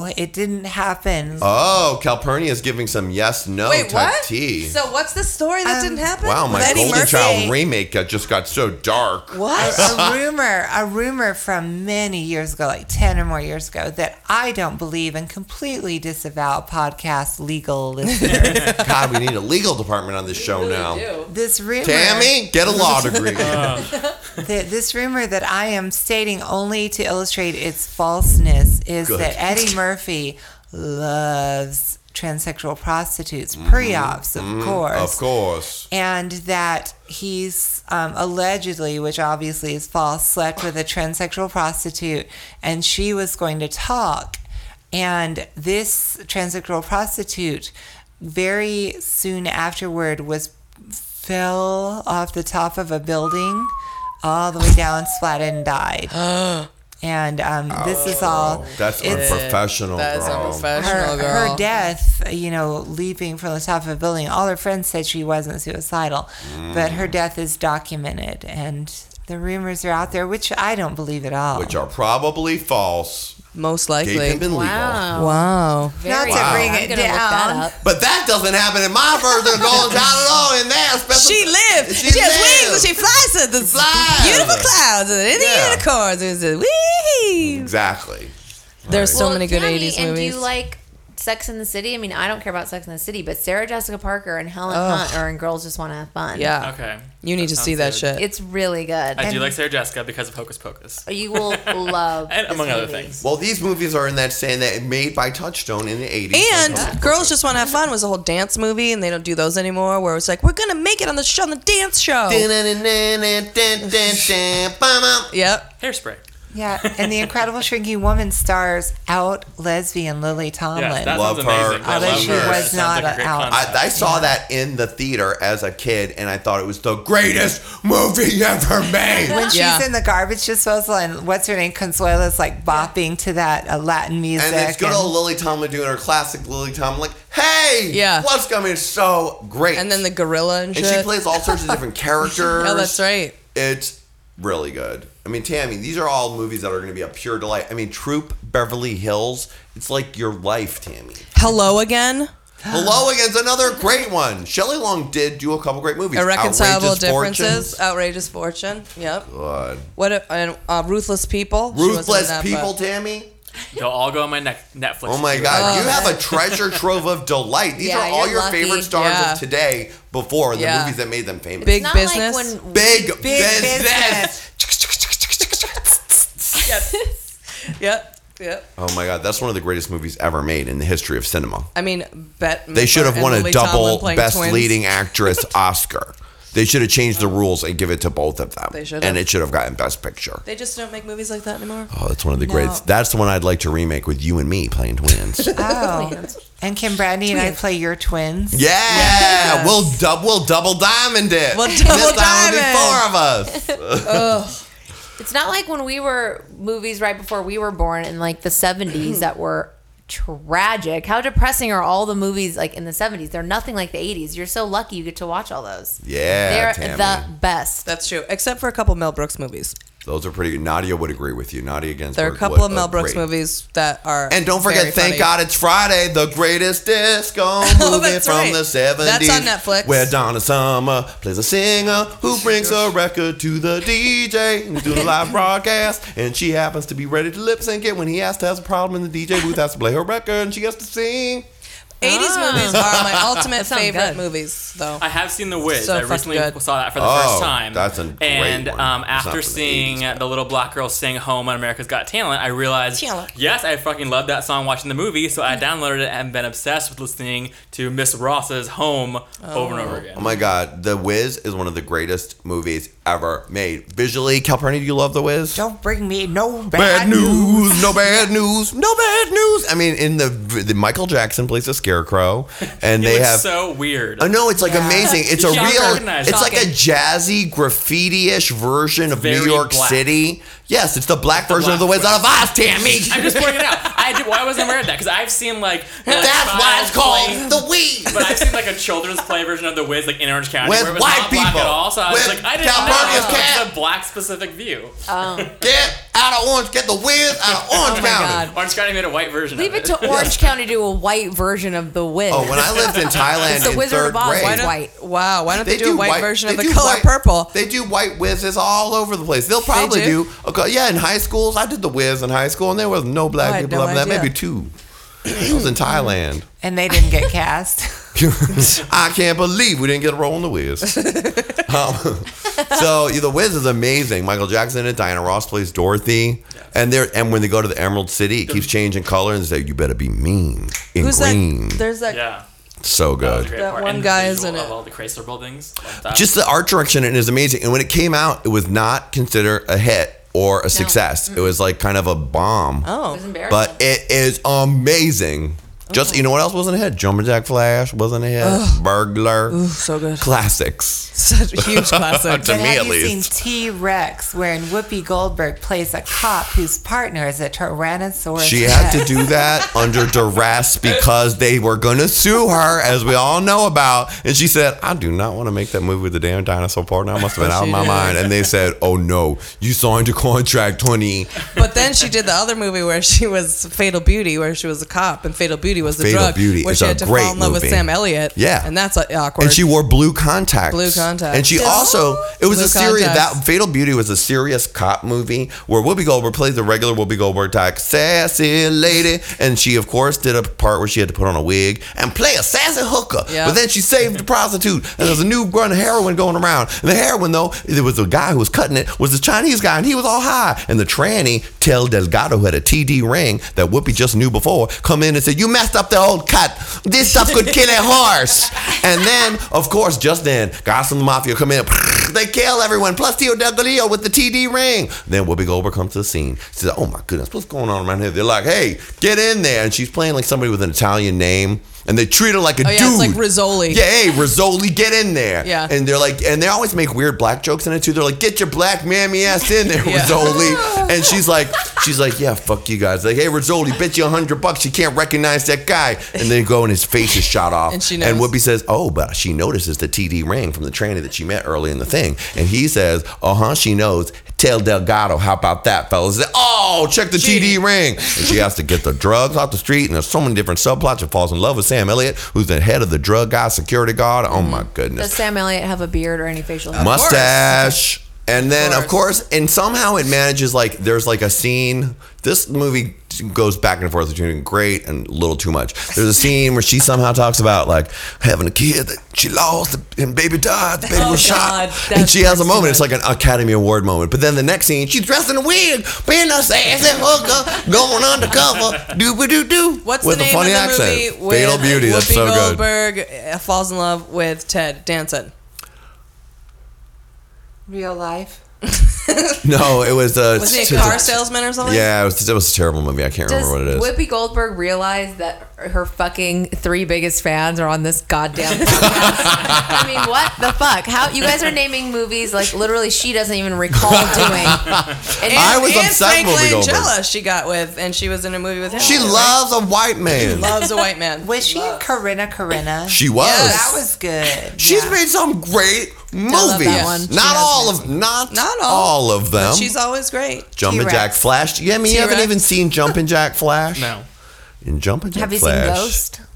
Speaker 11: No, it didn't happen.
Speaker 1: Oh, Calpurnia is giving some yes no
Speaker 16: Wait,
Speaker 1: type
Speaker 16: what?
Speaker 1: tea.
Speaker 16: So what's the story
Speaker 11: Um,
Speaker 16: that didn't happen?
Speaker 1: wow, my
Speaker 16: With Eddie
Speaker 1: Golden
Speaker 16: Murphy?
Speaker 1: Child remake got- just got so dark.
Speaker 11: What? A, a rumor, a rumor from many years ago, like 10 or more years ago, that I don't believe and completely disavow podcast legal <laughs> listeners.
Speaker 1: <laughs> God, we need a legal department on this show now.
Speaker 11: This rumor.
Speaker 1: Tammy, get a law degree.
Speaker 11: <laughs> that this rumor that I am stating only to illustrate its falseness is
Speaker 1: Good.
Speaker 11: that Eddie Murphy loves transsexual prostitutes, pre-ops, of
Speaker 1: Mm,
Speaker 11: course.
Speaker 1: Mm-hmm. Of course.
Speaker 11: and that he's um, allegedly, which obviously is false, slept with a transsexual prostitute, and she was going to talk. And this transsexual prostitute, very soon afterward, was fell off the top of a building, all the way down, splatted, and
Speaker 1: <gasps>
Speaker 11: died. and um, this is all.
Speaker 1: That's
Speaker 11: it's-
Speaker 1: unprofessional,
Speaker 16: That's
Speaker 1: girl.
Speaker 16: unprofessional,
Speaker 11: her,
Speaker 16: girl.
Speaker 1: Oh.
Speaker 11: her death, you know, leaping from the top of a building, all her friends said she wasn't suicidal, but
Speaker 1: Mm.
Speaker 11: her death is documented and the rumors are out there, which I don't believe at all. <laughs>
Speaker 1: Which are probably false.
Speaker 16: Most
Speaker 1: likely. Gay can be legal.
Speaker 11: Wow.
Speaker 16: Wow.
Speaker 11: Not to
Speaker 1: Wow.
Speaker 11: bring
Speaker 1: I'm
Speaker 11: it
Speaker 1: gonna
Speaker 11: down.
Speaker 1: look that But that doesn't happen in my
Speaker 16: <laughs>
Speaker 1: version of Golden Child at all. In that, especially
Speaker 16: She lives. She,
Speaker 1: She
Speaker 16: has
Speaker 1: lives.
Speaker 16: wings. and She flies through the beautiful clouds and in the unicorns. It was a wee.
Speaker 1: Exactly.
Speaker 16: There's so many good
Speaker 14: Tammy,
Speaker 16: 80s
Speaker 14: and
Speaker 16: movies.
Speaker 14: do you like Sex in the City. I mean, I don't care about Sex in the City, but Sarah Jessica Parker and Helen
Speaker 16: Ugh.
Speaker 14: Hunt are in Girls Just Want to Have Fun.
Speaker 16: Yeah. Okay. You need to see that shit.
Speaker 14: It's really good.
Speaker 3: I do
Speaker 14: And
Speaker 3: like Sarah Jessica because of Hocus Pocus.
Speaker 14: <laughs> You will love
Speaker 3: <laughs> and among
Speaker 14: this
Speaker 3: other
Speaker 16: <laughs>
Speaker 14: movie.
Speaker 3: things.
Speaker 1: Well, these movies are in that saying that made by Touchstone in the 80s.
Speaker 16: And Girls Just Want to Have Fun was a whole dance movie, and they don't do those anymore. Where it's like, we're gonna make it on the sh- on the dance show.
Speaker 9: yep.
Speaker 3: Hairspray.
Speaker 11: Yeah, <laughs> and the Incredible Shrinking Woman stars out lesbian Lily Tomlin.
Speaker 1: love her.
Speaker 11: Although she was not an out.
Speaker 1: I, I saw that in the theater as a kid, and I thought it was the greatest movie ever made.
Speaker 11: When she's in the garbage disposal and what's her name, Consuela's like bopping to that uh, Latin music.
Speaker 1: and it's good
Speaker 11: and-
Speaker 1: old Lily Tomlin doing her classic Lily Tomlin, like, hey,
Speaker 11: Yeah.
Speaker 1: what's coming is so great. And then
Speaker 16: the gorilla
Speaker 1: and,
Speaker 16: and
Speaker 1: she
Speaker 16: shit.
Speaker 1: plays all sorts of
Speaker 16: <laughs>
Speaker 1: different
Speaker 9: <laughs>
Speaker 1: characters.
Speaker 16: Oh, that's right.
Speaker 1: It's really good. I mean, Tammy, these are all movies that are going to be a pure delight. I mean, Troop Beverly Hills, it's like your life, Tammy.
Speaker 16: Hello again.
Speaker 1: Hello again's another great one. Shelley Long did do a couple great movies.
Speaker 16: Irreconcilable
Speaker 1: Outrageous
Speaker 16: differences,
Speaker 1: Fortunes.
Speaker 16: outrageous fortune. Yep.
Speaker 1: God.
Speaker 16: What a, and uh, ruthless people. She wasn't in
Speaker 1: Ruthless
Speaker 16: that,
Speaker 1: People,
Speaker 16: but-
Speaker 1: Tammy.
Speaker 3: They'll all go on my ne- Netflix.
Speaker 1: Oh my God, you have a
Speaker 3: <laughs>
Speaker 1: treasure trove of delight. These
Speaker 14: Yeah,
Speaker 1: are all
Speaker 14: you're
Speaker 1: your
Speaker 14: lucky.
Speaker 1: favorite stars
Speaker 14: Yeah.
Speaker 1: of today before the
Speaker 14: Yeah.
Speaker 1: movies that made them famous.
Speaker 14: It's not Like when
Speaker 1: Big business.
Speaker 16: yep. Yep. Yep.
Speaker 1: Oh my God, that's one of the greatest movies ever made in the history of cinema.
Speaker 16: I mean, bet
Speaker 1: They should have
Speaker 16: and
Speaker 1: won a
Speaker 16: Lily Tomlin
Speaker 1: double
Speaker 16: playing
Speaker 1: best
Speaker 16: twins. <laughs>
Speaker 1: leading actress Oscar. They should have changed the rules and give it to both of them.
Speaker 16: They should have.
Speaker 1: And it should have gotten best picture.
Speaker 16: They just don't make movies like that anymore.
Speaker 1: Oh, that's one of the greatest. That's the one I'd like to remake with you and me playing
Speaker 16: <laughs>
Speaker 1: twins.
Speaker 11: <laughs>
Speaker 1: <laughs>
Speaker 11: Oh. and can Brandy and I play your twins?
Speaker 1: Yeah, we'll double we'll double diamond it.
Speaker 11: We'll
Speaker 1: This
Speaker 11: double
Speaker 1: time it'll be
Speaker 16: <laughs>
Speaker 1: four of
Speaker 16: Oh.
Speaker 1: us.
Speaker 14: Ugh. It's not like when we were movies right before we were born in like the 70s that were tragic. How depressing are all the movies like in the 70s? They're nothing like the 80s. You're so lucky you get to watch all those. They're
Speaker 1: Yeah, Tammy.
Speaker 14: the best.
Speaker 16: That's true. Except for a couple Mel Brooks movies.
Speaker 1: Those are pretty. good. Nadia would agree with you. Nadia Ginsburg.
Speaker 16: There are a couple
Speaker 1: would
Speaker 16: of Mel Brooks
Speaker 1: agree.
Speaker 16: movies that are.
Speaker 1: And don't forget,
Speaker 16: very
Speaker 1: thank
Speaker 16: funny. Oh,
Speaker 1: God it's Friday, the
Speaker 16: <laughs>
Speaker 1: greatest disco <laughs> movie
Speaker 16: that's
Speaker 1: from
Speaker 16: right.
Speaker 1: the 70s.
Speaker 16: That's on Netflix.
Speaker 1: Where Donna Summer plays a singer who brings a record to the DJ
Speaker 16: <laughs>
Speaker 1: and do a live broadcast. And she happens to be ready to lip sync it when he has to have a problem. And the DJ booth has to play her record and she has to sing.
Speaker 16: 80s movies are my ultimate
Speaker 3: That sounds
Speaker 16: favorite
Speaker 3: good.
Speaker 16: movies, though.
Speaker 3: I have seen The Wiz.
Speaker 16: So
Speaker 3: I
Speaker 16: fucking
Speaker 3: recently
Speaker 16: good.
Speaker 3: saw that for the
Speaker 1: Oh,
Speaker 3: first time.
Speaker 1: that's a great
Speaker 3: And
Speaker 1: one.
Speaker 3: um,
Speaker 1: It's not
Speaker 3: after
Speaker 1: from the
Speaker 3: seeing the little black girl sing "Home" on America's Got Talent, I realized
Speaker 16: Talent.
Speaker 3: yes, I fucking love that song. Watching the movie, so I downloaded it and been obsessed with listening to Miss Ross's "Home" over and over again.
Speaker 1: Oh my God, The Wiz is one of the greatest movies ever made. Visually, Calpurnia, do you love The Wiz?
Speaker 11: Don't bring me no bad,
Speaker 1: bad news, no bad news, no bad news. I mean, in the the Michael Jackson plays a
Speaker 3: <laughs>
Speaker 1: scarecrow, and
Speaker 3: He
Speaker 1: they
Speaker 3: looks
Speaker 1: have
Speaker 3: so weird.
Speaker 1: I know it's like amazing. It's a
Speaker 3: You can't
Speaker 1: real.
Speaker 3: recognize
Speaker 1: It's
Speaker 3: it.
Speaker 1: like a jazzy graffiti-ish version of New
Speaker 3: Very
Speaker 1: York
Speaker 3: black.
Speaker 1: City. Yes, it's the black version of the Wizard of Oz, Tammy.
Speaker 3: <laughs> I'm just pointing it out. I did, well, I wasn't aware of that because I've seen like
Speaker 1: <laughs> That's why it's called the Wiz.
Speaker 3: But I've seen like a children's play version of the Wiz, like in Orange County,
Speaker 1: With
Speaker 3: where it was
Speaker 1: white
Speaker 3: not black
Speaker 1: people.
Speaker 3: at all. So I was
Speaker 1: With
Speaker 3: like, I didn't
Speaker 1: Calpurnia's
Speaker 3: know it
Speaker 1: cat.
Speaker 3: was a black specific view.
Speaker 16: Um,
Speaker 1: Get <laughs> out of Orange. Get the Wiz out of Orange County.
Speaker 3: Orange County made a white version.
Speaker 14: Leave
Speaker 3: of
Speaker 14: it to Orange County to do a white version of The Wiz.
Speaker 1: Oh, when I lived
Speaker 14: <laughs>
Speaker 1: in Thailand
Speaker 14: It's The
Speaker 1: in
Speaker 14: Wizard
Speaker 1: third
Speaker 14: of Oz
Speaker 1: grade-
Speaker 14: was
Speaker 1: Why don't-
Speaker 14: white.
Speaker 16: Wow, why don't they, do, a white, version of
Speaker 1: they
Speaker 16: the
Speaker 1: do
Speaker 16: color
Speaker 1: white-
Speaker 16: purple?
Speaker 1: They do white whizzes all over the place. They'll probably
Speaker 16: do?
Speaker 1: do. okay, yeah, in high <laughs> schools, I did the whiz in high school, and there was no
Speaker 11: I
Speaker 1: black
Speaker 11: had
Speaker 1: people
Speaker 11: no
Speaker 1: up in that.
Speaker 11: idea.
Speaker 1: Maybe two. <clears throat> I was in Thailand.
Speaker 11: And they didn't get <laughs> cast.
Speaker 1: <laughs> I can't believe we didn't get a role in the Wiz. um, so yeah, the Wiz is amazing. Michael Jackson and Diana Ross plays Dorothy, and they and when they go to the Emerald City, it keeps changing color, and they say, "You better be mean in
Speaker 16: Who's
Speaker 1: green."
Speaker 16: that? There's that.
Speaker 3: Yeah.
Speaker 1: so good.
Speaker 3: Great
Speaker 16: That
Speaker 3: part.
Speaker 16: one
Speaker 3: And
Speaker 16: guy
Speaker 3: the
Speaker 16: is in
Speaker 3: visual
Speaker 16: it.
Speaker 3: Of all the Chrysler buildings. Love that.
Speaker 1: just the art direction in it is amazing. And when it came out, it was not considered a hit or a success. It was like kind of a bomb.
Speaker 16: Oh. It was embarrassing.
Speaker 1: but it is amazing. Just you know what else wasn't a hit? Jumper Jack Flash wasn't a hit.
Speaker 16: Ugh.
Speaker 1: Burglar.
Speaker 16: Ooh, so good.
Speaker 1: Classics.
Speaker 16: Such a huge classic.
Speaker 1: <laughs> to
Speaker 11: But
Speaker 1: me
Speaker 11: have
Speaker 1: at
Speaker 11: you
Speaker 1: least.
Speaker 11: seen T Rex, wherein Whoopi Goldberg plays a cop whose partner is a Tyrannosaurus?
Speaker 1: She had to
Speaker 11: Rex?
Speaker 1: do that under duress because they were going to sue her, as we all know about. And she said, I do not want to make that movie with the damn dinosaur partner. I must have been out
Speaker 16: <laughs>
Speaker 1: of
Speaker 16: She
Speaker 1: my
Speaker 16: did.
Speaker 1: mind. And they said, Oh no, you signed a contract 20
Speaker 16: But then she did the other movie where she was Fatal Beauty, where she was a cop, and Fatal Beauty was the
Speaker 1: Fatal
Speaker 16: drug,
Speaker 1: Beauty
Speaker 16: where
Speaker 1: is
Speaker 16: she
Speaker 1: a
Speaker 16: had to
Speaker 1: great
Speaker 16: fall in love with
Speaker 1: movie.
Speaker 16: Sam Elliott.
Speaker 1: Yeah.
Speaker 16: and that's uh, awkward.
Speaker 1: And she wore blue contacts.
Speaker 16: Blue contacts.
Speaker 1: And she
Speaker 16: Yeah.
Speaker 1: also it was
Speaker 16: Blue
Speaker 1: a serious
Speaker 16: contacts.
Speaker 1: that Fatal Beauty was a serious cop movie where Whoopi Goldberg plays the regular Whoopi Goldberg type sassy lady, and she of course did a part where she had to put on a wig and play a sassy hooker.
Speaker 7: Yeah.
Speaker 1: But then she saved the prostitute, and there's a new run of heroin going around. And the heroin though, there was a guy who was cutting it was a Chinese guy, and he was all high. And the tranny Tel Delgado who had a TD ring that Whoopi just knew before come in and said, "You messed up the old cut. This stuff could kill a horse." And then, of course, just then, guys from the mafia come in. <laughs> They kill everyone. Plus Tio Delgadillo with the TD ring. Then Whoopi Goldberg comes to the scene. She says, "Oh my goodness, what's going on around here?" They're like, "Hey, get in there!" And she's playing like somebody with an Italian name, and they treat her like a
Speaker 16: Oh yeah,
Speaker 1: dude.
Speaker 16: it's like Rizzoli.
Speaker 1: Yeah, hey, Rizzoli, get in there.
Speaker 16: Yeah.
Speaker 1: And they're like, and they always make weird black jokes in it too. They're like, get your black mammy ass in there,
Speaker 16: <laughs> Yeah. <laughs>
Speaker 1: Rizzoli. And she's like, she's like, yeah, fuck you guys. Like, hey, Rizzoli, bet you a hundred bucks you can't recognize that guy. And they go and his face is shot off.
Speaker 16: <laughs> And she
Speaker 1: And
Speaker 16: knows.
Speaker 1: Whoopi says, oh, but she notices the TD ring from the tranny that she met early in the thing. And he says, uh huh, she knows. Tell Delgado, how about that, fellas? They say, Oh, check the TD ring. And she has to get the drugs off the street, and there's so many different subplots. She falls in love with Sam Elliott, who's the head of the drug guy security guard. Oh my goodness
Speaker 14: Does Sam Elliott have a beard or any facial hair?
Speaker 1: mustache. And then, of course. and somehow it manages like there's like a scene. This movie goes back and forth between great and a little too much. There's a scene where she somehow talks about like having a kid that she lost and baby died, the baby
Speaker 7: Oh,
Speaker 1: was
Speaker 7: God,
Speaker 1: shot,
Speaker 7: that's-
Speaker 1: and she has a moment. It's like an Academy Award moment. But then the next scene, she's dressed in a wig, being a sassy hooker, going undercover, doo doo doo.
Speaker 16: What's
Speaker 1: with
Speaker 16: the name
Speaker 1: a funny
Speaker 16: of the
Speaker 1: accent?
Speaker 16: movie? with
Speaker 1: Fatal Beauty. That's
Speaker 16: Whoopi
Speaker 1: so good. <laughs>
Speaker 16: Goldberg uh, falls in love with Ted Danson.
Speaker 11: Real life.
Speaker 1: No, it was. Uh,
Speaker 16: Wasn't he a car salesman or something?
Speaker 1: Yeah, it was, it was a terrible movie. I can't
Speaker 14: Does
Speaker 1: remember what it is.
Speaker 14: Whoopi Goldberg realize that her fucking three biggest fans are on this goddamn
Speaker 1: <laughs>
Speaker 14: podcast? I mean, what the fuck? How you guys are naming movies like literally she doesn't even
Speaker 1: <laughs>
Speaker 14: recall doing.
Speaker 16: And,
Speaker 1: I was
Speaker 16: and
Speaker 1: obsessed
Speaker 16: Frank
Speaker 1: with Whoopi Goldberg.
Speaker 16: Langella she got with, and she was in a movie with him.
Speaker 1: She
Speaker 16: right?
Speaker 1: loves a white man.
Speaker 16: loves a white man.
Speaker 11: Was she in Corinna Corinna?
Speaker 1: She was.
Speaker 11: Oh, That was good.
Speaker 1: She's made some great
Speaker 11: love
Speaker 1: movies.
Speaker 11: that one. She
Speaker 1: Not
Speaker 11: has
Speaker 1: all of not
Speaker 16: Not all,
Speaker 1: all, of
Speaker 16: but
Speaker 1: them.
Speaker 16: she's always great.
Speaker 1: Jumpin'
Speaker 16: T-Rex.
Speaker 1: Jack Flash. Yeah, I mean, you haven't
Speaker 16: T-Rex.
Speaker 1: even seen Jumpin' Jack Flash. No. In Jumpin' Jack
Speaker 14: Have you
Speaker 1: Flash.
Speaker 14: seen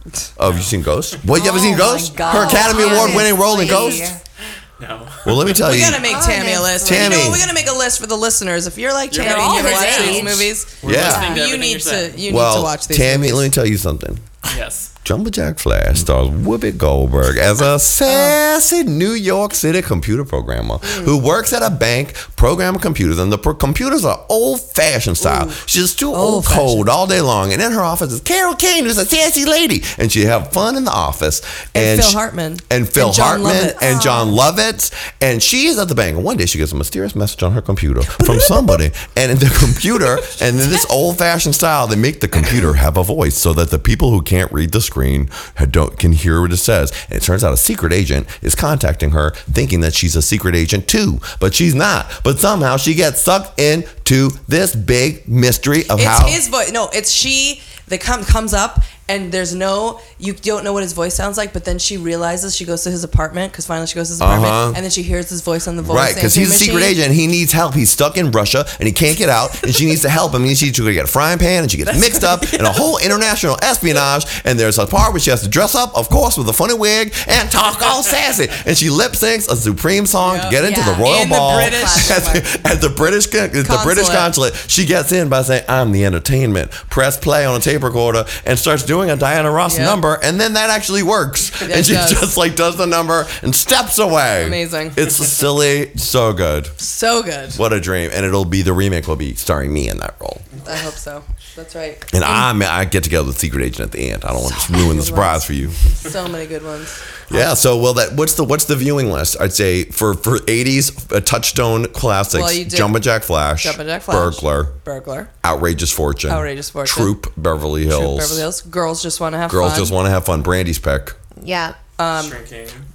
Speaker 14: Ghost?
Speaker 1: Oh, have you seen Ghost? What? You haven't
Speaker 14: Oh
Speaker 1: seen
Speaker 14: my
Speaker 1: Ghost?
Speaker 14: God.
Speaker 1: Her Academy
Speaker 14: Honestly.
Speaker 1: Award winning role in Ghost.
Speaker 3: No.
Speaker 1: Well, let me tell
Speaker 16: we
Speaker 1: you.
Speaker 16: gotta make Tammy a list.
Speaker 1: Tammy.
Speaker 16: You know, what? we gotta make a list for the listeners. If you're like
Speaker 3: You're
Speaker 16: Tammy,
Speaker 3: all
Speaker 16: you haven't
Speaker 3: her
Speaker 16: watched
Speaker 3: age.
Speaker 16: these movies.
Speaker 1: We're Yeah. listening to
Speaker 16: you
Speaker 3: everything
Speaker 16: need
Speaker 3: you're
Speaker 16: to
Speaker 3: saying.
Speaker 16: you
Speaker 1: well,
Speaker 16: need to watch these.
Speaker 1: Tammy,
Speaker 16: movies.
Speaker 1: let me tell you something.
Speaker 3: Yes.
Speaker 1: Jumbo Jack Flash stars Whoopi Goldberg as a sassy New York City computer programmer who works at a bank programming computers, and the pro- computers are old fashioned style. She's too old cold all day long, and in her office is Carol Kane, who's a sassy lady, and she have fun in the office.
Speaker 16: And Phil
Speaker 1: she-
Speaker 16: Hartman.
Speaker 1: and Phil
Speaker 16: And John Oh.
Speaker 1: Hartman
Speaker 16: Lovitz.
Speaker 1: and John Lovitz, and she is at the bank. And one day she gets a mysterious message on her computer from somebody, and in the computer, and in this old-fashioned style, they make the computer have a voice so that the people who can't read the screen ha- don't can hear what it says. And it turns out a secret agent is contacting her, thinking that she's a secret agent too, but she's not. But somehow she gets sucked into this big mystery of
Speaker 16: it's
Speaker 1: how
Speaker 16: his voice. No, it's she that come, comes up and there's no you don't know what his voice sounds like. But then she realizes she goes to his apartment because finally she goes to his apartment
Speaker 1: Uh-huh.
Speaker 16: and then she hears his voice on the voice.
Speaker 1: Right, because he's a
Speaker 16: answering
Speaker 1: secret
Speaker 16: machine.
Speaker 1: agent. He needs help. He's stuck in Russia and he can't get out. And she needs to help him. And she's going to get a frying pan and she gets
Speaker 16: That's
Speaker 1: mixed up in a whole international espionage. And there's a part where she has to dress up, of course, with a funny wig and talk all sassy. And she lip syncs a Supreme song to get into
Speaker 7: Yeah.
Speaker 1: the royal
Speaker 7: In the
Speaker 1: ball
Speaker 7: British-
Speaker 1: <laughs> at, the, at the British con- the British consulate. She gets in by saying, "I'm the entertainment." Press play on a tape recorder and starts doing a Diana Ross
Speaker 16: Yep.
Speaker 1: number, and then that actually works.
Speaker 16: It
Speaker 1: and she
Speaker 16: does.
Speaker 1: just like does the number and steps away.
Speaker 16: Amazing.
Speaker 1: It's silly, so good.
Speaker 16: So good.
Speaker 1: What a dream! And it'll be the remake will be starring me in that role,
Speaker 16: I hope so. That's right.
Speaker 1: and I'm I get together with secret agent at the end. I don't want to ruin the surprise for you.
Speaker 16: So many good ones.
Speaker 1: Yeah. So well, that what's the what's the viewing list? I'd say for for 80s a touchstone classics:
Speaker 16: Well, you did
Speaker 1: Jumba Jack Flash,
Speaker 16: Jumpin' Jack Flash.
Speaker 1: Burglar,
Speaker 16: Burglar.
Speaker 1: Outrageous Fortune,
Speaker 16: Outrageous Fortune.
Speaker 1: Troop, Beverly Hills,
Speaker 16: Troop Beverly Hills. Girls just want to have
Speaker 1: Girls
Speaker 16: fun.
Speaker 1: Just Want to Have Fun, Brandy's Peck,
Speaker 14: Yeah.
Speaker 16: Um,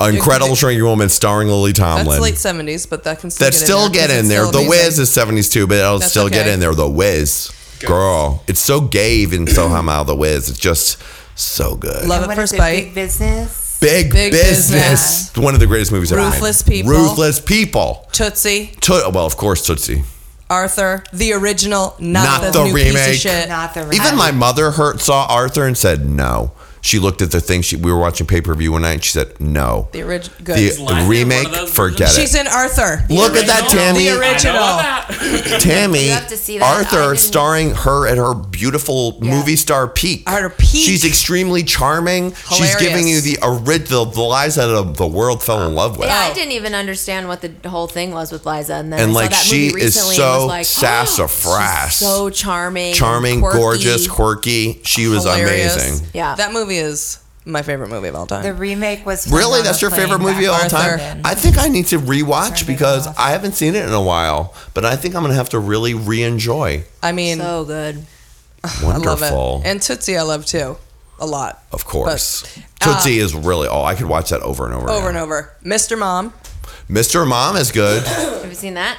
Speaker 1: Incredible Shrinking Woman starring Lily
Speaker 16: That's
Speaker 1: Tomlin.
Speaker 16: late seventies, but that can still
Speaker 1: that
Speaker 16: get
Speaker 1: still
Speaker 16: in there,
Speaker 1: get
Speaker 16: 'cause
Speaker 1: in
Speaker 16: it's
Speaker 1: there.
Speaker 16: still
Speaker 1: The
Speaker 16: amazing.
Speaker 1: Wiz is 70s too, but it'll
Speaker 16: That's
Speaker 1: still get
Speaker 16: okay.
Speaker 1: in there. The Wiz, girl, it's so gay and somehow how the Wiz. It's just so good.
Speaker 11: And what is it, Big business.
Speaker 1: Big,
Speaker 16: Big
Speaker 1: business. One of the greatest movies ever. made.
Speaker 16: Ruthless People.
Speaker 1: Ruthless people.
Speaker 16: Tootsie.
Speaker 1: To- well, of course, Tootsie.
Speaker 16: Arthur, the original, not,
Speaker 1: Not
Speaker 16: the,
Speaker 1: the
Speaker 16: new piece of
Speaker 1: remake.
Speaker 16: shit.
Speaker 11: Not the
Speaker 1: Even my mother heard saw Arthur and said no. She looked at the thing. She, we were watching pay per view one night. And she said no.
Speaker 16: The orig- good.
Speaker 1: The,
Speaker 16: Is Lassie one
Speaker 1: the
Speaker 16: of
Speaker 1: remake.
Speaker 16: those
Speaker 1: Forget
Speaker 16: She's
Speaker 1: it.
Speaker 16: in Arthur.
Speaker 1: Look at that, Tammy.
Speaker 16: The original.
Speaker 1: <laughs> Tammy,
Speaker 16: You have to see that. I
Speaker 1: Arthur,
Speaker 16: didn't-
Speaker 1: starring her at her beautiful movie star peak. At her
Speaker 16: peak.
Speaker 1: She's extremely charming.
Speaker 14: Hilarious.
Speaker 1: She's giving you the original the lies that uh, the world fell in love with.
Speaker 14: Yeah, I didn't even understand what the whole thing was with Liza, and then
Speaker 1: And
Speaker 14: I
Speaker 1: like
Speaker 14: saw that
Speaker 1: she
Speaker 14: movie
Speaker 1: is
Speaker 14: recently and
Speaker 16: <gasps>
Speaker 1: so
Speaker 14: was like, "Oh,
Speaker 1: sassafras,
Speaker 14: so charming,
Speaker 1: charming,
Speaker 14: quirky.
Speaker 1: gorgeous, quirky. She was
Speaker 16: Hilarious.
Speaker 1: amazing.
Speaker 16: Yeah. That movie is my favorite movie of all time.
Speaker 11: The remake was
Speaker 1: Really, that's your favorite movie of all time? I think I need to rewatch because I haven't seen it in a while, but I think I'm gonna have to really re-enjoy.
Speaker 16: I mean, so good. <sighs> I
Speaker 1: Wonderful.
Speaker 16: love it. And Tootsie, I love too, a lot.
Speaker 1: Of course,
Speaker 16: But, uh,
Speaker 1: Tootsie is really. Oh, I could watch that over and over.
Speaker 16: over
Speaker 1: again.
Speaker 16: and over. Mr. Mom.
Speaker 1: Mr. Mom is good.
Speaker 14: <coughs> Have you seen that?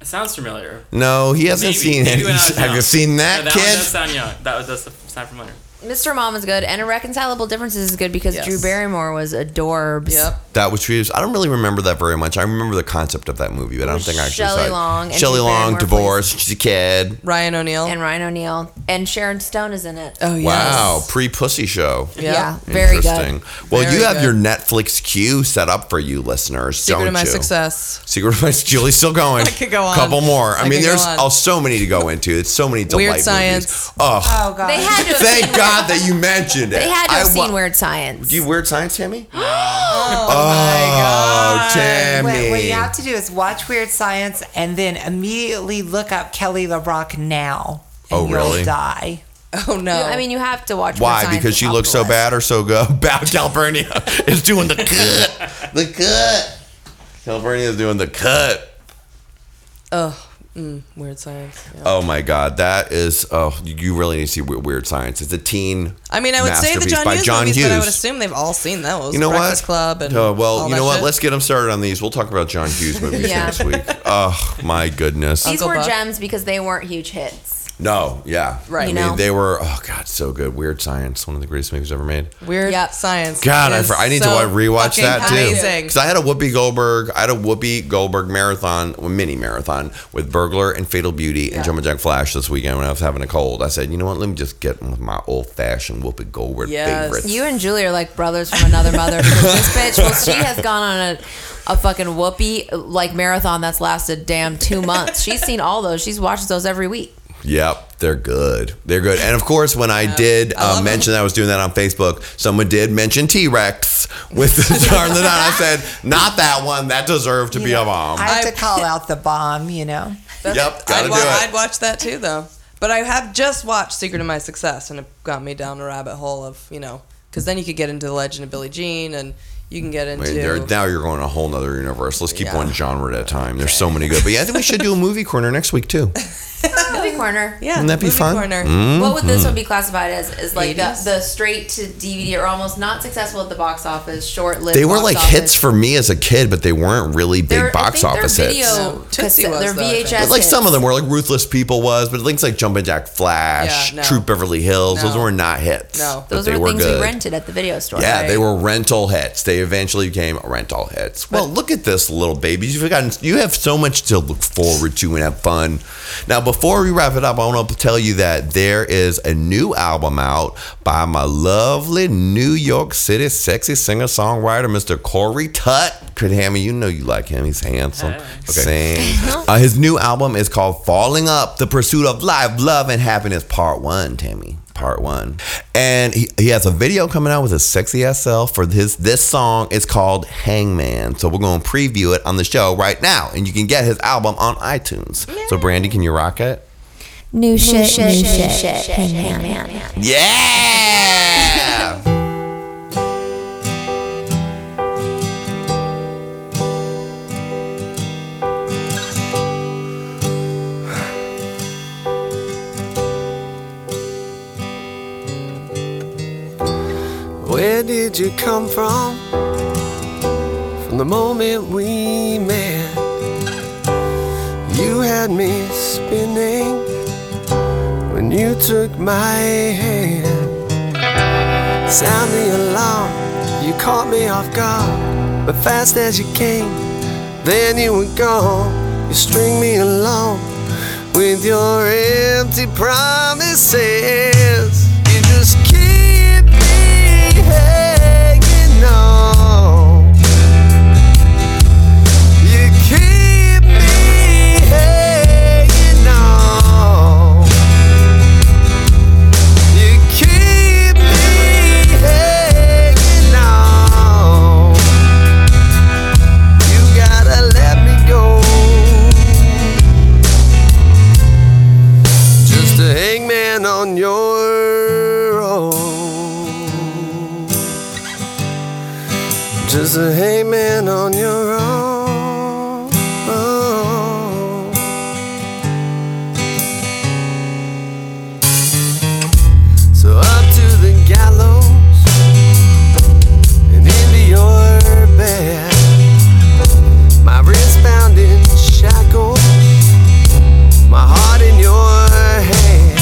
Speaker 3: It sounds familiar.
Speaker 1: No, he hasn't
Speaker 3: Maybe-
Speaker 1: seen
Speaker 3: maybe
Speaker 1: it.
Speaker 3: when I was
Speaker 1: <laughs> Have
Speaker 3: young.
Speaker 1: you seen that,
Speaker 3: No, that
Speaker 1: kid?
Speaker 3: One does sound young. That one does sound familiar.
Speaker 14: Mr. Mom is good, and Irreconcilable Differences is good because Drew Barrymore was adorbs. Yep.
Speaker 1: That was treated. I don't really remember that very much. I remember the concept of that movie, but I don't think I actually
Speaker 14: Shelley
Speaker 1: saw it.
Speaker 14: Long and
Speaker 1: Shelley
Speaker 14: Drew
Speaker 1: Long,
Speaker 14: Barrymore
Speaker 1: divorced. She's a kid.
Speaker 16: Ryan O'Neal.
Speaker 14: And Ryan O'Neal. And Sharon Stone is in it.
Speaker 16: Oh,
Speaker 1: Wow, pre pussy show.
Speaker 14: Yeah. Yeah, very good.
Speaker 1: Well,
Speaker 14: Very
Speaker 1: you have
Speaker 14: good.
Speaker 1: your Netflix queue set up for you, listeners.
Speaker 16: Secret
Speaker 1: don't
Speaker 16: of My
Speaker 1: you?
Speaker 16: Success.
Speaker 1: Secret of my Julie's still
Speaker 16: <laughs>
Speaker 1: going.
Speaker 16: I could go on.
Speaker 1: Couple more. I,
Speaker 16: I
Speaker 1: mean,
Speaker 16: could go
Speaker 1: there's
Speaker 16: on.
Speaker 1: oh, so many to go into. It's so many delight
Speaker 16: Weird Science.
Speaker 1: Movies. Oh,
Speaker 14: God. They had to have
Speaker 1: thank
Speaker 14: seen-
Speaker 1: God that you mentioned it.
Speaker 14: They had to have
Speaker 1: I
Speaker 14: seen
Speaker 1: wa-
Speaker 14: Weird Science.
Speaker 1: Do you weird science, Tammy?
Speaker 14: oh,
Speaker 1: Oh, Tammy.
Speaker 11: What, what you have to do is watch Weird Science and then immediately look up Kelly LeBrock now. And
Speaker 1: Oh,
Speaker 11: you'll
Speaker 1: really?
Speaker 11: Die.
Speaker 16: Oh no!
Speaker 14: I mean, you have to watch.
Speaker 1: Why? Because she looks so bad or so <laughs> good? Bad Calpurnia <laughs> is doing the cut. The cut. Calpurnia is doing the cut.
Speaker 16: Oh, mm, weird science. yeah.
Speaker 1: Oh my God, that is. Oh, you really need to see Weird, Weird Science. It's a teen.
Speaker 16: I mean, I would say the
Speaker 1: masterpiece
Speaker 16: John
Speaker 1: by
Speaker 16: Hughes
Speaker 1: John
Speaker 16: movies, but I would
Speaker 1: Hughes.
Speaker 16: assume they've all seen those.
Speaker 1: You know
Speaker 16: Breakfast
Speaker 1: what?
Speaker 16: Club and
Speaker 1: Oh, well,
Speaker 16: all
Speaker 1: you know
Speaker 16: that
Speaker 1: what?
Speaker 16: shit.
Speaker 1: Let's get them started on these. We'll talk about
Speaker 16: <laughs>
Speaker 1: John Hughes movies
Speaker 14: Yeah.
Speaker 1: next week. Oh my goodness.
Speaker 14: These were gems because they weren't huge hits.
Speaker 1: No, yeah,
Speaker 14: Right.
Speaker 1: I
Speaker 14: You
Speaker 1: mean,
Speaker 14: know?
Speaker 1: they were. Oh God, so good. Weird Science, one of the greatest movies ever made.
Speaker 16: Weird science.
Speaker 1: God, I,
Speaker 16: is
Speaker 1: fr- I need
Speaker 16: so
Speaker 1: to rewatch
Speaker 16: fucking
Speaker 1: that too.
Speaker 16: amazing.
Speaker 1: Because I had a Whoopi Goldberg, I had a Whoopi Goldberg marathon, well, mini marathon with Burglar and Fatal Beauty and Jumbo Jack Flash this weekend when I was having a cold. I said, you know what? Let me just get with my old fashioned Whoopi Goldberg favorites.
Speaker 14: You and Julie are like brothers from another mother. <laughs> because this bitch, well, she has gone on a, a fucking whoopee like marathon that's lasted damn two months. She's seen all those. She's watched those every week.
Speaker 1: Yep, they're good. They're good. And of course, when I did uh, mention that I was doing that on Facebook, someone did mention T Rex with <laughs> the star in the dawn. I said, not that one. That deserved to be a bomb.
Speaker 11: I have to call out the bomb, you know.
Speaker 1: yep, gotta
Speaker 16: I'd, wa-
Speaker 1: do it.
Speaker 16: I'd watch that too, though. But I have just watched Secret of My Success, and it got me down a rabbit hole of you know, because then you could get into the Legend of Billie Jean, and you can get into.
Speaker 1: Wait, there- now you're going a whole nother universe. Let's keep
Speaker 16: Yeah.
Speaker 1: one genre at a time. There's so many good. But yeah, I think we
Speaker 14: <laughs>
Speaker 1: should do a movie corner next week too.
Speaker 14: Movie corner.
Speaker 16: Yeah.
Speaker 1: Wouldn't that be fun?
Speaker 14: What would this
Speaker 1: Mhm.
Speaker 14: one be classified as? Is like the, the straight to DVD or almost not successful at the box office, short lived.
Speaker 1: They were like hits for me as a kid, but they weren't really big box office
Speaker 14: their
Speaker 1: hits.
Speaker 14: video,
Speaker 16: Tootsie
Speaker 14: cassette-
Speaker 16: was,
Speaker 14: their
Speaker 16: though, I think.
Speaker 14: VHS.
Speaker 1: But like
Speaker 14: hits.
Speaker 1: some of them were like Ruthless People was, but things like Jumpin' Jack Flash,
Speaker 14: Yeah, no.
Speaker 1: Troop Beverly Hills, those
Speaker 14: No.
Speaker 1: were not hits.
Speaker 14: No,
Speaker 1: but
Speaker 14: those
Speaker 1: they
Speaker 14: were,
Speaker 1: were
Speaker 14: things
Speaker 1: good.
Speaker 14: we rented at the video store.
Speaker 1: Yeah, they were rental hits. They eventually became rental hits. Well, look at this little baby. You've gotten, you have so much to look forward to and have fun. Now, before we wrap it up, I want to tell you that there is a new album out by my lovely New York City sexy singer songwriter, Mr. Corey Tutt. Could hammer, you know you like him. He's handsome. Okay. Uh, his new album is called Falling Up The Pursuit of Life, Love, and Happiness, Part One, Tammy part one. And he, he has a video coming out with a sexy ass self for his this song. It's called Hangman. So we're going to preview it on the show right now. And you can get his album on iTunes. So, Brandy, can you rock it?
Speaker 14: new
Speaker 18: shit, new shit,
Speaker 14: shit,
Speaker 18: shit,
Speaker 14: shit,
Speaker 18: hang,
Speaker 14: hang,
Speaker 18: hang, hang.
Speaker 1: Yeah!
Speaker 19: Where did you come from? From the moment we met, you had me spinning when you took my hand. Sound the alarm, you caught me off guard, but fast as you came, then you were gone. You string me along with your empty promises. You just keep me hanging on. You keep me hanging on. You keep me hanging on. You gotta let me go just a hangman on your own. Just a hangman on your own. So up to the gallows and into your bed. My wrist bound in shackles my heart in your hand.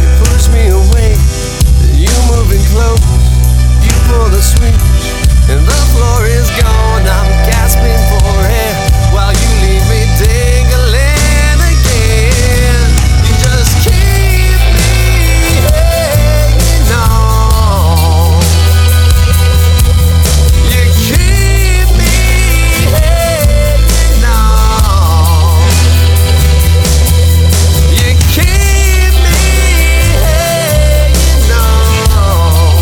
Speaker 19: You push me away, you moving close. You pull the switch, and the floor is gone. I'm gasping for air while you leave me dangling again. You just keep me hanging on. You keep me hanging on. You keep me hanging on.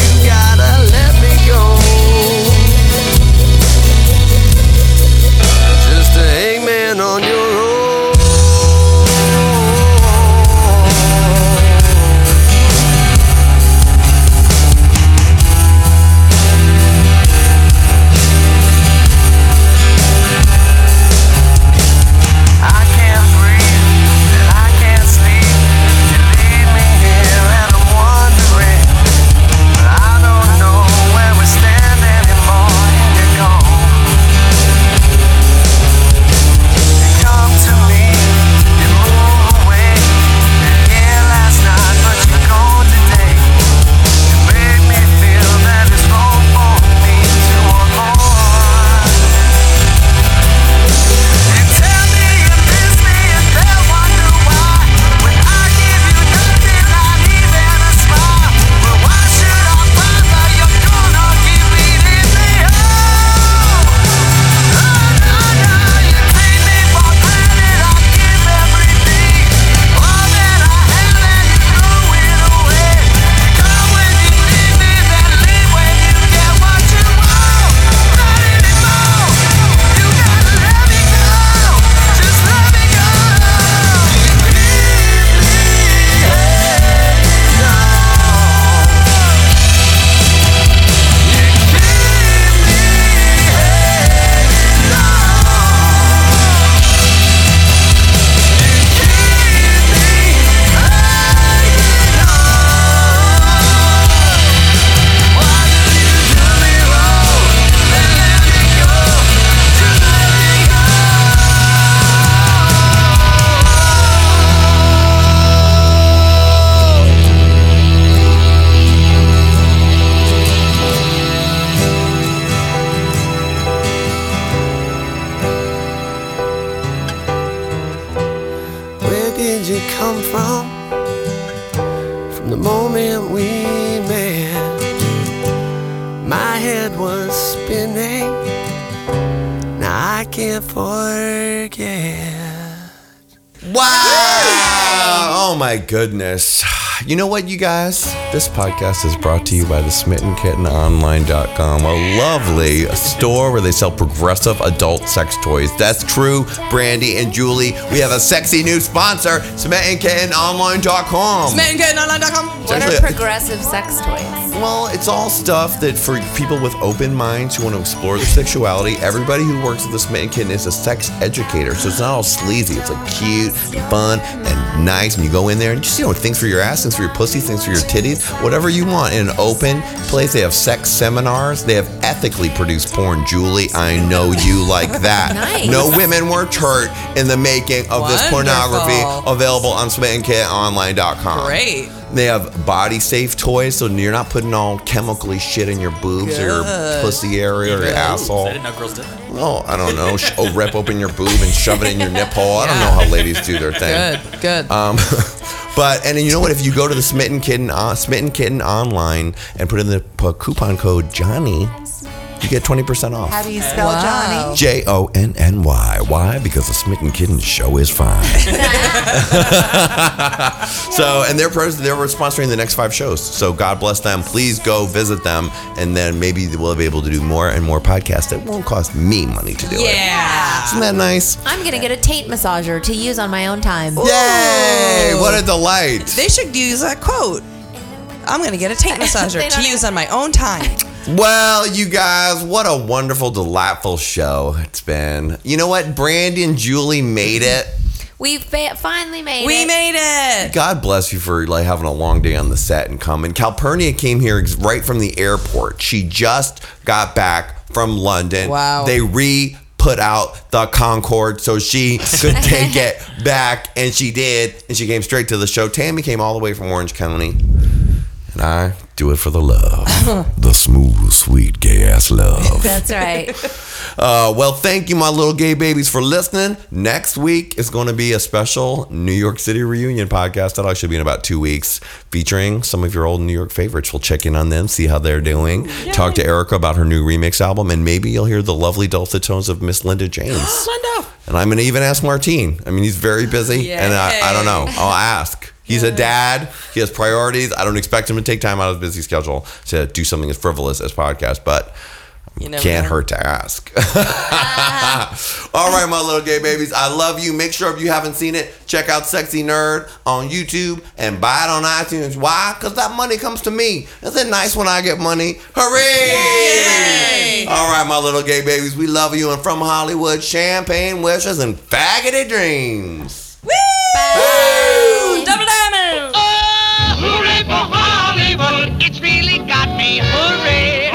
Speaker 19: You gotta let me go. Just a hangman on your own. I can't breathe, and I can't sleep. You leave me here, and I'm wondering. But I don't know where we stand anymore. You're gone. You come to me, you move away. You're here last night, but you're gone today. You make me feel that it's wrong for me to want more. You tell me you miss me, and then wonder why. When I give you nothing, not even a smile. But why should I bother? You're gonna keep me leaving. Oh, no, no, you take me for granted. I give everything, all that I have, and you throw it away. Go when you need me, then leave when you get what you want. Not anymore. You gotta let me go. Just let me go. You keep me hanging on. You keep me hanging on. You keep me hanging on. Why do you do me wrong? Then let me go. Just let me Where did you come from? From the moment we met, my head was spinning. Now I can't forget.
Speaker 1: Wow! Oh my goodness. You know what, you guys? This podcast is brought to you by the smittenkittenonline.com, a lovely store where they sell progressive adult sex toys. That's true, Brandy and Julie. We have a sexy new sponsor, smittenkittenonline.com.
Speaker 14: What
Speaker 1: Um, Actually,
Speaker 14: are progressive sex toys?
Speaker 1: Well, it's all stuff that for people with open minds who want to explore their sexuality, everybody who works at the Smitten Kitten is a sex educator. So it's not all sleazy. It's like cute and fun and nice. And you go in there and just, you know, things for your ass, things for your pussy, things for your titties, whatever you want. In an open place, they have sex seminars. They have ethically produced porn. Julie, I know you like that.
Speaker 7: Nice.
Speaker 1: No women were hurt in the making of this pornography
Speaker 16: Wonderful.
Speaker 1: available on smittenkittenonline.com.
Speaker 16: Great.
Speaker 1: They have body safe toys, so you're not putting all chemically shit in your boobs or your
Speaker 3: Good.
Speaker 1: pussy area or your
Speaker 3: Ooh,
Speaker 1: asshole.
Speaker 3: I didn't know girls did that.
Speaker 1: Oh, I don't know. Sh- oh, rip open your boob and shove it in your nipple. I don't know how ladies do their thing.
Speaker 16: Good, good.
Speaker 1: Um, <laughs> but and you know what? If you go to the Smitten Kitten uh, Smitten Kitten online and put in the p- coupon code Johnny, you get twenty percent off.
Speaker 11: How do you spell Johnny?
Speaker 1: J O N N Y. Why? Because the Smitten Kitten show is fine. <laughs> so, and they're pros- they're sponsoring the next five shows. So, God bless them. Please go visit them, and then maybe we'll be able to do more and more podcasts. It won't cost me money to do it.
Speaker 14: Yeah.
Speaker 1: Isn't that nice?
Speaker 14: I'm gonna get a Tate massager to use on my own time.
Speaker 1: Yay! What a delight!
Speaker 16: They should use that quote. I'm gonna get a
Speaker 14: <laughs>
Speaker 16: tape massager to use on my own time.
Speaker 1: Well, you guys, what a wonderful, delightful show it's been. You know what? Brandy and Julie made it.
Speaker 14: We fa- finally made
Speaker 16: We
Speaker 14: it.
Speaker 16: made it.
Speaker 1: God bless you for like having a long day on the set and coming. Calpurnia came here ex- right from the airport. She just got back from London.
Speaker 16: Wow.
Speaker 1: They re put out the Concorde so she could take it back, and she did. And she came straight to the show. Tammy came all the way from Orange County, and I do it for the love,
Speaker 14: <laughs>
Speaker 1: the smooth, sweet, gay ass love.
Speaker 14: That's right.
Speaker 1: Uh, well, thank you, my little gay babies, for listening. Next week is going to be a special New York City reunion podcast that'll actually be in about two weeks, featuring some of your old New York favorites. We'll check in on them, see how they're doing, talk to Erica about her new remix album, and maybe you'll hear the lovely dulcet tones of Miss Linda James.
Speaker 16: Linda.
Speaker 1: And I'm going to even ask Martine. I mean, he's very busy, and I, I
Speaker 16: <laughs>
Speaker 1: don't know. I'll ask. He's a dad. He has priorities. I don't expect him to take time out of his busy schedule to do something as frivolous as podcast, but
Speaker 16: You never
Speaker 1: can't
Speaker 16: know.
Speaker 1: hurt to ask. <laughs> All right, my little gay babies, I love you. Make sure if you haven't seen it, check out Sexy Nerd on YouTube and buy it on iTunes. Why? Because that money comes to me. Isn't it nice when I get money? Hooray! All right, my little gay babies, we love you. And from Hollywood, champagne wishes and faggoty dreams.
Speaker 10: Double diamond! Oh, hooray for Hollywood! It's really got me, hooray!